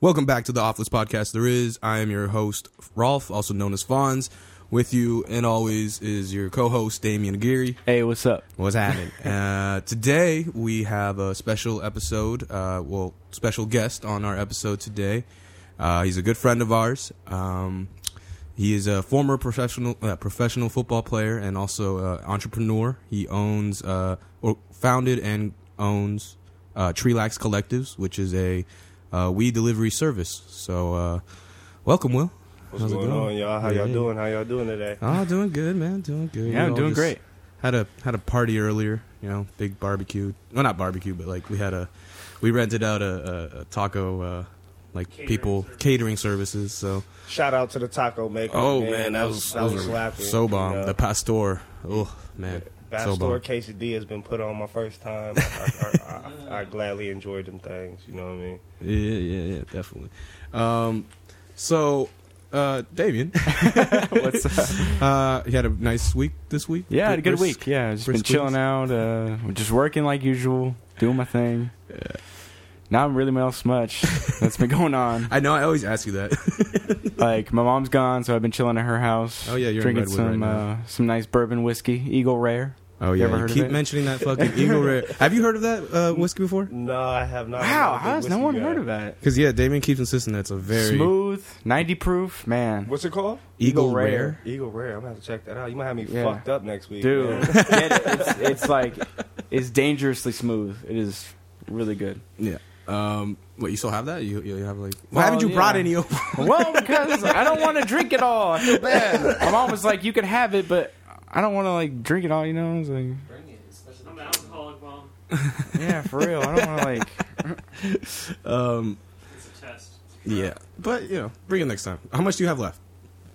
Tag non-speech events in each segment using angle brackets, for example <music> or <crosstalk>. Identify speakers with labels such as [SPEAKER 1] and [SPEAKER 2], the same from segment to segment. [SPEAKER 1] Welcome back to the Offless Podcast. There is. I am your host, Rolf, also known as Fonz. With you, and always, is your co host, Damian Geary.
[SPEAKER 2] Hey, what's up?
[SPEAKER 1] What's happening? uh, today, we have a special episode, uh, well, special guest on our episode today. Uh, he's a good friend of ours. Um, he is a former professional uh, professional football player and also uh, entrepreneur. He owns uh, or founded and owns uh, Treelax Collectives, which is a uh, weed delivery service. So, uh, welcome, Will.
[SPEAKER 3] What's going, on, y'all? How y'all
[SPEAKER 1] Yeah.
[SPEAKER 3] doing? How y'all doing today?
[SPEAKER 1] Oh, doing good, man. Doing good.
[SPEAKER 2] Yeah,
[SPEAKER 1] We
[SPEAKER 2] I'm
[SPEAKER 1] all
[SPEAKER 2] doing
[SPEAKER 1] just
[SPEAKER 2] great.
[SPEAKER 1] Had a had a party earlier. You know, big barbecue. Well, not barbecue, but like we had a we rented out a, a, a taco uh, like people catering services. So.
[SPEAKER 3] Shout out to the taco maker.
[SPEAKER 1] Oh man, that was
[SPEAKER 3] that was slapping.
[SPEAKER 1] so bomb.
[SPEAKER 3] You know,
[SPEAKER 1] The pastor, oh man, so
[SPEAKER 3] Pastor
[SPEAKER 1] bomb.
[SPEAKER 3] quesadilla has been put on my first time. I, I, I, I gladly enjoyed them things. You know what I mean?
[SPEAKER 1] Yeah, yeah, yeah, definitely. Um, so, uh, Davian,
[SPEAKER 2] What's
[SPEAKER 1] <laughs>
[SPEAKER 2] up?
[SPEAKER 1] uh, you had a nice week this week.
[SPEAKER 2] <laughs> Yeah, I had a good
[SPEAKER 1] Brisk?
[SPEAKER 2] week. Yeah, I've just been
[SPEAKER 1] brisk
[SPEAKER 2] chilling
[SPEAKER 1] weeks.
[SPEAKER 2] out, uh, just working like usual, doing my thing. Yeah. Not really else much that's been
[SPEAKER 1] <laughs>
[SPEAKER 2] going on.
[SPEAKER 1] I know. I always ask you that.
[SPEAKER 2] Like my mom's gone, so I've been chilling at her house.
[SPEAKER 1] Oh, yeah, you're in
[SPEAKER 2] drinking
[SPEAKER 1] Redwood
[SPEAKER 2] some
[SPEAKER 1] right
[SPEAKER 2] uh, some nice bourbon whiskey, Eagle Rare.
[SPEAKER 1] Oh
[SPEAKER 2] You
[SPEAKER 1] yeah,
[SPEAKER 2] ever
[SPEAKER 1] you
[SPEAKER 2] heard of
[SPEAKER 1] keep
[SPEAKER 2] it?
[SPEAKER 1] mentioning
[SPEAKER 2] <laughs>
[SPEAKER 1] that fucking Eagle Rare. Have you heard of that uh, whiskey before?
[SPEAKER 3] No, I have not. I'm
[SPEAKER 2] Wow,
[SPEAKER 3] not a big
[SPEAKER 2] how has no
[SPEAKER 3] whiskey
[SPEAKER 2] one
[SPEAKER 3] guy.
[SPEAKER 2] heard of that?
[SPEAKER 1] Because yeah, Damien keeps insisting that's a very
[SPEAKER 2] Smooth, ninety proof, man.
[SPEAKER 3] What's it called?
[SPEAKER 1] Eagle,
[SPEAKER 2] Eagle
[SPEAKER 1] Rare.
[SPEAKER 2] Rare.
[SPEAKER 3] Eagle Rare. I'm gonna have to check that out. You might have me
[SPEAKER 2] Yeah.
[SPEAKER 3] fucked up next week,
[SPEAKER 2] Dude,
[SPEAKER 3] man.
[SPEAKER 2] get it. It's, it's like it's dangerously smooth. It is really good.
[SPEAKER 1] Yeah. Um, what you still have that? You you have like? Why
[SPEAKER 2] Well,
[SPEAKER 1] haven't you brought
[SPEAKER 2] yeah.
[SPEAKER 1] any over?
[SPEAKER 2] Well, because I don't want to drink it all. I feel bad. My mom was like, "You can have it, but I don't want to like drink it all." You know, I was like,
[SPEAKER 4] I'm an alcoholic mom.
[SPEAKER 2] "Yeah, for real, I don't want to like."
[SPEAKER 1] Um,
[SPEAKER 4] It's a test.
[SPEAKER 1] <laughs> yeah, but you know, bring it next time. How much do you have left?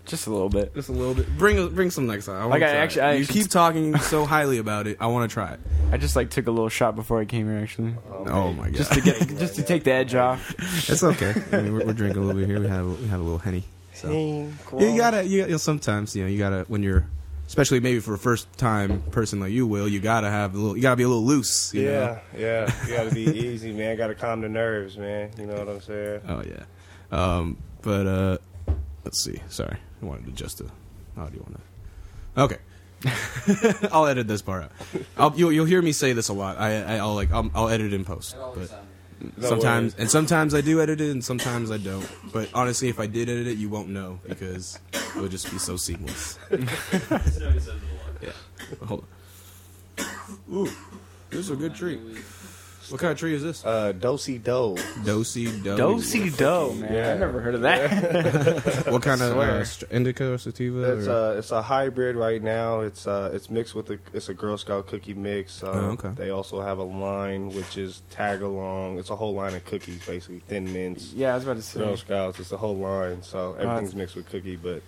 [SPEAKER 2] Just a little bit.
[SPEAKER 1] Just a little bit. Bring bring some next time. I wanna
[SPEAKER 2] Like, I
[SPEAKER 1] try it.
[SPEAKER 2] actually- I
[SPEAKER 1] you
[SPEAKER 2] actually-
[SPEAKER 1] keep
[SPEAKER 2] <laughs>
[SPEAKER 1] talking so highly about it. I want to try it.
[SPEAKER 2] I just like took a little shot before I came here, actually,
[SPEAKER 1] Oh my god,
[SPEAKER 2] just
[SPEAKER 1] <laughs>
[SPEAKER 2] to get just to take the edge off.
[SPEAKER 1] it's okay. I mean, we're, we're drinking a little bit here. We have a- we have a little henny. So
[SPEAKER 3] Team
[SPEAKER 1] you gotta you, you know, sometimes you know you gotta when you're especially maybe for a first time person like you will you gotta have a little you gotta be a little loose. You Know?
[SPEAKER 3] Yeah, yeah. You
[SPEAKER 1] <laughs>
[SPEAKER 3] gotta be easy, man. Gotta calm the nerves, man. You know what I'm saying?
[SPEAKER 1] Oh yeah. Um, but uh, let's see. Sorry, I wanted to adjust the audio on that. Okay. <laughs> I'll edit this part out. I'll, you'll, you'll hear me say this a lot. I, I, I'll like I'll, I'll edit it in post. But
[SPEAKER 3] No
[SPEAKER 1] sometimes
[SPEAKER 3] worries.
[SPEAKER 1] and sometimes I do edit it and sometimes I don't. But honestly, if I did edit it, you won't know because it would just be so seamless.
[SPEAKER 4] It's no sense of luck.
[SPEAKER 1] Hold on. Ooh, this is a good tree. What kind of tree is this?
[SPEAKER 3] Uh, Dosey Doe.
[SPEAKER 1] Dosi do.
[SPEAKER 2] Dosey do, man.
[SPEAKER 3] Yeah.
[SPEAKER 2] I've never heard of that.
[SPEAKER 1] What kind of
[SPEAKER 2] Swear.
[SPEAKER 1] uh, st- indica or sativa?
[SPEAKER 3] It's
[SPEAKER 1] or-
[SPEAKER 3] a it's a hybrid right now. It's uh it's mixed with a it's a Girl Scout cookie mix. Uh,
[SPEAKER 1] Oh, okay.
[SPEAKER 3] They also have a line which is tag along. It's a whole line of cookies basically. Thin
[SPEAKER 2] <laughs>
[SPEAKER 3] Mints,
[SPEAKER 2] yeah, I was about to
[SPEAKER 3] Girl
[SPEAKER 2] say.
[SPEAKER 3] Scouts. It's a whole line. So everything's mixed with cookie, but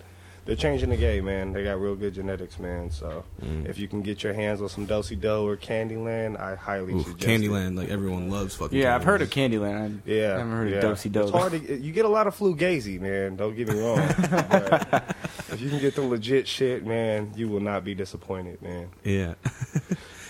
[SPEAKER 3] they're changing the game, man. They got real good genetics, man. So
[SPEAKER 1] Mm.
[SPEAKER 3] if you can get your hands on some Dosey Doe or Candyland, I highly
[SPEAKER 1] Ooh,
[SPEAKER 3] suggest it.
[SPEAKER 1] Candyland, like everyone loves fucking.
[SPEAKER 2] Yeah, I've
[SPEAKER 1] Candyland.
[SPEAKER 2] heard of Candyland. I
[SPEAKER 3] Yeah,
[SPEAKER 2] haven't heard
[SPEAKER 3] yeah.
[SPEAKER 2] of Dosey
[SPEAKER 3] It's
[SPEAKER 2] Do.
[SPEAKER 3] hard to, you get a lot of fugazi, man. Don't get me wrong.
[SPEAKER 2] <laughs>
[SPEAKER 3] But if you can get the legit shit, man, you will not be disappointed, man.
[SPEAKER 1] Yeah. <laughs>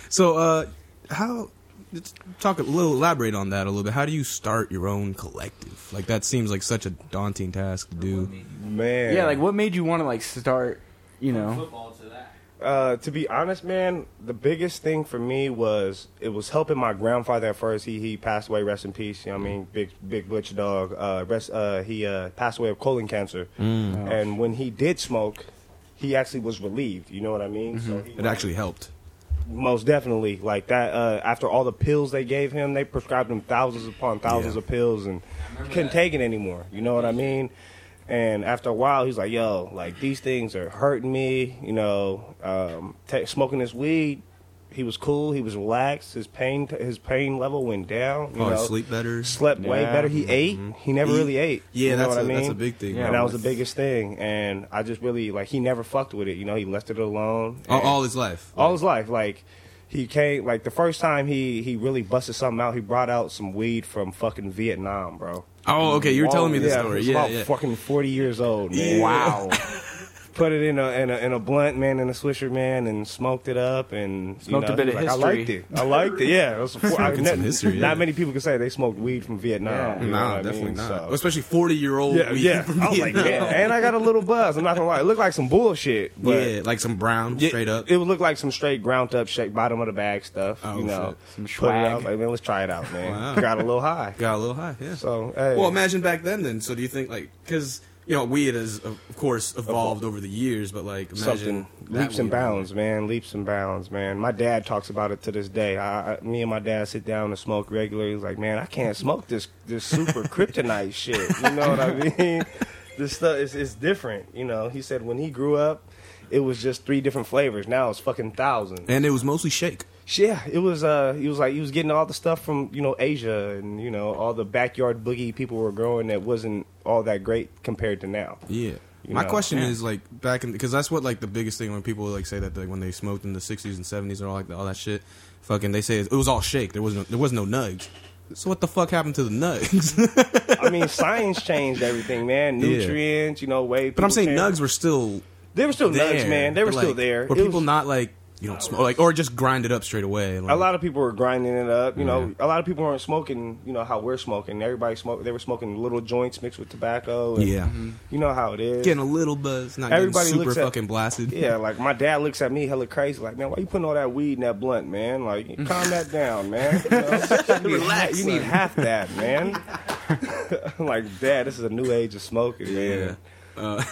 [SPEAKER 1] so, uh, how? Let's talk a little, elaborate on that a little bit. How do you start your own collective? Like that seems like such a daunting task to do.
[SPEAKER 3] Man,
[SPEAKER 2] Yeah, like what made you want to like start?
[SPEAKER 1] Oh.
[SPEAKER 2] You know,
[SPEAKER 4] Football to that.
[SPEAKER 3] Uh, to be honest, man, the biggest thing for me was it was helping my grandfather at first. He he passed away, rest in peace. You know what I mean, big big butch dog. Uh, rest. Uh, he uh, passed away of colon cancer,
[SPEAKER 2] Mm.
[SPEAKER 3] and when he did smoke, he actually was relieved. You know what I mean?
[SPEAKER 2] Mm-hmm.
[SPEAKER 3] So he
[SPEAKER 1] It actually helped.
[SPEAKER 3] Most definitely, like that. Uh, after all the pills they gave him, they prescribed him thousands upon thousands
[SPEAKER 1] Yeah.
[SPEAKER 3] of pills, and he couldn't
[SPEAKER 4] that.
[SPEAKER 3] take it anymore. You know what I mean? And after a while, he's like, "Yo, like these things are hurting me." You know, um, ta smoking this weed, he was cool. He was relaxed. His pain, his pain level went down. You
[SPEAKER 1] Oh,
[SPEAKER 3] know,
[SPEAKER 1] sleep better.
[SPEAKER 3] slept way
[SPEAKER 2] Yeah.
[SPEAKER 3] better. He ate. He never
[SPEAKER 1] Eat.
[SPEAKER 3] really ate.
[SPEAKER 1] Yeah,
[SPEAKER 3] you know
[SPEAKER 1] that's
[SPEAKER 3] what
[SPEAKER 1] a,
[SPEAKER 3] I mean.
[SPEAKER 1] that's a big thing.
[SPEAKER 2] Yeah.
[SPEAKER 3] And
[SPEAKER 1] man.
[SPEAKER 3] that was the biggest thing. And I just really like he never fucked with it. You know, he left it alone.
[SPEAKER 1] all,
[SPEAKER 3] and-
[SPEAKER 1] all his life.
[SPEAKER 3] all his life. Like he came, like the first time he he really busted something out, he brought out some weed from fucking Vietnam, bro.
[SPEAKER 1] Oh, okay. You were telling me the
[SPEAKER 3] yeah,
[SPEAKER 1] story.
[SPEAKER 3] He's
[SPEAKER 1] Yeah,
[SPEAKER 3] about
[SPEAKER 1] yeah. <laughs>
[SPEAKER 3] fucking forty years old. Man.
[SPEAKER 2] wow.
[SPEAKER 3] put it in a in a, in a blunt, man, in a swisher, man, and smoked it up and
[SPEAKER 5] Smoked a
[SPEAKER 3] you know,
[SPEAKER 5] bit of
[SPEAKER 3] like, I
[SPEAKER 5] history.
[SPEAKER 3] liked it. I liked it. Yeah, it
[SPEAKER 1] <laughs>
[SPEAKER 3] was- I-
[SPEAKER 1] Smoking
[SPEAKER 3] not,
[SPEAKER 1] some history, yeah.
[SPEAKER 3] Not many people can say they smoked weed from Vietnam.
[SPEAKER 5] Yeah.
[SPEAKER 3] you know what
[SPEAKER 1] Nah,
[SPEAKER 3] I
[SPEAKER 1] definitely
[SPEAKER 3] mean?
[SPEAKER 1] not.
[SPEAKER 3] So-
[SPEAKER 1] Especially forty year old. <laughs>
[SPEAKER 3] yeah, yeah. Oh I was like, yeah. And I got a little buzz. I'm not gonna lie. It looked like some bullshit, but
[SPEAKER 1] yeah, like some brown
[SPEAKER 3] Yeah,
[SPEAKER 1] straight up.
[SPEAKER 3] It would look like some straight ground up, shake bottom of the bag stuff.
[SPEAKER 1] Oh,
[SPEAKER 3] you know,
[SPEAKER 5] shit. Some
[SPEAKER 3] Put it out,
[SPEAKER 5] swag.
[SPEAKER 3] like, man, let's try it out, man.
[SPEAKER 1] Wow.
[SPEAKER 3] Got a little high.
[SPEAKER 1] Got a little high. Yeah.
[SPEAKER 3] So, hey.
[SPEAKER 1] Well, imagine back then. Then, so do you think like because you know weed has of course evolved over the years, but like imagine
[SPEAKER 3] something
[SPEAKER 1] that
[SPEAKER 3] leaps and
[SPEAKER 1] weed.
[SPEAKER 3] bounds, man. Leaps and bounds, man. My dad talks about it to this day. I, I, me and my dad sit down and smoke regularly. He's like, man, I can't smoke this
[SPEAKER 1] <laughs>
[SPEAKER 3] this super kryptonite shit. You know what I mean? This stuff is it's different. You know, he said when he grew up, it was just three different flavors. Now it's fucking thousand.
[SPEAKER 1] And it was mostly shake.
[SPEAKER 3] Yeah, it was. Uh, he was like he was getting all the stuff from you know Asia and you know all the backyard boogie people were growing that wasn't all that great compared to now.
[SPEAKER 1] Yeah.
[SPEAKER 3] You
[SPEAKER 1] My
[SPEAKER 3] know?
[SPEAKER 1] question
[SPEAKER 5] Yeah.
[SPEAKER 1] is like back in because that's what like the biggest thing when people like say that like when they smoked in the sixties and seventies and all like all that shit, fucking they say it was all shake. There was no there was no nudge. So what the fuck happened to the nugs? <laughs>
[SPEAKER 3] I mean, science changed everything, man.
[SPEAKER 1] Yeah.
[SPEAKER 3] Nutrients, you know, way.
[SPEAKER 1] but I'm
[SPEAKER 3] people
[SPEAKER 1] saying
[SPEAKER 3] came-
[SPEAKER 1] nugs were still
[SPEAKER 3] They were still <laughs>
[SPEAKER 1] there,
[SPEAKER 3] nugs, man. They were
[SPEAKER 1] but,
[SPEAKER 3] still
[SPEAKER 1] like,
[SPEAKER 3] there.
[SPEAKER 1] Were
[SPEAKER 3] It
[SPEAKER 1] people
[SPEAKER 3] was-
[SPEAKER 1] not like you don't smoke like or just grind it up straight away? and,
[SPEAKER 3] A
[SPEAKER 1] like-
[SPEAKER 3] lot of people were grinding it up. You know, a lot of people weren't smoking. You know how we're smoking. Everybody smoked. They were smoking little joints mixed with tobacco. And
[SPEAKER 1] yeah,
[SPEAKER 3] You know how it is.
[SPEAKER 1] getting a little buzz, not
[SPEAKER 3] Everybody
[SPEAKER 1] getting super
[SPEAKER 3] looks at-
[SPEAKER 1] fucking blasted.
[SPEAKER 3] Yeah, like my dad looks at me hella crazy, like, man, why you putting all that weed in that blunt,
[SPEAKER 1] <laughs>
[SPEAKER 3] man? Like, calm that down, man. You, know? You need,
[SPEAKER 1] Relax,
[SPEAKER 3] you need
[SPEAKER 1] son.
[SPEAKER 3] half that, man.
[SPEAKER 1] <laughs>
[SPEAKER 3] <laughs> I'm like, dad, this is a new age of smoking,
[SPEAKER 1] <laughs> Yeah.
[SPEAKER 3] man.
[SPEAKER 1] Uh,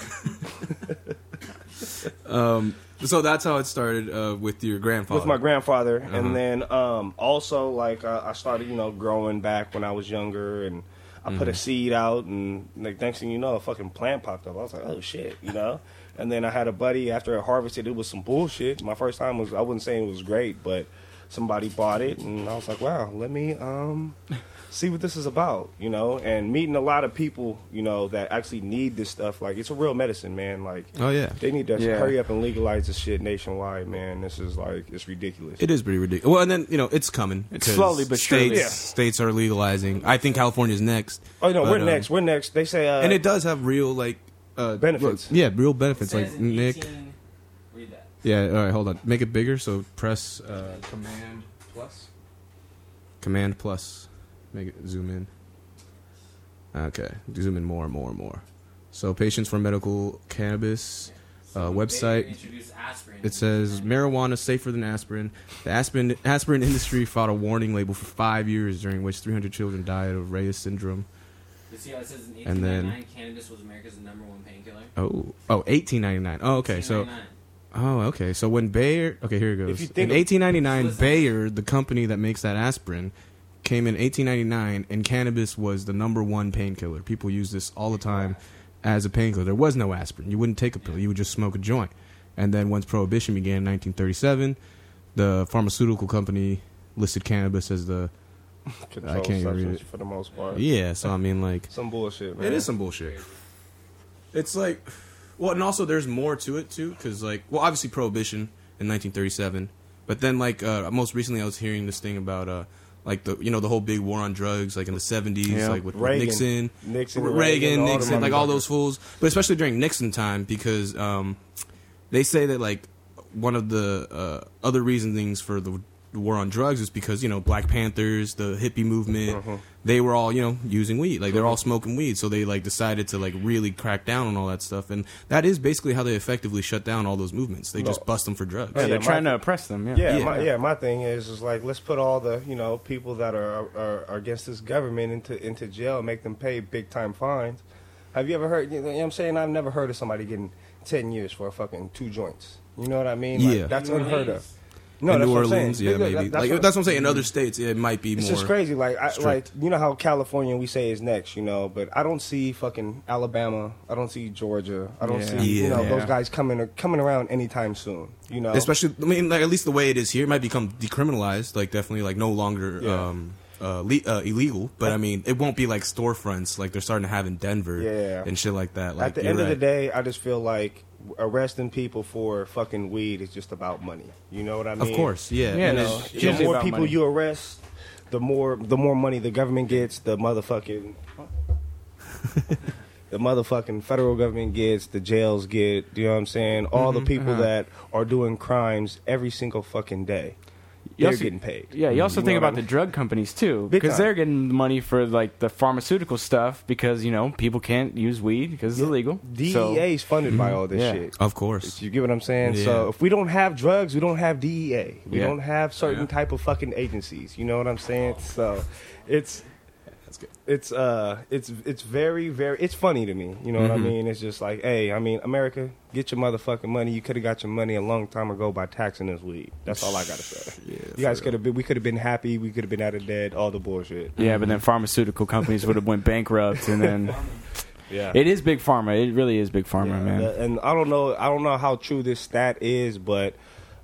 [SPEAKER 1] um, so that's how it started uh, with your grandfather.
[SPEAKER 3] With my grandfather,
[SPEAKER 1] Uh-huh.
[SPEAKER 3] and then um, also like I, I started, you know, growing back when I was younger, and I
[SPEAKER 1] Mm-hmm.
[SPEAKER 3] put a seed out, and like next thing you know, a fucking plant popped up. I was like, oh shit, you know. And then I had a buddy after I harvested. It was some bullshit. My first time was I wouldn't say it was great, but somebody bought it, and I was like, wow, let me um <laughs> see what this is about, you know. And meeting a lot of people, you know, that actually need this stuff. Like it's a real medicine, man. Like
[SPEAKER 1] oh yeah,
[SPEAKER 3] they need to
[SPEAKER 5] Yeah.
[SPEAKER 3] hurry up and legalize this shit nationwide, man. This is like it's ridiculous.
[SPEAKER 1] it is pretty ridiculous. Well, and then you know it's coming.
[SPEAKER 5] It's
[SPEAKER 1] 'cause
[SPEAKER 5] slowly but surely.
[SPEAKER 1] states,
[SPEAKER 3] Yeah.
[SPEAKER 1] states are legalizing. I think California's next.
[SPEAKER 3] oh no,
[SPEAKER 1] But,
[SPEAKER 3] we're
[SPEAKER 1] um,
[SPEAKER 3] next. We're next. They say, uh,
[SPEAKER 1] and it does have real like uh,
[SPEAKER 3] Benefits.
[SPEAKER 1] look- yeah, real benefits.
[SPEAKER 4] Says
[SPEAKER 1] Like
[SPEAKER 4] in
[SPEAKER 1] Nick.
[SPEAKER 4] 18 Read that.
[SPEAKER 1] Yeah. All right. Hold on. Make it bigger. So press uh, command plus. Command plus. Make it zoom in. Okay. Zoom in more and more and more. So patients for medical cannabis uh,
[SPEAKER 4] They
[SPEAKER 1] website.
[SPEAKER 4] introduced aspirin.
[SPEAKER 1] It says marijuana safer than aspirin. The aspirin aspirin industry fought a warning label for five years, during which 300 children died of Reyes syndrome.
[SPEAKER 4] You see how it says in
[SPEAKER 1] and then-
[SPEAKER 4] 1899 cannabis was America's number one painkiller?
[SPEAKER 1] Oh, oh, 1899. Oh, okay. So,
[SPEAKER 4] 1899.
[SPEAKER 1] oh, okay. So when Bayer, okay, here it goes.
[SPEAKER 3] If you
[SPEAKER 1] In
[SPEAKER 3] think of-
[SPEAKER 1] 1899,
[SPEAKER 4] Listen.
[SPEAKER 1] Bayer, the company that makes that aspirin, came in 1899, and cannabis was the number one painkiller. People use this all the time as a painkiller. There was no aspirin. You wouldn't take a pill. You would just smoke a joint. And then once prohibition began in 1937, the pharmaceutical company listed cannabis as the
[SPEAKER 3] controlled
[SPEAKER 1] I can't even read
[SPEAKER 3] substance
[SPEAKER 1] it.
[SPEAKER 3] for the most part.
[SPEAKER 1] yeah. So I mean, like
[SPEAKER 3] Some bullshit, man.
[SPEAKER 1] It is some bullshit. It's like, well, and also there's more to it too, because like, well, obviously prohibition in 1937, but then like uh, most recently I was hearing this thing about uh, like the you know the whole big war on drugs like in the 70s,
[SPEAKER 5] Yeah.
[SPEAKER 1] like with
[SPEAKER 3] Reagan.
[SPEAKER 1] Nixon,
[SPEAKER 3] Nixon,
[SPEAKER 1] Reagan,
[SPEAKER 3] Reagan, all the
[SPEAKER 1] Nixon, like all
[SPEAKER 3] motherfuckers.
[SPEAKER 1] those fools, but especially during Nixon time because um, they say that like one of the uh, other reasonings for the war on drugs is because you know Black Panthers, the hippie movement,
[SPEAKER 3] Uh-huh.
[SPEAKER 1] they were all you know using weed, like they're all smoking weed, so they like decided to like really crack down on all that stuff, and that is basically how they effectively shut down all those movements. They just bust them for drugs.
[SPEAKER 5] Yeah,
[SPEAKER 3] Yeah,
[SPEAKER 5] they're
[SPEAKER 3] my-
[SPEAKER 5] trying to oppress them. Yeah.
[SPEAKER 3] Yeah,
[SPEAKER 1] Yeah.
[SPEAKER 3] My, yeah. My thing is, is like let's put all the you know people that are, are are against this government into into jail, and make them pay big time fines. Have you ever heard? You know what I'm saying I've never heard of somebody getting ten years for a fucking two joints. You know what I mean? Like,
[SPEAKER 1] Yeah.
[SPEAKER 3] that's
[SPEAKER 4] New
[SPEAKER 3] unheard of.
[SPEAKER 4] Orleans.
[SPEAKER 3] No,
[SPEAKER 1] in
[SPEAKER 3] that's
[SPEAKER 1] New
[SPEAKER 3] what I'm saying.
[SPEAKER 1] Orleans, yeah,
[SPEAKER 3] That-
[SPEAKER 1] maybe.
[SPEAKER 3] that-
[SPEAKER 1] like that's what I'm saying. In other states, it might be
[SPEAKER 3] It's
[SPEAKER 1] more.
[SPEAKER 3] just crazy. Like, I, like
[SPEAKER 1] strict.
[SPEAKER 3] you know how California we say is next, you know, but I don't see fucking Alabama. I don't see Georgia. I don't
[SPEAKER 5] Yeah.
[SPEAKER 3] see you
[SPEAKER 1] Yeah.
[SPEAKER 3] know
[SPEAKER 5] Yeah.
[SPEAKER 3] those guys coming coming around anytime soon. You know,
[SPEAKER 1] Especially, I mean, like at least the way it is here, it might become decriminalized. Like definitely, like no longer
[SPEAKER 3] Yeah.
[SPEAKER 1] um, uh, le- uh, illegal. But I mean, it won't be like storefronts like they're starting to have in Denver,
[SPEAKER 3] Yeah.
[SPEAKER 1] and shit like that. Like
[SPEAKER 3] at the
[SPEAKER 1] you're
[SPEAKER 3] end of the
[SPEAKER 1] right.
[SPEAKER 3] day, I just feel like arresting people for fucking weed is just about money. You know what I mean?
[SPEAKER 1] of course, yeah,
[SPEAKER 5] Yeah,
[SPEAKER 1] And
[SPEAKER 5] no,
[SPEAKER 1] it's-
[SPEAKER 5] it's
[SPEAKER 3] The
[SPEAKER 5] usually
[SPEAKER 3] more
[SPEAKER 5] about
[SPEAKER 3] people
[SPEAKER 5] money.
[SPEAKER 3] you arrest,
[SPEAKER 5] <laughs>
[SPEAKER 3] the more the more money the government gets. The motherfucking the motherfucking federal government gets, the jails get, you know what I'm saying? All the people
[SPEAKER 5] uh-huh.
[SPEAKER 3] that are doing crimes every single fucking day,
[SPEAKER 5] You
[SPEAKER 3] they're
[SPEAKER 5] also-
[SPEAKER 3] getting paid. Mm-hmm.
[SPEAKER 5] Yeah, you also
[SPEAKER 3] know
[SPEAKER 5] think
[SPEAKER 3] what I
[SPEAKER 5] about the
[SPEAKER 3] mean?
[SPEAKER 5] drug companies too,
[SPEAKER 3] Big
[SPEAKER 5] because
[SPEAKER 3] time.
[SPEAKER 5] they're getting the money for like the pharmaceutical stuff because you know people can't use weed because it's illegal. So-
[SPEAKER 3] DEA E is funded by all this
[SPEAKER 5] Yeah.
[SPEAKER 3] shit.
[SPEAKER 1] Of course.
[SPEAKER 3] You get what I'm saying?
[SPEAKER 1] Yeah.
[SPEAKER 3] So if we don't have drugs, we don't have DEA. We
[SPEAKER 5] Yeah.
[SPEAKER 3] don't have certain
[SPEAKER 1] Yeah. Oh.
[SPEAKER 3] type of fucking agencies. You know what I'm saying? So it's
[SPEAKER 1] That's good.
[SPEAKER 3] it's uh it's it's very very it's funny to me. You know what I
[SPEAKER 1] Mhm.
[SPEAKER 3] mean? It's just like, hey, I mean, America, get your motherfucking money. You could have got your money a long time ago by taxing us weed. That's all I gotta say.
[SPEAKER 1] <laughs> Yeah,
[SPEAKER 3] You guys
[SPEAKER 1] for
[SPEAKER 3] could have been we could have been happy. We could have been out of debt. All the bullshit.
[SPEAKER 5] Yeah, but then pharmaceutical companies would have went bankrupt, and then
[SPEAKER 3] <laughs> Yeah.
[SPEAKER 5] it is big pharma. It really is big pharma,
[SPEAKER 3] Yeah,
[SPEAKER 5] man.
[SPEAKER 3] the- and I don't know, I don't know how true this stat is, but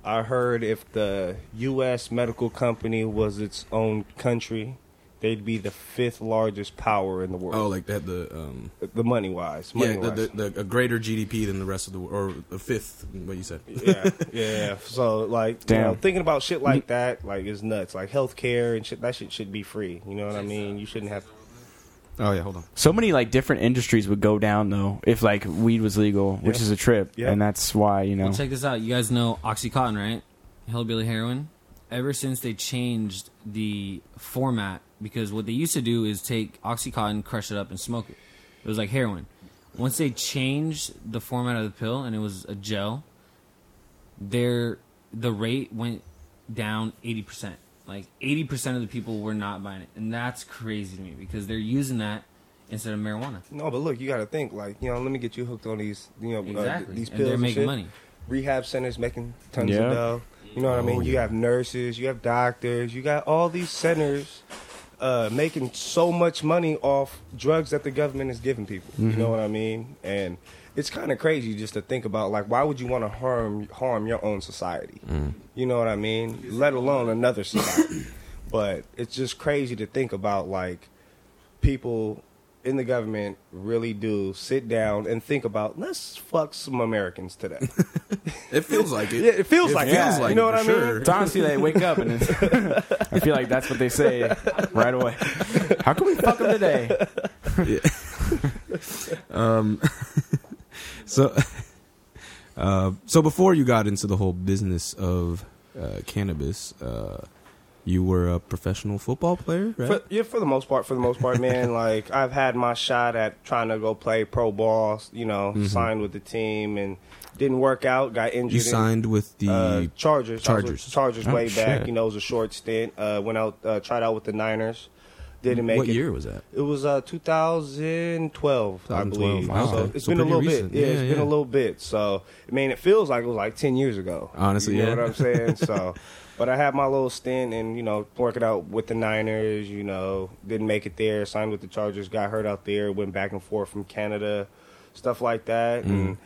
[SPEAKER 3] I heard if the U.S. medical company was its own country, they'd be the fifth largest power in the world.
[SPEAKER 1] Oh, like they had the um,
[SPEAKER 4] Oh.
[SPEAKER 3] the money wise, money
[SPEAKER 1] yeah, the,
[SPEAKER 3] wise.
[SPEAKER 4] <laughs>
[SPEAKER 1] the, the a greater GDP than the rest of the world, or a fifth, what you said.
[SPEAKER 3] yeah, yeah. So like, you know,
[SPEAKER 5] Damn. Mm-hmm.
[SPEAKER 3] thinking about shit like that, like is nuts. Like healthcare and shit, that shit should be free. You know what I mean? You shouldn't have.
[SPEAKER 1] Oh yeah, hold on.
[SPEAKER 5] So many like different industries would go down though if like weed was legal, which
[SPEAKER 3] Yeah.
[SPEAKER 5] is a trip,
[SPEAKER 3] Yeah.
[SPEAKER 5] and that's why you know.
[SPEAKER 1] Oh.
[SPEAKER 4] Well, check this out. You guys know OxyContin, right? Hillbilly heroin. Ever since they changed the format, because what they used to do is take OxyContin, crush it up, and smoke it. It was like heroin. Once they changed the format of the pill and it was a gel, their the rate went down 80%. Like 80% of the people were not buying it. And that's crazy to me because they're using that instead of marijuana.
[SPEAKER 3] No, but look, you got to think. Like, you know, let me get you hooked on these, you know, uh,
[SPEAKER 4] Exactly.
[SPEAKER 3] these
[SPEAKER 4] And
[SPEAKER 3] pills.
[SPEAKER 4] they're making
[SPEAKER 3] shit.
[SPEAKER 4] money.
[SPEAKER 3] Rehab centers making tons
[SPEAKER 5] Yeah.
[SPEAKER 3] of dough. You know what I mean? You have nurses, you have doctors, you got all these centers uh, making so much money off drugs that the government is giving people. You know what I mean? And it's kind of crazy just to think about. Like, why would you want to harm harm your own society? You know what I mean? Let alone another society. but it's just crazy to think about. Like, people in the government really do sit down and think about let's fuck some Americans today.
[SPEAKER 1] It feels like it.
[SPEAKER 3] Yeah, it feels like
[SPEAKER 1] feels
[SPEAKER 3] that.
[SPEAKER 1] like
[SPEAKER 3] You know
[SPEAKER 1] it,
[SPEAKER 3] what
[SPEAKER 1] for
[SPEAKER 3] I mean?
[SPEAKER 1] sure.
[SPEAKER 5] It's honestly they wake up and it's, <laughs> I feel like that's what they say right away.
[SPEAKER 3] <laughs>
[SPEAKER 5] How can we fuck them today?
[SPEAKER 1] So, <laughs> uh, so before you got into the whole business of uh, cannabis, uh, you were a professional football player, right?
[SPEAKER 3] For, yeah, for the most part, for the most part,
[SPEAKER 1] <laughs>
[SPEAKER 3] man. like I've had my shot at trying to go play pro ball. You know, signed with the team and didn't work out. Got injured.
[SPEAKER 1] Mm-hmm. you
[SPEAKER 3] in-
[SPEAKER 1] signed with the
[SPEAKER 3] uh, Chargers. I was with
[SPEAKER 1] Chargers.
[SPEAKER 3] Chargers
[SPEAKER 5] Oh,
[SPEAKER 3] way back.
[SPEAKER 5] shit.
[SPEAKER 3] You know, it was a short stint. Uh, went out, uh, tried out with the Niners. Didn't make
[SPEAKER 1] what
[SPEAKER 3] it.
[SPEAKER 1] year was that?
[SPEAKER 3] It was uh, 2012, I
[SPEAKER 1] 2012,
[SPEAKER 3] believe.
[SPEAKER 1] wow.
[SPEAKER 3] So
[SPEAKER 1] Okay.
[SPEAKER 3] it's
[SPEAKER 1] So
[SPEAKER 3] been a
[SPEAKER 1] pretty
[SPEAKER 3] little
[SPEAKER 1] recent.
[SPEAKER 3] bit. Yeah,
[SPEAKER 1] Yeah,
[SPEAKER 3] it's been
[SPEAKER 1] yeah.
[SPEAKER 3] a little bit. So I mean, it feels like it was like 10 years ago.
[SPEAKER 1] Honestly,
[SPEAKER 3] you know
[SPEAKER 1] yeah.
[SPEAKER 3] what I'm saying. so, but I had my little stint and you know working out with the Niners. You know, didn't make it there. Signed with the Chargers. Got hurt out there. Went back and forth from Canada, stuff like that.
[SPEAKER 1] Mm.
[SPEAKER 3] And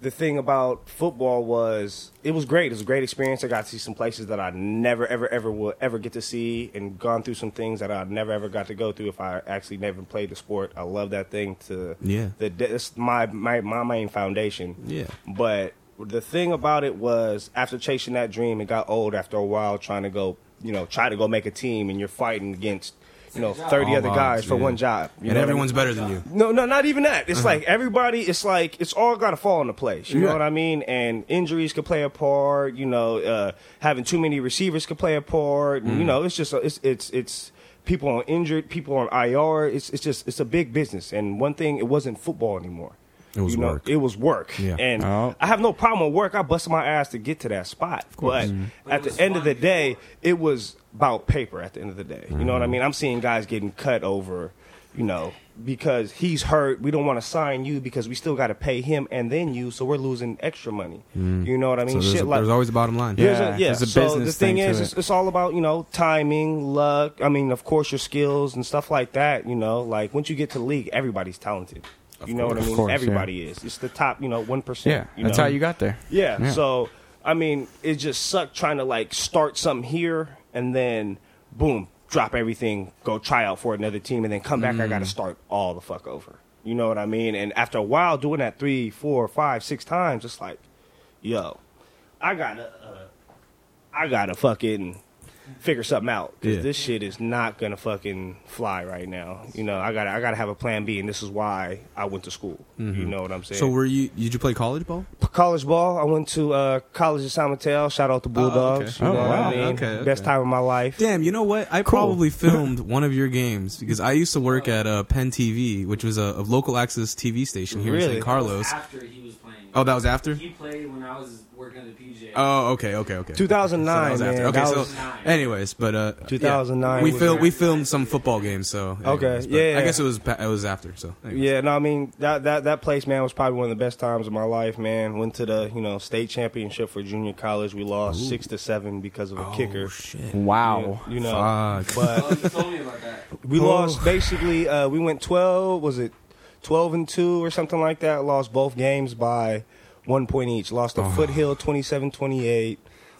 [SPEAKER 3] the thing about football was it was great. It was a great experience. I got to see some places that I never, ever, ever will ever get to see, and gone through some things that I never ever got to go through if I actually never played the sport. I love that thing to
[SPEAKER 1] Yeah.
[SPEAKER 3] The that's my my my main foundation.
[SPEAKER 1] Yeah.
[SPEAKER 3] But the thing about it was after chasing that dream, it got old after a while trying to go, you know, try to go make a team, and you're fighting against. You know, thirty
[SPEAKER 1] All
[SPEAKER 3] other
[SPEAKER 1] odds,
[SPEAKER 3] guys for
[SPEAKER 1] yeah.
[SPEAKER 3] one job, you
[SPEAKER 1] And
[SPEAKER 3] know what I mean?
[SPEAKER 1] everyone's better than you.
[SPEAKER 3] No, no, not even that. It's like everybody. It's like it's all got to fall into place. You
[SPEAKER 1] Mm-hmm. Yeah.
[SPEAKER 3] know what I mean? And injuries could play a part. You know, uh, having too many receivers could play a part.
[SPEAKER 1] Mm-hmm.
[SPEAKER 3] and, You know, it's just a, it's it's it's people on injured, people on IR. It's it's just it's a big business. And one thing, it wasn't football anymore.
[SPEAKER 1] It was
[SPEAKER 3] you know,
[SPEAKER 1] work.
[SPEAKER 3] It was work.
[SPEAKER 1] Yeah. Uh-huh.
[SPEAKER 3] And
[SPEAKER 5] Oh.
[SPEAKER 3] I have no problem with work. I busted my ass to get to that spot. But
[SPEAKER 1] Mm-hmm.
[SPEAKER 3] at the end of the day, it was about paper at the end of the day. You know what I
[SPEAKER 5] Mm-hmm.
[SPEAKER 3] mean? I'm seeing guys getting cut over, you know, because he's hurt. We don't want to sign you because we still got to pay him and then you. So we're losing extra money.
[SPEAKER 5] Mm.
[SPEAKER 3] You know what I
[SPEAKER 1] So
[SPEAKER 3] mean?
[SPEAKER 1] there's,
[SPEAKER 3] Shit
[SPEAKER 1] a-
[SPEAKER 3] like
[SPEAKER 1] there's always a bottom line.
[SPEAKER 5] Yeah.
[SPEAKER 3] there's a, yeah.
[SPEAKER 5] there's a
[SPEAKER 3] so
[SPEAKER 5] business
[SPEAKER 3] the thing,
[SPEAKER 5] thing to
[SPEAKER 3] is,
[SPEAKER 5] it.
[SPEAKER 3] it's, it's all about you know timing, luck. I mean, of course, your skills and stuff like that. You know, like once you get to the league, everybody's talented. you know what
[SPEAKER 5] course.
[SPEAKER 3] I
[SPEAKER 5] Of
[SPEAKER 3] mean?
[SPEAKER 5] course, yeah.
[SPEAKER 3] Everybody is. It's the top, you know, one
[SPEAKER 5] Yeah,
[SPEAKER 3] percent.
[SPEAKER 5] that's
[SPEAKER 3] know?
[SPEAKER 5] how you got there.
[SPEAKER 3] Yeah,
[SPEAKER 5] Yeah.
[SPEAKER 3] So I mean, it just sucked trying to like start something here and then boom, drop everything, go try out for another team, and then come back. I got to
[SPEAKER 1] Mm.
[SPEAKER 3] start all the fuck over. You know what I mean? And after a while, doing that three, four, five, six times, it's like, yo, I gotta, uh, I gotta fucking figure something out because
[SPEAKER 1] Yeah.
[SPEAKER 3] this shit is not gonna fucking fly right now. You know, I gotta I gotta have a plan B, and this is why I went to school. You know what I'm saying?
[SPEAKER 1] Mm-hmm. So were you? Did you play college ball?
[SPEAKER 3] college ball. I went to uh, college in San Mateo. Shout out to Bulldogs.
[SPEAKER 1] okay.
[SPEAKER 3] You
[SPEAKER 1] Oh,
[SPEAKER 3] know what
[SPEAKER 1] wow.
[SPEAKER 3] I mean?
[SPEAKER 1] Okay, okay.
[SPEAKER 3] Best time of my life.
[SPEAKER 1] Damn, you know what? I <laughs> probably filmed one of your games because I used to work at uh, Penn TV, which was a, a local access TV station here in
[SPEAKER 3] Really?
[SPEAKER 1] San Carlos.
[SPEAKER 4] After he was playing.
[SPEAKER 1] Oh, that was after.
[SPEAKER 4] He played when I was working at the PJ.
[SPEAKER 1] Oh, okay, okay, okay. So
[SPEAKER 3] 2009,
[SPEAKER 1] that was
[SPEAKER 3] man.
[SPEAKER 1] after. Okay,
[SPEAKER 3] That
[SPEAKER 1] so
[SPEAKER 3] was-
[SPEAKER 1] anyways, but uh, yeah.
[SPEAKER 3] 2009
[SPEAKER 1] we
[SPEAKER 3] was-
[SPEAKER 1] filmed we filmed some football games. So
[SPEAKER 3] Okay,
[SPEAKER 1] anyways, but
[SPEAKER 3] yeah.
[SPEAKER 1] I guess it was pa- it was after. So anyways.
[SPEAKER 3] Yeah, no, I mean that that that place, man, was probably one of the best times of my life, man. Went to the you know state championship for junior college. We lost six to seven because of a
[SPEAKER 1] Oh,
[SPEAKER 3] kicker.
[SPEAKER 1] shit.
[SPEAKER 5] Wow.
[SPEAKER 3] You know,
[SPEAKER 1] Fuck.
[SPEAKER 3] but
[SPEAKER 4] Oh, you told me about that.
[SPEAKER 3] we
[SPEAKER 1] Oh.
[SPEAKER 3] lost basically. Uh, we went twelve. Was it twelve and two or something like that? Lost both games by one point each. Lost
[SPEAKER 1] Oh.
[SPEAKER 3] to Foothill 27-28.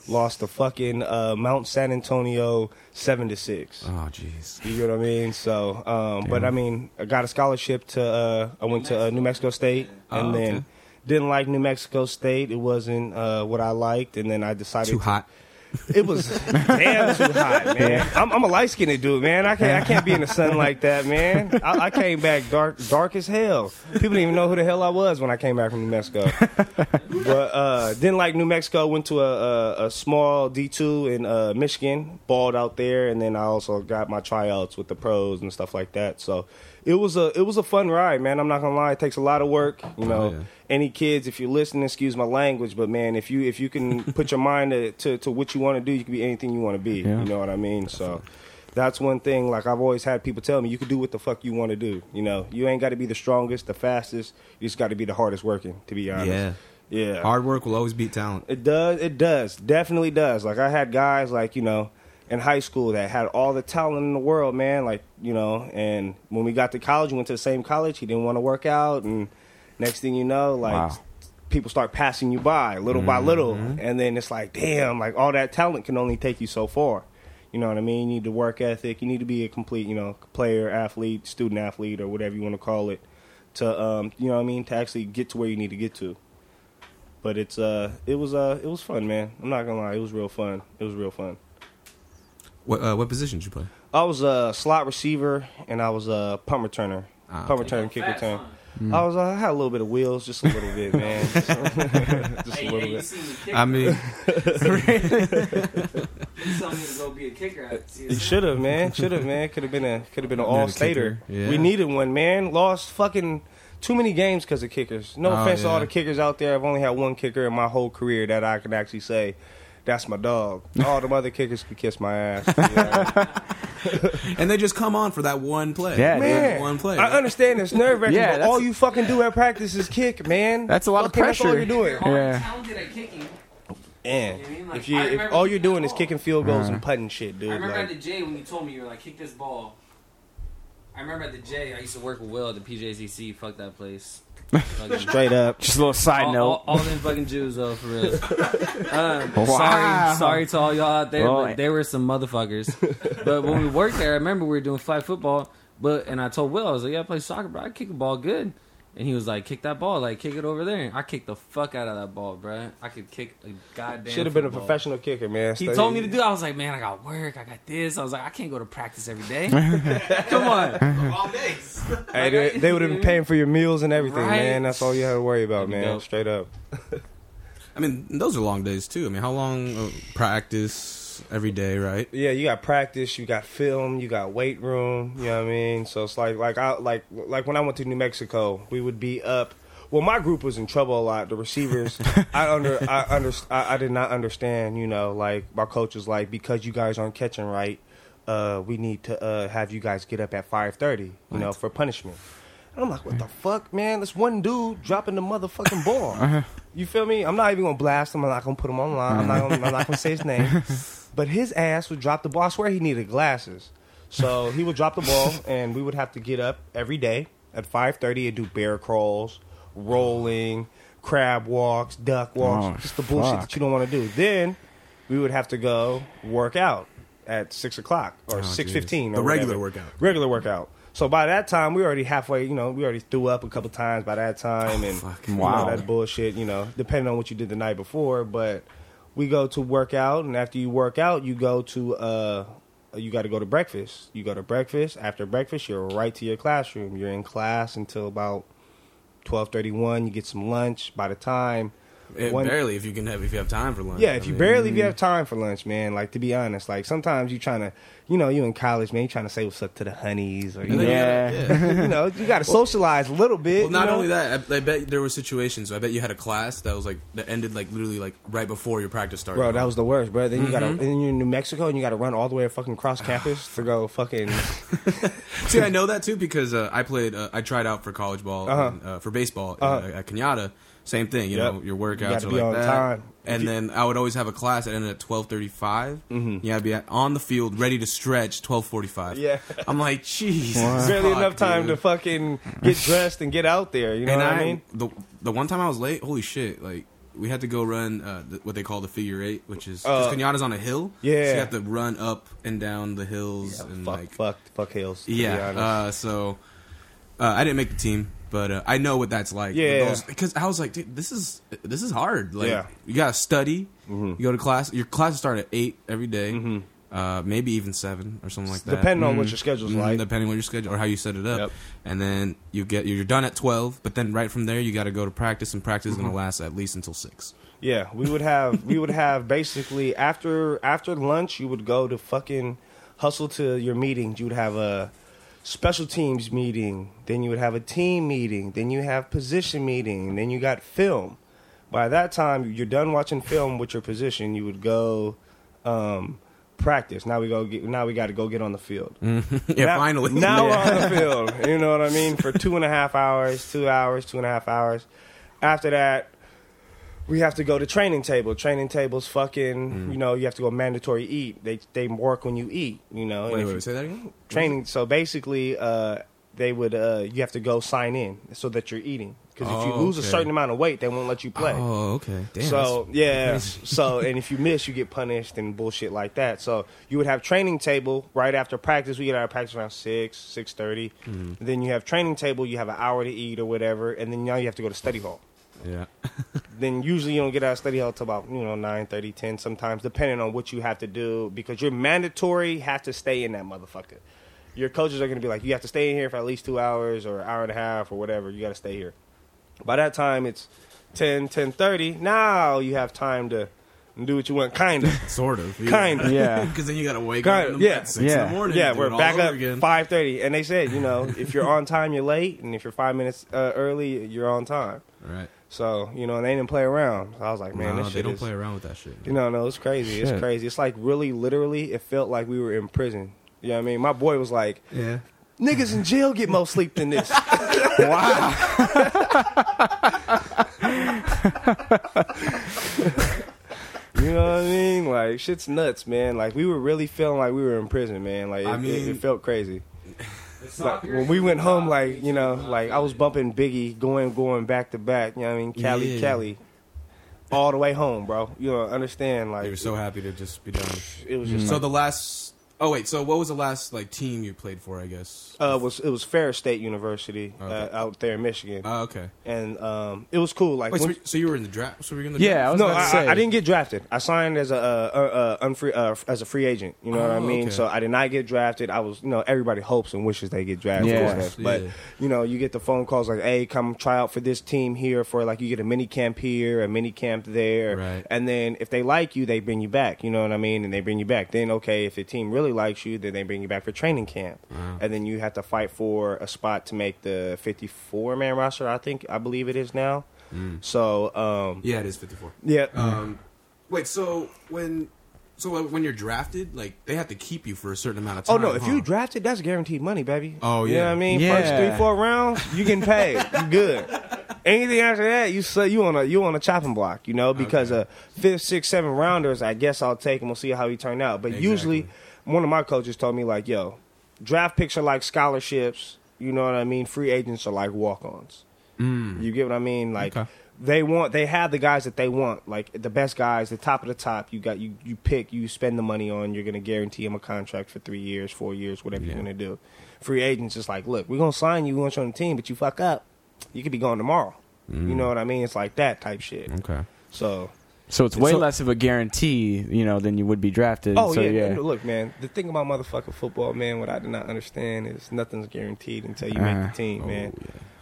[SPEAKER 3] Lost to fucking uh, Mount San Antonio seven to six.
[SPEAKER 1] Oh, jeez.
[SPEAKER 3] You know what I mean? So, um, but I mean, I got a scholarship to. Uh, I went to uh, New Mexico State, and
[SPEAKER 1] Oh,
[SPEAKER 3] then
[SPEAKER 1] okay.
[SPEAKER 3] didn't like New Mexico State. It wasn't uh, what I liked, and then I decided
[SPEAKER 1] Too
[SPEAKER 3] to-
[SPEAKER 1] hot.
[SPEAKER 3] It was damn too hot, man. I'm, I'm a light skinned dude, man. I can't I can't be in the sun like that, man. I, I came back dark dark as hell. People didn't even know who the hell I was when I came back from New Mexico. but uh, then, like New Mexico, went to a, a, a small D two in uh, Michigan, balled out there, and then I also got my tryouts with the pros and stuff like that. So it was a it was a fun ride, man. I'm not gonna lie, it takes a lot of work, you know.
[SPEAKER 1] Oh, yeah.
[SPEAKER 3] Any kids, if you're listening, excuse my language, but man, if you if
[SPEAKER 1] <laughs>
[SPEAKER 3] you can put your mind to, to, to what you want to do, you can be anything you want to be.
[SPEAKER 5] Yeah.
[SPEAKER 3] You know what I mean? So. That's one thing. Like I've always had people tell me, you can do what the fuck you want to do. You know, you ain't got to be the strongest, the fastest. You just got to be the hardest working. To be honest,
[SPEAKER 1] Yeah.
[SPEAKER 3] yeah.
[SPEAKER 1] Hard work will always beat talent.
[SPEAKER 3] It does. It does. Definitely does. Like I had guys like you know in high school that had all the talent in the world, man. Like you know, and when we got to college, we went to the same college. He didn't want to work out, and next thing you know, like.
[SPEAKER 5] Wow.
[SPEAKER 3] People start passing you by little by little, and then it's like, damn, like all that talent can only take you so far. You know what I mean? You need the work ethic. You need to be a complete, you know, player, athlete, student athlete, or whatever you want to call it, to, um, you know what I mean, to actually get to where you need to get to but it's uh it was uh it was fun man i'm not gonna lie it was real fun it was real fun
[SPEAKER 1] What uh, what position did you play?
[SPEAKER 3] i was a slot receiver and i was a punt returner
[SPEAKER 1] Ah,
[SPEAKER 3] punt
[SPEAKER 4] They go
[SPEAKER 3] return kick
[SPEAKER 4] fast,
[SPEAKER 3] return
[SPEAKER 4] huh?
[SPEAKER 3] i was uh, i had a little bit of wheels just a little
[SPEAKER 1] <laughs>
[SPEAKER 3] bit man just a
[SPEAKER 4] Hey,
[SPEAKER 3] little
[SPEAKER 4] hey, you
[SPEAKER 3] bit
[SPEAKER 4] seen me kick?
[SPEAKER 1] I mean,
[SPEAKER 3] <laughs>
[SPEAKER 4] you told me to go be a kicker. At
[SPEAKER 3] you
[SPEAKER 4] CSU.
[SPEAKER 3] should have, man. Should have, man. Could have been a, could have
[SPEAKER 1] Could've
[SPEAKER 3] been an
[SPEAKER 1] been a
[SPEAKER 3] all stater.
[SPEAKER 1] kicker, yeah.
[SPEAKER 3] We needed one, man. Lost fucking too many games because of kickers. No
[SPEAKER 1] Oh,
[SPEAKER 3] offense to all
[SPEAKER 1] yeah.
[SPEAKER 3] the kickers out there. I've only had one kicker in my whole career that I can actually say, that's my dog. All the other kickers could kiss my
[SPEAKER 1] <laughs>
[SPEAKER 3] ass. you know?
[SPEAKER 1] and they just come on for that one play.
[SPEAKER 5] Yeah, dude.
[SPEAKER 1] That
[SPEAKER 3] Man,
[SPEAKER 1] one play.
[SPEAKER 3] I understand it's nerve wracking,
[SPEAKER 5] Yeah,
[SPEAKER 3] but
[SPEAKER 5] that's-
[SPEAKER 3] all you fucking do at practice is kick, man.
[SPEAKER 5] That's a lot of
[SPEAKER 3] Fucking That's all
[SPEAKER 5] pressure.
[SPEAKER 3] you're doing.
[SPEAKER 4] Aren't
[SPEAKER 5] Yeah.
[SPEAKER 4] talented at kicking.
[SPEAKER 3] And
[SPEAKER 4] You mean, like,
[SPEAKER 3] if you,
[SPEAKER 4] I
[SPEAKER 3] if
[SPEAKER 4] remember
[SPEAKER 3] all you're
[SPEAKER 4] kicking
[SPEAKER 3] doing
[SPEAKER 4] the
[SPEAKER 3] is
[SPEAKER 4] ball.
[SPEAKER 3] kicking field goals
[SPEAKER 5] Uh.
[SPEAKER 3] and putting shit, dude.
[SPEAKER 4] I remember at
[SPEAKER 3] Like,
[SPEAKER 4] the J when you told me you were like, kick this ball. I remember at the J, I used to work with Will at the PJCC. Fuck that place. Fucking-
[SPEAKER 3] straight up.
[SPEAKER 5] Just a little side
[SPEAKER 4] all,
[SPEAKER 5] note.
[SPEAKER 4] all, all them fucking Jews though,
[SPEAKER 3] <laughs>
[SPEAKER 4] for real. Um,
[SPEAKER 5] Wow.
[SPEAKER 4] Sorry, sorry to all y'all out there,
[SPEAKER 5] Well,
[SPEAKER 4] but they were some motherfuckers. but when we worked there, I remember we were doing flag football. But and I told Will, I was like, "Yeah, I play soccer, but I kick a ball good." And he was like, "Kick that ball, like kick it over there." I kicked the fuck out of that ball, bruh. I could kick a goddamn.
[SPEAKER 3] Should have been a
[SPEAKER 4] football.
[SPEAKER 3] professional kicker, man.
[SPEAKER 4] He
[SPEAKER 3] Stay-
[SPEAKER 4] told me to do. it. I was like, "Man, I got work. I got this." I was like, "I can't go to practice every day." Come on,
[SPEAKER 6] All days.
[SPEAKER 3] Hey, they, they would have been paying for your meals and everything,
[SPEAKER 4] Right.
[SPEAKER 3] man. That's all you had to worry about,
[SPEAKER 4] That'd be
[SPEAKER 3] man.
[SPEAKER 4] dope.
[SPEAKER 3] Straight up.
[SPEAKER 1] I mean, those are long days too. I mean, how long uh, practice every day, right?
[SPEAKER 3] Yeah, you got practice, you got film, you got weight room. You know what I mean? So it's like like I like like when I went to New Mexico, we would be up. Well, my group was in trouble a lot. The receivers, I under I under I, I did not understand. You know, like my coach was like, because you guys aren't catching right, uh, we need to uh, have you guys get up at five thirty. You know, for punishment. And I'm like, what the fuck, man? This one dude dropping the motherfucking
[SPEAKER 5] <laughs> Uh-huh.
[SPEAKER 3] ball. You feel me? I'm not even gonna blast him. I'm not gonna put him online. I'm not. Gonna, I'm not gonna say
[SPEAKER 5] <laughs>
[SPEAKER 3] his name. But his ass would drop the ball. I swear he needed glasses. So he would drop the ball, and we would have to get up every day at 5:30 and do bear crawls, rolling, crab walks, duck walks,
[SPEAKER 5] Oh,
[SPEAKER 3] just the bullshit
[SPEAKER 5] fuck.
[SPEAKER 3] that you don't want to do. Then we would have to go work out at six o'clock or
[SPEAKER 1] Oh,
[SPEAKER 3] six fifteen.
[SPEAKER 1] geez.
[SPEAKER 3] or
[SPEAKER 1] The regular
[SPEAKER 3] whatever.
[SPEAKER 1] workout.
[SPEAKER 3] Regular workout. So by that time, we already halfway. You know, we already threw up a couple times by that time, and
[SPEAKER 1] fuck.
[SPEAKER 3] you know,
[SPEAKER 5] Wow.
[SPEAKER 3] that bullshit. You know, depending on what you did the night before, but we go to work out, and after you work out, you go to uh, you got to go to breakfast. You go to breakfast. After breakfast, you're right to your classroom. You're in class until about twelve thirty one. You get some lunch. By the time
[SPEAKER 1] Eh,
[SPEAKER 3] one-
[SPEAKER 1] barely if you can have if you have time for lunch.
[SPEAKER 3] yeah,
[SPEAKER 1] I
[SPEAKER 3] if you
[SPEAKER 1] mean,
[SPEAKER 3] barely if you have time for lunch, man. Like to be honest, like sometimes you trying to, you know, you in college, man. You trying to say what's up to the honeys, or
[SPEAKER 1] and
[SPEAKER 3] you
[SPEAKER 1] then
[SPEAKER 3] know,
[SPEAKER 1] you
[SPEAKER 5] Yeah.
[SPEAKER 1] gotta-
[SPEAKER 3] you know, <laughs> you got to socialize a little bit.
[SPEAKER 1] Well, not
[SPEAKER 3] you know?
[SPEAKER 1] only that, I, I bet there were situations. I bet you had a class that was like that ended like literally like right before your practice started.
[SPEAKER 3] Bro, that was the worst, bro. Then you
[SPEAKER 1] Mm-hmm.
[SPEAKER 3] gotta, and then you're in New Mexico, and you gotta run all the way fucking cross campus to go <laughs> fucking.
[SPEAKER 1] See, I know that too because uh, I played. Uh, I tried out for college ball
[SPEAKER 3] Uh-huh.
[SPEAKER 1] and, uh, for baseball in,
[SPEAKER 3] Uh-huh.
[SPEAKER 1] uh, at Kenyatta. Same thing, you
[SPEAKER 3] Yep.
[SPEAKER 1] know,
[SPEAKER 3] You
[SPEAKER 1] your workouts
[SPEAKER 3] gotta
[SPEAKER 1] are
[SPEAKER 3] be
[SPEAKER 1] like
[SPEAKER 3] on
[SPEAKER 1] that.
[SPEAKER 3] time.
[SPEAKER 1] And
[SPEAKER 3] If you-
[SPEAKER 1] then I would always have a class that ended at twelve Mm-hmm. You had to be at, on the field ready to stretch twelve forty five.
[SPEAKER 3] Yeah.
[SPEAKER 1] I'm like, jeez,
[SPEAKER 3] barely
[SPEAKER 1] fuck,
[SPEAKER 3] enough time
[SPEAKER 1] dude.
[SPEAKER 3] to fucking get dressed and get out there. You know
[SPEAKER 1] and
[SPEAKER 3] what
[SPEAKER 1] I,
[SPEAKER 3] I, mean?
[SPEAKER 1] the the one time I was late, holy shit! Like we had to go run uh, th- what they call the figure eight, which is because
[SPEAKER 3] Uh,
[SPEAKER 1] Kenyatta's on a hill. so
[SPEAKER 3] yeah.
[SPEAKER 1] you have to run up and down the hills and
[SPEAKER 3] fuck,
[SPEAKER 1] like
[SPEAKER 3] fuck, fuck hills. to be
[SPEAKER 1] yeah.
[SPEAKER 3] honest.
[SPEAKER 1] Uh, so uh, I didn't make the team, but uh, I know what that's like.
[SPEAKER 3] Yeah.
[SPEAKER 1] because I was like, dude, this is this is hard. Like
[SPEAKER 3] Yeah. Mm-hmm.
[SPEAKER 1] you gotta study. You go to class. Your classes start at eight every day, Uh, maybe even seven or something like that.
[SPEAKER 3] depending on what your schedule's
[SPEAKER 1] Mhm,
[SPEAKER 3] like.
[SPEAKER 1] depending on your schedule or how you set it up.
[SPEAKER 3] Yep.
[SPEAKER 1] And then you get you're done at twelve, but then right from there you got to go to practice, and practice is going to
[SPEAKER 3] Mm-hmm.
[SPEAKER 1] last at least until six. <laughs>
[SPEAKER 3] Yeah, we would have we would have basically after after lunch you would go to fucking hustle to your meetings. You would have a special teams meeting, then you would have a team meeting, then you have position meeting, and then you got film. By that time you're done watching film with your position, you would go um, practice. Now we go get, now we got to go get on the field.
[SPEAKER 1] yeah,
[SPEAKER 3] Now-
[SPEAKER 1] finally.
[SPEAKER 3] Now we're on the field. You know what I mean? For two and a half hours, two hours, two and a half hours. After that, we have to go to training table. Training tables, fucking,
[SPEAKER 1] Mm.
[SPEAKER 3] you know, you have to go mandatory eat. They they mark when you eat. You know, And
[SPEAKER 1] Wait,
[SPEAKER 3] if
[SPEAKER 1] wait,
[SPEAKER 3] you-
[SPEAKER 1] wait, say that again.
[SPEAKER 3] training. So basically, uh, they would uh, you have to go sign in so that you're eating. Because if you
[SPEAKER 1] Oh,
[SPEAKER 3] lose a
[SPEAKER 1] okay.
[SPEAKER 3] certain amount of weight, they won't let you play
[SPEAKER 1] Oh, okay. Damn.
[SPEAKER 3] so yeah, <laughs> so and if you miss, you get punished and bullshit like that. So you would have training table right after practice. We get out of practice around six, six thirty. Then you have training table. You have an hour to eat or whatever, and then now you have to go to study hall.
[SPEAKER 1] that's- yeah. <laughs>
[SPEAKER 3] Then usually you don't get out of study hall till about you know nine thirty, ten sometimes, depending on what you have to do because you're mandatory have to stay in that motherfucker. Your coaches are going to be like, you have to stay in here for at least two hours or an hour and a half or whatever. You got to stay here. By that time, it's 10, 10.30. Now you have time to do what you want, kind of.
[SPEAKER 1] Sort of. yeah.
[SPEAKER 3] Kind of.
[SPEAKER 1] <laughs>
[SPEAKER 5] Yeah.
[SPEAKER 1] Because then you got to wake
[SPEAKER 3] Kind
[SPEAKER 1] up
[SPEAKER 3] of,
[SPEAKER 1] in the-
[SPEAKER 3] yeah,
[SPEAKER 1] at six in
[SPEAKER 5] yeah.
[SPEAKER 1] the <laughs> morning.
[SPEAKER 3] Yeah,
[SPEAKER 1] and do
[SPEAKER 3] we're
[SPEAKER 1] it all
[SPEAKER 3] back
[SPEAKER 1] over
[SPEAKER 3] up
[SPEAKER 1] again.
[SPEAKER 3] 5.30. And they said,
[SPEAKER 1] <laughs>
[SPEAKER 3] you know, if you're on time, you're late. And if you're five minutes uh, early, you're on time.
[SPEAKER 1] Right.
[SPEAKER 3] So, you know, and they didn't play around. I was like,
[SPEAKER 1] Nah,
[SPEAKER 3] man, this shit
[SPEAKER 1] they don't
[SPEAKER 3] is,
[SPEAKER 1] play around with that shit.
[SPEAKER 3] You know, no, it's crazy. It's
[SPEAKER 5] Shit.
[SPEAKER 3] crazy. It's like really, literally, it felt like we were in prison. You know what I mean? My boy was like,
[SPEAKER 1] yeah.
[SPEAKER 3] niggas in jail get more sleep
[SPEAKER 1] <laughs>
[SPEAKER 3] than this.
[SPEAKER 5] Wow.
[SPEAKER 3] you know what I mean? Like, shit's nuts, man. Like, we were really feeling like we were in prison, man. Like, it,
[SPEAKER 1] I
[SPEAKER 3] it-
[SPEAKER 1] mean-
[SPEAKER 3] it felt crazy. Like, when we went home, like, you know, like I was bumping Biggie going, going back to back. You know what I mean? Cali,
[SPEAKER 1] Yeah.
[SPEAKER 3] Cali. All the way home, bro. You don't understand.
[SPEAKER 1] They were
[SPEAKER 3] Like,
[SPEAKER 1] so Mm-hmm. happy to just be done.
[SPEAKER 3] it was just
[SPEAKER 1] So the last. Oh wait. So what was the last like team you played for? I guess.
[SPEAKER 3] uh, it was it was Ferris State University
[SPEAKER 1] Okay.
[SPEAKER 3] uh, out there in Michigan,
[SPEAKER 1] Oh, okay.
[SPEAKER 3] and um, it was cool. Like
[SPEAKER 1] Wait, so,
[SPEAKER 3] when-
[SPEAKER 1] you- so you were in the draft. So you were in the
[SPEAKER 5] Yeah,
[SPEAKER 1] draft?
[SPEAKER 5] I was
[SPEAKER 3] no,
[SPEAKER 5] about to
[SPEAKER 3] I,
[SPEAKER 5] say.
[SPEAKER 3] I didn't get drafted. I signed as a uh, uh, uh, unfree, uh, as a free agent. You know what I
[SPEAKER 1] Oh,
[SPEAKER 3] mean?
[SPEAKER 1] okay.
[SPEAKER 3] So I did not get drafted. I was, you know, everybody hopes and wishes they get drafted.
[SPEAKER 5] Yeah.
[SPEAKER 3] and stuff. but
[SPEAKER 1] Yeah.
[SPEAKER 3] you know, you get the phone calls like, "Hey, come try out for this team here." For like, you get a mini camp here, a mini camp there,
[SPEAKER 1] Right.
[SPEAKER 3] and then if they like you, they bring you back. You know what I mean? And they bring you back. Then okay, if the team really likes you, then they bring you back for training camp, and then you have to fight for a spot to make the fifty-four man roster. I think I believe it is now. So um,
[SPEAKER 1] Yeah, it is fifty-four.
[SPEAKER 3] yeah.
[SPEAKER 1] Um, wait. So when. So uh, when you're drafted, like they have to keep you for a certain amount of time.
[SPEAKER 3] Oh no! If
[SPEAKER 1] huh?
[SPEAKER 3] you drafted, that's guaranteed money, baby.
[SPEAKER 1] Oh,
[SPEAKER 3] you know
[SPEAKER 1] yeah.
[SPEAKER 3] what I mean. First
[SPEAKER 5] Yeah.
[SPEAKER 3] three, four rounds, you
[SPEAKER 1] <laughs>
[SPEAKER 3] getting paid. you good. Anything after that, you so you on a you on a chopping block, you know, because
[SPEAKER 1] Okay.
[SPEAKER 3] uh fifth, sixth, seventh rounders, I guess I'll take and we'll see how he turned out. But usually, one of my coaches told me like, "Yo, draft picks are like scholarships. You know what I mean? Free agents are like walk-ons. You get what I mean? Like."
[SPEAKER 1] Okay.
[SPEAKER 3] They want. They have the guys that they want, like the best guys, the top of the top. You got you. You pick. You spend the money on. You're gonna guarantee them a contract for three years, four years, whatever
[SPEAKER 1] Yeah.
[SPEAKER 3] you're gonna do. Free agents is like, look, we're gonna sign you. We want you on the team, but you
[SPEAKER 1] Mm.
[SPEAKER 3] fuck up, you could be gone tomorrow. You know what I mean? It's like that type shit.
[SPEAKER 1] Okay.
[SPEAKER 3] So
[SPEAKER 2] <laughs> So it's way
[SPEAKER 3] So-
[SPEAKER 2] less of a guarantee, you know, than you would be drafted.
[SPEAKER 3] Oh
[SPEAKER 2] so,
[SPEAKER 3] yeah,
[SPEAKER 2] yeah.
[SPEAKER 3] and Look, man, the thing about motherfucking football, man, what I do not understand is nothing's guaranteed until you
[SPEAKER 2] Uh-huh.
[SPEAKER 3] make the team, man.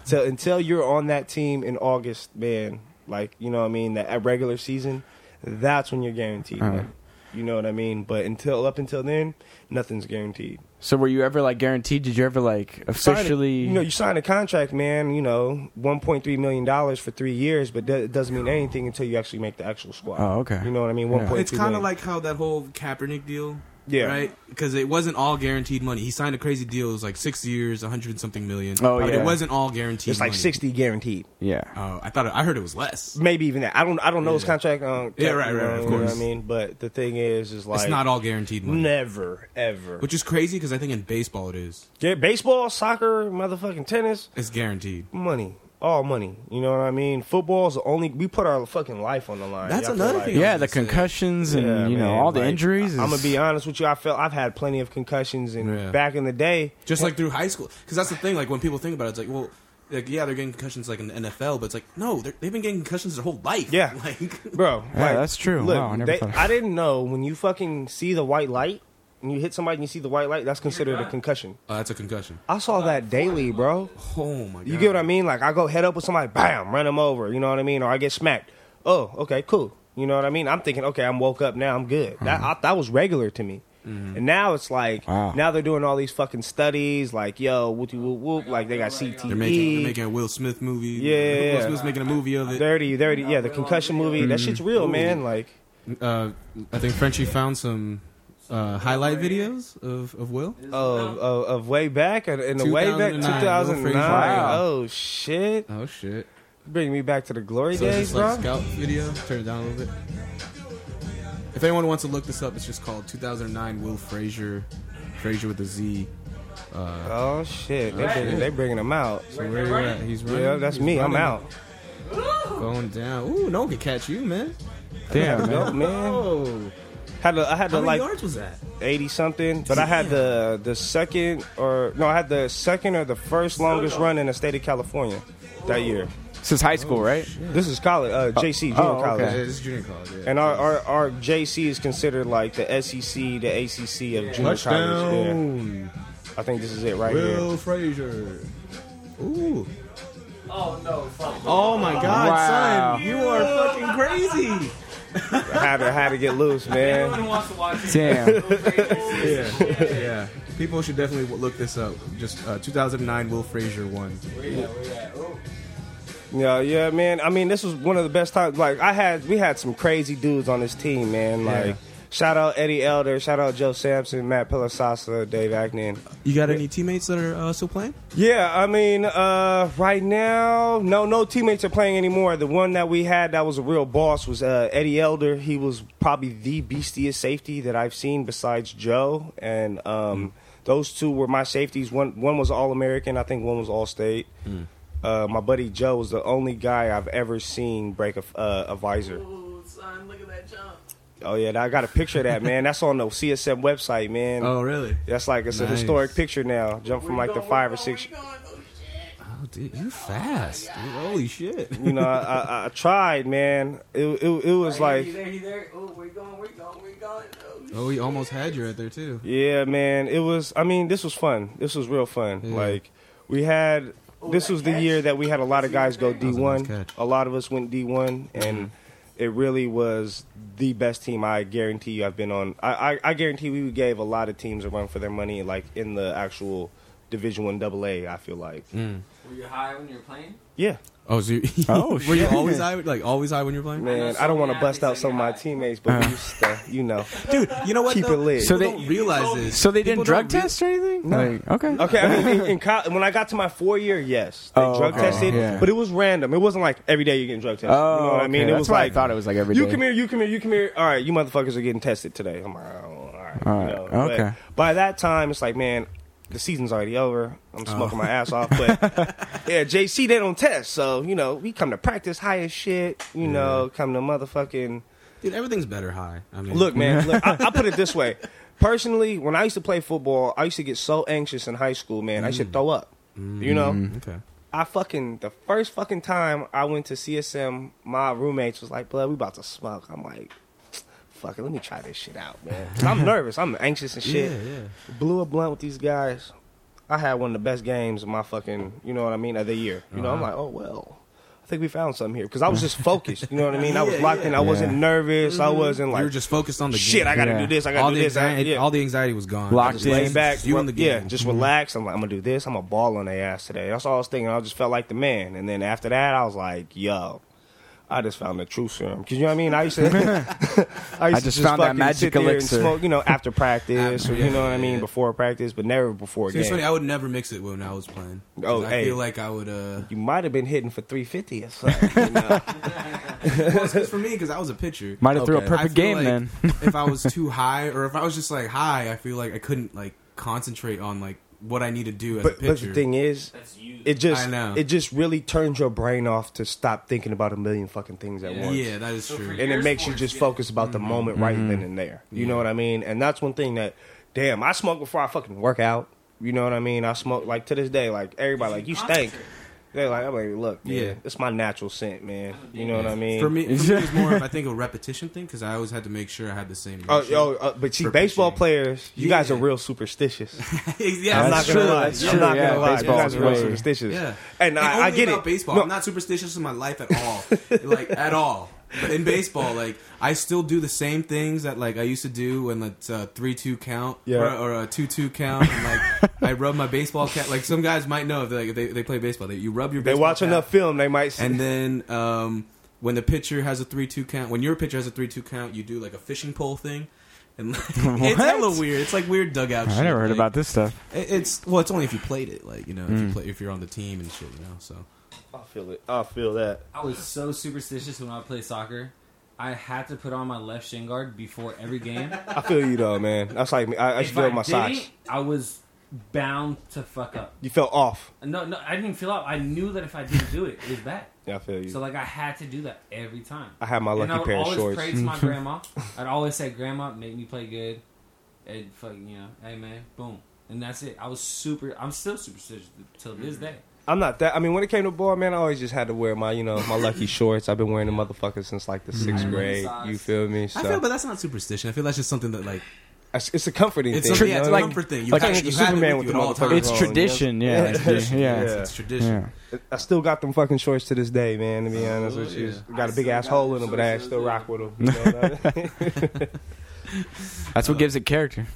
[SPEAKER 3] So until you're on that team in August, man, like you know what I mean, that at regular season, that's when you're guaranteed.
[SPEAKER 2] Uh-huh.
[SPEAKER 3] man. You know what I mean? But until up until then, nothing's guaranteed.
[SPEAKER 2] So were you ever like guaranteed? Did you ever like
[SPEAKER 3] Sign a-
[SPEAKER 2] officially?
[SPEAKER 3] you know, you sign a contract, man. You know, one point three million dollars for three years, but that- it doesn't mean anything until you actually make the actual squad.
[SPEAKER 2] Oh, okay.
[SPEAKER 3] You know what I mean?
[SPEAKER 2] Yeah.
[SPEAKER 3] One point three.
[SPEAKER 1] It's kind of
[SPEAKER 3] million.
[SPEAKER 1] like how that whole Kaepernick deal,
[SPEAKER 3] Yeah.
[SPEAKER 1] right? Because it wasn't all guaranteed money. He signed a crazy deal. It was like six years, a hundred and something million.
[SPEAKER 2] Oh,
[SPEAKER 1] but
[SPEAKER 2] yeah.
[SPEAKER 1] it wasn't all guaranteed.
[SPEAKER 3] it's like
[SPEAKER 1] money.
[SPEAKER 3] sixty guaranteed.
[SPEAKER 2] yeah.
[SPEAKER 1] Oh, I thought it, I heard it was less.
[SPEAKER 3] maybe even that. I don't. I don't know his contract. Um,
[SPEAKER 1] Yeah, right, right, of
[SPEAKER 3] you know what
[SPEAKER 1] course.
[SPEAKER 3] I mean, but the thing is, is like
[SPEAKER 1] it's not all guaranteed money,
[SPEAKER 3] never ever.
[SPEAKER 1] which is crazy because I think in baseball it is.
[SPEAKER 3] yeah, baseball, soccer, motherfucking tennis,
[SPEAKER 1] It's guaranteed.
[SPEAKER 3] money, all money. You know what I mean? Football's the only. We put our fucking life on the line.
[SPEAKER 1] That's
[SPEAKER 3] I feel
[SPEAKER 1] another
[SPEAKER 3] like-
[SPEAKER 1] thing.
[SPEAKER 2] Yeah,
[SPEAKER 1] was
[SPEAKER 2] the
[SPEAKER 1] gonna say.
[SPEAKER 2] concussions and
[SPEAKER 3] Yeah,
[SPEAKER 2] you know
[SPEAKER 3] man,
[SPEAKER 2] all the
[SPEAKER 3] like,
[SPEAKER 2] injuries. Is,
[SPEAKER 3] I'm gonna be honest with you. I felt I've had plenty of concussions, and
[SPEAKER 1] Yeah.
[SPEAKER 3] back in the day,
[SPEAKER 1] Just like through high school, because that's the thing. Like when people think about it, it's like, well, like yeah, they're getting concussions like in the NFL, but it's like no, they're- they've been getting concussions their whole life.
[SPEAKER 3] Yeah.
[SPEAKER 1] <laughs> like
[SPEAKER 3] bro.
[SPEAKER 2] Yeah, that's true.
[SPEAKER 3] Look,
[SPEAKER 2] Wow, I never
[SPEAKER 3] they-
[SPEAKER 2] thought of-
[SPEAKER 3] I didn't know when you fucking see the white light. When you hit somebody and you see the white light, that's considered a
[SPEAKER 6] right.
[SPEAKER 3] concussion.
[SPEAKER 1] oh, that's a concussion.
[SPEAKER 3] I saw that daily, bro.
[SPEAKER 1] Oh my god,
[SPEAKER 3] You get what I mean? Like I go head up with somebody, bam, run them over. You know what I mean? Or I get smacked. Oh, okay, cool. You know what I mean? I'm thinking, okay, I'm woke up now. I'm good. That I, that was regular to me. And now it's like
[SPEAKER 2] Wow.
[SPEAKER 3] now they're doing all these fucking studies, like yo, whoop whoop whoop, like they got E, CTE.
[SPEAKER 1] They're making, they're making a Will Smith movie.
[SPEAKER 3] Yeah,
[SPEAKER 1] Will
[SPEAKER 3] yeah.
[SPEAKER 1] Smith's making a movie of it.
[SPEAKER 3] dirty, dirty. Yeah, the concussion movie. That shit's real, man. Like
[SPEAKER 1] uh, I think Frenchie found some uh, highlight videos of, of Will.
[SPEAKER 3] of of, of way back and, and the way back
[SPEAKER 1] 2009, Will
[SPEAKER 3] 2009.
[SPEAKER 1] Frazier.
[SPEAKER 3] Oh shit,
[SPEAKER 1] Oh shit!
[SPEAKER 3] bring me back to the glory
[SPEAKER 1] So it's
[SPEAKER 3] days,
[SPEAKER 1] just like
[SPEAKER 3] bro.
[SPEAKER 1] a scout video. Turn it down a little bit. If anyone wants to look this up, it's just called 2009 Will Frazier, Frazier with a Z.
[SPEAKER 3] oh shit, they, bring, they bringing them out.
[SPEAKER 1] So where you at? He's running.
[SPEAKER 3] Yeah, that's
[SPEAKER 1] He's
[SPEAKER 3] me. I'm
[SPEAKER 1] running.
[SPEAKER 3] out.
[SPEAKER 1] Going down. Ooh, no one can catch you, man.
[SPEAKER 3] <laughs>
[SPEAKER 2] Damn, man.
[SPEAKER 3] No, man.
[SPEAKER 1] Oh,
[SPEAKER 3] Had to, I had
[SPEAKER 1] how
[SPEAKER 3] to
[SPEAKER 1] many
[SPEAKER 3] like
[SPEAKER 1] yards was that?
[SPEAKER 3] eighty something, but I had the the second or no, I had the second or the first longest run in the state of California that year.
[SPEAKER 2] This is high
[SPEAKER 3] Oh,
[SPEAKER 2] school, right?
[SPEAKER 3] This is college, uh, JC junior
[SPEAKER 2] oh, okay.
[SPEAKER 3] college,
[SPEAKER 2] Yeah,
[SPEAKER 1] it's junior college. Yeah.
[SPEAKER 3] and our, our our JC is considered like the SEC, the ACC of junior college.
[SPEAKER 1] touchdown,
[SPEAKER 3] Yeah, I think this is it right
[SPEAKER 1] Will
[SPEAKER 3] here.
[SPEAKER 1] Frazier. Ooh.
[SPEAKER 6] Oh no, fuck.
[SPEAKER 1] Oh my God,
[SPEAKER 2] Wow.
[SPEAKER 1] son, you are fucking crazy.
[SPEAKER 3] I had to had to get loose, man.
[SPEAKER 6] Everyone wants to watch it.
[SPEAKER 3] <laughs>
[SPEAKER 2] Damn.
[SPEAKER 1] Yeah, yeah. People should definitely w- look this up. Just uh, 2009 Will Frazier one.
[SPEAKER 3] Yeah, yeah, man. I mean, this was one of the best times. Like I had, we had some crazy dudes on this team, man. Like.
[SPEAKER 1] Yeah.
[SPEAKER 3] Shout out Eddie Elder, shout out Joe Sampson, Matt Pilasasa, Dave Acknan.
[SPEAKER 1] You got any teammates that are uh, still playing?
[SPEAKER 3] Yeah, I mean, uh, right now, no, no teammates are playing anymore. The one that we had that was a real boss was uh, Eddie Elder. He was probably the beastiest safety that I've seen besides Joe, and
[SPEAKER 1] Mm.
[SPEAKER 3] um, those two were my safeties. One one was All American, I think one was All State.
[SPEAKER 1] Mm.
[SPEAKER 3] Uh, my buddy Joe was the only guy I've ever seen break a, uh, a visor.
[SPEAKER 6] Ooh, son, look at that jump.
[SPEAKER 3] Oh yeah, I got a picture of that man. That's on the CSM website, man.
[SPEAKER 1] Oh really?
[SPEAKER 3] That's like it's a
[SPEAKER 1] Nice.
[SPEAKER 3] historic picture now. Jump from like the five or six.
[SPEAKER 1] Oh dude, you fast. Dude, holy shit.
[SPEAKER 3] you know, I, I, I tried, man. It, it, it was
[SPEAKER 6] he
[SPEAKER 3] like,
[SPEAKER 6] there, he there. Oh, we're going, we're going, we're going. Oh,
[SPEAKER 1] Oh, he almost had you right there too.
[SPEAKER 3] yeah, man. It was. I mean, this was fun. This was real fun.
[SPEAKER 1] Yeah.
[SPEAKER 3] Like, we had. This was the year that we had a lot of guys go D
[SPEAKER 1] was a nice
[SPEAKER 3] one.
[SPEAKER 1] catch. Mm-hmm.
[SPEAKER 3] A lot of us went D one, and it really was the best team. I guarantee you, I've been on. I, I, I guarantee we gave a lot of teams a run for their money, like in the actual Division One Double A. I feel like,
[SPEAKER 1] Mm.
[SPEAKER 4] Were you high when you were playing?
[SPEAKER 3] yeah,
[SPEAKER 1] Oh, so you, <laughs>
[SPEAKER 2] Oh,
[SPEAKER 1] were you
[SPEAKER 2] shit.
[SPEAKER 1] always high? Like always high when you're playing?
[SPEAKER 3] man.
[SPEAKER 4] so
[SPEAKER 3] I don't want to
[SPEAKER 4] many
[SPEAKER 3] bust out
[SPEAKER 4] athletes
[SPEAKER 3] some of
[SPEAKER 4] that
[SPEAKER 3] my
[SPEAKER 4] got-
[SPEAKER 3] teammates, but
[SPEAKER 1] Uh-huh.
[SPEAKER 3] we used to, you know.
[SPEAKER 1] Dude, you know what?
[SPEAKER 3] Keep it
[SPEAKER 1] though?
[SPEAKER 3] lit.
[SPEAKER 1] So
[SPEAKER 2] So
[SPEAKER 1] they
[SPEAKER 2] they-
[SPEAKER 1] don't realize this.
[SPEAKER 2] So they
[SPEAKER 1] People
[SPEAKER 2] didn't drug
[SPEAKER 1] don't rea-
[SPEAKER 2] test or anything? Like, okay.
[SPEAKER 3] Okay, I mean, in,
[SPEAKER 2] <laughs>
[SPEAKER 3] in college, when I got to my four year, yes, they
[SPEAKER 2] Oh,
[SPEAKER 3] drug
[SPEAKER 2] okay,
[SPEAKER 3] tested,
[SPEAKER 2] yeah.
[SPEAKER 3] but it was random. It wasn't like every day you're getting drug tested.
[SPEAKER 2] Oh,
[SPEAKER 3] you know what I mean?
[SPEAKER 2] okay.
[SPEAKER 3] It
[SPEAKER 2] That's
[SPEAKER 3] was
[SPEAKER 2] why
[SPEAKER 3] like
[SPEAKER 2] I thought it was like every
[SPEAKER 3] you
[SPEAKER 2] day.
[SPEAKER 3] come here, you come here, you come here. All right, you motherfuckers are getting tested today. I'm like, oh, all right,
[SPEAKER 2] All
[SPEAKER 3] you
[SPEAKER 2] right,
[SPEAKER 3] know. But
[SPEAKER 2] okay.
[SPEAKER 3] by that time, it's like, man, the season's already over.
[SPEAKER 2] Oh.
[SPEAKER 3] I'm smoking my ass off, but
[SPEAKER 2] <laughs>
[SPEAKER 3] yeah, JC they don't test, so you know we come to practice high as shit. You know, come to motherfucking.
[SPEAKER 1] Dude, everything's better high. I mean,
[SPEAKER 3] Look, man, look, I, I put it this way. Personally, when I used to play football, I used to get so anxious in high school, man. I used to throw up. You know,
[SPEAKER 1] Okay.
[SPEAKER 3] I fucking the first fucking time I went to CSM, my roommates was like, "Blood, we about to smoke." I'm like, "Fuck it, let me try this shit out, man." 'Cause I'm nervous, I'm anxious and shit. Blew a blunt with these guys. I had one of the best games of my fucking, you know what I mean, of the year. You know, I'm like, "Oh well." I think we found something here because I was just focused. You know what I mean? I was locked in. I wasn't nervous. I wasn't
[SPEAKER 1] you were
[SPEAKER 3] like,
[SPEAKER 1] just focused on the
[SPEAKER 3] "Shit,
[SPEAKER 1] game.
[SPEAKER 3] I gotta
[SPEAKER 2] Yeah.
[SPEAKER 3] do this. I gotta
[SPEAKER 1] all
[SPEAKER 3] do
[SPEAKER 1] the
[SPEAKER 3] this." I-
[SPEAKER 1] anxiety,
[SPEAKER 3] yeah.
[SPEAKER 1] all the anxiety was gone.
[SPEAKER 2] Locked
[SPEAKER 1] Just
[SPEAKER 3] Just lay
[SPEAKER 1] laid
[SPEAKER 3] back,
[SPEAKER 1] you and the game.
[SPEAKER 3] yeah, just relax. I'm like, I'm gonna do this. I'm gonna ball on their ass today. That's all I was thinking. I just felt like the man. And then after that, I was like, yo, I just found the true serum. Cause you know what I mean? I used to, <laughs> I used to
[SPEAKER 2] just found that
[SPEAKER 3] fucking
[SPEAKER 2] magic
[SPEAKER 3] sit there and
[SPEAKER 2] elixir.
[SPEAKER 3] smoke, you know, after practice,
[SPEAKER 1] After-
[SPEAKER 3] or you know what I
[SPEAKER 1] yeah,
[SPEAKER 3] mean,
[SPEAKER 1] yeah.
[SPEAKER 3] before practice, but never before a
[SPEAKER 1] See, it's funny.
[SPEAKER 3] game.
[SPEAKER 1] I would never mix it when I was playing. 'Cause
[SPEAKER 3] Oh,
[SPEAKER 1] I
[SPEAKER 3] hey.
[SPEAKER 1] feel like I would. uh
[SPEAKER 3] You might have been hitting for 350 or something. You know?
[SPEAKER 1] well, it's good for me because I was a pitcher.
[SPEAKER 2] Might have threw a
[SPEAKER 3] Okay.
[SPEAKER 1] I
[SPEAKER 2] perfect
[SPEAKER 1] feel
[SPEAKER 2] game
[SPEAKER 1] like
[SPEAKER 2] then.
[SPEAKER 1] if I
[SPEAKER 2] <laughs>
[SPEAKER 1] was too high or if I was just like high, I feel like I couldn't like concentrate on like what I need to do as a
[SPEAKER 3] but,
[SPEAKER 1] pitcher.
[SPEAKER 3] but the thing is,
[SPEAKER 4] That's you.
[SPEAKER 3] it just
[SPEAKER 1] I know.
[SPEAKER 3] it just really turns your brain off to stop thinking about a million fucking things at once.
[SPEAKER 1] yeah, that is true.
[SPEAKER 3] and it makes you just focus about
[SPEAKER 1] Mm-hmm.
[SPEAKER 3] the moment right then and there. You know what I mean? And that's one thing that, damn, I smoke before I fucking work out. You know what I mean? I smoke like to this day, like everybody, like you stink. They're like, I'm like, look, man,
[SPEAKER 1] Yeah.
[SPEAKER 3] it's my natural scent, man. You know what I mean?
[SPEAKER 1] For me, for me it was more of I
[SPEAKER 3] <laughs>
[SPEAKER 1] think a repetition thing because I always had to make sure I had the same.
[SPEAKER 3] Oh,
[SPEAKER 1] motion.
[SPEAKER 3] yo, uh, but see,
[SPEAKER 1] For
[SPEAKER 3] baseball
[SPEAKER 1] pitching.
[SPEAKER 3] players, you guys are
[SPEAKER 1] Yeah.
[SPEAKER 3] real superstitious.
[SPEAKER 1] <laughs> yeah,
[SPEAKER 3] I'm
[SPEAKER 1] it's
[SPEAKER 3] not
[SPEAKER 1] not
[SPEAKER 2] That's
[SPEAKER 3] gonna
[SPEAKER 2] true,
[SPEAKER 3] lie.
[SPEAKER 2] that's
[SPEAKER 3] I'm
[SPEAKER 2] true,
[SPEAKER 3] not
[SPEAKER 2] yeah,
[SPEAKER 3] gonna lie. You
[SPEAKER 2] baseball's
[SPEAKER 3] guys are real
[SPEAKER 2] way-
[SPEAKER 3] superstitious.
[SPEAKER 1] Yeah,
[SPEAKER 3] And
[SPEAKER 1] only
[SPEAKER 3] I, I get
[SPEAKER 1] about
[SPEAKER 3] it.
[SPEAKER 1] Baseball.
[SPEAKER 3] No,
[SPEAKER 1] I'm not superstitious in my life at all, <laughs> like at all. But in baseball, like I still do the same things that like I used to do when it's a three-two count
[SPEAKER 3] Yeah.
[SPEAKER 1] or, or a two-two count, and like I rub my baseball cap. Like some guys might know if they, like, if they they play baseball, they, you rub your.
[SPEAKER 3] they
[SPEAKER 1] baseball
[SPEAKER 3] watch
[SPEAKER 1] cap,
[SPEAKER 3] enough film, they might.
[SPEAKER 1] and then um, when the pitcher has a three-two count, when your pitcher has a three-two count, you do like a fishing pole thing. And like, <laughs> it's hella weird. It's like weird dugout.
[SPEAKER 2] I
[SPEAKER 1] shit,
[SPEAKER 2] never heard
[SPEAKER 1] like,
[SPEAKER 2] about this stuff.
[SPEAKER 1] it- It's well, it's only if you played it, like you know, if you play, if you're on the team and shit, you know. So
[SPEAKER 3] I feel it. I feel that.
[SPEAKER 4] I was so superstitious when I played soccer. I had to put on my left shin guard before every game.
[SPEAKER 3] I feel you though, man. That's like me. I, I
[SPEAKER 4] If
[SPEAKER 3] should feel
[SPEAKER 4] I
[SPEAKER 3] my
[SPEAKER 4] didn't,
[SPEAKER 3] socks.
[SPEAKER 4] I was bound to fuck up.
[SPEAKER 3] You felt off.
[SPEAKER 4] No, no, I didn't feel up. I knew that if I didn't do it, it was bad.
[SPEAKER 3] Yeah, I feel you.
[SPEAKER 4] So like I had to do that every time.
[SPEAKER 3] I had my
[SPEAKER 4] and
[SPEAKER 3] lucky
[SPEAKER 4] I would
[SPEAKER 3] pair of
[SPEAKER 4] always
[SPEAKER 3] shorts.
[SPEAKER 4] pray
[SPEAKER 3] <laughs>
[SPEAKER 4] to my grandma. I'd always say, "Grandma, make me play good." And fucking, you know, hey man, boom, and that's it. I was super. I'm still superstitious till this day.
[SPEAKER 3] I'm not that. I mean, when it came to ball, man, I always just had to wear my, you know, my
[SPEAKER 4] <laughs>
[SPEAKER 3] lucky shorts. I've been wearing the motherfuckers since like the sixth
[SPEAKER 4] Iron
[SPEAKER 3] grade.
[SPEAKER 4] socks.
[SPEAKER 3] You feel me? So
[SPEAKER 1] I feel, but that's not superstition. I feel that's just something that like
[SPEAKER 3] it's, it's a comforting
[SPEAKER 1] it's,
[SPEAKER 3] thing.
[SPEAKER 1] something-
[SPEAKER 3] you
[SPEAKER 1] yeah, it's
[SPEAKER 3] know
[SPEAKER 1] a
[SPEAKER 3] what I mean?
[SPEAKER 1] comfort thing. You
[SPEAKER 3] like
[SPEAKER 1] have,
[SPEAKER 3] the
[SPEAKER 1] you have it
[SPEAKER 3] Superman
[SPEAKER 1] with
[SPEAKER 3] with
[SPEAKER 1] you
[SPEAKER 3] the
[SPEAKER 1] at all
[SPEAKER 3] motherfucker.
[SPEAKER 1] times.
[SPEAKER 2] It's
[SPEAKER 3] wrong,
[SPEAKER 2] tradition,
[SPEAKER 3] yeah.
[SPEAKER 2] yeah.
[SPEAKER 3] <laughs> Yeah, it's
[SPEAKER 1] tradition.
[SPEAKER 2] Yeah.
[SPEAKER 1] It's, it's tradition.
[SPEAKER 2] Yeah.
[SPEAKER 3] I still got them fucking shorts to this day, man. To be honest with you,
[SPEAKER 1] yeah.
[SPEAKER 3] got a big
[SPEAKER 6] still
[SPEAKER 3] ass
[SPEAKER 6] got
[SPEAKER 3] hole
[SPEAKER 6] them
[SPEAKER 3] in them, but I
[SPEAKER 6] shorts
[SPEAKER 3] still
[SPEAKER 6] those
[SPEAKER 3] rock with them. You know what I mean? <laughs>
[SPEAKER 2] That's what gives it character.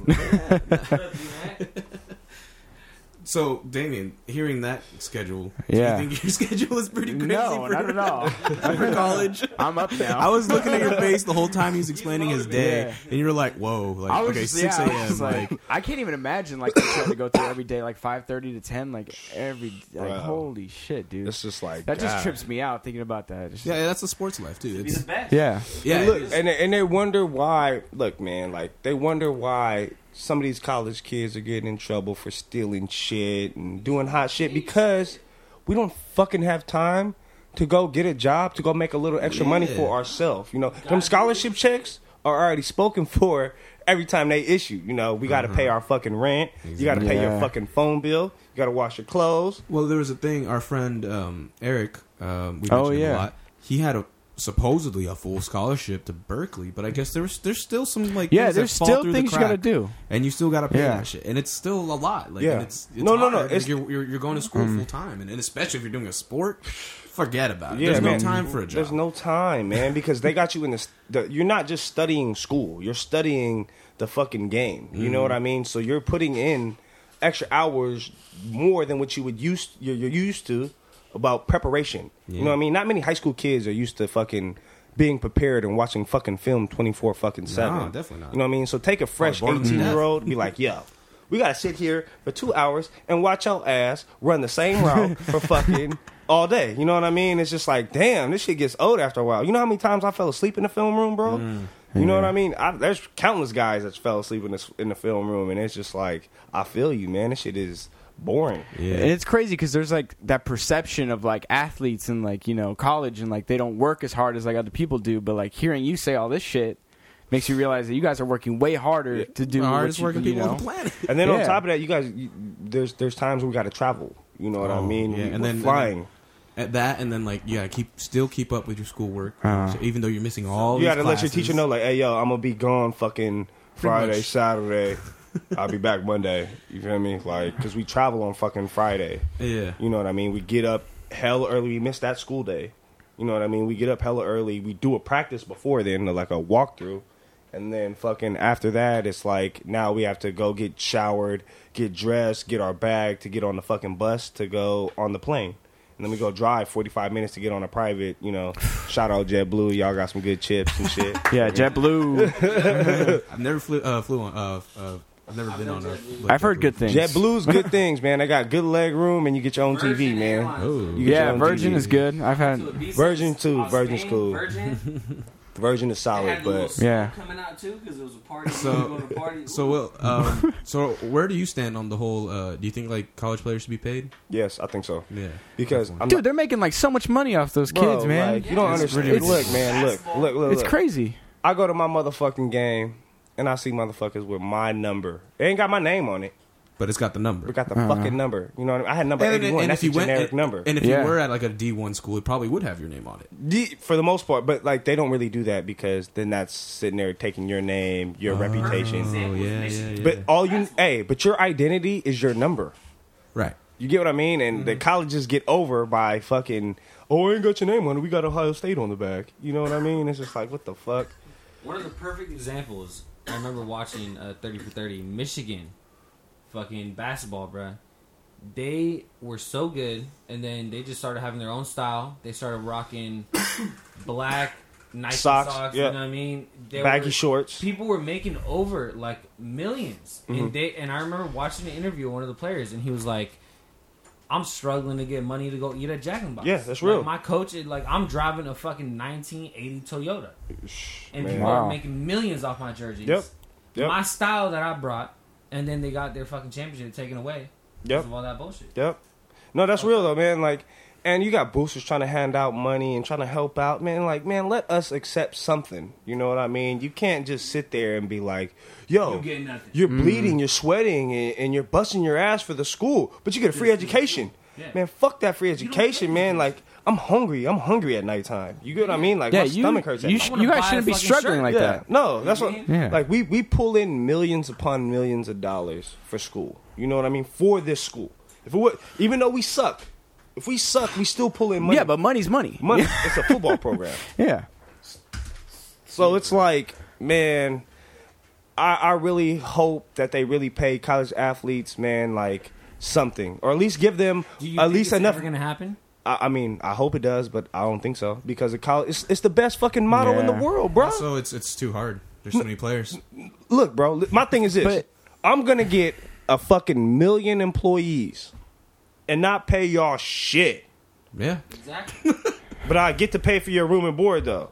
[SPEAKER 1] So, Damien, hearing that schedule,
[SPEAKER 2] Yeah.
[SPEAKER 1] do you think your <laughs> schedule is pretty crazy for,
[SPEAKER 2] all.
[SPEAKER 1] for <laughs>
[SPEAKER 3] <laughs>
[SPEAKER 1] college?
[SPEAKER 2] I'm up
[SPEAKER 1] I
[SPEAKER 2] now.
[SPEAKER 1] was looking at your face the whole time he was explaining his day,
[SPEAKER 2] Yeah.
[SPEAKER 1] and you were like, "Whoa!" Like,
[SPEAKER 2] I was
[SPEAKER 1] okay,
[SPEAKER 2] just-
[SPEAKER 1] six
[SPEAKER 2] yeah,
[SPEAKER 1] a.m.
[SPEAKER 2] I was just
[SPEAKER 1] like,
[SPEAKER 2] like, I can't even imagine like what you have to go through every day, like five thirty to ten, like every like
[SPEAKER 3] Bro.
[SPEAKER 2] holy shit, dude.
[SPEAKER 3] it's just like
[SPEAKER 2] that just
[SPEAKER 3] God.
[SPEAKER 2] trips me out thinking about that. It's just-
[SPEAKER 1] yeah, that's the sports life <laughs> too.
[SPEAKER 6] Be the
[SPEAKER 1] It's,
[SPEAKER 6] best.
[SPEAKER 2] yeah.
[SPEAKER 1] yeah,
[SPEAKER 3] look, and they, and they wonder why. Look, man, like they wonder why some of these college kids are getting in trouble for stealing shit and doing hot shit because we don't fucking have time to go get a job to go make a little extra money
[SPEAKER 1] Yeah.
[SPEAKER 3] for ourselves. You know, them scholarship checks are already spoken <laughs> for every time they issue. You know, we got to pay
[SPEAKER 1] Uh-huh.
[SPEAKER 3] our fucking rent. You got to pay your
[SPEAKER 2] Yeah.
[SPEAKER 3] fucking phone bill. You got to wash your clothes.
[SPEAKER 1] Well, there was a thing. Our friend um, Eric, um, we mentioned
[SPEAKER 2] Oh,
[SPEAKER 1] him a
[SPEAKER 2] yeah.
[SPEAKER 1] lot. He had a supposedly a full scholarship to Berkeley, but I guess there's there's still some like
[SPEAKER 2] Yeah,
[SPEAKER 1] things that
[SPEAKER 2] there's
[SPEAKER 1] fall
[SPEAKER 2] still
[SPEAKER 1] through the
[SPEAKER 2] things you gotta
[SPEAKER 1] crack,
[SPEAKER 2] do.
[SPEAKER 1] and you still gotta pay
[SPEAKER 2] Yeah.
[SPEAKER 1] that shit, and it's still a lot. Like,
[SPEAKER 3] Yeah.
[SPEAKER 1] and it's, it's
[SPEAKER 3] No, no, no,
[SPEAKER 1] hard.
[SPEAKER 3] it's-
[SPEAKER 1] you're, you're you're going to
[SPEAKER 2] Mm.
[SPEAKER 1] school full time, and, and especially if you're doing a sport, forget about it.
[SPEAKER 3] Yeah,
[SPEAKER 1] there's
[SPEAKER 3] man.
[SPEAKER 1] no time for a job.
[SPEAKER 3] There's no time, man, because they got you in this. The, you're not just studying school; you're studying the fucking game. You
[SPEAKER 1] Mm.
[SPEAKER 3] know what I mean? So you're putting in extra hours more than what you would used you're, you're used to about preparation. You know what I mean? Not many high school kids are used to fucking being prepared and watching fucking film twenty four fucking seven.
[SPEAKER 1] definitely not.
[SPEAKER 3] You know what I mean? So
[SPEAKER 1] Oh,
[SPEAKER 3] take a fresh
[SPEAKER 1] boredom to
[SPEAKER 3] eighteen
[SPEAKER 1] death.
[SPEAKER 3] year old, be like, yo. We gotta sit here for two hours and watch your ass run the
[SPEAKER 1] <laughs>
[SPEAKER 3] same route for fucking all day. You know what I mean? It's just like, damn, this shit gets old after a while. You know how many times I fell asleep in the film room, bro?
[SPEAKER 1] Mm.
[SPEAKER 3] You know what I mean? I, there's countless guys that fell asleep in the, in the film room, and it's just like, I feel you, man. This shit is boring.
[SPEAKER 1] yeah.
[SPEAKER 2] And it's crazy because there's like that perception of like athletes and like you know college and like they don't work as hard as like other people do. But like hearing you say all this shit makes you realize that you guys are working way harder to
[SPEAKER 1] the
[SPEAKER 2] do what
[SPEAKER 1] hardest
[SPEAKER 2] you,
[SPEAKER 1] working
[SPEAKER 2] you
[SPEAKER 1] people
[SPEAKER 2] know.
[SPEAKER 1] on the planet.
[SPEAKER 3] And then on
[SPEAKER 2] Yeah.
[SPEAKER 3] top of that, you guys, you, there's there's times we got to travel. You know what I
[SPEAKER 1] Oh,
[SPEAKER 3] mean?
[SPEAKER 1] yeah,
[SPEAKER 3] We-
[SPEAKER 1] and
[SPEAKER 3] we're
[SPEAKER 1] then-
[SPEAKER 3] flying.
[SPEAKER 1] At that, and then like yeah, keep still keep up with your schoolwork,
[SPEAKER 2] Uh-huh.
[SPEAKER 1] so even though you're missing all.
[SPEAKER 3] you
[SPEAKER 1] these
[SPEAKER 3] gotta let your
[SPEAKER 1] classes.
[SPEAKER 3] teacher know, like, hey, yo, I'm gonna be gone fucking Friday,
[SPEAKER 1] much.
[SPEAKER 3] Saturday. I'll be back Monday. You feel me? Like, cause we travel on fucking Friday.
[SPEAKER 1] Yeah.
[SPEAKER 3] You know what I mean? We get up hell early. We miss that school day. You know what I mean? We get up hella early. We do a practice before then, like a walkthrough. And then fucking after that, it's like now we have to go get showered, get dressed, get our bag to get on the fucking bus to go on the plane. And then we go drive 45 minutes to get on a private,
[SPEAKER 2] <sighs>
[SPEAKER 3] you know. Shout out JetBlue. Y'all got some good chips and shit.
[SPEAKER 2] <laughs> Yeah, JetBlue.
[SPEAKER 1] I've never flew uh, flew on. Uh, uh, I've never been on a. like,
[SPEAKER 2] I've heard
[SPEAKER 1] a-
[SPEAKER 2] good things. <laughs>
[SPEAKER 3] JetBlue's good things, man. They got good leg room and you get your own TV, man.
[SPEAKER 1] Oh.
[SPEAKER 3] You get your
[SPEAKER 2] Yeah,
[SPEAKER 3] own
[SPEAKER 2] Virgin
[SPEAKER 3] TV.
[SPEAKER 2] is good. I've had.
[SPEAKER 3] Virgin too, Virgin's cool.
[SPEAKER 4] Virgin,
[SPEAKER 3] Virgin is solid, but
[SPEAKER 2] Yeah.
[SPEAKER 4] coming out too because it was a party.
[SPEAKER 1] So-
[SPEAKER 4] we were going to party.
[SPEAKER 1] So well,
[SPEAKER 3] <laughs>
[SPEAKER 1] um, so where do you stand on the whole? Uh, do you think like college players should be paid?
[SPEAKER 3] yes, I think so.
[SPEAKER 1] Yeah.
[SPEAKER 3] Because I'm
[SPEAKER 2] Dude, they're making like so much money off those
[SPEAKER 3] Bro,
[SPEAKER 2] kids, man.
[SPEAKER 3] Like, you don't
[SPEAKER 2] It's
[SPEAKER 3] understand.
[SPEAKER 2] ridiculous.
[SPEAKER 3] Look, man, look, look, look.
[SPEAKER 2] It's
[SPEAKER 3] look.
[SPEAKER 2] crazy.
[SPEAKER 3] I go to my motherfucking game and I see motherfuckers with my number. They ain't got my name on it,
[SPEAKER 1] But it's got the number.
[SPEAKER 3] but got the fucking number. You know what I mean? I had number
[SPEAKER 1] Uh-huh. And, and-
[SPEAKER 3] 81.
[SPEAKER 1] and
[SPEAKER 3] That's
[SPEAKER 1] if you
[SPEAKER 3] a
[SPEAKER 1] went,
[SPEAKER 3] generic
[SPEAKER 1] and,
[SPEAKER 3] number.
[SPEAKER 1] and if
[SPEAKER 2] Yeah.
[SPEAKER 1] you were at like a D one school, it probably would have your name on it.
[SPEAKER 3] The- for the most part, but like they don't really do that because then that's sitting there taking your name, your reputation.
[SPEAKER 1] Oh yeah, yeah, yeah.
[SPEAKER 3] But all you, hey, but your identity is your number.
[SPEAKER 1] right.
[SPEAKER 3] You get what I mean? And
[SPEAKER 1] Mm-hmm.
[SPEAKER 3] the colleges get over by fucking, oh, I ain't got your name on it. We got Ohio State on the back. You know what I mean? It's just like, what the fuck?
[SPEAKER 4] One of the perfect examples I remember watching uh, 30 for 30 Michigan fucking basketball, bruh. They were so good and then they just started having their own style. They started rocking <coughs> black Nike
[SPEAKER 3] Socks,
[SPEAKER 4] socks, you
[SPEAKER 3] yeah.
[SPEAKER 4] know what I mean? They
[SPEAKER 3] Baggy
[SPEAKER 4] were-
[SPEAKER 3] shorts.
[SPEAKER 4] People were making over like 1000000s
[SPEAKER 3] Mm-hmm.
[SPEAKER 4] And they and I remember watching an interview of one of the players and he was like I'm struggling to get money to go eat at Jack in the Box.
[SPEAKER 3] Yeah, that's
[SPEAKER 4] Like,
[SPEAKER 3] real.
[SPEAKER 4] my coach is like I'm driving a fucking 1980 Toyota and
[SPEAKER 3] Man.
[SPEAKER 4] people
[SPEAKER 2] Wow.
[SPEAKER 4] are making millions off my jerseys.
[SPEAKER 3] Yep. Yep.
[SPEAKER 4] My style that I brought, and then they got their fucking championship taken away
[SPEAKER 3] Yep.
[SPEAKER 4] because of all that bullshit.
[SPEAKER 3] Yep. No, that's real though, man. Like, and you got boosters trying to hand out money and trying to help out, man. Like, man, let us accept something. You know what I mean? You can't just sit there and be like, yo,
[SPEAKER 4] You get nothing.
[SPEAKER 3] you're
[SPEAKER 2] Mm.
[SPEAKER 3] bleeding, you're sweating, and, and you're busting your ass for the school, but you get a free education.
[SPEAKER 4] Yeah.
[SPEAKER 3] Man, fuck that free
[SPEAKER 4] don't
[SPEAKER 3] education,
[SPEAKER 4] get
[SPEAKER 3] man. Like, I'm hungry. I'm hungry at nighttime. You get what I mean? Like,
[SPEAKER 2] Yeah,
[SPEAKER 3] my
[SPEAKER 2] you
[SPEAKER 3] stomach hurts. at
[SPEAKER 2] you,
[SPEAKER 3] night.
[SPEAKER 2] sh-
[SPEAKER 4] wanna
[SPEAKER 2] you guys
[SPEAKER 4] buy a
[SPEAKER 2] shouldn't be
[SPEAKER 4] fucking
[SPEAKER 2] struggling
[SPEAKER 4] shirt.
[SPEAKER 2] like
[SPEAKER 3] yeah.
[SPEAKER 2] that.
[SPEAKER 3] No, that's
[SPEAKER 4] Yeah.
[SPEAKER 3] what.
[SPEAKER 2] Yeah.
[SPEAKER 3] Like we we pull in millions upon millions of dollars for school. You know what I mean? For this school, if it would, even though we suck, if we suck, we still pull in money.
[SPEAKER 2] Yeah, but money's money.
[SPEAKER 3] <laughs> money. it's a football
[SPEAKER 4] <laughs>
[SPEAKER 3] program,
[SPEAKER 2] Yeah.
[SPEAKER 3] so it's like, man, I I really hope that they really pay college athletes, man, like something, or at least give them
[SPEAKER 4] Do you
[SPEAKER 3] at
[SPEAKER 4] think
[SPEAKER 3] least
[SPEAKER 4] it's
[SPEAKER 3] enough.
[SPEAKER 4] ever gonna happen?
[SPEAKER 3] I, I mean, I hope it does, but I don't think so because the college it's, it's the best fucking model in the
[SPEAKER 2] Yeah.
[SPEAKER 3] world, bro.
[SPEAKER 1] Also, it's it's too hard. There's so many players.
[SPEAKER 3] look, bro. li- My thing is this:
[SPEAKER 2] But-
[SPEAKER 3] I'm gonna get a fucking million employees and not pay y'all shit,
[SPEAKER 1] Yeah.
[SPEAKER 4] Exactly.
[SPEAKER 3] but I get to pay for your room and board though.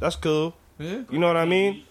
[SPEAKER 3] That's cool.
[SPEAKER 1] Yeah.
[SPEAKER 3] You know what I mean?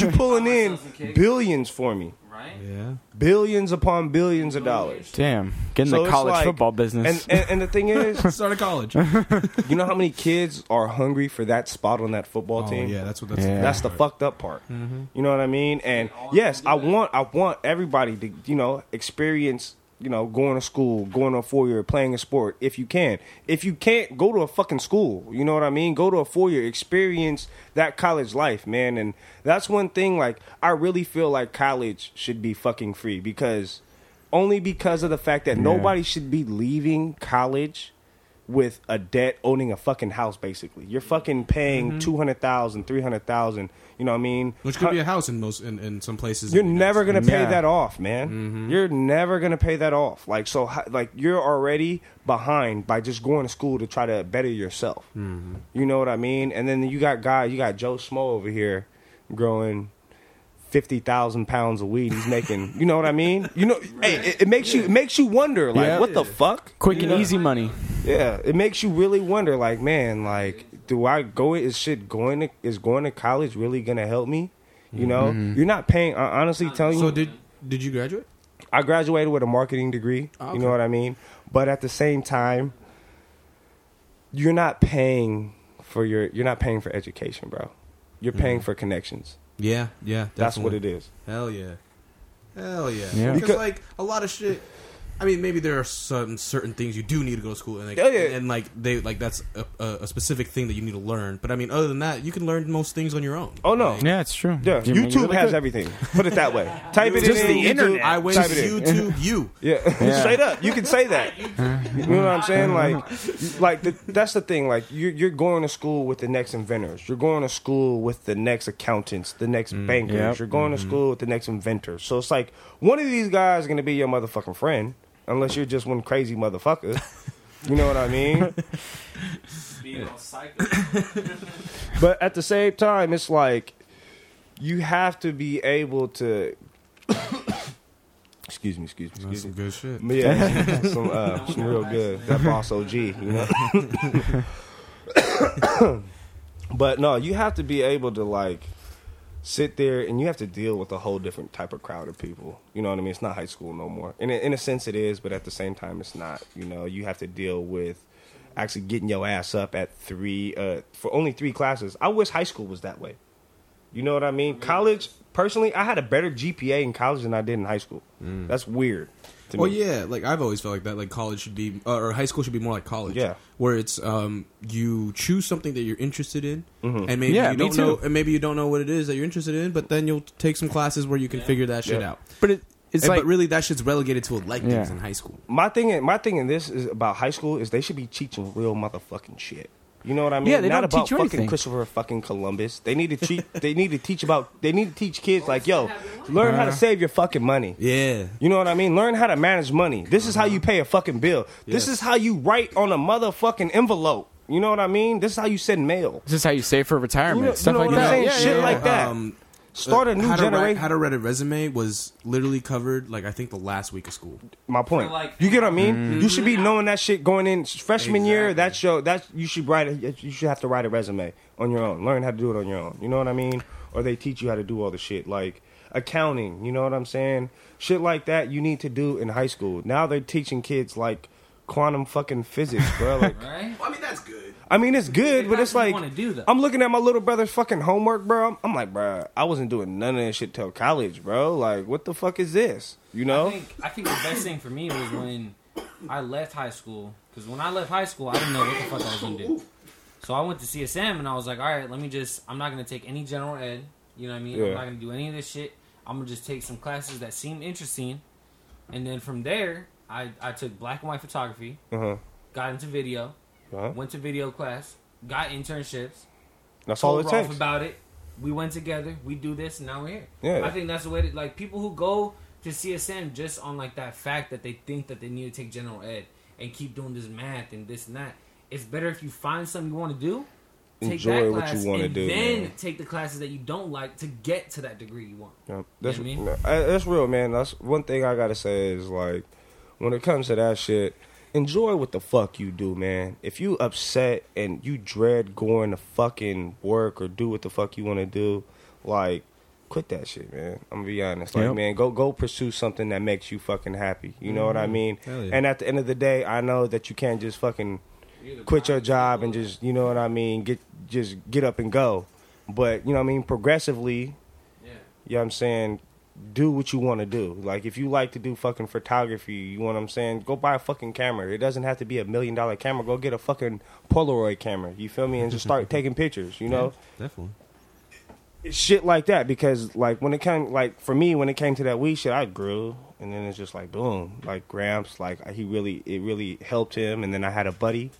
[SPEAKER 2] <laughs>
[SPEAKER 3] you pulling in billions for me,
[SPEAKER 4] <laughs> right?
[SPEAKER 1] Yeah.
[SPEAKER 3] billions upon billions of dollars.
[SPEAKER 2] Damn. Get in
[SPEAKER 3] So
[SPEAKER 2] the
[SPEAKER 3] it's
[SPEAKER 2] college
[SPEAKER 3] like-
[SPEAKER 2] football business.
[SPEAKER 3] And, and and the
[SPEAKER 2] <laughs>
[SPEAKER 3] thing is,
[SPEAKER 1] Start a
[SPEAKER 3] <laughs>
[SPEAKER 1] college.
[SPEAKER 3] you know how many kids are hungry for that spot on that football
[SPEAKER 1] Oh,
[SPEAKER 3] team?
[SPEAKER 1] yeah, that's what that's.
[SPEAKER 2] Yeah.
[SPEAKER 3] That's the fucked up part. You know what I mean? And yes, I want I want everybody to you know experience you know going to school, going to a four year, playing a sport if you can. If you can't, go to a fucking school. You know what I mean? Go to a four year, experience that college life, man. And that's one thing. Like I really feel like college should be fucking free because only because of the fact that nobody should be leaving college with a debt owning a fucking house basically you're fucking paying two hundred thousand, three hundred thousand. 300000 you know what i mean
[SPEAKER 1] Mm-hmm. Which could be a house in most in, in some places.
[SPEAKER 3] you're
[SPEAKER 1] in the United
[SPEAKER 3] never gonna pay
[SPEAKER 2] Yeah.
[SPEAKER 3] that off man
[SPEAKER 1] Mm-hmm.
[SPEAKER 3] you're never gonna pay that off like so ho- like you're already behind by just going to school to try to better yourself
[SPEAKER 1] Mm-hmm.
[SPEAKER 3] you know what i mean and then you got guy you got joe smo over here growing 50,000 pounds of weed he's making you know what i mean you
[SPEAKER 1] <laughs>
[SPEAKER 3] know hey, it, it makes you it makes you wonder like
[SPEAKER 2] Yeah.
[SPEAKER 3] what the fuck
[SPEAKER 2] Quick
[SPEAKER 3] You
[SPEAKER 2] and
[SPEAKER 3] know?
[SPEAKER 2] easy money.
[SPEAKER 3] Yeah, it makes you really wonder. Like, man, like, do I go? Is shit going? To, is going to college really gonna help me? You know,
[SPEAKER 1] Mm-hmm.
[SPEAKER 3] you're not paying. I honestly telling
[SPEAKER 1] States.
[SPEAKER 3] you,
[SPEAKER 1] So did did you graduate?
[SPEAKER 3] I graduated with a marketing degree. You know what I mean? But at the same time, you're not paying for your. You're not paying for education, bro. You're
[SPEAKER 1] Mm-hmm.
[SPEAKER 3] paying for connections.
[SPEAKER 1] Yeah. Yeah.
[SPEAKER 3] That's what it is.
[SPEAKER 1] Hell yeah. Hell yeah.
[SPEAKER 2] Yeah.
[SPEAKER 1] Because
[SPEAKER 3] Because-
[SPEAKER 1] like a lot of shit I mean, maybe there are some certain things you do need to go to school, and like,
[SPEAKER 3] Yeah, yeah.
[SPEAKER 1] and like they like that's a, a, a specific thing that you need to learn. But I mean, other than that, you can learn most things on your own.
[SPEAKER 3] Oh, no.
[SPEAKER 1] Like,
[SPEAKER 5] Yeah, it's true.
[SPEAKER 3] Yeah,
[SPEAKER 5] Jim, you
[SPEAKER 3] YouTube
[SPEAKER 5] really
[SPEAKER 3] has
[SPEAKER 5] good.
[SPEAKER 3] everything. Put it
[SPEAKER 1] <laughs>
[SPEAKER 3] that way. Type it
[SPEAKER 1] Just
[SPEAKER 3] in.
[SPEAKER 1] the
[SPEAKER 3] YouTube,
[SPEAKER 1] internet. I went
[SPEAKER 3] Type it in. <laughs>
[SPEAKER 1] YouTube. You.
[SPEAKER 3] Yeah. <laughs> straight up. You can say that. you know what I'm saying? Like, like the, that's the thing. Like, you're, you're going to school with the next inventors. You're going to school with the next accountants, the next bankers.
[SPEAKER 2] yep.
[SPEAKER 3] You're going to school with the next inventors. So it's like one of these guys is going to be your motherfucking friend, unless you're just one crazy motherfucker. <laughs> You know what I mean?
[SPEAKER 4] Being all psycho.
[SPEAKER 3] <laughs> But at the same time, it's like you have to be able to. <coughs> excuse me, excuse
[SPEAKER 1] That's
[SPEAKER 3] me, excuse me.
[SPEAKER 1] some good shit. <laughs>
[SPEAKER 3] Yeah, some, uh, some real good. That boss OG, you know.
[SPEAKER 1] <laughs>
[SPEAKER 3] <coughs> but no, you have to be able to like sit there and you have to deal with a whole different type of crowd of people. You know what I mean? It's not high school no more. In a, in a sense, it is, but at the same time, it's not. You know, you have to deal with actually getting your ass up at three uh, for only three classes. I wish high school was that way. You know what I mean? College, personally, I had a better GPA in college than I did in high school. That's weird. To
[SPEAKER 1] Mm. Well,
[SPEAKER 3] me.
[SPEAKER 1] Oh, yeah, like I've always felt like that. Like college should be, uh, or high school should be more like college.
[SPEAKER 3] Yeah.
[SPEAKER 1] where it's um, you choose something that you're interested in, and maybe
[SPEAKER 2] Yeah,
[SPEAKER 1] you
[SPEAKER 2] me
[SPEAKER 1] don't
[SPEAKER 2] too.
[SPEAKER 1] know, and maybe you don't know what it is that you're interested in, but then you'll take some classes where you can figure that shit
[SPEAKER 3] Yeah.
[SPEAKER 1] out.
[SPEAKER 2] But it, it's
[SPEAKER 1] And-
[SPEAKER 2] like
[SPEAKER 1] but really, that shit's relegated to electives
[SPEAKER 2] Yeah.
[SPEAKER 1] in high school.
[SPEAKER 3] my thing in my thing in this is about high school is they should be teaching real motherfucking shit. You know what I mean?
[SPEAKER 2] Yeah, they
[SPEAKER 3] Not
[SPEAKER 2] don't
[SPEAKER 3] about
[SPEAKER 2] teach you
[SPEAKER 3] fucking
[SPEAKER 2] anything.
[SPEAKER 3] Christopher fucking Columbus. They need to teach. <laughs> they need to teach about. They need to teach kids like, yo, learn how to save your fucking money.
[SPEAKER 1] Yeah,
[SPEAKER 3] You know what I mean? Learn how to manage money. This is how you pay a fucking bill. This
[SPEAKER 1] Uh-huh. Yes.
[SPEAKER 3] is how you write on a motherfucking envelope. You know what I mean? This is how you send mail.
[SPEAKER 2] this is how you save for retirement,
[SPEAKER 3] You know-
[SPEAKER 2] stuff
[SPEAKER 3] you know
[SPEAKER 2] like
[SPEAKER 3] what I'm
[SPEAKER 2] that.
[SPEAKER 3] saying?
[SPEAKER 2] Yeah,
[SPEAKER 3] Shit
[SPEAKER 2] yeah,
[SPEAKER 3] like
[SPEAKER 2] yeah.
[SPEAKER 3] that.
[SPEAKER 1] Um,
[SPEAKER 3] Start a new
[SPEAKER 1] how to write-
[SPEAKER 3] generation.
[SPEAKER 1] how to write a resume was literally covered, like I think the last week of school.
[SPEAKER 3] My point.
[SPEAKER 4] like-
[SPEAKER 3] you get what I mean? You should be knowing that shit going in freshman year.
[SPEAKER 1] Exactly.
[SPEAKER 3] That's your that's you should write. A, you should have to write a resume on your own. Learn how to do it on your own. You know what I mean? Or they teach you how to do all the shit like accounting. You know what I'm saying? Shit like that you need to do in high school. Now they're teaching kids like quantum fucking physics, bro. Like
[SPEAKER 4] Right?
[SPEAKER 1] Well, I mean, that's good.
[SPEAKER 3] I mean, it's good, but
[SPEAKER 4] How
[SPEAKER 3] it's
[SPEAKER 4] do you
[SPEAKER 3] like
[SPEAKER 4] wanna do that?
[SPEAKER 3] I'm looking at my little brother's fucking homework, bro. I'm, I'm like, bro, I wasn't doing none of that shit till college, bro. Like, what the fuck is this? You know?
[SPEAKER 4] I think, I think the best thing for me was when I left high school. Because when I left high school, I didn't know what the fuck I was going to do. So I went to CSM and I was like, all right, let me just, I'm not going to take any general ed. You know what I mean?
[SPEAKER 3] Yeah.
[SPEAKER 4] I'm not going to do any of this shit. I'm going to just take some classes that seem interesting. And then from there, I, I took black and white photography,
[SPEAKER 3] uh-huh.
[SPEAKER 4] got into video,
[SPEAKER 3] Uh-huh.
[SPEAKER 4] went to video class, got internships,
[SPEAKER 3] That's all
[SPEAKER 4] told
[SPEAKER 3] it
[SPEAKER 4] Rolf
[SPEAKER 3] takes.
[SPEAKER 4] about it. We went together. We do this, and now we're here.
[SPEAKER 3] Yeah.
[SPEAKER 4] I think that's the way. That, like people who go to CSM just on like that fact that they think that they need to take general ed and keep doing this math and this and that. It's better if you find something you want to do. Take
[SPEAKER 3] Enjoy
[SPEAKER 4] that
[SPEAKER 3] what you
[SPEAKER 4] class,
[SPEAKER 3] wanna
[SPEAKER 4] and
[SPEAKER 3] do,
[SPEAKER 4] Then
[SPEAKER 3] man.
[SPEAKER 4] take the classes that you don't like to get to that degree you want.
[SPEAKER 3] Yeah, that's
[SPEAKER 4] what I mean?
[SPEAKER 3] no, I- that's real, man. That's one thing I gotta say is like, when it comes to that shit, enjoy what the fuck you do, man. If you upset and you dread going to fucking work or do what the fuck you want to do, like, quit that shit, man. I'm gonna be honest, like,
[SPEAKER 2] Yep.
[SPEAKER 3] man, go go pursue something that makes you fucking happy. You know what
[SPEAKER 4] Mm-hmm.
[SPEAKER 3] I mean?
[SPEAKER 1] Hell yeah.
[SPEAKER 3] And at the end of the day, I know that you can't just fucking quit your job and just you know what I mean, get just get up and go. But you know what I mean, progressively you know what I'm saying? Do what you want to do. Like, if you like to do fucking photography, you know what I'm saying? Go buy a fucking camera. It doesn't have to be a million dollar camera. Go get a fucking Polaroid camera. You feel me? And just start taking pictures, you know?
[SPEAKER 1] Definitely.
[SPEAKER 3] Shit like that. Because, like, when it came, like, for me, when it came to that weed shit, I grew. And then it's just like, boom. Like, Gramps, like, he really, it really helped him. And then I had a buddy.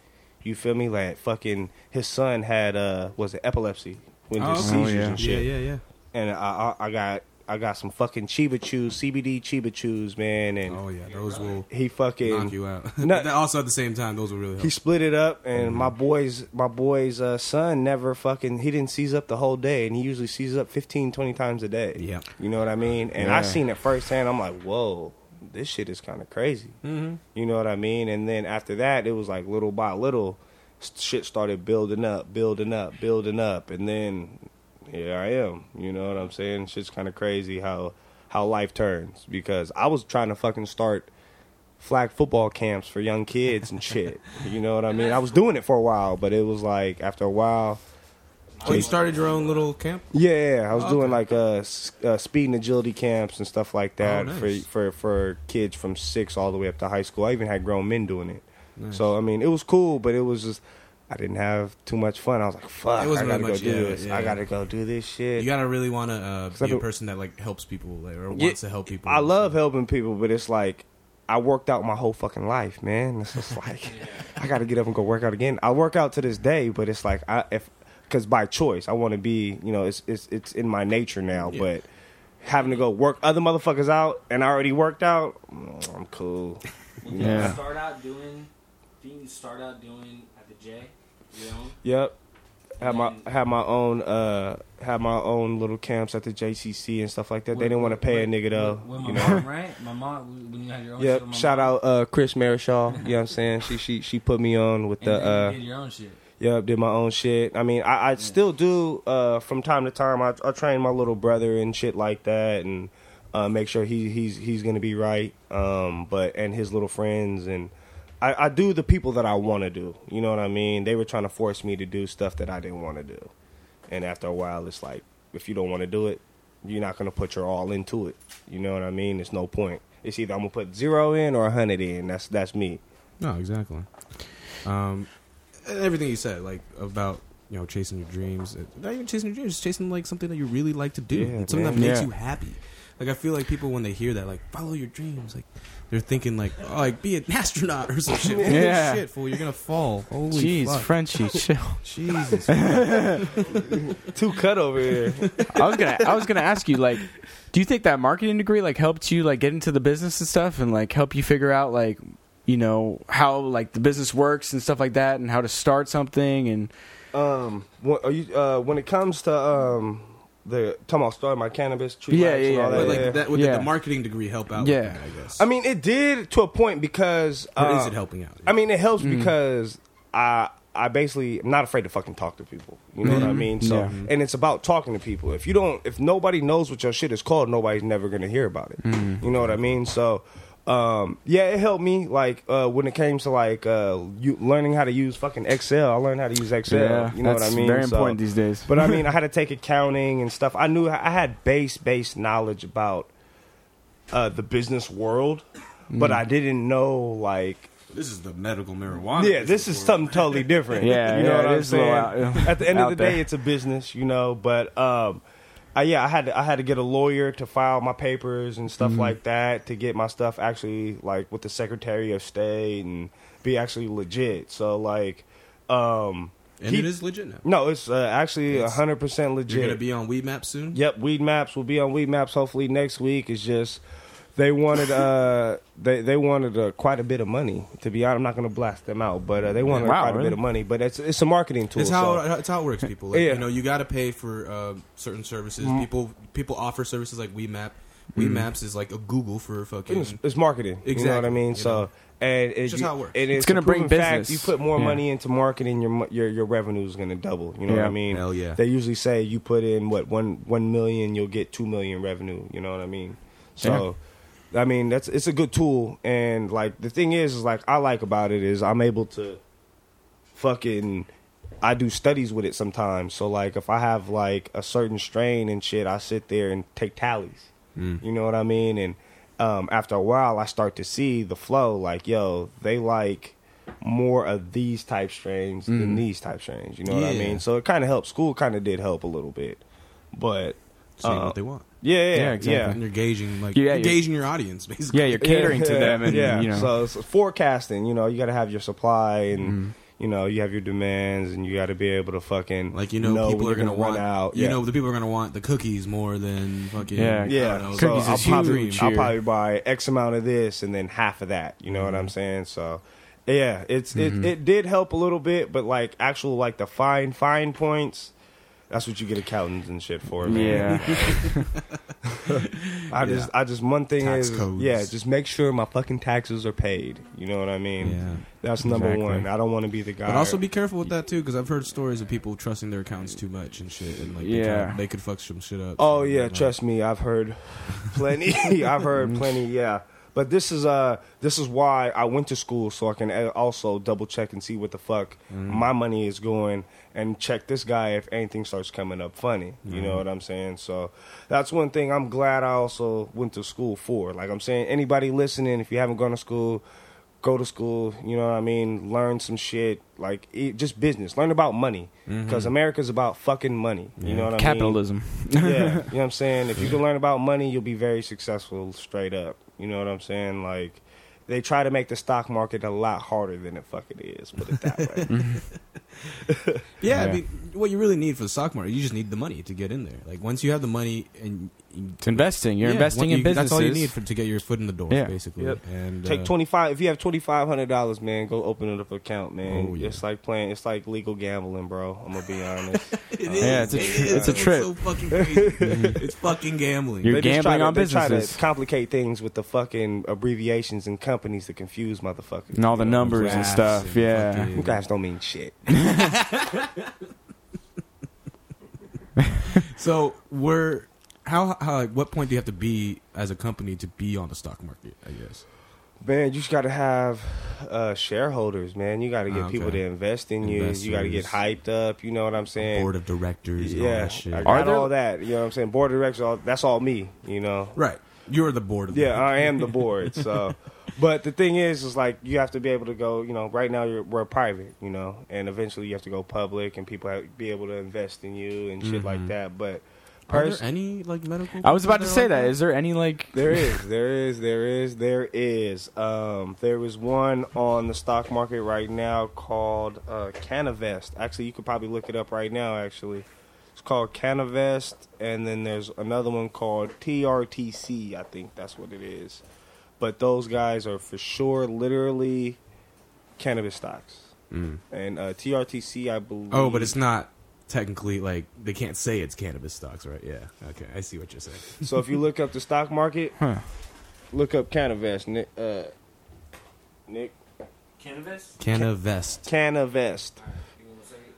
[SPEAKER 3] You feel me? Like, fucking, his son had, uh, was it epilepsy? When just
[SPEAKER 1] Oh, okay.
[SPEAKER 3] seizures
[SPEAKER 2] Oh, yeah.
[SPEAKER 3] and shit
[SPEAKER 1] Yeah, yeah, yeah.
[SPEAKER 3] and I, I I got I got some fucking Chiba Chews, CBD Chiba Chews, man, and
[SPEAKER 1] Oh yeah, those will
[SPEAKER 3] he fucking
[SPEAKER 1] knock you out.
[SPEAKER 3] No.
[SPEAKER 1] <laughs> But also at the same time, those will really help.
[SPEAKER 3] he split it up, and
[SPEAKER 1] Mm-hmm.
[SPEAKER 3] my boy's my boy's uh, son never fucking he didn't seize up the whole day, and he usually seizes up 15, 20 times a day.
[SPEAKER 1] Yeah.
[SPEAKER 3] you know what I mean. And
[SPEAKER 2] Yeah.
[SPEAKER 3] I seen it firsthand. I'm like, whoa, this shit is kind of crazy. Mm-hmm. You know what I mean? And then after that, it was like little by little, s- shit started building up, building up, building up, and then here I am. You know what I'm saying? Shit's kind of crazy how how life turns because I was trying to fucking start flag football camps for young kids and shit. You know what I mean? I was doing it for a while, but it was like after a while,
[SPEAKER 1] So you started your own little camp?
[SPEAKER 3] Yeah, yeah, yeah. I
[SPEAKER 1] Oh,
[SPEAKER 3] was doing like uh, s- uh, speed and agility camps and stuff like that
[SPEAKER 1] Oh, nice.
[SPEAKER 3] for for for kids from six all the way up to high school. I even had grown men doing it. So I mean, it was cool, but it was just I didn't have too much fun. I was like, "Fuck,
[SPEAKER 1] It
[SPEAKER 3] I
[SPEAKER 1] wasn't
[SPEAKER 3] gotta
[SPEAKER 1] that
[SPEAKER 3] go
[SPEAKER 1] much-
[SPEAKER 3] do
[SPEAKER 1] yeah,
[SPEAKER 3] this.
[SPEAKER 1] yeah.
[SPEAKER 3] I gotta go do this shit."
[SPEAKER 1] You gotta really want to uh, be
[SPEAKER 3] I
[SPEAKER 1] a
[SPEAKER 3] do-
[SPEAKER 1] person that like helps people like, or wants
[SPEAKER 3] Yeah,
[SPEAKER 1] to help people.
[SPEAKER 3] I love helping people, but it's like I worked out my whole fucking life, man. It's
[SPEAKER 4] <laughs>
[SPEAKER 3] just like I got to get up and go work out again. I work out to this day, but it's like I if because by choice I want to be, you know, it's it's it's in my nature now,
[SPEAKER 1] Yeah.
[SPEAKER 3] but. Having to go work other motherfuckers out, and I already worked out. mm, I'm cool.
[SPEAKER 4] Well,
[SPEAKER 2] Yeah.
[SPEAKER 4] you start out doing thing you start out doing at the J, you know?
[SPEAKER 3] Yep. Had my had my own uh had my own little camps at the JCC and stuff like that. they didn't want to pay a nigga though.
[SPEAKER 4] With my
[SPEAKER 3] you know?
[SPEAKER 4] mom, right? My mom when you had your own shit.
[SPEAKER 3] Yep.
[SPEAKER 4] with my
[SPEAKER 3] Shout
[SPEAKER 4] mom,
[SPEAKER 3] out uh, Chris Marishaw. You know what I'm saying? She she she put me on with
[SPEAKER 4] and
[SPEAKER 3] the
[SPEAKER 4] then you
[SPEAKER 3] uh
[SPEAKER 4] did your own shit.
[SPEAKER 3] yep, did my own shit. I mean, I, I still do uh from time to time. I I train my little brother and shit like that and uh make sure he he's he's going to be right. Um but and his little friends and I, I do the people that I want to do. You know what I mean? They were trying to force me to do stuff that I didn't want to do. And after a while, it's like, if you don't want to do it, you're not going to put your all into it. You know what I mean? It's no point. It's either I'm going to put zero in or a 100 in. That's that's me.
[SPEAKER 1] No, exactly. Um, and everything you said, like about you know chasing your dreams, it- not even chasing your dreams, just chasing like something that you really like to do,
[SPEAKER 3] Yeah,
[SPEAKER 1] and something
[SPEAKER 3] man.
[SPEAKER 1] that makes
[SPEAKER 2] Yeah.
[SPEAKER 1] you happy. Like I feel like people when they hear that, like follow your dreams, like they're thinking like, oh, like be an <laughs> astronaut or some shit. Holy
[SPEAKER 2] Yeah.
[SPEAKER 1] shit, fool, you're gonna fall. Holy
[SPEAKER 2] Jeez,
[SPEAKER 1] fuck.
[SPEAKER 2] Frenchie, <laughs> chill.
[SPEAKER 1] Jesus.
[SPEAKER 3] Too cut over here.
[SPEAKER 2] I was gonna, I was gonna ask you, like, do you think that marketing degree like helped you like get into the business and stuff, and like help you figure out like, you know, how like the business works and stuff like that, and how to start something, and
[SPEAKER 3] um, when, are you, uh, when it comes to um, the talking about starting my cannabis tree
[SPEAKER 2] Yeah,
[SPEAKER 3] lights
[SPEAKER 2] yeah,
[SPEAKER 3] and
[SPEAKER 2] yeah,
[SPEAKER 3] all
[SPEAKER 1] but
[SPEAKER 3] that,
[SPEAKER 1] like
[SPEAKER 3] yeah.
[SPEAKER 1] that, would
[SPEAKER 2] Yeah.
[SPEAKER 1] the marketing degree help out?
[SPEAKER 2] Yeah.
[SPEAKER 1] with that, I guess.
[SPEAKER 3] I mean, it did to a point because
[SPEAKER 1] or
[SPEAKER 3] uh,
[SPEAKER 1] is it helping out?
[SPEAKER 3] I mean, it helps
[SPEAKER 2] Mm-hmm.
[SPEAKER 3] because I I basically am not afraid to fucking talk to people. You know what I mean? So,
[SPEAKER 2] Mm-hmm. Yeah.
[SPEAKER 3] and it's about talking to people. If you don't, if nobody knows what your shit is called, nobody's never gonna hear about it.
[SPEAKER 2] Mm-hmm.
[SPEAKER 3] You know what I mean? So, um, yeah, it helped me. Like uh, when it came to like uh, you learning how to use fucking Excel, I learned how to use Excel. you know what I
[SPEAKER 2] that's
[SPEAKER 3] mean?
[SPEAKER 2] Very
[SPEAKER 3] So-
[SPEAKER 2] important these days.
[SPEAKER 3] <laughs> but I mean, I had to take accounting and stuff. I knew I had base base knowledge about uh, the business world, but
[SPEAKER 2] Mm.
[SPEAKER 3] I didn't know like
[SPEAKER 1] this is the medical marijuana.
[SPEAKER 3] yeah, this is something totally different.
[SPEAKER 2] Yeah,
[SPEAKER 3] you know
[SPEAKER 2] yeah,
[SPEAKER 3] what
[SPEAKER 2] it
[SPEAKER 3] I'm
[SPEAKER 2] is a little
[SPEAKER 3] saying.
[SPEAKER 2] out-
[SPEAKER 3] At the end of
[SPEAKER 2] out
[SPEAKER 3] the
[SPEAKER 2] there.
[SPEAKER 3] day, it's a business, you know. But um, I, yeah, I had to, I had to get a lawyer to file my papers and
[SPEAKER 2] Mm-hmm.
[SPEAKER 3] stuff like that to get my stuff actually like with the Secretary of State and be actually legit. So like, um,
[SPEAKER 1] and
[SPEAKER 3] he-
[SPEAKER 1] it is legit now.
[SPEAKER 3] no, it's uh, actually
[SPEAKER 1] It's-
[SPEAKER 3] hundred percent legit.
[SPEAKER 1] You're gonna be on Weed Map soon.
[SPEAKER 3] Yep, Weed Maps will be on Weed Maps hopefully next week. It's just they wanted uh they they wanted uh, quite a bit of money. To be honest, I'm not going to blast them out, but uh, they wanted
[SPEAKER 2] Wow,
[SPEAKER 3] quite
[SPEAKER 2] really?
[SPEAKER 3] a bit of money. But it's it's a marketing tool.
[SPEAKER 1] It's how
[SPEAKER 3] so-
[SPEAKER 1] it's how it works, people. Like,
[SPEAKER 3] Yeah. Mm-hmm.
[SPEAKER 1] You know, you got to pay for uh, certain services. People people offer services like WeMap. WeMaps is like a Google for fucking.
[SPEAKER 3] it's, it's marketing. You know what
[SPEAKER 1] Exactly,
[SPEAKER 3] I mean?
[SPEAKER 1] you
[SPEAKER 3] so
[SPEAKER 1] know.
[SPEAKER 3] and it,
[SPEAKER 1] It's just how it works.
[SPEAKER 3] and
[SPEAKER 2] It's gonna
[SPEAKER 3] a
[SPEAKER 2] bring
[SPEAKER 3] proven fact.
[SPEAKER 2] business.
[SPEAKER 3] You put more
[SPEAKER 2] Yeah.
[SPEAKER 3] money into marketing, your mo- your your revenue is going to double. You know what
[SPEAKER 2] Yeah.
[SPEAKER 3] I mean?
[SPEAKER 1] Hell yeah.
[SPEAKER 3] They usually say you put in what one one million, you'll get two million revenue. You know what I mean? So. I mean that's it's a good tool and like the thing is is like I like about it is I'm able to fucking I do studies with it sometimes. So like if I have like a certain strain and shit, I sit there and take tallies.
[SPEAKER 2] Mm.
[SPEAKER 3] You know what I mean? And um, after a while, I start to see the flow. Like yo, they like more of these type strains than these type strains. You know what I
[SPEAKER 1] Mm. Yeah.
[SPEAKER 3] mean? So it kind of helped. School kind of did help a little bit, but
[SPEAKER 1] Seeing
[SPEAKER 3] uh,
[SPEAKER 1] what they want.
[SPEAKER 3] yeah, yeah,
[SPEAKER 2] Yeah,
[SPEAKER 3] yeah,
[SPEAKER 2] exactly.
[SPEAKER 1] And you're gauging like
[SPEAKER 2] Yeah, yeah.
[SPEAKER 1] engaging your audience basically.
[SPEAKER 2] yeah, you're catering to them, and
[SPEAKER 3] <laughs> yeah.
[SPEAKER 2] you know,
[SPEAKER 3] So it's forecasting. You know, you got to have your supply and.
[SPEAKER 1] Mm-hmm.
[SPEAKER 3] You know, you have your demands, and you got to be able to fucking
[SPEAKER 1] Like you know, people
[SPEAKER 3] when
[SPEAKER 1] are
[SPEAKER 3] you're
[SPEAKER 1] gonna,
[SPEAKER 3] run
[SPEAKER 1] want
[SPEAKER 3] out.
[SPEAKER 1] You
[SPEAKER 3] Yeah.
[SPEAKER 1] know, the people are gonna want the cookies more than fucking.
[SPEAKER 2] Yeah.
[SPEAKER 1] I don't
[SPEAKER 3] Yeah,
[SPEAKER 1] know,
[SPEAKER 3] so
[SPEAKER 2] Cookies
[SPEAKER 3] I'll,
[SPEAKER 2] is
[SPEAKER 3] probably,
[SPEAKER 2] huge
[SPEAKER 3] I'll
[SPEAKER 2] here.
[SPEAKER 3] probably buy X amount of this and then half of that. You know what I'm
[SPEAKER 1] Mm-hmm.
[SPEAKER 3] saying? So, yeah, it's it, it did help a little bit, but like actual like the fine fine points, that's what you get accountants and shit for. Man.
[SPEAKER 2] yeah,
[SPEAKER 3] I just I just one thing
[SPEAKER 1] Tax
[SPEAKER 3] is
[SPEAKER 1] codes.
[SPEAKER 3] yeah, just make sure my fucking taxes are paid. You know what I mean?
[SPEAKER 1] Yeah.
[SPEAKER 3] That's number
[SPEAKER 2] Exactly.
[SPEAKER 3] one. I don't want to be the guy.
[SPEAKER 1] But also be careful with that too, because I've heard stories of people trusting their accounts too much and shit, and like they
[SPEAKER 2] Yeah.
[SPEAKER 1] could- they could fuck some shit up.
[SPEAKER 3] Oh
[SPEAKER 1] So,
[SPEAKER 3] yeah,
[SPEAKER 1] like,
[SPEAKER 3] <laughs> trust me, I've heard plenty. I've heard plenty. Yeah, But this is uh this is why I went to school so I can uh, also double check and see what the fuck my money is going and check this guy if anything starts coming up funny. You know what I'm saying? So that's one thing I'm glad I also went to school for. Like I'm saying, anybody listening, if you haven't gone to school, go to school. You know what I mean? Learn some shit like it, just business. Learn about money because America's about fucking money. You know what I mean?
[SPEAKER 2] Capitalism. <laughs>
[SPEAKER 3] yeah, you know what I'm saying? If you can learn about money, you'll be very successful straight up. You know what I'm saying? Like they try to make the stock market a lot harder than it fucking is, put it
[SPEAKER 2] <laughs>
[SPEAKER 3] that way.
[SPEAKER 1] Yeah,
[SPEAKER 5] Yeah.
[SPEAKER 1] I mean, what you really need for the stock market, you just need the money to get in there. Like once you have the money and you-
[SPEAKER 2] It's investing. You're
[SPEAKER 1] yeah,
[SPEAKER 2] investing
[SPEAKER 1] one-
[SPEAKER 2] in
[SPEAKER 1] you-
[SPEAKER 2] businesses.
[SPEAKER 1] That's all you need for, to get your foot in the door,
[SPEAKER 2] Yeah.
[SPEAKER 1] basically.
[SPEAKER 3] Yep.
[SPEAKER 1] And
[SPEAKER 3] Take
[SPEAKER 1] uh, <laughs>
[SPEAKER 3] twenty five if you have twenty five hundred dollars, man, go open it up account, man.
[SPEAKER 1] Oh, yeah.
[SPEAKER 3] It's like playing it's like legal gambling, bro. I'm gonna be honest.
[SPEAKER 1] It
[SPEAKER 3] Uh,
[SPEAKER 1] is.
[SPEAKER 2] Yeah, it's a
[SPEAKER 1] it
[SPEAKER 2] tr-
[SPEAKER 1] is.
[SPEAKER 2] it's a trip.
[SPEAKER 1] so fucking crazy. it's fucking gambling.
[SPEAKER 2] <laughs> You're
[SPEAKER 3] They just
[SPEAKER 2] gambling
[SPEAKER 3] try to-
[SPEAKER 2] on
[SPEAKER 3] they try to
[SPEAKER 2] businesses.
[SPEAKER 3] complicate things with the fucking abbreviations and companies that confuse motherfuckers.
[SPEAKER 2] And all
[SPEAKER 3] You
[SPEAKER 2] the
[SPEAKER 3] know what I'm
[SPEAKER 2] numbers and
[SPEAKER 1] graphs
[SPEAKER 2] stuff.
[SPEAKER 1] and
[SPEAKER 2] Yeah.
[SPEAKER 1] fucking-
[SPEAKER 3] You guys don't mean shit.
[SPEAKER 1] So we're how how at what point do you have to be as a company to be on the stock market? I guess.
[SPEAKER 3] Man, you just got to have uh, shareholders, man. You got to get
[SPEAKER 1] Ah,
[SPEAKER 3] people
[SPEAKER 1] okay.
[SPEAKER 3] to invest in you. You got to get
[SPEAKER 1] Investors.
[SPEAKER 3] hyped up. You know what I'm saying?
[SPEAKER 1] Board of directors. And all
[SPEAKER 3] yeah,
[SPEAKER 1] that shit.
[SPEAKER 3] I
[SPEAKER 2] Are
[SPEAKER 3] got
[SPEAKER 2] there-
[SPEAKER 3] all that. You know what I'm saying? Board of directors. All, that's all me. You know?
[SPEAKER 1] Right. You're the board of
[SPEAKER 3] Yeah, I am the board.
[SPEAKER 1] <laughs>
[SPEAKER 3] So, but the thing is, is like you have to be able to go. You know, right now you're, we're private. You know, and eventually you have to go public, and people have, be able to invest in you and shit like that. But
[SPEAKER 1] Mm-hmm. Are
[SPEAKER 3] pers-
[SPEAKER 1] there any like medical?
[SPEAKER 2] I was about to
[SPEAKER 1] companies
[SPEAKER 2] say
[SPEAKER 1] are
[SPEAKER 2] that.
[SPEAKER 1] like
[SPEAKER 2] Is there any like?
[SPEAKER 3] There is, there is, there is, there is. Um, there is one on the stock market right now called uh, Canavest. Actually, you could probably look it up right now. Actually, it's called Canavest, and then there's another one called TRTC. I think that's what it is. But those guys are for sure, literally, cannabis stocks. And uh, TRTC, I believe.
[SPEAKER 1] Mm. Oh, but it's not technically like they can't say it's cannabis stocks, right? Yeah. Okay, I see what you're saying.
[SPEAKER 3] <laughs> So if you look up the stock market,
[SPEAKER 2] Huh.
[SPEAKER 3] look up Canavest, Nick. Uh, Nick.
[SPEAKER 4] Canvas?
[SPEAKER 1] Canavest.
[SPEAKER 3] Canavest.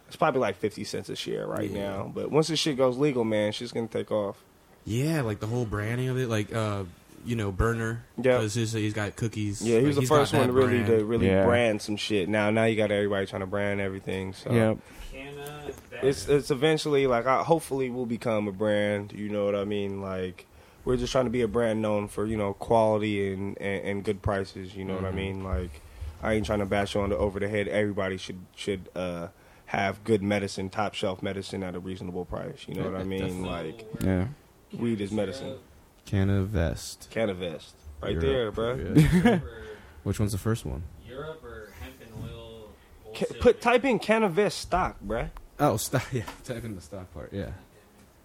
[SPEAKER 3] It's probably like 50 cents a share right
[SPEAKER 1] Yeah.
[SPEAKER 3] now. But once this shit goes legal, man, she's going to take off.
[SPEAKER 1] Yeah, like the whole branding of it, like uh, you know, Burner.
[SPEAKER 3] Yeah.
[SPEAKER 1] It's just, he's got cookies.
[SPEAKER 3] Yeah, he
[SPEAKER 1] Like,
[SPEAKER 3] was the
[SPEAKER 1] he's got
[SPEAKER 3] first one
[SPEAKER 1] that
[SPEAKER 3] really
[SPEAKER 1] brand.
[SPEAKER 3] to really
[SPEAKER 2] Yeah.
[SPEAKER 3] brand some shit. Now now you got everybody trying to brand everything. So
[SPEAKER 2] Yeah.
[SPEAKER 3] it's it's eventually like I hopefully we'll become a brand, you know what I mean? Like we're just trying to be a brand known for, you know, quality and and, and good prices, you know what I
[SPEAKER 1] Mm-hmm.
[SPEAKER 3] mean? Like I ain't trying to bash on the over the head. Everybody should should uh have good medicine, top shelf medicine at a reasonable price, you know what I mean? Like
[SPEAKER 1] <laughs>
[SPEAKER 2] Yeah.
[SPEAKER 3] weed is medicine.
[SPEAKER 1] Canavest.
[SPEAKER 3] Canavest. Right
[SPEAKER 1] Europe,
[SPEAKER 3] there, bruh.
[SPEAKER 1] yeah.
[SPEAKER 6] <laughs>
[SPEAKER 4] Europe
[SPEAKER 1] Which one's the first one?
[SPEAKER 4] or hemp and oil.
[SPEAKER 3] Ca- put type in Canavest stock, bruh.
[SPEAKER 1] Oh, stock. <laughs> Yeah, type in the stock part. Yeah.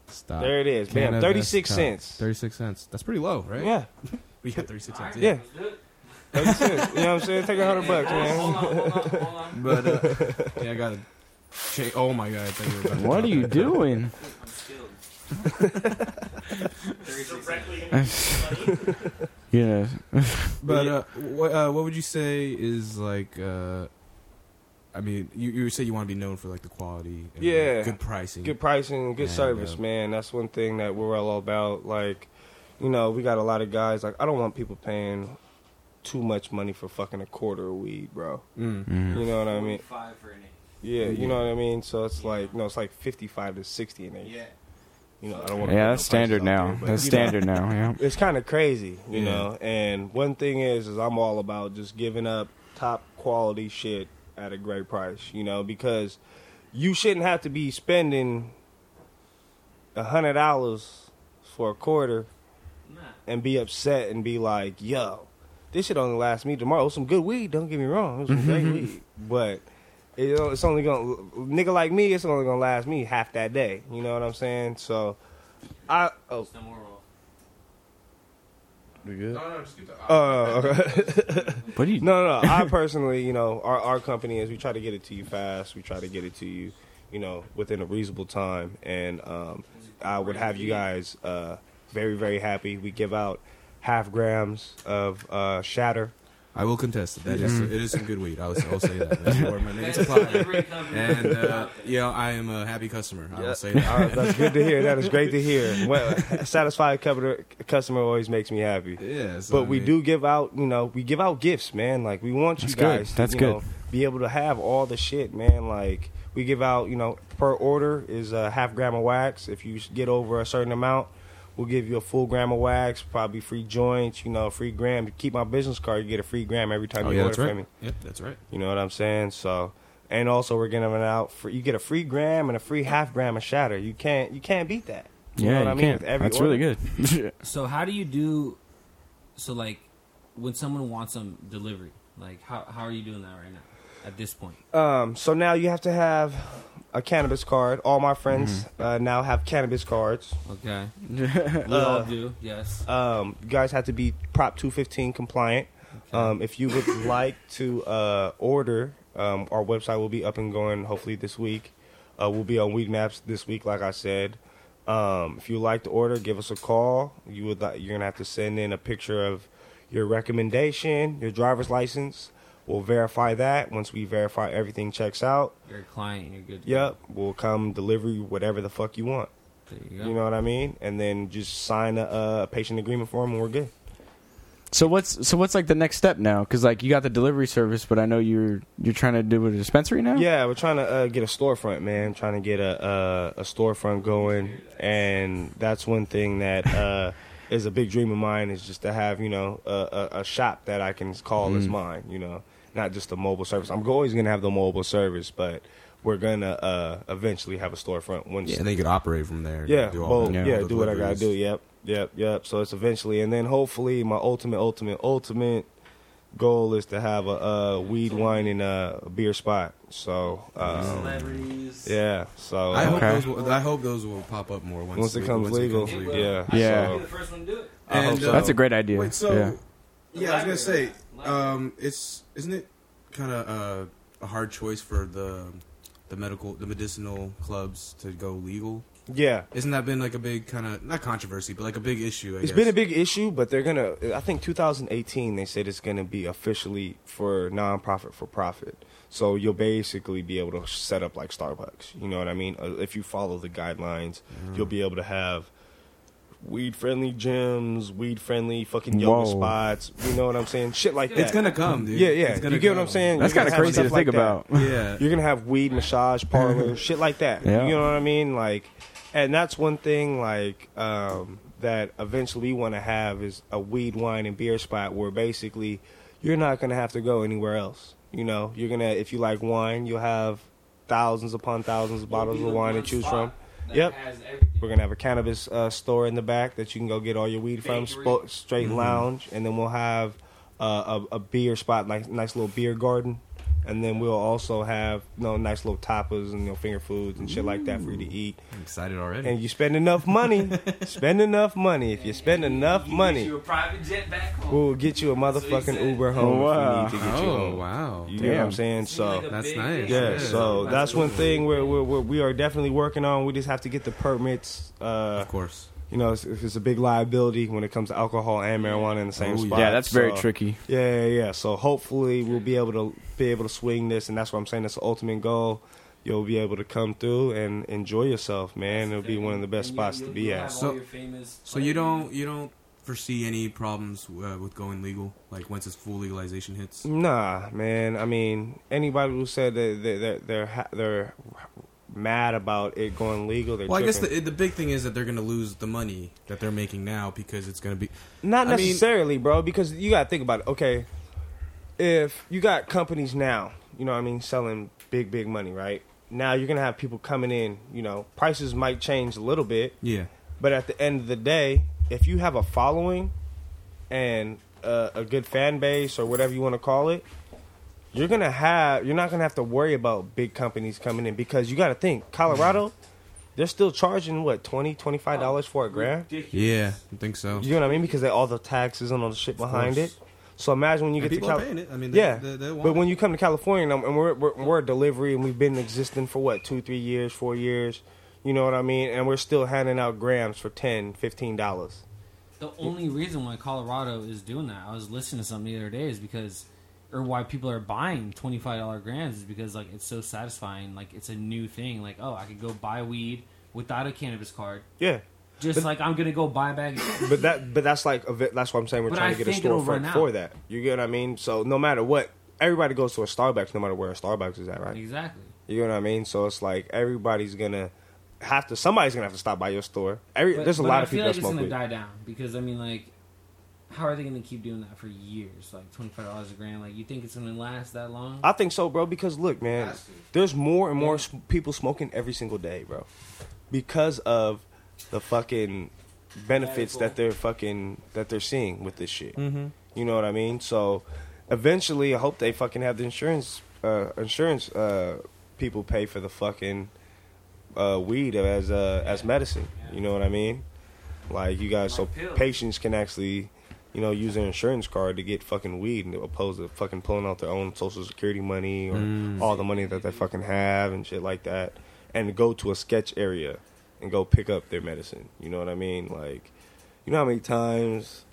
[SPEAKER 1] Stock.
[SPEAKER 3] There it is. Bam,
[SPEAKER 1] Uh, Canavest
[SPEAKER 3] 36
[SPEAKER 1] stock.
[SPEAKER 3] cents.
[SPEAKER 1] 36 cents. That's pretty low, right?
[SPEAKER 3] Yeah,
[SPEAKER 1] We got 36 cents.
[SPEAKER 3] yeah. 30 cents. You know what I'm saying? Take a hundred bucks, man.
[SPEAKER 1] But,
[SPEAKER 3] <laughs>
[SPEAKER 1] uh, yeah, I got to change. Oh, my God. I thought you were about to
[SPEAKER 2] What
[SPEAKER 1] drop
[SPEAKER 2] are
[SPEAKER 3] <laughs>
[SPEAKER 2] you
[SPEAKER 1] it.
[SPEAKER 2] doing? Yeah.
[SPEAKER 1] But uh, what uh, what would you say is like? Uh, I mean, you you say you want to be known for like the quality, and, like,
[SPEAKER 3] Yeah.
[SPEAKER 1] good pricing.
[SPEAKER 3] Good pricing, good
[SPEAKER 1] Yeah,
[SPEAKER 3] service,
[SPEAKER 1] bro.
[SPEAKER 3] man. That's one thing that we're all about. Like, you know, we got a lot of guys. Like, I don't want people paying too much money for fucking a quarter of weed, bro.
[SPEAKER 1] Mm.
[SPEAKER 3] You know what I mean?
[SPEAKER 4] Five for an
[SPEAKER 3] Yeah, you know what I mean. So it's like, no, it's like fifty-five to sixty in
[SPEAKER 4] eight.
[SPEAKER 3] it.
[SPEAKER 4] Yeah.
[SPEAKER 3] You know, I don't want.
[SPEAKER 2] Yeah, that's standard now. That's standard now. Yeah.
[SPEAKER 3] it's kind of crazy, you
[SPEAKER 1] Yeah.
[SPEAKER 3] know. And one thing is, is I'm all about just giving up top quality shit at a great price, you know, because you shouldn't have to be spending a hundred dollars for a quarter and be upset and be like, yo, this shit only last me tomorrow. It was some good weed, don't get me wrong. It was some great weed. But it, it's only gonna, nigga like me, it's only gonna last me half that day. You know what I'm saying? So, I, oh,
[SPEAKER 4] It's no more roll.
[SPEAKER 3] uh, <laughs> okay.
[SPEAKER 2] What do you?
[SPEAKER 3] No, no, no. I personally, you know, our our company is we try to get it to you fast. We try to get it to you, you know, within a reasonable time. And um, I would have you guys uh, very, very happy. We give out half grams of uh, shatter
[SPEAKER 1] I will contest it. That is,
[SPEAKER 3] Mm-hmm.
[SPEAKER 1] it is some good weed. I will, I will say
[SPEAKER 3] <laughs>
[SPEAKER 1] that. That's where my niggas apply. And uh, yeah, I am a happy customer. I will say
[SPEAKER 3] All
[SPEAKER 1] that.
[SPEAKER 3] right, that's good to hear. That is great to hear. Well, a satisfied customer, customer always makes me happy.
[SPEAKER 1] Yeah, so,
[SPEAKER 3] But
[SPEAKER 1] I
[SPEAKER 3] we
[SPEAKER 1] mean,
[SPEAKER 3] do give out, you know, we give out gifts, man. Like we want you
[SPEAKER 2] That's good.
[SPEAKER 3] guys, to,
[SPEAKER 2] That's
[SPEAKER 3] you
[SPEAKER 2] good.
[SPEAKER 3] know, be able to have all the shit, man. Like we give out, you know, per order is a half gram of wax. If you get over a certain amount, we'll give you a full gram of wax, probably free joints, you know, free gram. Keep my business card, you get a free gram every time
[SPEAKER 1] Oh,
[SPEAKER 3] you
[SPEAKER 1] yeah,
[SPEAKER 3] order
[SPEAKER 1] that's
[SPEAKER 3] from me.
[SPEAKER 1] right. Yep, that's right.
[SPEAKER 3] You know what I'm saying? So, and also we're giving it out for you get a free gram and a free half gram of shatter. You can't you can't beat that. You know
[SPEAKER 2] yeah,
[SPEAKER 3] what I
[SPEAKER 2] you
[SPEAKER 3] mean?
[SPEAKER 2] can't.
[SPEAKER 3] With every
[SPEAKER 2] That's
[SPEAKER 3] order.
[SPEAKER 2] really good.
[SPEAKER 4] So how do you do? So like, when someone wants some delivery, like how how are you doing that right now? At this point,
[SPEAKER 3] Um, so now you have to have a cannabis card. All my friends
[SPEAKER 2] Mm-hmm.
[SPEAKER 3] uh, now have cannabis cards. <laughs>
[SPEAKER 4] okay, we
[SPEAKER 3] Uh,
[SPEAKER 4] all do. Yes,
[SPEAKER 3] Um, you guys have to be Prop 215 compliant. Um, if you would like to uh, order, um, our website will be up and going hopefully this week. Uh, we'll be on Weed Maps this week, like I said. Um, if you like to order, give us a call. You would li- you're gonna have to send in a picture of your recommendation, your driver's license. We'll verify that once we verify everything checks out.
[SPEAKER 4] you're a client. You're good. to go.
[SPEAKER 3] Yep, we'll come deliver you whatever the fuck you want.
[SPEAKER 4] There you go.
[SPEAKER 3] You know what I mean? And then just sign a, a patient agreement form, and we're good.
[SPEAKER 2] so what's so what's like the next step now? Because like you got the delivery service, but I know you're you're trying to do a dispensary now.
[SPEAKER 3] Yeah, we're trying to uh, get a storefront, man. Trying to get a uh, a storefront going, and that's one thing that uh, <laughs> is a big dream of mine is just to have you know a, a, a shop that I can call as mine. You know, not just a mobile service. I'm always gonna have the mobile service, but we're gonna uh, eventually have a storefront once
[SPEAKER 1] And they could operate from there. and
[SPEAKER 3] Yeah,
[SPEAKER 1] do all
[SPEAKER 3] well,
[SPEAKER 1] the-
[SPEAKER 3] yeah,
[SPEAKER 1] all the
[SPEAKER 3] do what I gotta
[SPEAKER 1] deliveries.
[SPEAKER 3] do. Yep, yep, yep. So it's eventually, and then hopefully, my ultimate, ultimate, ultimate goal is to have a, uh weed, wine, and uh, a beer spot. So um,
[SPEAKER 6] Celebrities.
[SPEAKER 3] yeah, so uh,
[SPEAKER 1] I hope
[SPEAKER 2] Okay.
[SPEAKER 1] those. Will, I hope those will pop up more once,
[SPEAKER 3] once it
[SPEAKER 1] we-
[SPEAKER 3] comes
[SPEAKER 1] once it
[SPEAKER 3] legal,
[SPEAKER 1] comes
[SPEAKER 3] yeah,
[SPEAKER 4] I
[SPEAKER 2] Yeah.
[SPEAKER 4] shall
[SPEAKER 3] so-
[SPEAKER 4] be the first one to do it.
[SPEAKER 3] I hope
[SPEAKER 1] And,
[SPEAKER 3] so.
[SPEAKER 1] uh,
[SPEAKER 2] that's a great idea.
[SPEAKER 1] Wait, so
[SPEAKER 2] yeah.
[SPEAKER 1] yeah. I was gonna say, um, it's isn't it kind of uh, a hard choice for the the medical, the medicinal clubs to go legal?
[SPEAKER 3] yeah.
[SPEAKER 1] Isn't that been like a big kind of not controversy, but like a big issue? I
[SPEAKER 3] It's
[SPEAKER 1] guess.
[SPEAKER 3] been a big issue, but they're gonna. I think 2018, they said it's gonna be officially for nonprofit for profit. So you'll basically be able to set up like Starbucks. You know what I mean? Uh, If you follow the guidelines, you'll be able to have weed friendly gyms, weed friendly fucking yoga
[SPEAKER 2] Whoa.
[SPEAKER 3] spots. You know what I'm saying? Shit like that.
[SPEAKER 1] It's gonna come, dude.
[SPEAKER 3] Yeah, yeah.
[SPEAKER 1] It's gonna
[SPEAKER 3] You get
[SPEAKER 1] come.
[SPEAKER 3] what I'm saying?
[SPEAKER 2] That's
[SPEAKER 3] You're
[SPEAKER 2] kind
[SPEAKER 3] gonna
[SPEAKER 2] of
[SPEAKER 3] have
[SPEAKER 2] crazy
[SPEAKER 3] stuff
[SPEAKER 2] to think
[SPEAKER 3] like that.
[SPEAKER 2] about.
[SPEAKER 1] <laughs> Yeah.
[SPEAKER 3] You're gonna have weed massage parlors, shit like that.
[SPEAKER 2] Yeah.
[SPEAKER 3] You know what I mean? Like, and that's one thing like um, that eventually we want to have is a weed, wine, and beer spot where basically you're not gonna have to go anywhere else. You know, you're gonna if you like wine, you'll have thousands upon thousands of bottles
[SPEAKER 4] Be
[SPEAKER 3] of
[SPEAKER 4] the
[SPEAKER 3] wine to
[SPEAKER 4] one
[SPEAKER 3] choose from.
[SPEAKER 4] spot that
[SPEAKER 3] Yep.
[SPEAKER 4] has everything.
[SPEAKER 3] We're gonna have a cannabis uh, store in the back that you can go get all your weed from,
[SPEAKER 4] Bakery.
[SPEAKER 3] spo- straight lounge, and then we'll have uh, a, a beer spot, like nice little beer garden, and then we'll also have you know nice little tapas and you know, finger foods and shit like that for you to eat.
[SPEAKER 1] I'm excited already.
[SPEAKER 3] And you spend enough money, spend enough money. If you spend enough
[SPEAKER 6] You Get
[SPEAKER 3] money,
[SPEAKER 6] you a private jet back home.
[SPEAKER 3] we'll get you a
[SPEAKER 6] So he
[SPEAKER 3] motherfucking
[SPEAKER 6] said-
[SPEAKER 3] Uber home
[SPEAKER 2] Wow.
[SPEAKER 3] if we need to get you
[SPEAKER 1] oh
[SPEAKER 3] home.
[SPEAKER 1] wow.
[SPEAKER 3] You know what I'm
[SPEAKER 2] Damn.
[SPEAKER 3] saying?
[SPEAKER 4] Seems like
[SPEAKER 3] So
[SPEAKER 4] a
[SPEAKER 1] That's
[SPEAKER 4] big
[SPEAKER 1] nice.
[SPEAKER 4] issue.
[SPEAKER 3] yeah,
[SPEAKER 1] Yeah.
[SPEAKER 3] so that's one thing where we're, we're, we are definitely working on. We just have to get the permits. Uh,
[SPEAKER 1] Of course.
[SPEAKER 3] you know, it's, it's a big liability when it comes to alcohol and marijuana in the same
[SPEAKER 1] Oh, yeah.
[SPEAKER 3] spot.
[SPEAKER 2] Yeah, that's very
[SPEAKER 3] So,
[SPEAKER 2] tricky.
[SPEAKER 3] Yeah, yeah, yeah. So hopefully we'll be able to be able to swing this, and that's what I'm saying. That's the ultimate goal. You'll be able to come through and enjoy yourself, man. It'll be one of the best
[SPEAKER 4] And
[SPEAKER 3] spots
[SPEAKER 4] you'll-
[SPEAKER 3] to
[SPEAKER 4] you'll
[SPEAKER 3] be
[SPEAKER 4] have all
[SPEAKER 3] at.
[SPEAKER 1] So-
[SPEAKER 4] your famous
[SPEAKER 1] So you don't you don't foresee any problems uh, with going legal? Like once it's full legalization hits.
[SPEAKER 3] Mm, Nah, man. I mean, anybody who said that they- they're they're ha- they're mad about it going legal, they're
[SPEAKER 1] Well, I guess
[SPEAKER 3] tripping.
[SPEAKER 1] the the big thing is that they're gonna lose the money that they're making now because it's gonna be
[SPEAKER 3] Not
[SPEAKER 1] I mean-
[SPEAKER 3] necessarily, bro, because you gotta think about it. Okay, if you got companies now, you know what I mean, selling big, big money, right? Now you're gonna have people coming in, you know, prices might change a little bit,
[SPEAKER 1] yeah.
[SPEAKER 3] but at the end of the day, if you have a following and uh, a good fan base or whatever you wanna call it, you're gonna have you're not gonna have to worry about big companies coming in because you gotta think, Colorado, they're still charging what, 20 dollars for a gram?
[SPEAKER 1] Yeah, I think so.
[SPEAKER 3] You know what I mean? Because they, all the taxes and all the shit behind it. So imagine when you
[SPEAKER 1] And
[SPEAKER 3] get to
[SPEAKER 1] people are paying
[SPEAKER 3] California.
[SPEAKER 1] it. I mean, they,
[SPEAKER 3] Yeah,
[SPEAKER 1] they, they want
[SPEAKER 3] but
[SPEAKER 1] it.
[SPEAKER 3] when you come to California and, and we're, we're we're a delivery and we've been existing for what two, three years, four years, you know what I mean? And we're still handing out grams for ten, fifteen dollars.
[SPEAKER 4] the only reason why Colorado is doing that, I was listening to something the other day, is because, or why people are buying twenty five dollar grams is because like it's so satisfying. Like it's a new thing. Like oh, I could go buy weed without a cannabis card.
[SPEAKER 3] Yeah,
[SPEAKER 4] Just
[SPEAKER 3] But-
[SPEAKER 4] like I'm gonna go buy a bag. of-
[SPEAKER 3] but that but that's like a, vi- that's what I'm saying. We're
[SPEAKER 4] But
[SPEAKER 3] trying
[SPEAKER 4] I
[SPEAKER 3] to get a
[SPEAKER 4] think it'll run
[SPEAKER 3] storefront
[SPEAKER 4] out.
[SPEAKER 3] for that. You get what I mean? So no matter what, everybody goes to a Starbucks, no matter where a Starbucks is at, right?
[SPEAKER 4] exactly.
[SPEAKER 3] You know what I mean? So it's like everybody's gonna have to. Somebody's gonna have to stop by your store. Every
[SPEAKER 4] But-
[SPEAKER 3] there's a
[SPEAKER 4] but
[SPEAKER 3] lot
[SPEAKER 4] I
[SPEAKER 3] of people
[SPEAKER 4] feel like
[SPEAKER 3] that
[SPEAKER 4] it's
[SPEAKER 3] smoke
[SPEAKER 4] gonna
[SPEAKER 3] weed.
[SPEAKER 4] die down because I mean like. How are they going to keep doing that for years? Like twenty five dollars a gram? Like you think it's going to last that long?
[SPEAKER 3] I think so, bro. Because look, man,
[SPEAKER 4] Has to.
[SPEAKER 3] there's more and more
[SPEAKER 4] Yeah.
[SPEAKER 3] sm- people smoking every single day, bro, because of the fucking benefits that they're fucking that they're seeing with this shit. Mm-hmm. You know what I mean? So eventually, I hope they fucking have the insurance uh, insurance uh, people pay for the fucking uh, weed as uh, as medicine. You know what I mean? Like you guys, so
[SPEAKER 4] Like pills.
[SPEAKER 3] patients can actually, you know, use their insurance card to get fucking weed, and opposed to fucking pulling out their own social security money or
[SPEAKER 2] Mm.
[SPEAKER 3] all the money that they fucking have and shit like that, and go to a sketch area and go pick up their medicine. You know what I mean? Like, you know how many times.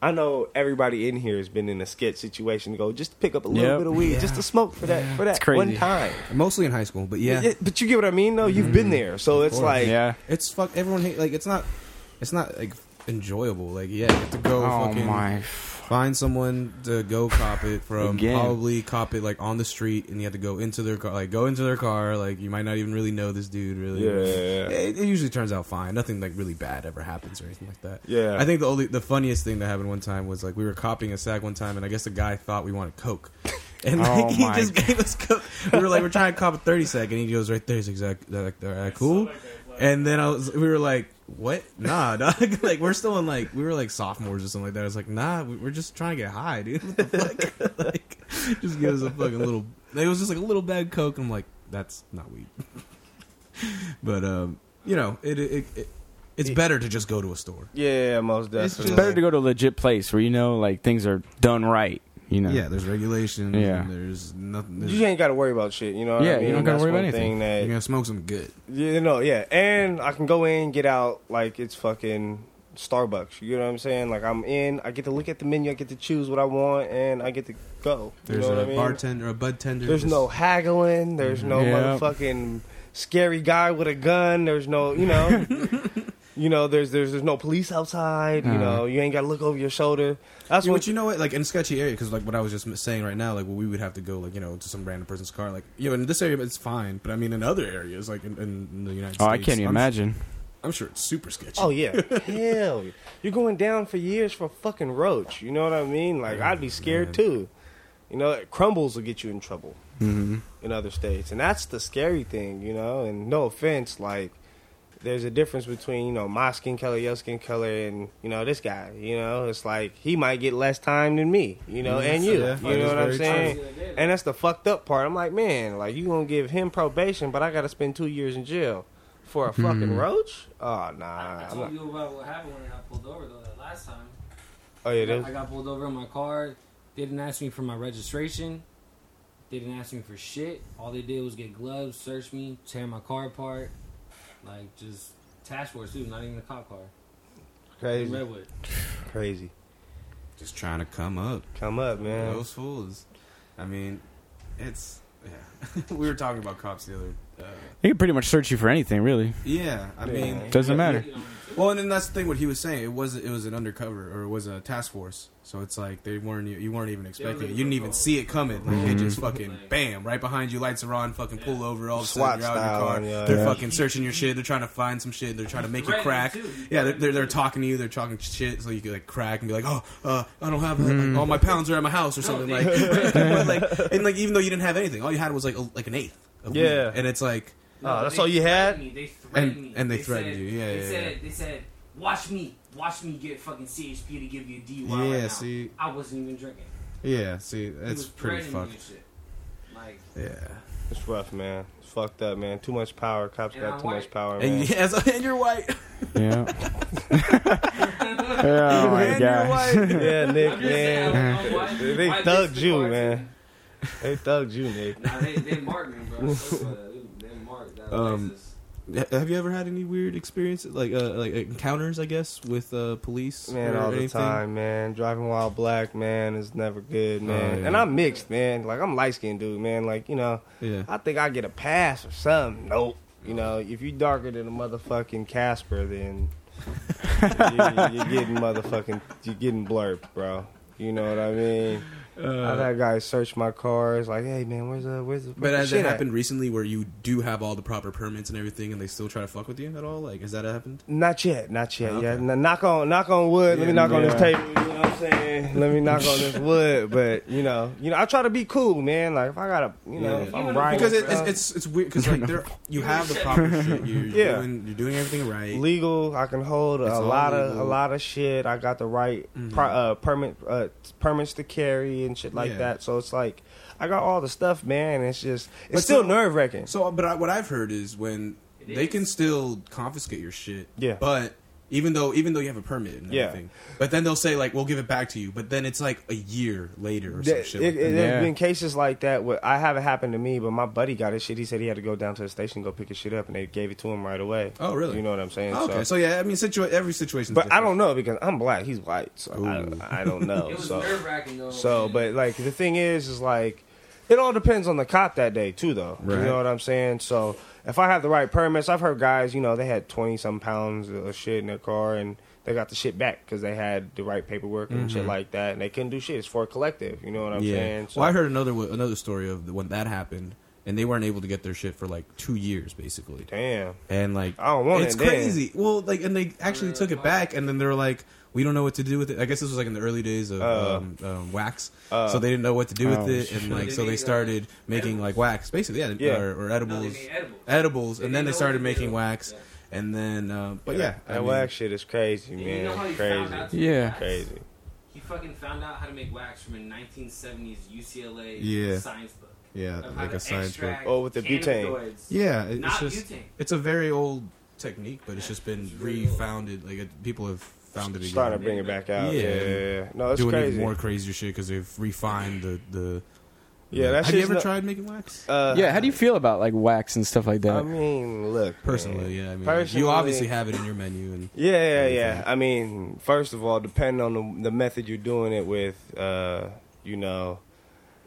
[SPEAKER 3] I know everybody in here has been in a sketch situation to go just pick up a little
[SPEAKER 2] Yep.
[SPEAKER 3] bit of weed, just to smoke for that for that
[SPEAKER 2] crazy.
[SPEAKER 3] one time.
[SPEAKER 1] Mostly in high school, but yeah,
[SPEAKER 3] Yeah, but you get what I mean, though. You've been there, so it's
[SPEAKER 1] course.
[SPEAKER 3] like
[SPEAKER 2] Mm-hmm. yeah.
[SPEAKER 1] it's fuck. Everyone hate like it's not. It's not like enjoyable. Like yeah, you have to go.
[SPEAKER 2] Oh
[SPEAKER 1] fucking,
[SPEAKER 2] my.
[SPEAKER 1] Find someone to go cop it from
[SPEAKER 2] Again.
[SPEAKER 1] probably cop it like on the street, and you have to go into their car. Like go into their car. Like you might not even really know this dude. Really,
[SPEAKER 3] Yeah, yeah, yeah.
[SPEAKER 1] It, it usually turns out fine. Nothing like really bad ever happens or anything like that.
[SPEAKER 3] Yeah.
[SPEAKER 1] I think the only the funniest thing that happened one time was like we were copying a sack one time, and I guess the guy thought we wanted coke. <laughs> And like,
[SPEAKER 2] Oh,
[SPEAKER 1] he
[SPEAKER 2] my
[SPEAKER 1] just gave us coke. We were like, we're trying to cop a thirty sack, and he goes right there's exact like, all right, cool. And then I was, we were like, what? Nah, <laughs> dog. like we're still in like we were like sophomores or something like that. I was like, nah, we- we're just trying to get high, dude. <laughs> What the fuck? like, just give us a fucking little. It was just like a little bag of coke. And I'm like, that's not weed. <laughs> but um, you know, it it, it it's better to just go to a store.
[SPEAKER 3] yeah, most definitely.
[SPEAKER 1] It's just-
[SPEAKER 2] It's better to go to a legit place where you know like things are done right. You know.
[SPEAKER 1] Yeah, there's regulations.
[SPEAKER 2] Yeah.
[SPEAKER 1] and there's nothing. There's,
[SPEAKER 3] You ain't got to worry about shit. You know. What
[SPEAKER 2] Yeah,
[SPEAKER 3] I mean?
[SPEAKER 2] you don't gotta
[SPEAKER 3] That's
[SPEAKER 2] worry about
[SPEAKER 3] one
[SPEAKER 2] anything.
[SPEAKER 1] you're
[SPEAKER 3] Thing that,
[SPEAKER 1] gonna smoke some good.
[SPEAKER 3] you know, yeah, and I can go in, get out like it's fucking Starbucks. You know what I'm saying? Like I'm in, I get to look at the menu, I get to choose what I want, and I get to go. You
[SPEAKER 1] There's
[SPEAKER 3] know
[SPEAKER 1] a
[SPEAKER 3] what I mean?
[SPEAKER 1] bartender, a bud tender.
[SPEAKER 3] There's
[SPEAKER 1] just-
[SPEAKER 3] no haggling. There's no
[SPEAKER 2] Yeah.
[SPEAKER 3] motherfucking scary guy with a gun. There's no, you know, you know. There's there's there's no police outside. You
[SPEAKER 2] Uh.
[SPEAKER 3] know, you ain't got to look over your shoulder. That's
[SPEAKER 1] Yeah,
[SPEAKER 3] what
[SPEAKER 1] but you know what? Like in sketchy area, because like what I was just saying right now, like we would have to go like you know to some random person's car. Like you know in this area it's fine, but I mean in other areas like in, in the United
[SPEAKER 2] Oh,
[SPEAKER 1] States,
[SPEAKER 2] I can't even
[SPEAKER 1] I'm-
[SPEAKER 2] imagine.
[SPEAKER 1] I'm sure it's super sketchy.
[SPEAKER 3] Oh yeah,
[SPEAKER 1] <laughs>
[SPEAKER 3] hell, you're going down for years for a fucking roach. You know what I mean? Like I'd be scared
[SPEAKER 1] man.
[SPEAKER 3] too. You know, crumbles will get you in trouble
[SPEAKER 1] Mm-hmm.
[SPEAKER 2] Mhm.
[SPEAKER 3] in other states, and that's the scary thing. You know, and no offense, like there's a difference between you know my skin color, your skin color, and you know this guy. You know, it's like he might get less time than me. You know, and you.
[SPEAKER 1] Mm-hmm. Yeah,
[SPEAKER 3] you
[SPEAKER 1] that
[SPEAKER 3] know
[SPEAKER 1] is
[SPEAKER 3] what I'm
[SPEAKER 1] very
[SPEAKER 3] saying?
[SPEAKER 4] true.
[SPEAKER 3] And that's the fucked up part. I'm like, man, like you gonna give him probation, but I gotta spend two years in jail. For a fucking
[SPEAKER 1] Hmm.
[SPEAKER 3] roach? Oh nah.
[SPEAKER 4] I
[SPEAKER 3] I'm not-
[SPEAKER 4] told you about what happened when I got pulled over though that last time.
[SPEAKER 3] Oh yeah,
[SPEAKER 4] I
[SPEAKER 3] that-
[SPEAKER 4] got- I got pulled over in my car. They didn't ask me for my registration. They didn't ask me for shit. All they did was get gloves, search me, tear my car apart. Like just task force too, not even a cop car. In
[SPEAKER 3] Crazy,
[SPEAKER 4] Redwood.
[SPEAKER 3] crazy.
[SPEAKER 1] Just trying to come up.
[SPEAKER 3] Come up, man.
[SPEAKER 1] Those fools. I mean, it's yeah. <laughs> we were talking about cops the other. Uh,
[SPEAKER 2] They can pretty much search you for anything, really.
[SPEAKER 1] yeah, I mean,
[SPEAKER 2] Doesn't matter.
[SPEAKER 4] You know,
[SPEAKER 1] well, and then that's the thing. What he was saying, it was it was an undercover or it was a task force. So it's like they weren't you weren't even expecting it. You didn't even see it coming. Like
[SPEAKER 3] Mm-hmm.
[SPEAKER 1] they just fucking bam right behind you. Lights are on. Fucking pull over. All of a
[SPEAKER 3] SWAT
[SPEAKER 1] sudden you're out in your
[SPEAKER 3] style,
[SPEAKER 1] car.
[SPEAKER 3] yeah,
[SPEAKER 1] they're
[SPEAKER 3] yeah.
[SPEAKER 1] fucking searching your shit. They're trying to find some shit. They're trying to make you crack.
[SPEAKER 4] Threatening, too.
[SPEAKER 1] Yeah, they're, they're they're talking to you. They're talking shit so you can like crack and be like, oh, uh, I don't have
[SPEAKER 3] Mm.
[SPEAKER 1] like, all my pounds are at my house or something like. <laughs>
[SPEAKER 4] <laughs>
[SPEAKER 1] but, like and like even though you didn't have anything, all you had was like a, like an eighth. Of
[SPEAKER 3] Yeah.
[SPEAKER 1] weed. and it's like.
[SPEAKER 3] Oh, that's
[SPEAKER 4] they
[SPEAKER 3] all you had?
[SPEAKER 4] threatened me. They threatened
[SPEAKER 1] And-
[SPEAKER 4] me.
[SPEAKER 1] and they threatened
[SPEAKER 4] said-
[SPEAKER 1] you. Yeah,
[SPEAKER 4] they
[SPEAKER 1] yeah,
[SPEAKER 4] said,
[SPEAKER 1] yeah.
[SPEAKER 4] They said, "Watch me, watch me get fucking CHP to give you a DUI."
[SPEAKER 1] Yeah,
[SPEAKER 4] right now."
[SPEAKER 1] see.
[SPEAKER 4] I wasn't even drinking.
[SPEAKER 1] Yeah, see,
[SPEAKER 4] He
[SPEAKER 1] it's
[SPEAKER 4] was
[SPEAKER 1] pretty
[SPEAKER 4] threatening me
[SPEAKER 1] fucked.
[SPEAKER 4] and shit. Like,
[SPEAKER 1] Yeah.
[SPEAKER 3] it's rough, man. It's fucked up, man. Too much power. Cops
[SPEAKER 4] And
[SPEAKER 3] got
[SPEAKER 4] I'm
[SPEAKER 3] too much
[SPEAKER 4] white.
[SPEAKER 3] power,
[SPEAKER 1] <laughs>
[SPEAKER 3] man.
[SPEAKER 1] And, yes, and you're white.
[SPEAKER 2] Yeah. oh my
[SPEAKER 1] and you're
[SPEAKER 2] god.
[SPEAKER 1] white.
[SPEAKER 3] <laughs> yeah, Nick,
[SPEAKER 4] I'm just
[SPEAKER 1] <laughs>
[SPEAKER 4] saying,
[SPEAKER 3] man.
[SPEAKER 4] I don't know why-
[SPEAKER 3] They
[SPEAKER 4] why this
[SPEAKER 3] thugged you,
[SPEAKER 4] department-
[SPEAKER 3] man. They thugged you, Nick.
[SPEAKER 4] Nah, uh, they, they marked me, bro. That's what- they marked that
[SPEAKER 1] Um,
[SPEAKER 4] racist.
[SPEAKER 1] Ha- Have you ever had any weird experiences, like uh, like encounters, I guess, with uh, police?
[SPEAKER 3] Man,
[SPEAKER 1] or
[SPEAKER 3] all the
[SPEAKER 1] anything?
[SPEAKER 3] time, man. Driving while black, man, is never good, man.
[SPEAKER 1] Oh, yeah.
[SPEAKER 3] And I'm mixed, man. Like I'm light skinned dude, man. Like, you know,
[SPEAKER 1] Yeah.
[SPEAKER 3] I think I get a pass or something. Nope. You know, if you darker than a motherfucking
[SPEAKER 1] <laughs>
[SPEAKER 3] Casper, then you, you're getting motherfucking, you're getting blurred, bro. You know what I mean? I've had guys search my cars, like, hey man, where's the, where's
[SPEAKER 1] Uh,
[SPEAKER 3] the, where's
[SPEAKER 1] But
[SPEAKER 3] the
[SPEAKER 1] has
[SPEAKER 3] shit
[SPEAKER 1] it
[SPEAKER 3] at?
[SPEAKER 1] happened recently where you do have all the proper permits and everything, and they still try to fuck with you at all? Like, has that happened?
[SPEAKER 3] Not yet, not yet.
[SPEAKER 1] Okay.
[SPEAKER 3] Yeah, N- knock on, knock on wood. Let me knock on this
[SPEAKER 5] yeah.
[SPEAKER 3] table. You know what I'm saying? Let me knock on this wood. But you know, you know, I try to be cool, man. Like if I gotta, you know,
[SPEAKER 1] Yeah.
[SPEAKER 3] if I'm right,
[SPEAKER 1] Because it, it's, it's it's weird because like <laughs> there you have the proper shit. You're, you're
[SPEAKER 3] Yeah.
[SPEAKER 1] doing, you're doing everything right.
[SPEAKER 3] legal. I can hold
[SPEAKER 1] It's Mm-hmm.
[SPEAKER 3] a
[SPEAKER 1] all
[SPEAKER 3] lot of
[SPEAKER 1] legal.
[SPEAKER 3] a lot of shit. I got the right pro, uh, permit uh, permits to carry and shit like
[SPEAKER 1] Yeah.
[SPEAKER 3] that. So it's like I got all the stuff, man. It's just it's
[SPEAKER 1] But
[SPEAKER 3] still
[SPEAKER 1] so-
[SPEAKER 3] nerve wracking.
[SPEAKER 1] So, uh, but I, what I've heard is when they can still confiscate your shit.
[SPEAKER 3] Yeah.
[SPEAKER 1] But even though even though you have a permit and
[SPEAKER 3] Yeah.
[SPEAKER 1] everything, but then they'll say like we'll give it back to you. But then it's like a year later or
[SPEAKER 3] Yeah,
[SPEAKER 1] some
[SPEAKER 3] it,
[SPEAKER 1] shit. like that.
[SPEAKER 3] it-
[SPEAKER 2] Yeah.
[SPEAKER 3] There's been cases like that. Where I haven't happened to me, but my buddy got his shit. He said he had to go down to the station go pick his shit up, and they gave it to him right away.
[SPEAKER 1] Oh, really?
[SPEAKER 3] You know what I'm saying?
[SPEAKER 1] okay. So, yeah, I mean, situa- every situation.
[SPEAKER 3] but I don't know because I'm black. He's white, so I, I don't know.
[SPEAKER 4] <laughs> It was
[SPEAKER 3] so,
[SPEAKER 4] nerve wracking though.
[SPEAKER 3] so, but like the thing is, is like it all depends on the cop that day too, though.
[SPEAKER 1] Right.
[SPEAKER 3] You know what I'm saying? So if I have the right permits, I've heard guys, you know, they had twenty some pounds of shit in their car and. They got the shit back because they had the right paperwork and shit like that, and they couldn't do shit. It's for a collective, you know what I'm
[SPEAKER 1] Mm-hmm. yeah.
[SPEAKER 3] saying?
[SPEAKER 1] well, I heard another wa- another story of when that happened, and they weren't able to get their shit for like two years, basically.
[SPEAKER 3] damn.
[SPEAKER 1] And like,
[SPEAKER 3] I don't want
[SPEAKER 1] it's
[SPEAKER 3] it then.
[SPEAKER 1] crazy. Well, like, and they actually took it back, and then they were like, "We don't know what to do with it." I guess this was like in the early days of
[SPEAKER 3] Uh,
[SPEAKER 1] um, um, wax,
[SPEAKER 3] uh,
[SPEAKER 1] so they didn't know what to do with
[SPEAKER 2] oh,
[SPEAKER 1] it, and like, so they
[SPEAKER 4] made, uh,
[SPEAKER 1] started making like wax, basically, yeah,
[SPEAKER 3] Yeah.
[SPEAKER 1] Or, or edibles,
[SPEAKER 4] made edibles.
[SPEAKER 1] edibles,
[SPEAKER 4] They
[SPEAKER 1] and then
[SPEAKER 4] didn't
[SPEAKER 1] they
[SPEAKER 4] know
[SPEAKER 1] started
[SPEAKER 4] what to do.
[SPEAKER 1] making wax, and then, uh, but yeah, I
[SPEAKER 3] that
[SPEAKER 1] mean,
[SPEAKER 3] wax shit is crazy,
[SPEAKER 4] you know how
[SPEAKER 3] man.
[SPEAKER 4] he found
[SPEAKER 3] Crazy,
[SPEAKER 4] out to
[SPEAKER 2] Yeah.
[SPEAKER 4] make wax?
[SPEAKER 3] crazy.
[SPEAKER 4] He fucking found out how to make wax from a 1970s UCLA
[SPEAKER 1] Yeah.
[SPEAKER 4] science book.
[SPEAKER 1] yeah,
[SPEAKER 4] Of how
[SPEAKER 1] like
[SPEAKER 4] to
[SPEAKER 1] a science book.
[SPEAKER 4] extract
[SPEAKER 3] Oh, with the butane.
[SPEAKER 4] cannabinoids.
[SPEAKER 1] Yeah, it- it's
[SPEAKER 4] Not
[SPEAKER 1] just
[SPEAKER 4] butane.
[SPEAKER 1] it's a very old technique, but it's just been
[SPEAKER 4] It's really old.
[SPEAKER 1] refounded. Like it, people have found it again.
[SPEAKER 3] Starting to bring it back out.
[SPEAKER 1] Yeah.
[SPEAKER 3] Yeah, yeah, yeah. no, it's
[SPEAKER 1] doing
[SPEAKER 3] crazy.
[SPEAKER 1] even more crazier shit because they've refined the the.
[SPEAKER 3] Yeah, that
[SPEAKER 1] that's. Have you
[SPEAKER 3] shit's
[SPEAKER 1] ever
[SPEAKER 3] not-
[SPEAKER 1] tried making wax?
[SPEAKER 3] Uh,
[SPEAKER 2] <laughs> yeah, how do you feel about like wax and stuff like that?
[SPEAKER 3] I mean, look,
[SPEAKER 1] Personally,
[SPEAKER 3] man.
[SPEAKER 1] yeah. I mean,
[SPEAKER 3] Personally-
[SPEAKER 1] you obviously have it in your menu, and
[SPEAKER 3] Yeah, yeah,
[SPEAKER 1] Everything.
[SPEAKER 3] yeah. I mean, first of all, depending on the, the method you're doing it with, uh, you know,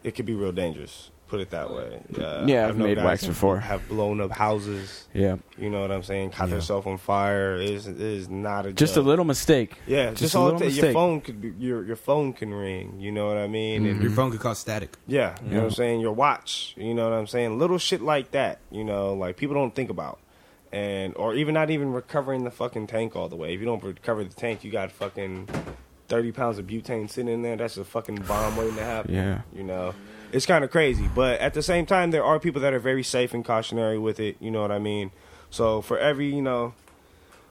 [SPEAKER 3] it could be real dangerous. Put it that way. Uh,
[SPEAKER 2] Yeah, I've
[SPEAKER 3] known
[SPEAKER 2] made
[SPEAKER 3] guys
[SPEAKER 2] wax
[SPEAKER 3] who
[SPEAKER 2] before.
[SPEAKER 3] Have blown up houses.
[SPEAKER 2] yeah,
[SPEAKER 3] You know what I'm saying? Caught
[SPEAKER 1] Yeah.
[SPEAKER 3] themselves on fire. It is it is not a
[SPEAKER 2] just
[SPEAKER 3] joke.
[SPEAKER 2] a little mistake.
[SPEAKER 3] Yeah,
[SPEAKER 2] just
[SPEAKER 3] just,
[SPEAKER 2] a
[SPEAKER 3] all
[SPEAKER 2] little
[SPEAKER 3] it takes-
[SPEAKER 2] mistake. Mm-hmm.
[SPEAKER 3] your phone could be, your your phone can ring. You know what I mean? And
[SPEAKER 1] your phone could cause static.
[SPEAKER 3] Yeah, you know what I'm saying? Your watch, you know what I'm saying? Little shit like that, you know, like people don't think about. And or even not even recovering the fucking tank all the way. If you don't recover the tank, you got fucking 30 pounds of butane sitting in there. That's a fucking bomb waiting to happen.
[SPEAKER 2] Yeah.
[SPEAKER 3] You know, it's kind of crazy. But at the same time, there are people that are very safe and cautionary with it. You know what I mean? So for every, you know,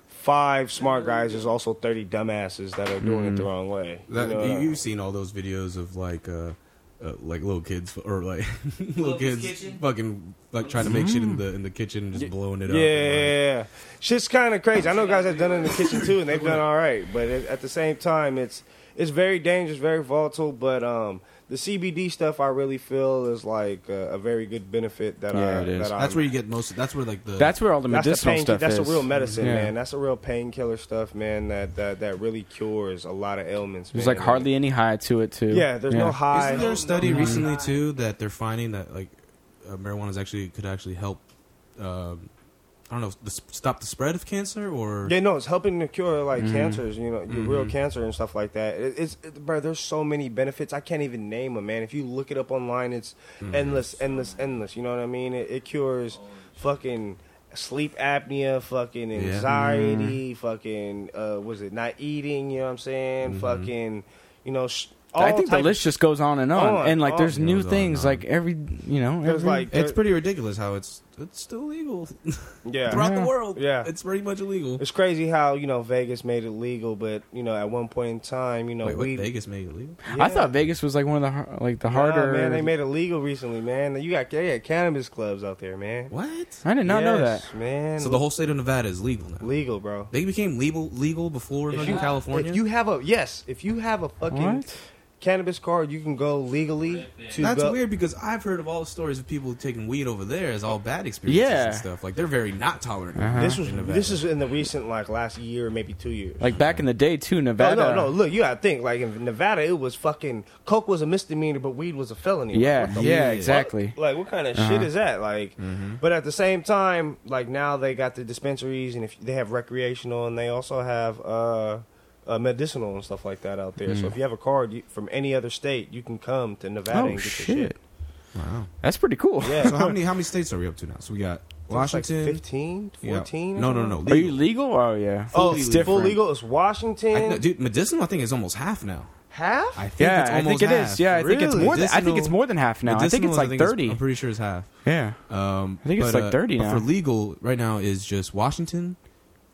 [SPEAKER 3] five smart guys, there's also 30 dumbasses that are doing it the wrong way. You
[SPEAKER 1] That,
[SPEAKER 3] know what I-
[SPEAKER 1] you, have seen all those videos of like. Uh, uh, like little kids or like <laughs> little
[SPEAKER 4] Little kids'
[SPEAKER 1] kids
[SPEAKER 4] kitchen.
[SPEAKER 1] fucking like trying to make shit in the in the kitchen and just blowing it up
[SPEAKER 3] yeah,
[SPEAKER 1] and,
[SPEAKER 3] yeah, yeah. shit's kind of crazy. I know guys have done it in the kitchen too, and they've done all right. But it, at the same time, it's it's very dangerous, very volatile. But um, the CBD stuff, I really feel is like a, a very good benefit that
[SPEAKER 2] Yeah,
[SPEAKER 3] I
[SPEAKER 2] it is.
[SPEAKER 3] that
[SPEAKER 1] like, that's where you get most that's where like the
[SPEAKER 2] That's where all the
[SPEAKER 3] that's the
[SPEAKER 2] medicinal
[SPEAKER 3] pain,
[SPEAKER 2] stuff
[SPEAKER 3] That's
[SPEAKER 2] is.
[SPEAKER 3] a real medicine,
[SPEAKER 2] Yeah.
[SPEAKER 3] man. That's a real painkiller stuff, man. That, that that really cures a lot of ailments.
[SPEAKER 2] There's
[SPEAKER 3] man.
[SPEAKER 2] like hardly any high to it too.
[SPEAKER 3] Yeah, there's no high.
[SPEAKER 1] Isn't there a study
[SPEAKER 4] Mhm.
[SPEAKER 1] recently too that they're finding that like uh, marijuana is actually could actually help? Um, I don't know, the, s- stop the spread of cancer or Mm-hmm.
[SPEAKER 3] Yeah, no, it's helping to cure like cancers, you know, your real cancer and stuff like that. It, it's, it, bro, there's so many benefits. I can't even name them, man. If you look it up online, it's
[SPEAKER 1] Mm-hmm.
[SPEAKER 3] endless, endless, endless. You know what I mean? It, it cures fucking sleep apnea, fucking
[SPEAKER 1] Yeah. Mm-hmm.
[SPEAKER 3] anxiety, fucking, uh, was it not eating? You know what I'm saying? Fucking, you know, sh- all
[SPEAKER 2] I think the
[SPEAKER 3] type-
[SPEAKER 2] list just goes on and on,
[SPEAKER 3] On,
[SPEAKER 2] and like
[SPEAKER 3] on.
[SPEAKER 2] there's new
[SPEAKER 1] Goes on
[SPEAKER 2] things
[SPEAKER 1] and on.
[SPEAKER 2] like every you know.
[SPEAKER 3] There's
[SPEAKER 2] every-
[SPEAKER 3] like,
[SPEAKER 1] It's pretty ridiculous how it's it's still legal
[SPEAKER 3] yeah.
[SPEAKER 1] throughout the world.
[SPEAKER 3] Yeah.
[SPEAKER 1] it's pretty much illegal.
[SPEAKER 3] It's crazy how you know Vegas made it legal, but you know at one point in time, you know
[SPEAKER 1] Wait, what?
[SPEAKER 3] we
[SPEAKER 1] Vegas made it illegal?
[SPEAKER 2] I thought Vegas was like one of the har- like the
[SPEAKER 3] Nah,
[SPEAKER 2] harder.
[SPEAKER 3] man. They made it legal recently, man. You got they got cannabis clubs out there, man.
[SPEAKER 1] What?
[SPEAKER 2] I did not know that.
[SPEAKER 3] Yes, man.
[SPEAKER 1] So the whole state of Nevada is legal now.
[SPEAKER 3] legal, bro.
[SPEAKER 1] They became legal legal before
[SPEAKER 3] If
[SPEAKER 1] fucking
[SPEAKER 3] you-
[SPEAKER 1] California.
[SPEAKER 3] If you have a yes, if you have a fucking
[SPEAKER 2] What?
[SPEAKER 3] cannabis card, you can go legally to
[SPEAKER 1] That's
[SPEAKER 3] go-
[SPEAKER 1] weird because I've heard of all the stories of people taking weed over there as all bad experiences
[SPEAKER 2] Yeah.
[SPEAKER 1] and stuff. Like they're very not tolerant.
[SPEAKER 3] This was
[SPEAKER 2] Uh-huh.
[SPEAKER 1] In Nevada.
[SPEAKER 3] this is in the recent like last year, maybe two years.
[SPEAKER 2] Like back in the day too,
[SPEAKER 3] Oh,
[SPEAKER 2] Nevada.
[SPEAKER 3] no, no, look, you gotta think. Like in Nevada, it was fucking coke was a misdemeanor, but weed was a felony. Like,
[SPEAKER 2] Yeah,
[SPEAKER 3] what the
[SPEAKER 2] yeah,
[SPEAKER 3] fuck?
[SPEAKER 2] exactly.
[SPEAKER 3] Like, what kind of
[SPEAKER 1] Uh-huh.
[SPEAKER 3] shit is that? Like,
[SPEAKER 1] Mm-hmm.
[SPEAKER 3] but at the same time, like now they got the dispensaries and if they have recreational and they also have uh, uh medicinal and stuff like that out there.
[SPEAKER 1] Mm.
[SPEAKER 3] So if you have a card you, from any other state, you can come to Nevada
[SPEAKER 2] Oh
[SPEAKER 3] and get
[SPEAKER 2] shit.
[SPEAKER 3] your shit.
[SPEAKER 1] Wow.
[SPEAKER 2] That's pretty cool.
[SPEAKER 3] Yeah,
[SPEAKER 1] So how many how many states are we up to now? So we got Washington,
[SPEAKER 3] like 15,
[SPEAKER 1] yeah.
[SPEAKER 3] 14?
[SPEAKER 1] No, no, no.
[SPEAKER 2] Are you legal? Oh yeah.
[SPEAKER 3] Oh,
[SPEAKER 1] Fully
[SPEAKER 3] it's
[SPEAKER 1] legal.
[SPEAKER 3] full legal. It's
[SPEAKER 1] I,
[SPEAKER 3] Washington.
[SPEAKER 1] no, dude, medicinal I think is almost half now.
[SPEAKER 3] half?
[SPEAKER 1] I think it's
[SPEAKER 2] yeah, I
[SPEAKER 1] almost
[SPEAKER 2] think it
[SPEAKER 1] half.
[SPEAKER 2] is. Yeah, I think it's
[SPEAKER 1] Really?
[SPEAKER 2] more. Than, I think it's
[SPEAKER 1] Medicinal-
[SPEAKER 2] more than half now. I think
[SPEAKER 1] medicinal
[SPEAKER 2] it's
[SPEAKER 1] is-
[SPEAKER 2] like thirty.
[SPEAKER 1] I'm pretty sure it's half.
[SPEAKER 2] yeah.
[SPEAKER 1] Um,
[SPEAKER 2] I think it's
[SPEAKER 1] but,
[SPEAKER 2] like
[SPEAKER 1] uh,
[SPEAKER 2] 30
[SPEAKER 1] but
[SPEAKER 2] now.
[SPEAKER 1] for legal right now is just Washington,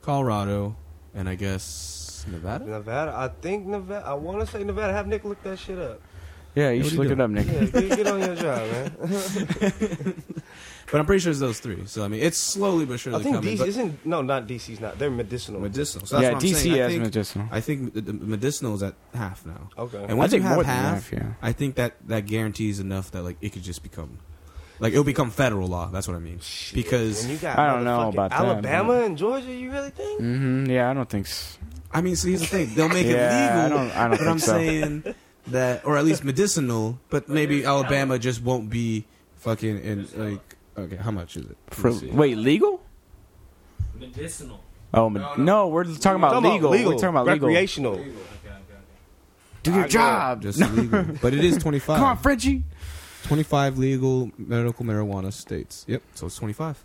[SPEAKER 1] Colorado, and I guess Nevada.
[SPEAKER 3] Nevada. I think Nevada. I want to say Nevada. Have Nick look that shit up.
[SPEAKER 2] Yeah, you
[SPEAKER 1] What
[SPEAKER 2] should
[SPEAKER 1] are
[SPEAKER 2] look
[SPEAKER 1] you
[SPEAKER 2] it up, Nick.
[SPEAKER 3] Yeah, get, get on your
[SPEAKER 1] <laughs>
[SPEAKER 3] job, man.
[SPEAKER 1] But I'm pretty sure it's those three. So I mean, it's slowly but surely
[SPEAKER 3] I think
[SPEAKER 1] coming.
[SPEAKER 3] DC
[SPEAKER 1] but
[SPEAKER 3] isn't. No, not DC's not. They're medicinal.
[SPEAKER 1] medicinal. So that's
[SPEAKER 2] yeah,
[SPEAKER 1] what I'm
[SPEAKER 2] DC
[SPEAKER 1] saying. I
[SPEAKER 2] has
[SPEAKER 1] think-
[SPEAKER 2] medicinal.
[SPEAKER 1] I think the- the medicinal is at half now.
[SPEAKER 3] okay.
[SPEAKER 1] And once
[SPEAKER 2] think
[SPEAKER 1] you have
[SPEAKER 2] more than
[SPEAKER 1] half,
[SPEAKER 2] half, yeah.
[SPEAKER 1] I think that that guarantees enough that like it could just become, like it'll become federal law. That's what I mean.
[SPEAKER 3] Shit,
[SPEAKER 1] Because
[SPEAKER 3] when you got
[SPEAKER 2] I don't know
[SPEAKER 3] motherfucking
[SPEAKER 2] about that,
[SPEAKER 3] Alabama
[SPEAKER 2] man.
[SPEAKER 3] and Georgia. You really think?
[SPEAKER 2] Mm-hmm. Yeah, I don't think. s
[SPEAKER 1] I mean, so here's the thing: they'll make
[SPEAKER 2] Yeah, I
[SPEAKER 1] it legal,
[SPEAKER 2] don't- I don't
[SPEAKER 1] but
[SPEAKER 2] think
[SPEAKER 1] I'm
[SPEAKER 2] so.
[SPEAKER 1] saying that, or at least medicinal. But maybe Alabama just won't be fucking in like. Okay, how much is it? Let me
[SPEAKER 2] For,
[SPEAKER 1] see.
[SPEAKER 2] wait, legal?
[SPEAKER 4] Medicinal.
[SPEAKER 2] Oh med- no, we're talking about legal. We're talking about legal.
[SPEAKER 3] recreational.
[SPEAKER 2] Do your
[SPEAKER 3] I
[SPEAKER 2] job.
[SPEAKER 1] just
[SPEAKER 2] <laughs>
[SPEAKER 1] legal, but it is
[SPEAKER 2] Come on,
[SPEAKER 1] 25.
[SPEAKER 2] Frenchie.
[SPEAKER 1] 25 legal medical marijuana states. Yep, so it's 25,